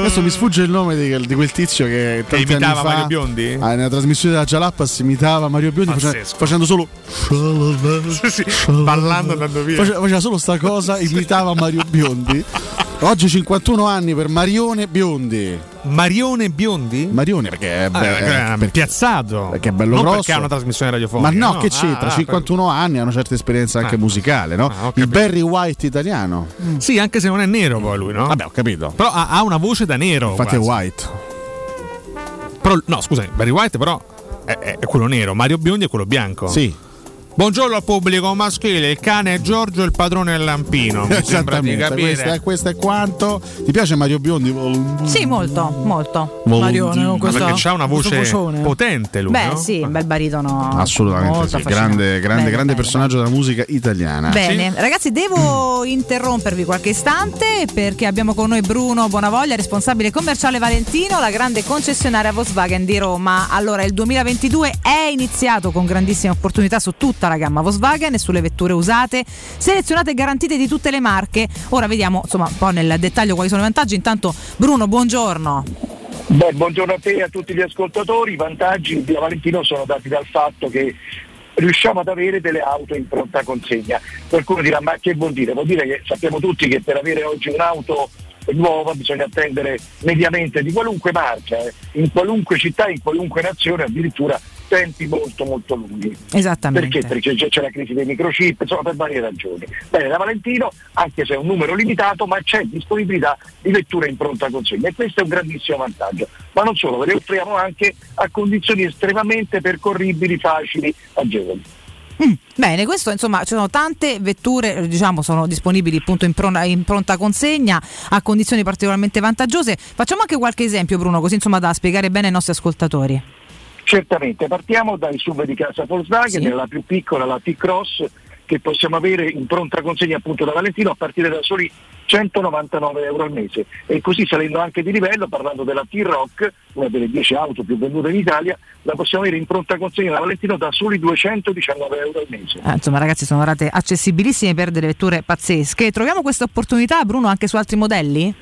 Speaker 12: Adesso mi sfugge il nome di, di quel tizio che, tanti
Speaker 16: imitava
Speaker 12: anni fa,
Speaker 16: Mario Biondi?
Speaker 12: Ah, nella trasmissione della Jalappas imitava Mario Biondi face-
Speaker 16: Pazzesco.
Speaker 12: facendo solo shalalai, shalalai.
Speaker 16: ballando andando via.
Speaker 12: Face- faceva solo sta cosa, imitava Mario Biondi. Oggi 51 anni per Marione Biondi.
Speaker 16: Marione Biondi?
Speaker 12: Marione perché è
Speaker 16: Ah,
Speaker 12: bello,
Speaker 16: eh, piazzato.
Speaker 12: perché è bello
Speaker 16: non
Speaker 12: grosso.
Speaker 16: perché ha una trasmissione
Speaker 12: Ma
Speaker 16: radiofonica.
Speaker 12: no, che
Speaker 16: Ah,
Speaker 12: c'entra?
Speaker 16: ah,
Speaker 12: 51 anni, ha una certa esperienza anche
Speaker 16: Ah.
Speaker 12: musicale, no?
Speaker 16: Ah, ho
Speaker 12: il Barry White italiano.
Speaker 16: Mm. Sì, anche se non è nero poi lui, no?
Speaker 12: Vabbè, ho capito.
Speaker 16: Però ha, ha una voce da nero.
Speaker 12: Infatti è
Speaker 16: quasi.
Speaker 12: White.
Speaker 16: Però, no, scusa, Barry White però è, è- è quello nero, Mario Biondi è quello bianco.
Speaker 12: Sì.
Speaker 16: Buongiorno al pubblico maschile, il cane è Giorgio, il padrone è Lampino. Mi sembra di
Speaker 12: Esattamente,
Speaker 16: capire.
Speaker 12: questo è, questo è quanto. Ti piace Mario Biondi?
Speaker 13: Sì, molto, molto.
Speaker 12: Volontino.
Speaker 13: Marione, con
Speaker 16: Ma
Speaker 13: questo,
Speaker 16: perché c'ha una
Speaker 13: questo
Speaker 16: voce
Speaker 13: vocione.
Speaker 16: potente lui,
Speaker 13: Beh,
Speaker 16: no?
Speaker 13: sì, un bel baritono.
Speaker 12: Assolutamente
Speaker 13: molto
Speaker 12: sì,
Speaker 13: affascinante.
Speaker 12: grande, grande,
Speaker 13: Bene,
Speaker 12: grande
Speaker 13: bene.
Speaker 12: personaggio della musica italiana.
Speaker 13: Bene, ragazzi, devo interrompervi qualche istante perché abbiamo con noi Bruno Bonavoglia, responsabile commerciale Valentino, la grande concessionaria Volkswagen di Roma. Allora, il 2022 è iniziato con grandissime opportunità su tutta la gamma Volkswagen e sulle vetture usate, selezionate e garantite di tutte le marche. Ora vediamo, insomma, un po' nel dettaglio quali sono i vantaggi. Intanto, Bruno, buongiorno.
Speaker 45: Beh, buongiorno a te e a tutti gli ascoltatori. I vantaggi di Valentino sono dati dal fatto che riusciamo ad avere delle auto in pronta consegna. Qualcuno dirà ma che vuol dire? Vuol dire che sappiamo tutti che per avere oggi un'auto nuova bisogna attendere mediamente di qualunque marca, eh, in qualunque città, in qualunque nazione, addirittura tempi molto molto lunghi.
Speaker 13: Esattamente.
Speaker 45: Perché? Perché già c'è la crisi dei microchip, insomma per varie ragioni. Bene, da Valentino, anche se è un numero limitato, ma c'è disponibilità di vetture in pronta consegna e questo è un grandissimo vantaggio. Ma non solo, ve le offriamo anche a condizioni estremamente percorribili, facili, agevoli.
Speaker 13: Mm, Bene, questo insomma ci sono tante vetture, eh, diciamo, sono disponibili appunto in, prona- in pronta consegna a condizioni particolarmente vantaggiose. Facciamo anche qualche esempio, Bruno, così insomma da spiegare bene ai nostri ascoltatori.
Speaker 45: Certamente, partiamo dai SUV di casa Volkswagen, la più piccola, la T-Cross, che possiamo avere in pronta consegna appunto da Valentino a partire da soli 199 euro al mese e così salendo anche di livello, parlando della T-Rock, una delle 10 auto più vendute in Italia, la possiamo avere in pronta consegna da Valentino da soli 219 euro al mese.
Speaker 13: Eh, insomma, ragazzi, sono rate accessibilissime per delle vetture pazzesche. Troviamo questa opportunità, Bruno, anche su altri modelli?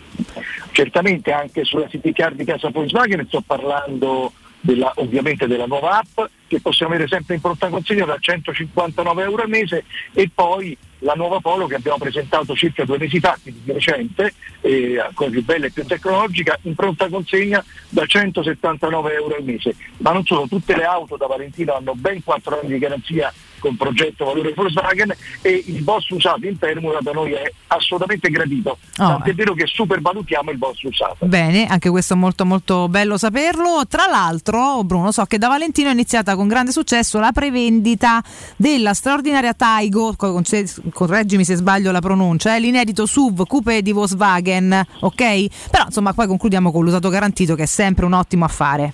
Speaker 45: certamente anche sulla City Car di casa Volkswagen, sto parlando della- ovviamente della nuova app che possiamo avere sempre in pronta consegna da 159 euro al mese e poi la nuova Polo che abbiamo presentato circa due mesi fa, quindi di recente, eh, ancora più bella e più tecnologica, in pronta consegna da 179 euro al mese. Ma non solo, tutte le auto da Valentino hanno ben 4 anni di garanzia con progetto valore Volkswagen e il boss usato in Permula da noi è assolutamente gradito. Tant'è vero che supervalutiamo il boss usato.
Speaker 13: Bene, anche questo è molto molto bello saperlo. Tra l'altro, Bruno, so che da Valentino è iniziata con grande successo la prevendita della straordinaria Taigo, co- conce- correggimi se sbaglio la pronuncia, eh, l'inedito SUV coupe di Volkswagen, ok? Però insomma poi concludiamo con l'usato garantito che è sempre un ottimo affare.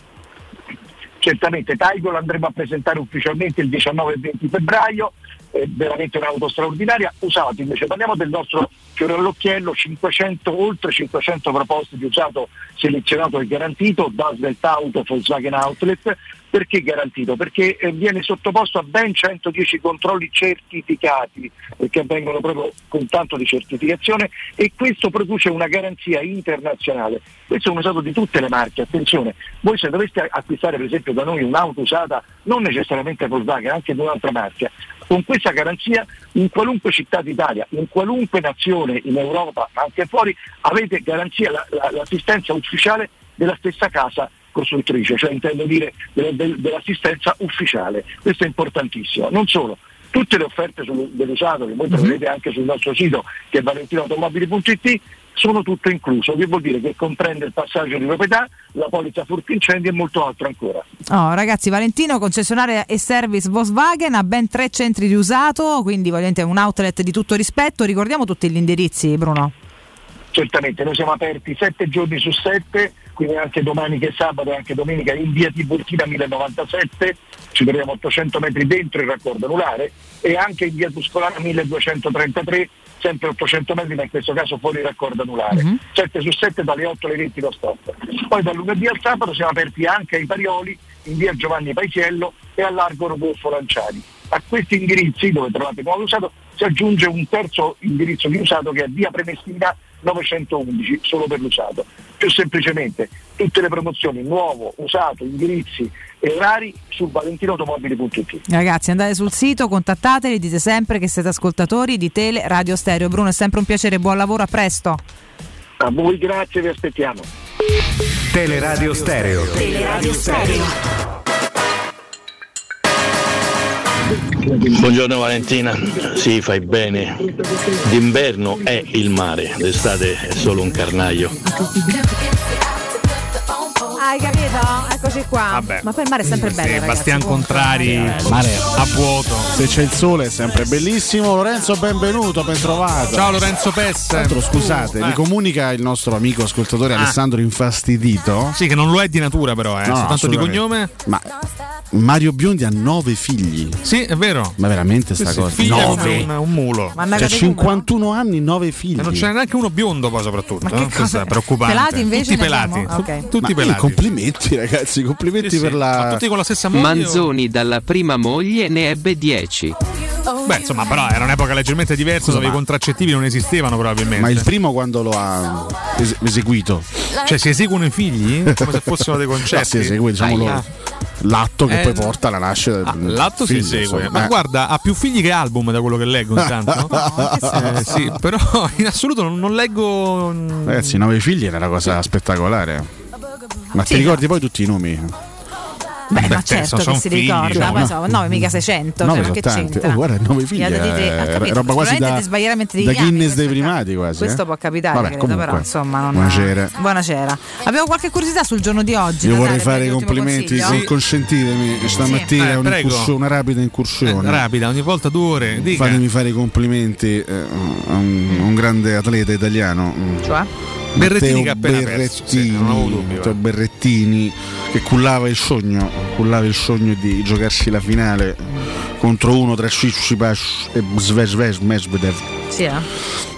Speaker 45: Certamente Taigo lo andremo a presentare ufficialmente il 19 e 20 febbraio, è veramente un'auto straordinaria, usato invece, parliamo del nostro fiore all'occhiello, 500, oltre 500 proposte di usato selezionato e garantito da Sveltauto, Volkswagen Outlet, perché garantito? Perché eh, viene sottoposto a ben 110 controlli certificati, perché avvengono proprio con tanto di certificazione e questo produce una garanzia internazionale. Questo è un usato di tutte le marche, attenzione, voi se doveste acquistare per esempio da noi un'auto usata, non necessariamente Volkswagen, anche di un'altra marca, con questa garanzia in qualunque città d'Italia, in qualunque nazione in Europa, ma anche fuori, avete garanzia la- la- l'assistenza ufficiale della stessa casa costruttrice, cioè intendo dire del- del- dell'assistenza ufficiale. Questo è importantissimo. Non solo, tutte le offerte sul- dell'usato che voi troverete anche sul nostro sito che è valentinoautomobili.it sono tutto incluso, che vuol dire che comprende il passaggio di proprietà, la polizza furto incendi e molto altro ancora.
Speaker 13: Oh, ragazzi, Valentino, concessionaria e service Volkswagen, ha ben tre centri di usato, quindi vogliente un outlet di tutto rispetto. Ricordiamo tutti gli indirizzi, Bruno.
Speaker 45: Certamente, noi siamo aperti 7 giorni su 7, quindi anche domani che è sabato e anche domenica in via Tiburtina 1097, ci troviamo 800 metri dentro il raccordo anulare e anche in via Tuscolana 1233, sempre 800 metri ma in questo caso fuori il raccordo anulare. 7 su 7 dalle 8 alle 20 lo stop. Poi dal lunedì al sabato siamo aperti anche ai Parioli in via Giovanni Paisiello e a largo Rodolfo Lanciani. A questi indirizzi dove trovate il nuovo usato si aggiunge un terzo indirizzo di usato che è via Premestina 911 solo per l'usato. Più semplicemente tutte le promozioni nuovo, usato, indirizzi e orari su valentinoautomobili.it.
Speaker 13: Ragazzi, andate sul sito, contattateli, dite sempre che siete ascoltatori di Tele Radio Stereo. Bruno, è sempre un piacere, buon lavoro, a presto.
Speaker 45: A voi grazie, vi aspettiamo.
Speaker 57: Teleradio Stereo.
Speaker 45: Teleradio Stereo.
Speaker 21: Buongiorno Valentina, sì fai bene, d'inverno è il mare, d'estate è solo un carnaio.
Speaker 13: Hai capito? Eccoci qua. Ma poi il mare è sempre bello.
Speaker 16: Sì,
Speaker 13: ragazzi,
Speaker 16: Bastian
Speaker 13: comunque.
Speaker 16: Contrari,
Speaker 12: mare
Speaker 16: a vuoto.
Speaker 12: Se c'è il sole è sempre bellissimo. Lorenzo, benvenuto, ben trovato.
Speaker 16: Ciao, Lorenzo Pesse.
Speaker 12: Tra l'altro, scusate,
Speaker 16: Eh.
Speaker 12: mi comunica il nostro amico ascoltatore
Speaker 16: Ah.
Speaker 12: Alessandro Infastidito.
Speaker 16: Sì, che non lo è di natura però, eh.
Speaker 12: No,
Speaker 16: Soltanto di
Speaker 12: assolutamente.
Speaker 16: cognome.
Speaker 12: Ma Mario Biondi ha nove figli.
Speaker 16: Sì, è vero.
Speaker 12: Ma veramente sta
Speaker 16: Sì, sì,
Speaker 12: cosa?
Speaker 16: figlio è
Speaker 12: Nove.
Speaker 16: un, un mulo.
Speaker 13: Ma andate
Speaker 12: Cioè,
Speaker 13: di
Speaker 12: 51 anni, 9 figli.
Speaker 16: E non ce n'è neanche uno biondo poi soprattutto. eh. Questo è preoccupante.
Speaker 13: Pelati invece
Speaker 16: Tutti
Speaker 13: ne
Speaker 16: pelati.
Speaker 13: abbiamo? Ah, Ok.
Speaker 16: Tu- Tutti
Speaker 12: Ma
Speaker 16: pelati.
Speaker 12: eh, Complimenti, ragazzi, complimenti
Speaker 16: Sì, sì.
Speaker 12: per la.
Speaker 16: Ma tutti con la stessa moglie.
Speaker 57: Manzoni dalla prima moglie ne ebbe 10.
Speaker 16: Beh, insomma, però era un'epoca leggermente diversa dove i contraccettivi non esistevano probabilmente.
Speaker 12: Ma il primo quando lo ha es- eseguito?
Speaker 16: Cioè, si eseguono i figli? Come se fossero dei concetti?
Speaker 12: [LAUGHS] No, si esegue diciamo,
Speaker 16: Aia.
Speaker 12: lo- l'atto che
Speaker 16: Eh,
Speaker 12: poi porta alla nascita del
Speaker 16: Ah, l'atto si
Speaker 12: figlio,
Speaker 16: esegue.
Speaker 12: insomma.
Speaker 16: Ma
Speaker 12: Eh.
Speaker 16: guarda, ha più figli che album da quello che leggo
Speaker 12: [LAUGHS]
Speaker 16: intanto. Eh, sì, però [LAUGHS] in assoluto non, non leggo. mm,
Speaker 12: Ragazzi, nove figli era una cosa spettacolare. Ma
Speaker 13: Sì,
Speaker 12: ti ricordi poi tutti i nomi?
Speaker 13: Beh, ma certo che si ricorda, ma insomma, 9 mica 600,
Speaker 12: Nove
Speaker 13: cioè, ma che
Speaker 12: sono tanti.
Speaker 13: c'entra?
Speaker 12: Oh, guarda, nove figli.
Speaker 13: Mi ha detto di te, ha
Speaker 12: eh,
Speaker 13: capito,
Speaker 12: roba quasi
Speaker 13: sicuramente
Speaker 12: da,
Speaker 13: di sbagliamenti di
Speaker 12: da
Speaker 13: chiami,
Speaker 12: Guinness dei primati quasi.
Speaker 13: Questo
Speaker 12: eh.
Speaker 13: può capitare,
Speaker 12: Vabbè,
Speaker 13: credo,
Speaker 12: comunque,
Speaker 13: però insomma non
Speaker 12: Buonasera.
Speaker 13: Buonasera. Abbiamo qualche curiosità sul giorno di oggi.
Speaker 12: Io
Speaker 13: da
Speaker 12: vorrei
Speaker 13: dare per
Speaker 12: fare i
Speaker 13: l'ultimo
Speaker 12: complimenti,
Speaker 13: consiglio?
Speaker 12: con- consentitemi, stamattina
Speaker 16: Sì. Eh,
Speaker 12: un
Speaker 16: prego.
Speaker 12: incursione- una rapida incursione.
Speaker 16: Rapida, ogni volta due
Speaker 12: Mm,
Speaker 16: ore. Dica.
Speaker 12: Fatemi fare i complimenti eh, a un, a un grande atleta italiano. mm,
Speaker 13: Cioè?
Speaker 16: Berrettini
Speaker 12: Matteo
Speaker 16: che ha appena perso, sì,
Speaker 12: Berrettini,
Speaker 16: non avevo dubbi,
Speaker 12: Matteo Berrettini che cullava il sogno, cullava il sogno di giocarsi la finale contro uno tra Ciccipas e Zvezdes Medvedev.
Speaker 13: Sì, eh?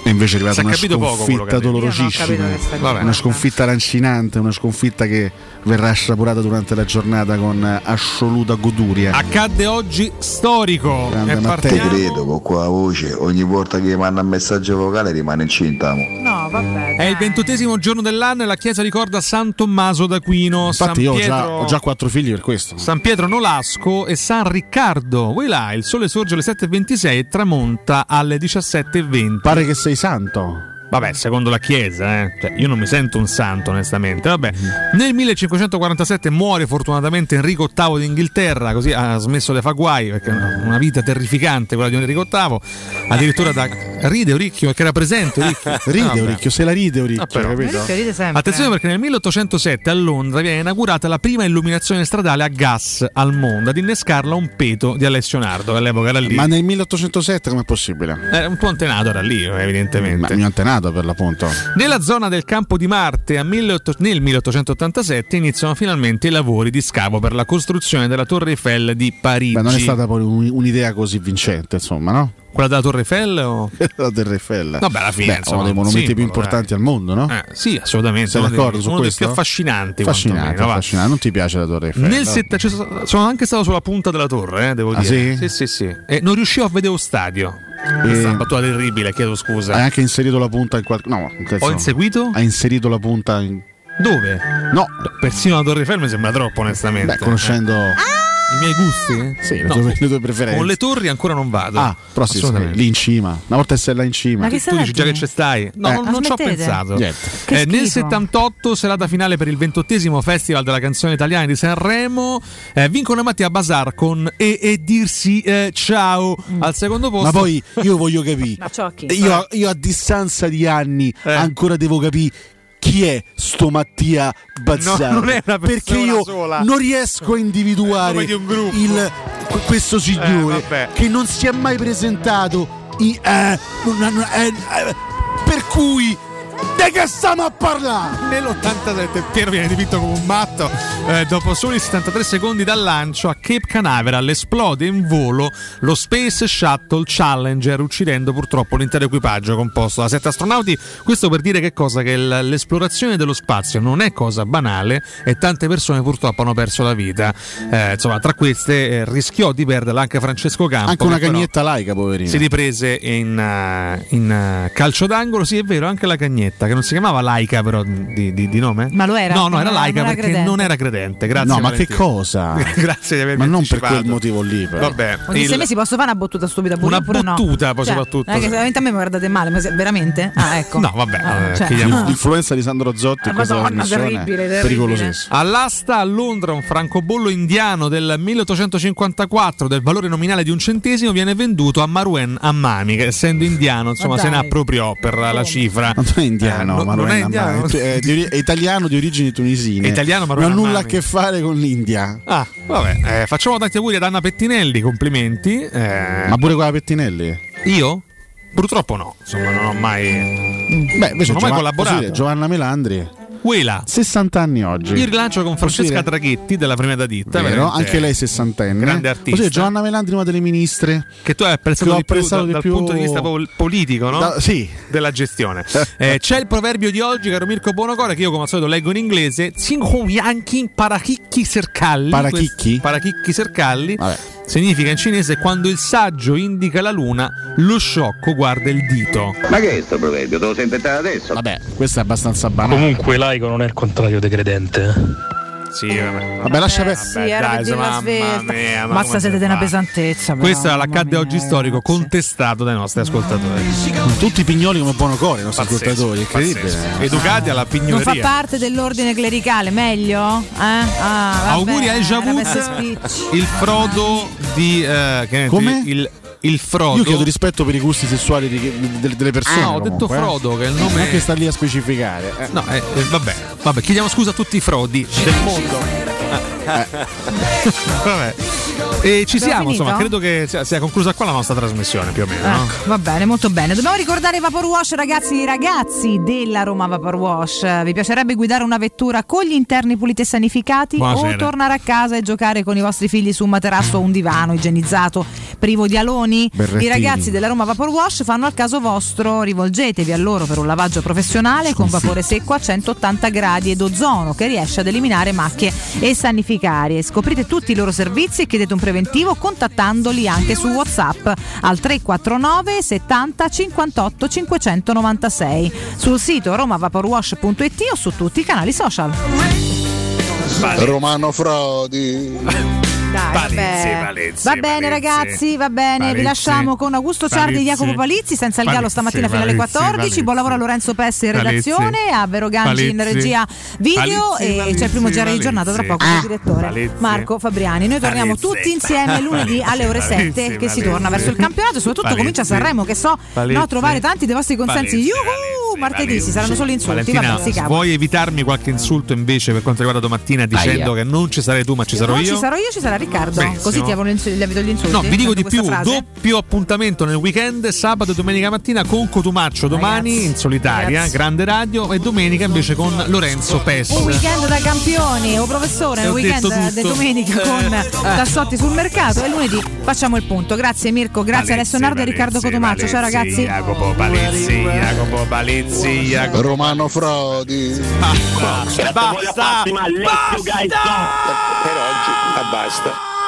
Speaker 12: E invece è arrivata
Speaker 16: S'è
Speaker 12: una
Speaker 16: capito poco quello che ha
Speaker 12: sconfitta
Speaker 16: detto.
Speaker 13: Io non ho
Speaker 12: dolorosissima,
Speaker 13: capito questa cosa.
Speaker 12: Vabbè. una sconfitta lancinante, una sconfitta che verrà assaporata durante la giornata con eh, assoluta goduria.
Speaker 16: Accadde oggi storico. E
Speaker 5: Te
Speaker 16: partiamo.
Speaker 5: credo con quella voce, ogni volta che manda un messaggio vocale rimane incinta. mo.
Speaker 13: No, vabbè.
Speaker 16: È il ventottesimo giorno dell'anno e la chiesa ricorda San Tommaso d'Aquino.
Speaker 12: Infatti
Speaker 16: San
Speaker 12: io ho
Speaker 16: Pietro...
Speaker 12: già, ho già quattro figli per questo.
Speaker 16: San Pietro Nolasco e San Riccardo. Voi là, il sole sorge alle 7.26 e tramonta alle 17.20.
Speaker 12: Pare che sei santo.
Speaker 16: Vabbè, secondo la Chiesa, eh. Cioè, io non mi sento un santo, onestamente. Vabbè.
Speaker 12: Mm.
Speaker 16: Nel 1547 muore fortunatamente Enrico VIII d'Inghilterra, così ha smesso le faguai, perché è una una vita terrificante quella di Enrico VIII. Addirittura da ride Oricchio, che era presente Oricchio.
Speaker 12: [LAUGHS] Ride
Speaker 16: Vabbè.
Speaker 12: Oricchio, se la ride Oricchio,
Speaker 16: Ah, però.
Speaker 12: capito?
Speaker 13: Oricchio ride sempre.
Speaker 16: Attenzione
Speaker 12: Eh.
Speaker 16: perché nel 1807 a Londra viene inaugurata la prima illuminazione stradale a gas al mondo, ad innescarla un peto di Alessio Nardo, che all'epoca era lì.
Speaker 12: Ma nel 1807 com'è possibile?
Speaker 16: Era un po' antenato, era lì, evidentemente.
Speaker 12: Ma il mio antenato per l'appunto.
Speaker 16: Nella zona del campo di Marte a 1800 nel 1887 iniziano finalmente i lavori di scavo per la costruzione della Torre Eiffel di Parigi.
Speaker 12: Beh, non è stata poi un- un'idea così vincente, insomma, no?
Speaker 16: Quella della Torre Eiffel o...
Speaker 12: [LAUGHS] La Torre Eiffel.
Speaker 16: Vabbè, alla fine,
Speaker 12: Beh,
Speaker 16: insomma,
Speaker 12: uno dei monumenti più
Speaker 16: simbolo,
Speaker 12: importanti al mondo, no?
Speaker 16: Eh, sì, assolutamente.
Speaker 12: Sei
Speaker 16: uno dei-
Speaker 12: d'accordo su
Speaker 16: uno dei
Speaker 12: questo?
Speaker 16: più affascinanti,
Speaker 12: Affascinante,
Speaker 16: quantomeno, va.
Speaker 12: affascinante. Non ti piace la Torre Eiffel?
Speaker 16: Nel
Speaker 12: no?
Speaker 16: sette- ci sono- sono anche stato sulla punta della torre, eh, devo
Speaker 12: Ah,
Speaker 16: dire. sì,
Speaker 12: sì?
Speaker 16: sì, sì. E non riuscivo a vedere lo stadio. Questa è una battuta terribile, chiedo scusa.
Speaker 12: Hai Ah, anche inserito la punta in qualche... No,
Speaker 16: Ho inseguito?
Speaker 12: Hai inserito la punta in... eh,
Speaker 16: Dove?
Speaker 12: No.
Speaker 16: Persino la Torre Eiffel mi sembra troppo, onestamente. Eh.
Speaker 12: Beh, conoscendo...
Speaker 16: I miei gusti?
Speaker 12: Sì, le tue- le tue preferenze.
Speaker 16: Con le torri ancora non vado.
Speaker 12: Ah, però sì, sì,
Speaker 16: Assolutamente.
Speaker 12: lì in cima. Una volta che sei là in cima.
Speaker 16: tu dici già che ci stai. No,
Speaker 12: Eh.
Speaker 16: non, non ci ho
Speaker 12: Smettete.
Speaker 16: pensato.
Speaker 12: Niente.
Speaker 16: Eh, nel
Speaker 12: schifo.
Speaker 16: 78, serata finale per il ventottesimo Festival della canzone italiana di Sanremo, eh, vincono Mattia Basar con E, e dirsi eh, ciao
Speaker 12: Mm.
Speaker 16: al secondo posto.
Speaker 12: Ma poi io voglio capire.
Speaker 13: Ma ciò chi?
Speaker 12: Io, a- io a distanza di anni
Speaker 16: Eh.
Speaker 12: ancora devo capire chi è sto Mattia Bazzaro.
Speaker 16: No, non è una persona
Speaker 12: perché io
Speaker 16: sola.
Speaker 12: non riesco a individuare il- qu- questo signore
Speaker 16: vabbè.
Speaker 12: che non si è mai presentato. in- eh, non- non- eh, eh, per cui Di che stiamo a parlare?
Speaker 16: Nell'87 Piero viene dipinto come un matto. Eh, dopo soli 73 secondi dal lancio a Cape Canaveral esplode in volo lo Space Shuttle Challenger, uccidendo purtroppo l'intero equipaggio composto da 7 astronauti. Questo per dire che cosa? Che l- l'esplorazione dello spazio non è cosa banale e tante persone purtroppo hanno perso la vita. Eh, insomma, tra queste eh, rischiò di perderla anche Francesco Campo.
Speaker 12: Anche una
Speaker 16: Ah, che però-
Speaker 12: cagnetta laica, poverino.
Speaker 16: si riprese in, eh, in, eh, calcio d'angolo. Sì, è vero, anche la cagnetta, che non si chiamava Laica, però di, di- di nome.
Speaker 13: Ma lo era?
Speaker 16: No, no,
Speaker 13: Non
Speaker 16: era
Speaker 13: era-
Speaker 16: Laica
Speaker 13: non era
Speaker 16: perché
Speaker 13: credente.
Speaker 16: non era credente. Grazie.
Speaker 12: No, ma che
Speaker 16: Valentino.
Speaker 12: cosa?
Speaker 16: [LAUGHS] Grazie di avermi
Speaker 12: Ma non
Speaker 16: anticipato.
Speaker 12: per quel motivo lì, però.
Speaker 16: Vabbè,
Speaker 13: Ogni
Speaker 16: il-
Speaker 13: sei mesi posso fare una bottuta stupida pure
Speaker 16: Una
Speaker 13: oppure no?
Speaker 16: bottuta, poi, soprattutto,
Speaker 13: Non è che
Speaker 16: sì.
Speaker 13: solamente a me mi guardate male, ma se- veramente? Ah, ecco.
Speaker 16: No, vabbè,
Speaker 13: Ah,
Speaker 16: eh,
Speaker 13: cioè-
Speaker 16: chiediamo-
Speaker 12: L'influenza di Sandro Zotti
Speaker 16: Ah,
Speaker 12: in questa
Speaker 16: Madonna,
Speaker 12: trasmissione
Speaker 16: terribile, terribile.
Speaker 12: pericolosissima.
Speaker 16: All'asta a Londra un francobollo indiano del 1854 del valore nominale di un centesimo viene venduto a Marwen Ammami, che essendo indiano insomma
Speaker 12: Ma
Speaker 16: se ne
Speaker 12: dai.
Speaker 16: appropriò per la cifra.
Speaker 12: Ma non è indiano,
Speaker 16: Eh, no,
Speaker 12: ma
Speaker 16: non
Speaker 12: non
Speaker 16: è
Speaker 12: è,
Speaker 16: indiano.
Speaker 12: Ammani. È di ori- è italiano di origini tunisine.
Speaker 16: È italiano, ma
Speaker 12: non ha
Speaker 16: non è
Speaker 12: nulla a
Speaker 16: Ammani.
Speaker 12: che fare con l'India.
Speaker 16: Ah, vabbè, eh, facciamo tanti auguri ad Anna Pettinelli, complimenti. eh.
Speaker 12: Ma pure quella Pettinelli?
Speaker 16: Io? Purtroppo no, insomma non ho mai...
Speaker 12: Beh, invece
Speaker 16: non ho mai
Speaker 12: Giova-
Speaker 16: collaborato.
Speaker 12: posso dire, Giovanna Melandri,
Speaker 16: Quella.
Speaker 12: 60 anni oggi.
Speaker 16: Il rilancio con
Speaker 12: Posso
Speaker 16: Francesca
Speaker 12: dire-
Speaker 16: Traghetti della Primera Ditta.
Speaker 12: eh. Vero,
Speaker 16: veramente.
Speaker 12: anche lei sessantenne.
Speaker 16: Grande artista.
Speaker 12: Posso dire, Giovanna Melandri, una delle ministre.
Speaker 16: Che tu hai apprezzato,
Speaker 12: Che ho
Speaker 16: di più
Speaker 12: apprezzato
Speaker 16: da-
Speaker 12: di
Speaker 16: dal
Speaker 12: più-
Speaker 16: punto di vista pol- politico, no?
Speaker 12: Da- sì.
Speaker 16: Della gestione. Eh, c'è il proverbio di oggi, caro Mirko Bonocore, che io come al solito leggo in inglese. Cinhuyankin parachicchi sercalli.
Speaker 12: Parachicchi?
Speaker 16: Questo- Parachicchi sercalli. Significa in cinese quando il saggio indica la luna, lo sciocco guarda il dito.
Speaker 8: Ma che è sto proverbio? Te lo sei inventato adesso?
Speaker 12: Vabbè, questo è abbastanza banale.
Speaker 4: Comunque laico non è il contrario eh. di credente.
Speaker 16: Sì, vabbè.
Speaker 12: Vabbè, lascia per-
Speaker 13: Eh, Sì, era per dire la svelta. Basta siete di una pesantezza. però.
Speaker 16: Questo era l'accadde oggi storico contestato dai nostri ascoltatori.
Speaker 13: eh,
Speaker 12: Tutti pignoli come Bonocore, i nostri
Speaker 16: Pazzesco,
Speaker 12: ascoltatori, incredibile.
Speaker 16: pazzesco. Educati alla
Speaker 13: Non
Speaker 16: pignoleria.
Speaker 13: fa parte dell'ordine clericale, meglio? Eh? Ah, vabbè,
Speaker 16: Auguri a Elijah
Speaker 13: era per
Speaker 16: Wood,
Speaker 13: essere spicci.
Speaker 16: il Frodo di eh, che ne-
Speaker 12: Come?
Speaker 16: Il, il Frodo.
Speaker 12: Io chiedo rispetto per i gusti sessuali di- di- delle- delle persone.
Speaker 16: Ah, ho detto
Speaker 12: comunque, eh.
Speaker 16: Frodo, che è il nome-
Speaker 12: Non è che sta lì a specificare. eh.
Speaker 16: No, eh, eh, vabbè, vabbè, chiediamo scusa a tutti i Frodi del mondo.
Speaker 13: [LAUGHS]
Speaker 16: Ah, vabbè. E ci
Speaker 13: Abbiamo
Speaker 16: siamo, insomma, credo
Speaker 13: finito?
Speaker 16: che sia, sia conclusa qua la nostra trasmissione più o meno. no?
Speaker 13: Ecco, va bene, molto bene. Dobbiamo ricordare Vapor Wash, ragazzi, ragazzi della Roma Vapor Wash. Vi piacerebbe guidare una vettura con gli interni puliti e sanificati
Speaker 26: Buonasera.
Speaker 13: o tornare a casa e giocare con i vostri figli su un materasso o un divano igienizzato, privo di aloni?
Speaker 26: Berrettini.
Speaker 13: I ragazzi della Roma Vapor Wash fanno al caso vostro, rivolgetevi a loro per un lavaggio professionale con vapore secco a 180 gradi ed ozono che riesce ad eliminare macchie e sanificare. Scoprite tutti i loro servizi e chiedete un preventivo contattandoli anche su WhatsApp al 349 70 58 596 sul sito romavaporwash.it o su tutti i canali social.
Speaker 27: Romano Frodi.
Speaker 13: Dai,
Speaker 27: Palizzi,
Speaker 13: vabbè.
Speaker 27: Palizzi,
Speaker 13: va
Speaker 27: Palizzi.
Speaker 13: bene ragazzi, va bene,
Speaker 27: Palizzi.
Speaker 13: vi lasciamo con Augusto Ciardi e
Speaker 27: Palizzi.
Speaker 13: Jacopo Palizzi senza il gallo
Speaker 27: Palizzi,
Speaker 13: stamattina fino alle
Speaker 27: Palizzi,
Speaker 13: 14, buon lavoro a Lorenzo Pessi in
Speaker 27: Palizzi.
Speaker 13: redazione, a Vero Gangi in
Speaker 27: Palizzi.
Speaker 13: regia video
Speaker 27: Palizzi,
Speaker 13: e c'è il primo GR di giornata tra poco
Speaker 24: Ah,
Speaker 13: con il direttore Marco Fabriani, noi torniamo
Speaker 27: Palizzi.
Speaker 13: tutti insieme lunedì
Speaker 27: Palizzi,
Speaker 13: alle ore
Speaker 27: Palizzi,
Speaker 13: 7 che si
Speaker 27: Palizzi.
Speaker 13: torna verso il campionato e soprattutto
Speaker 27: Palizzi.
Speaker 13: comincia Sanremo che so
Speaker 16: Palizzi.
Speaker 13: no, trovare tanti dei vostri consensi,
Speaker 16: Palizzi,
Speaker 13: Yuhu! martedì ci saranno solo insulti,
Speaker 16: Valentina,
Speaker 13: vabbè si cavolo.
Speaker 16: vuoi evitarmi qualche insulto invece per quanto riguarda domattina dicendo che non ci sarei tu ma ci sarò
Speaker 13: non
Speaker 16: io?
Speaker 13: ci sarò io, ci sarà Riccardo.
Speaker 16: Benissimo.
Speaker 13: Così ti avevano ins- gli avete gli insulti.
Speaker 16: No, vi dico
Speaker 13: Sento
Speaker 16: di
Speaker 13: questa
Speaker 16: più,
Speaker 13: frase?
Speaker 16: doppio appuntamento nel weekend, sabato e domenica mattina con Cotumaccio domani in solitaria,
Speaker 13: Ragazzi.
Speaker 16: grande radio e domenica invece con Lorenzo Pessi.
Speaker 13: Un weekend da campioni, o professore,
Speaker 16: Ho
Speaker 13: un weekend
Speaker 16: detto tutto. Eh.
Speaker 13: da domenica con Tassotti sul mercato e lunedì facciamo il punto. Grazie Mirko, grazie Alessio Nardo e Riccardo Cotomaccio. Ciao ragazzi.
Speaker 16: Jacopo Palizzi, Jacopo Palizzi, Jacopo
Speaker 27: Romano Frodi.
Speaker 16: Basta, basta,
Speaker 27: Per oggi basta.